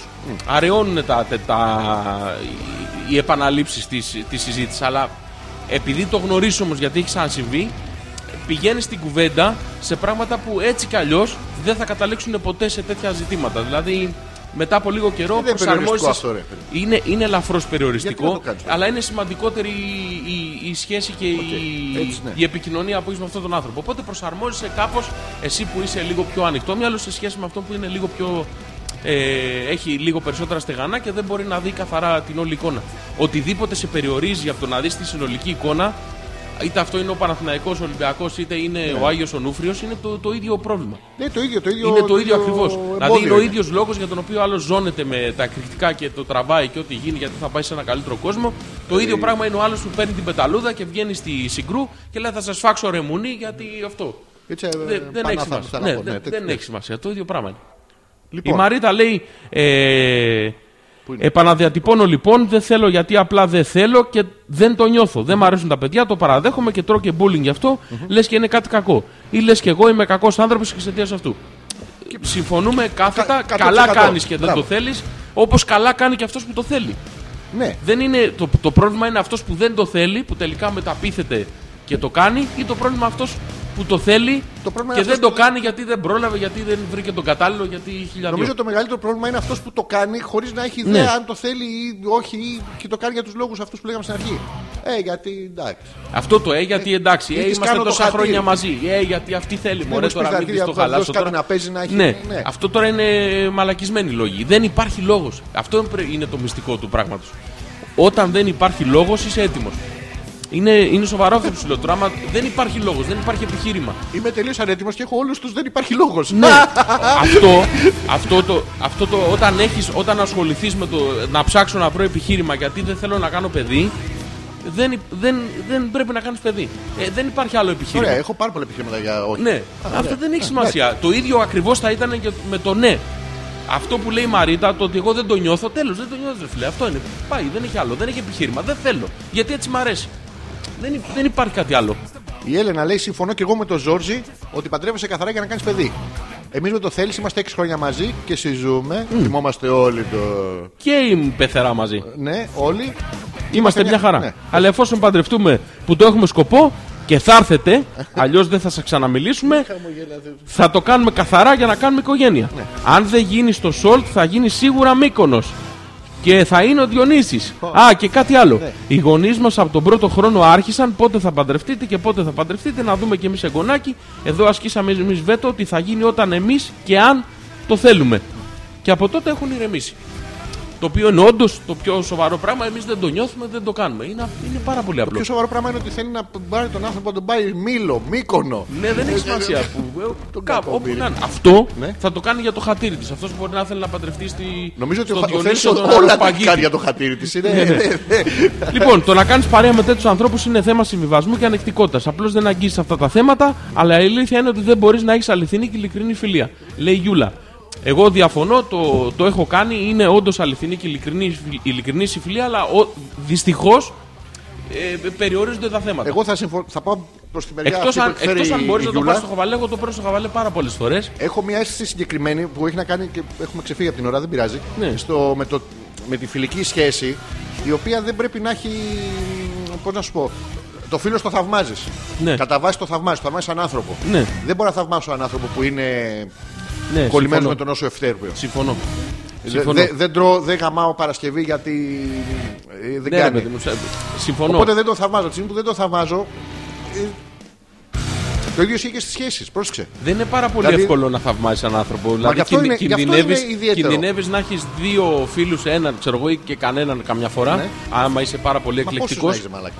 S2: Αραιώνουν τα, τε- τα- οι- οι επαναλήψεις της της συζήτησης. Αλλά επειδή το γνωρίζεις όμως γιατί έχει ξανασυμβεί, πηγαίνεις στην κουβέντα σε πράγματα που έτσι κι αλλιώς δεν θα καταλήξουν ποτέ σε τέτοια ζητήματα. Δηλαδή, μετά από λίγο καιρό
S1: Ε, δεν είναι
S2: προσαρμόζεσαι-
S1: περιοριστικό αυτό, ρε παιδί.
S2: Είναι, είναι ελαφρώς
S1: Γιατί να
S2: περιοριστικό,
S1: το κάνεις, ρε.
S2: αλλά είναι σημαντικότερη η, η- η σχέση και η,
S1: Έτσι, ναι.
S2: η επικοινωνία που έχεις με αυτόν τον άνθρωπο. Οπότε προσαρμόζεσαι κάπως εσύ που είσαι λίγο πιο ανοιχτό μυαλό σε σχέση με αυτό που είναι λίγο πιο. Ε, έχει λίγο περισσότερα στεγανά και δεν μπορεί να δει καθαρά την όλη εικόνα. Οτιδήποτε σε περιορίζει από το να δεις τη συνολική εικόνα, είτε αυτό είναι ο Παναθηναϊκός ο Ολυμπιακός, είτε είναι ο Άγιος ο Νούφριος, είναι το, το ίδιο πρόβλημα.
S1: Ναι, το ίδιο, το ίδιο.
S2: Είναι το ίδιο
S1: εμπόδιο
S2: ακριβώ. Δηλαδή είναι ο
S1: είναι.
S2: ίδιος λόγος για τον οποίο άλλο ζώνεται με τα εκρηκτικά και το τραβάει και ό,τι γίνει γιατί θα πάει σε ένα καλύτερο κόσμο.
S1: Ε.
S2: Το ίδιο πράγμα είναι ο άλλος που παίρνει την πεταλούδα και βγαίνει στη συγκρού και λέει θα σας φάξω ρεμούνι γιατί αυτό.
S1: Έτσι, ε,
S2: Δε- δεν
S1: πανάθαμα
S2: έχει σημασία.
S1: στεναχώ,
S2: Ναι,
S1: ναι,
S2: δεν-
S1: τέτοιο.
S2: δεν έχει σημασία. Το ίδιο πράγμα είναι. Η
S1: Λοιπόν,
S2: Μαρίτα λέει. Ε,
S1: είναι?
S2: Επαναδιατυπώνω λοιπόν, δεν θέλω γιατί απλά δεν θέλω και δεν το νιώθω. Δεν μου αρέσουν τα παιδιά, το παραδέχομαι και τρώω και bullying γι' αυτό. Λες και είναι κάτι κακό. Ή λες και εγώ είμαι κακός άνθρωπος εξαιτίας αυτού. Συμφωνούμε κάθετα,
S1: Κα-
S2: καλά
S1: 100%.
S2: κάνεις και δεν
S1: Μπράβο.
S2: το θέλεις, όπως καλά κάνει και αυτός που το θέλει.
S1: Ναι,
S2: Δεν είναι, το, το πρόβλημα είναι αυτός που δεν το θέλει, που τελικά μεταπίθεται και το κάνει, ή το πρόβλημα αυτός που το θέλει
S1: Το πρόβλημα
S2: και
S1: είναι
S2: δεν
S1: αυτός που-
S2: το κάνει γιατί δεν πρόλαβε, γιατί δεν βρήκε τον κατάλληλο, γιατί χιλιάδε.
S1: Νομίζω το μεγαλύτερο πρόβλημα είναι αυτός που το κάνει χωρίς να έχει ιδέα
S2: Ναι.
S1: αν το θέλει ή όχι ή και το κάνει για τους λόγους αυτούς που λέγαμε στην αρχή. Ε, γιατί εντάξει.
S2: Αυτό το ε, γιατί εντάξει, ε,
S1: της
S2: είμαστε
S1: κάνω το
S2: τόσα
S1: χατήρι. Ναι,
S2: χρόνια μαζί. Ε, γιατί αυτή θέλει. Μωρέ
S1: μόλις πεις
S2: τώρα
S1: τα
S2: μην τη
S1: αρχίδια
S2: το
S1: του, να
S2: χαλάσω.
S1: δώσει κάτι
S2: Τώρα.
S1: να παίζει, να έχει-
S2: ναι.
S1: ναι.
S2: αυτό τώρα είναι μαλακισμένοι λόγοι. Δεν υπάρχει λόγος. Αυτό πρέ- είναι το μυστικό του πράγματος. Όταν δεν υπάρχει λόγος, είσαι έτοιμος. Είναι, είναι σοβαρό αυτό που σου λέω τώρα. άμα Δεν υπάρχει λόγος, δεν υπάρχει επιχείρημα.
S1: Είμαι τελείως ανέτοιμος και έχω όλους τους, δεν υπάρχει λόγος.
S2: Ναι. αυτό, αυτό, το, αυτό το όταν, έχεις, όταν ασχοληθείς με το να ψάξω να βρω επιχείρημα γιατί δεν θέλω να κάνω παιδί, δεν, υ- δεν, δεν πρέπει να κάνεις παιδί. Ε, δεν υπάρχει άλλο επιχείρημα.
S1: Ωραία, έχω πάρα πολλά επιχειρήματα για όχι.
S2: Ναι, αυτό δεν έχει σημασία. Το ίδιο ακριβώς θα ήταν και με το ναι. Αυτό που λέει η Μαρίτα, το ότι εγώ δεν το νιώθω, τέλος δεν το νιώθω, ρε φίλε. Αυτό είναι. Πάει, δεν έχει άλλο. Δεν έχει επιχείρημα. Δεν θέλω. Γιατί έτσι μ' αρέσει. Δεν, υ- δεν υπάρχει κάτι άλλο.
S1: Η Έλενα λέει: Συμφωνώ και εγώ με τον Ζόρζι ότι παντρεύεσαι καθαρά για να κάνεις παιδί. Εμείς με το θέλει είμαστε 6 χρόνια μαζί και συζούμε. Θυμόμαστε όλοι το.
S2: Και η πεθερά μαζί.
S1: Ναι, όλοι.
S2: Είμαστε μια χαρά.
S1: ναι.
S2: Αλλά εφόσον παντρευτούμε που το έχουμε σκοπό και θα έρθετε, αλλιώς δεν θα σας ξαναμιλήσουμε, θα το κάνουμε καθαρά για να κάνουμε οικογένεια. Αν δεν γίνει στο Σολτ, θα γίνει σίγουρα Μύκονος. Και θα είναι ο Διονύσης. Α, και κάτι άλλο.
S1: Ναι.
S2: Οι γονείς μας από τον πρώτο χρόνο άρχισαν πότε θα παντρευτείτε και πότε θα παντρευτείτε, να δούμε και εμείς εγγονάκι. Εδώ ασκήσαμε εμείς βέτο ότι θα γίνει όταν εμείς και αν το θέλουμε. Και από τότε έχουν ηρεμήσει. Το οποίο είναι όντως το πιο σοβαρό πράγμα. Εμείς δεν το νιώθουμε, δεν το κάνουμε. Είναι, α- είναι πάρα πολύ απλό.
S1: Πιο σοβαρό πράγμα είναι ότι θέλει να πάρει τον άνθρωπο να τον πάει Μήλο, Μύκονο.
S2: Ναι, δεν έχει σημασία. που, ε,
S1: Τον
S2: κάπου, όπου
S1: κακομοίρη.
S2: να είναι. Αυτό
S1: Ναι.
S2: θα το κάνει για το χατήρι της. Αυτός μπορεί να θέλει να παντρευτεί στη.
S1: Νομίζω ότι ο
S2: στον
S1: Χα- ο Θέλης
S2: Διονύσιο τον Ναι,
S1: όλα τα
S2: Αργοπαγίτη.
S1: έχει κάνει για το χατήρι της.
S2: Λοιπόν, το να κάνεις παρέα με τέτοιους ανθρώπους είναι θέμα συμβιβασμού και ανεκτικότητας. Απλώς δεν αγγίζεις αυτά τα θέματα, αλλά η αλήθεια είναι ότι δεν μπορείς να έχεις αληθινή και ειλικρινή φιλία. Λέει η Γιούλα. Εγώ διαφωνώ, το, το έχω κάνει. Είναι όντως αληθινή και ειλικρινή, ειλικρινής η φιλία, αλλά δυστυχώς ε, περιορίζονται τα θέματα.
S1: Εγώ θα, συμφω- θα πάω προς τη μεριά
S2: Εκτός
S1: αυτή
S2: αν,
S1: που εκφέρει
S2: εκτός αν
S1: η
S2: μπορείς να το
S1: Γιούλα.
S2: πάρεις στο χαβαλέ, εγώ το παίρνω στο χαβαλέ πάρα πολλές φορές.
S1: Έχω μια αίσθηση συγκεκριμένη που έχει να κάνει και έχουμε ξεφύγει από την ώρα, δεν πειράζει.
S2: Ναι.
S1: Στο, με, το, με τη φιλική σχέση, η οποία δεν πρέπει να έχει. Πώς να σου πω. Το φίλο το θαυμάζεις.
S2: Ναι.
S1: Κατά βάση το θαυμάζεις. Θαυμάζεις σαν άνθρωπο.
S2: Ναι.
S1: Δεν μπορώ να θαυμάσω έναν άνθρωπο που είναι
S2: Ναι,
S1: κολλημένος με
S2: συμφωνώ.
S1: τον όσο ευθέρπιο.
S2: Συμφωνώ.
S1: Δε-
S2: Συμφωνώ.
S1: δε- δεν, τρώω, δεν γαμάω Παρασκευή γιατί ε, δεν
S2: Ναι, ρε
S1: κάνει.
S2: παιδί μου, σε- συμφωνώ.
S1: Οπότε δεν το θαυμάζω. Τη στιγμή που δεν το θαυμάζω. ε, το ίδιο ισχύει και στις σχέσεις. Πρόσεξε.
S2: Δεν είναι πάρα πολύ
S1: Δηλαδή-
S2: εύκολο να θαυμάζεις έναν άνθρωπο. Δηλαδή,
S1: γι' αυτό
S2: κιν-
S1: είναι- γι' αυτό
S2: κινδυνεύεις-
S1: είναι ιδιαίτερο.
S2: κινδυνεύεις να έχεις δύο φίλους, έναν ξέρω εγώ ή και κανέναν καμιά φορά.
S1: Ναι.
S2: Άμα είσαι πάρα πολύ
S1: Μα πόσους να
S2: εκλεκτικό.
S1: είσαι, μαλάκα.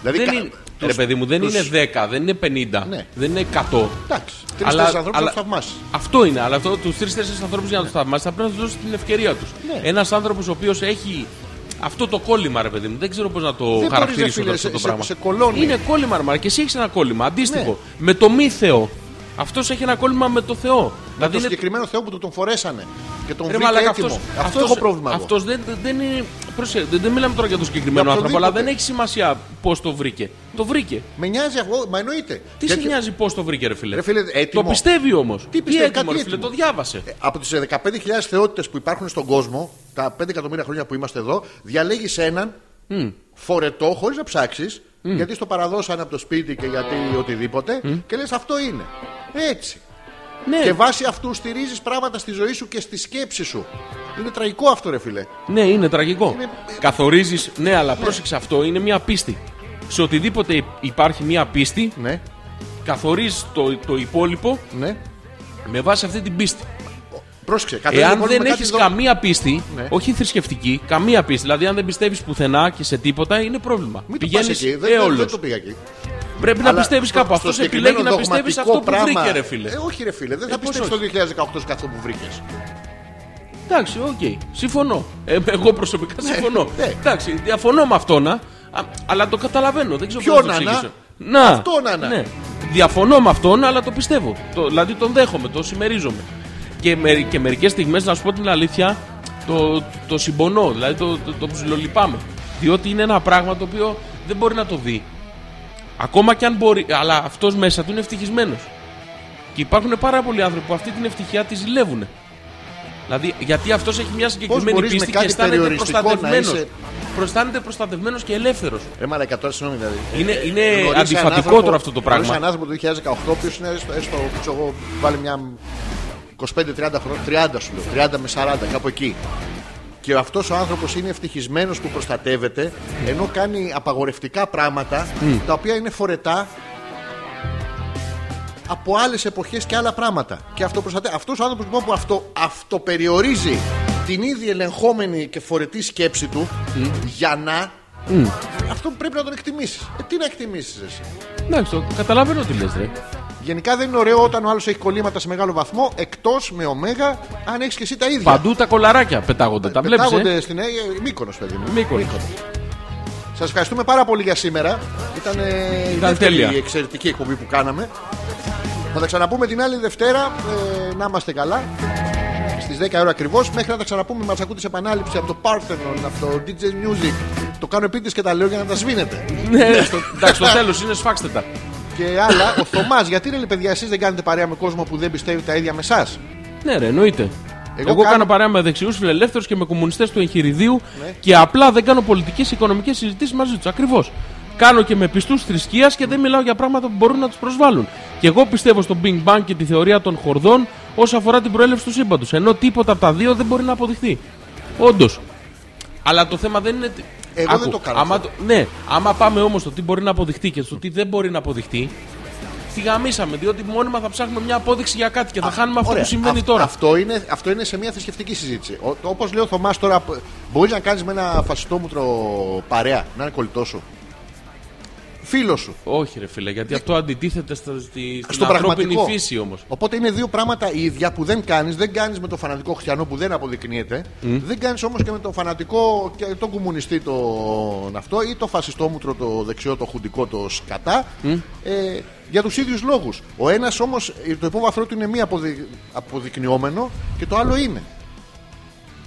S1: Δηλαδή,
S2: Δεν
S1: κα-
S2: είναι,
S1: τους-
S2: ρε παιδί μου, δεν
S1: τους-
S2: είναι 10, δεν είναι 50,
S1: Ναι.
S2: δεν είναι 100.
S1: Εντάξει.
S2: Αλλά-
S1: Τρει-τέσσερι ανθρώπους
S2: αλλά-
S1: θα τους θαυμάσεις.
S2: Αυτό είναι, αλλά αυτό, τους τρει-τέσσερι ανθρώπους για να τους θαυμάσεις θα πρέπει να τους δώσεις την ευκαιρία τους.
S1: Ναι.
S2: Ένας άνθρωπος ο οποίος έχει αυτό το κόλλημα, ρε παιδί μου, δεν ξέρω πώς να το
S1: Δεν μπορείς,
S2: χαρακτηρίσω
S1: ρε φίλε,
S2: αυτό το
S1: σε-
S2: πράγμα.
S1: σε- Ναι. σε κολώνει.
S2: Είναι κόλλημα, ρε, μάρα, και εσύ έχεις ένα κόλλημα αντίστοιχο. Με το μη Θεό. Αυτός έχει ένα κόλλημα με το Θεό. Δηλαδή
S1: Το
S2: είναι-
S1: συγκεκριμένο θεό που του τον φορέσανε και τον
S2: Ρε
S1: βρήκε
S2: μαλάκα,
S1: έτοιμο.
S2: αυτός,
S1: Αυτό έχω πρόβλημα. εγώ.
S2: αυτός δεν, δεν είναι. Προσέ, δεν, δεν μιλάμε τώρα για τον συγκεκριμένο
S1: Για
S2: άνθρωπο, αλλά δεν
S1: οποιονδήποτε.
S2: έχει σημασία πώς το βρήκε. Το βρήκε.
S1: Με νοιάζει αυτό, μα εννοείται.
S2: Τι
S1: Γιατί-
S2: σε νοιάζει πώς το βρήκε, ρε φίλε.
S1: Ρε φίλε, έτοιμο.
S2: Το πιστεύει όμως. Τι,
S1: πιστεύει,
S2: έτοιμο,
S1: κάτι
S2: ρε φίλε,
S1: έτοιμο.
S2: το διάβασε.
S1: Ε, Από τις 15.000 θεότητες που υπάρχουν στον κόσμο, τα 5 εκατομμύρια χρόνια που είμαστε εδώ, διαλέγεις έναν φορετό χωρίς να ψάξεις, γιατί στο παραδώσανε από το σπίτι και γιατί οτιδήποτε, και λες αυτό είναι. Έτσι.
S2: Ναι,
S1: Ε, Και βάσει αυτού στηρίζεις πράγματα στη ζωή σου και στη σκέψη σου. Είναι τραγικό αυτό, ρε φίλε.
S2: ναι, είναι τραγικό.
S1: Είναι-
S2: Καθορίζεις, ναι, αλλά πρόσεξε αυτό, είναι μια πίστη. Σε οτιδήποτε υ- υπάρχει μια πίστη,
S1: Ναι,
S2: καθορίζεις το, το υπόλοιπο
S1: ναι.
S2: με βάση αυτή την πίστη.
S1: Πρόσεξε, καθένα
S2: Εάν
S1: λοιπόν
S2: δεν
S1: με κάτι
S2: έχεις
S1: δο-
S2: καμία πίστη,
S1: Ναι.
S2: όχι θρησκευτική, καμία πίστη, δηλαδή αν δεν πιστεύεις πουθενά και σε τίποτα, είναι πρόβλημα.
S1: Μην το πας
S2: Πηγαίνεις
S1: εκεί. Δεν, δεν,
S2: έολος.
S1: δεν το πήγα εκεί.
S2: Πρέπει να
S1: Αλλά
S2: πιστεύεις
S1: στο-
S2: κάπου.
S1: στο
S2: Αυτός επιλέγει να
S1: συγκεκριμένο
S2: πιστεύει σε αυτό που
S1: δογματικό
S2: βρήκε,
S1: πράγμα-
S2: ρε φίλε.
S1: Ε, όχι, ρε φίλε, δεν θα
S2: Ε, πώς
S1: πιστέψει το 2018 σε αυτό που βρήκες.
S2: Εντάξει, οκ. Συμφωνώ. Ε, εγώ προσωπικά συμφωνώ.
S1: ναι.
S2: Εντάξει, διαφωνώ με αυτόν, α, αλλά το καταλαβαίνω. Δεν ξέρω
S1: Ποιον,
S2: πώς να το
S1: Ανά?
S2: εξηγήσω. Να.
S1: Αυτόν, Ανά.
S2: Ναι. Διαφωνώ με αυτόν, αλλά το πιστεύω. Το, δηλαδή τον δέχομαι, το συμμερίζομαι. Και, με, και μερικές στιγμές, να σου πω την αλήθεια, το, το συμπονώ. Δηλαδή το, το, το ψιλολυπάμαι. Διότι είναι ένα πράγμα το οποίο δεν μπορεί να το δει. Ακόμα και αν μπορεί, αλλά αυτός μέσα του είναι ευτυχισμένος. Και υπάρχουν πάρα πολλοί άνθρωποι που αυτή την ευτυχία τη ζηλεύουν. Δηλαδή, γιατί αυτός έχει μια
S1: Πώς
S2: συγκεκριμένη
S1: μπορείς με
S2: πίστη και
S1: κάτι
S2: αισθάνεται
S1: περιοριστικό να
S2: προστατευμένος.
S1: είσαι-
S2: Προστάνεται προστατευμένος και ελεύθερος.
S1: Ρε μαλακα τώρα συγγνώμη δηλαδή.
S2: Είναι,
S1: Γνωρίζεις
S2: είναι
S1: έναν άνθρωπο-
S2: Ε, αντιφατικότερο αυτό το
S1: γνωρίζεις
S2: πράγμα.
S1: έναν άνθρωπο του 2018, ο οποίος είναι έστω, έστω ξέρω εγώ, βάλει μια 25-30 χρόνια, 30 σου λέω, 30 με 40, κάπου εκεί. Και αυτός ο άνθρωπος είναι ευτυχισμένος που προστατεύεται, ενώ κάνει απαγορευτικά πράγματα τα οποία είναι φορετά από άλλες εποχές και άλλα πράγματα. Και αυτό προστατεύει. Αυτός ο άνθρωπος που αυτό αυτοπεριορίζει την ήδη ελεγχόμενη και φορετή σκέψη του για να. Αυτό πρέπει να τον εκτιμήσεις. Ε, τι να εκτιμήσεις εσύ.
S2: Εντάξει, το καταλαβαίνω τι λες, ρε.
S1: Γενικά δεν είναι ωραίο όταν ο άλλος έχει κολλήματα σε μεγάλο βαθμό, εκτός με ωμέγα, αν έχεις και εσύ τα ίδια.
S2: Παντού τα κολαράκια πετάγονται. Τα βλέπεις.
S1: Πετάγονται
S2: Ε?
S1: στην ε, Μύκονος, παιδί μου.
S2: Μύκονος.
S1: Σας ευχαριστούμε πάρα πολύ για σήμερα. Ήταν, ε, η δεύτερη
S2: τέλεια.
S1: εξαιρετική εκπομπή που κάναμε. Θα τα ξαναπούμε την άλλη Δευτέρα. ε, να είμαστε καλά. Στις 10 ώρα ακριβώς. Μέχρι να τα ξαναπούμε, μας ακούτε σε επανάληψη από το Parthenon, από το DJ Music. Το κάνω επίτηδες και τα λέω για να τα σβήνετε.
S2: Ναι, στο- εντάξει, στο τέλος είναι σφάξτε τα.
S1: Και άλλα, ο Θωμάς, γιατί ρε λέει, παιδιά, εσείς δεν κάνετε παρέα με κόσμο που δεν πιστεύει τα ίδια με εσάς.
S2: Ναι, ρε, εννοείται.
S1: Εγώ
S2: Εγώ,
S1: κάνω-
S2: κάνω... παρέα με δεξιούς φιλελεύθερους και με κομμουνιστές του εγχειριδίου
S1: Ναι.
S2: και απλά δεν κάνω πολιτικές και οικονομικές συζητήσεις μαζί τους. Ακριβώς. Κάνω και με πιστούς θρησκείας και δεν μιλάω για πράγματα που μπορούν να τους προσβάλλουν. Και εγώ πιστεύω στο Big Bang και τη θεωρία των χορδών όσον αφορά την προέλευση του σύμπαντος. Ενώ τίποτα από τα δύο δεν μπορεί να αποδειχθεί. Όντως. Αλλά το θέμα δεν είναι. τι-
S1: Εγώ δεν το κάνω
S2: Άμα,
S1: αυτό.
S2: το- ναι, άμα πάμε όμως στο τι μπορεί να αποδειχτεί και στο τι δεν μπορεί να αποδειχτεί, τη γαμίσαμε. Διότι μόνιμα θα ψάχνουμε μια απόδειξη για κάτι και θα χάνουμε αυτό
S1: Ωραία.
S2: που συμβαίνει
S1: Αυ-
S2: τώρα.
S1: Αυτό είναι, αυτό είναι σε μια θρησκευτική συζήτηση. Όπως λέει ο Θωμάς τώρα, μπορείς να κάνεις με ένα φασιστόμουτρο παρέα, να είναι κολλητός σου. Φίλος σου.
S2: Όχι, ρε φίλε, γιατί αυτό αντιτίθεται στα, στη, στην
S1: στο
S2: ανθρώπινη
S1: πραγματικό.
S2: φύση όμως.
S1: Οπότε είναι δύο πράγματα ίδια που δεν κάνεις. Δεν κάνεις με τον φανατικό χριστιανό που δεν αποδεικνύεται. Δεν κάνεις όμως και με τον φανατικό και τον κομμουνιστή τον αυτό ή το φασιστόμουτρο το δεξιό, το χουντικό, το σκατά. Ε, για τους ίδιους λόγους. Ο ένας όμως το υπόβαθρό του είναι μη αποδει... αποδεικνυόμενο και το άλλο είναι.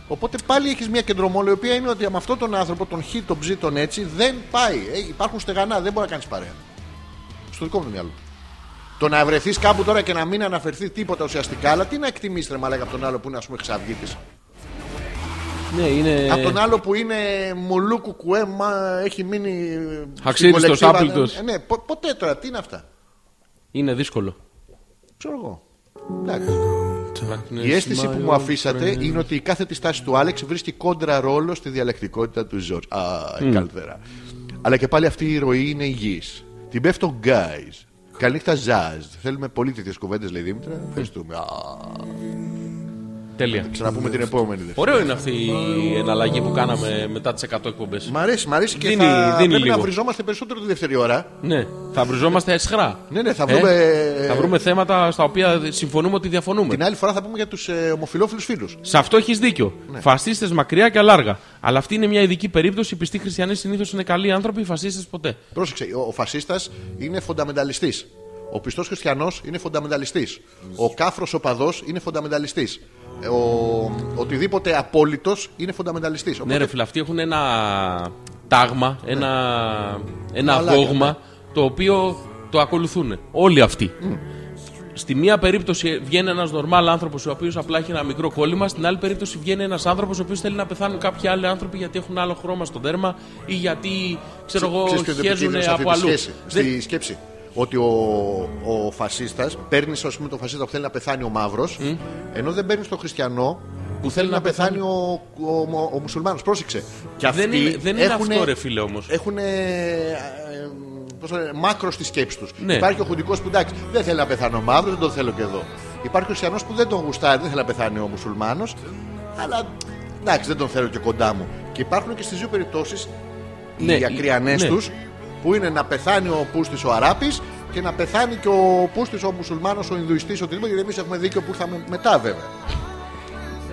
S1: Οπότε πάλι έχεις μια κεντρομόλη η οποία είναι ότι με αυτόν τον άνθρωπο, τον χ, τον ψ, τον έτσι, δεν πάει. Ε, υπάρχουν στεγανά, δεν μπορεί να κάνεις παρέα. Στο δικό μου το μυαλό. Το να βρεθείς κάπου τώρα και να μην αναφερθεί τίποτα ουσιαστικά, αλλά τι να εκτιμήσει ρε μαλάκα από τον άλλο που είναι ας πούμε εξαυγήτη.
S2: Ναι, είναι.
S1: Από τον άλλο που είναι μουλού κουκουέ, μα έχει μείνει.
S2: Αξίριστος,
S1: στην κολεκτίβα.
S2: άπλητος.
S1: Ε, Ναι, πο- ποτέ τώρα, τι είναι αυτά.
S2: Είναι δύσκολο.
S1: Ξέρω εγώ. Εντάξει.
S2: Ε,
S1: Η αίσθηση που μου αφήσατε είναι ότι η κάθε της στάση του Άλεξ βρίσκει κόντρα ρόλο στη διαλεκτικότητα του Ζορτ. Α, η καλδέρα. Αλλά και πάλι αυτή η ροή είναι υγιής. Την πέφτω guys. Καληνύχτα, Ζαζ. Θέλουμε πολύ τέτοιες κουβέντες, λέει η Δήμητρα. Ευχαριστούμε. Α,
S2: Τέλεια.
S1: Ξαναπούμε την επόμενη. Δευτέρα.
S2: Ωραίο είναι αυτή η εναλλαγή που κάναμε μετά τις 100 εκπομπές.
S1: Μ' αρέσει, μ' αρέσει και
S2: Δίνει-
S1: θα
S2: δίνει
S1: πρέπει να
S2: λίγο.
S1: βριζόμαστε περισσότερο τη δεύτερη ώρα.
S2: Ναι, θα βριζόμαστε αισχρά.
S1: Ναι, ναι, θα βρούμε.
S2: Ε, Θα βρούμε θέματα στα οποία συμφωνούμε ότι διαφωνούμε.
S1: Την άλλη φορά θα πούμε για τους ε, ομοφυλόφιλους φίλους.
S2: Σε αυτό έχεις δίκιο. Ναι. Φασίστες μακριά και αλάργα. Αλλά αυτή είναι μια ειδική περίπτωση. Οι πιστοί χριστιανοί συνήθως είναι καλοί άνθρωποι, οι φασίστες ποτέ.
S1: Πρόσεξε, ο, ο φασίστας είναι φονταμενταλιστής. Ο πιστός χριστιανός είναι φονταμενταλιστής. Ο κάφρος οπαδό είναι φονταμενταλιστής. Ο, οτιδήποτε απόλυτος είναι φονταμενταλιστής.
S2: Ναι, ρε φίλε, αυτοί έχουν ένα τάγμα, ένα, ένα
S1: Ναι. Μαλάκα,
S2: δόγμα
S1: ναι.
S2: το οποίο το ακολουθούν. Όλοι αυτοί. Στη μία περίπτωση βγαίνει ένας νορμάλ άνθρωπος ο οποίος απλά έχει ένα μικρό κόλλημα. Στην άλλη περίπτωση βγαίνει ένας άνθρωπος ο οποίος θέλει να πεθάνουν κάποιοι άλλοι άνθρωποι γιατί έχουν άλλο χρώμα στο δέρμα ή γιατί ξέρω εγώ χέζουν από αλλού.
S1: σχέση,
S2: Δεν-
S1: στη σκέψη. Ότι ο, ο φασίστας παίρνει, α πούμε, τον φασίστα που θέλει να πεθάνει ο μαύρος, ενώ δεν παίρνει τον χριστιανό που θέλει να, πεθάνει ο, ο, ο, ο μουσουλμάνος. Πρόσεξε. Και
S2: Δεν
S1: αυτοί
S2: είναι, δεν είναι
S1: έχουνε-
S2: αυτό, ρε φίλε όμως.
S1: έχουν ε, μάκρο στη σκέψη τους.
S2: Ναι.
S1: Υπάρχει ο χουντικός που εντάξει, δεν θέλει να πεθάνει ο μαύρος, δεν τον θέλω και εδώ. Υπάρχει ο Χριστιανός που δεν τον γουστάρει, δεν θέλει να πεθάνει ο μουσουλμάνος, αλλά εντάξει, δεν τον θέλω και κοντά μου. Και υπάρχουν και στις δύο περιπτώσεις
S2: Ναι,
S1: οι ακριανές
S2: ναι.
S1: τους που είναι να πεθάνει ο πούστης ο Αράπης και να πεθάνει και ο πούστης ο μουσουλμάνος, ο Ινδουιστής, οτιδήποτε, γιατί εμείς έχουμε δίκιο που ήρθαμε μετά βέβαια.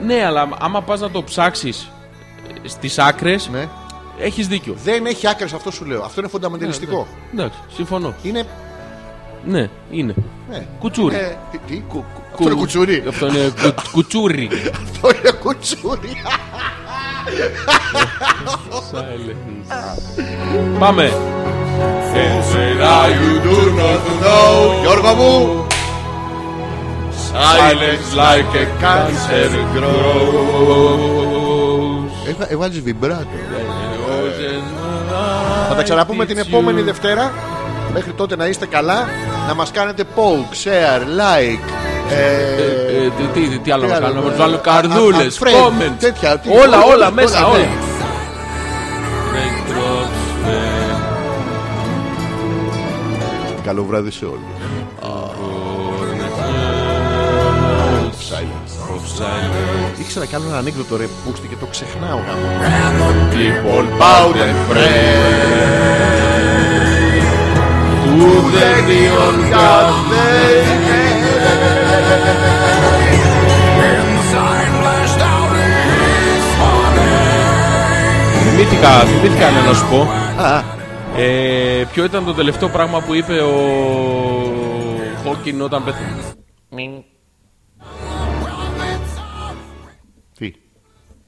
S1: Ε-
S2: Ναι, αλλά άμα πας να το ε, ψάξει στις άκρες,
S1: Ναι.
S2: έχεις δίκιο.
S1: Δεν έχει άκρες αυτό σου λέω. Αυτό είναι
S2: Ναι,
S1: φονταμεντελιστικό.
S2: Εντάξει, συμφωνώ.
S1: Είναι.
S2: Ναι, είναι.
S1: Ναι.
S2: Κουτσούρι.
S1: Ε, τι, τι? Αυτό είναι κουτσούρι.
S2: Αυτό είναι κου- κουτσούρι.
S1: Αυτό είναι κουτσούρι.
S2: Πάμε.
S1: Γιώργο μου, Έβα- έβαλες βιμπράτο. Θα τα ξαναπούμε την επόμενη Δευτέρα. Μέχρι τότε να είστε καλά. Να μας κάνετε poke, share, like. ε,
S2: Ε, τι- τι- Τι άλλο
S1: τι
S2: να
S1: άλλο,
S2: κάνω, να
S1: ε,
S2: μας βάλω
S1: α-
S2: καρδούλες,
S1: α- friend,
S2: comments,
S1: τέτοια, τι-
S2: όλα, όλα
S1: ναι.
S2: μέσα, όλα.
S1: Καλό βράδυ σε όλους. Ήξερα κι άλλο ένα ανέκδοτο ρε πούστη και το ξεχνάω γάμο. Λοιπόν,
S2: Θυμήθηκα, θυμήθηκα ένα να σου πω.
S1: Α,
S2: Ε, ποιο ήταν το τελευταίο πράγμα που είπε ο Χόκκιν όταν πέθανε.
S1: τι.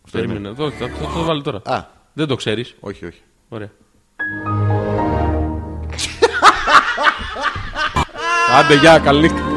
S1: Αυτό είναι.
S2: Περίμενε, εδώ, θα, θα το βάλω τώρα.
S1: Α,
S2: Δεν το ξέρεις.
S1: όχι, όχι.
S2: Ωραία.
S1: Άντε, γεια, καλή νύχτα.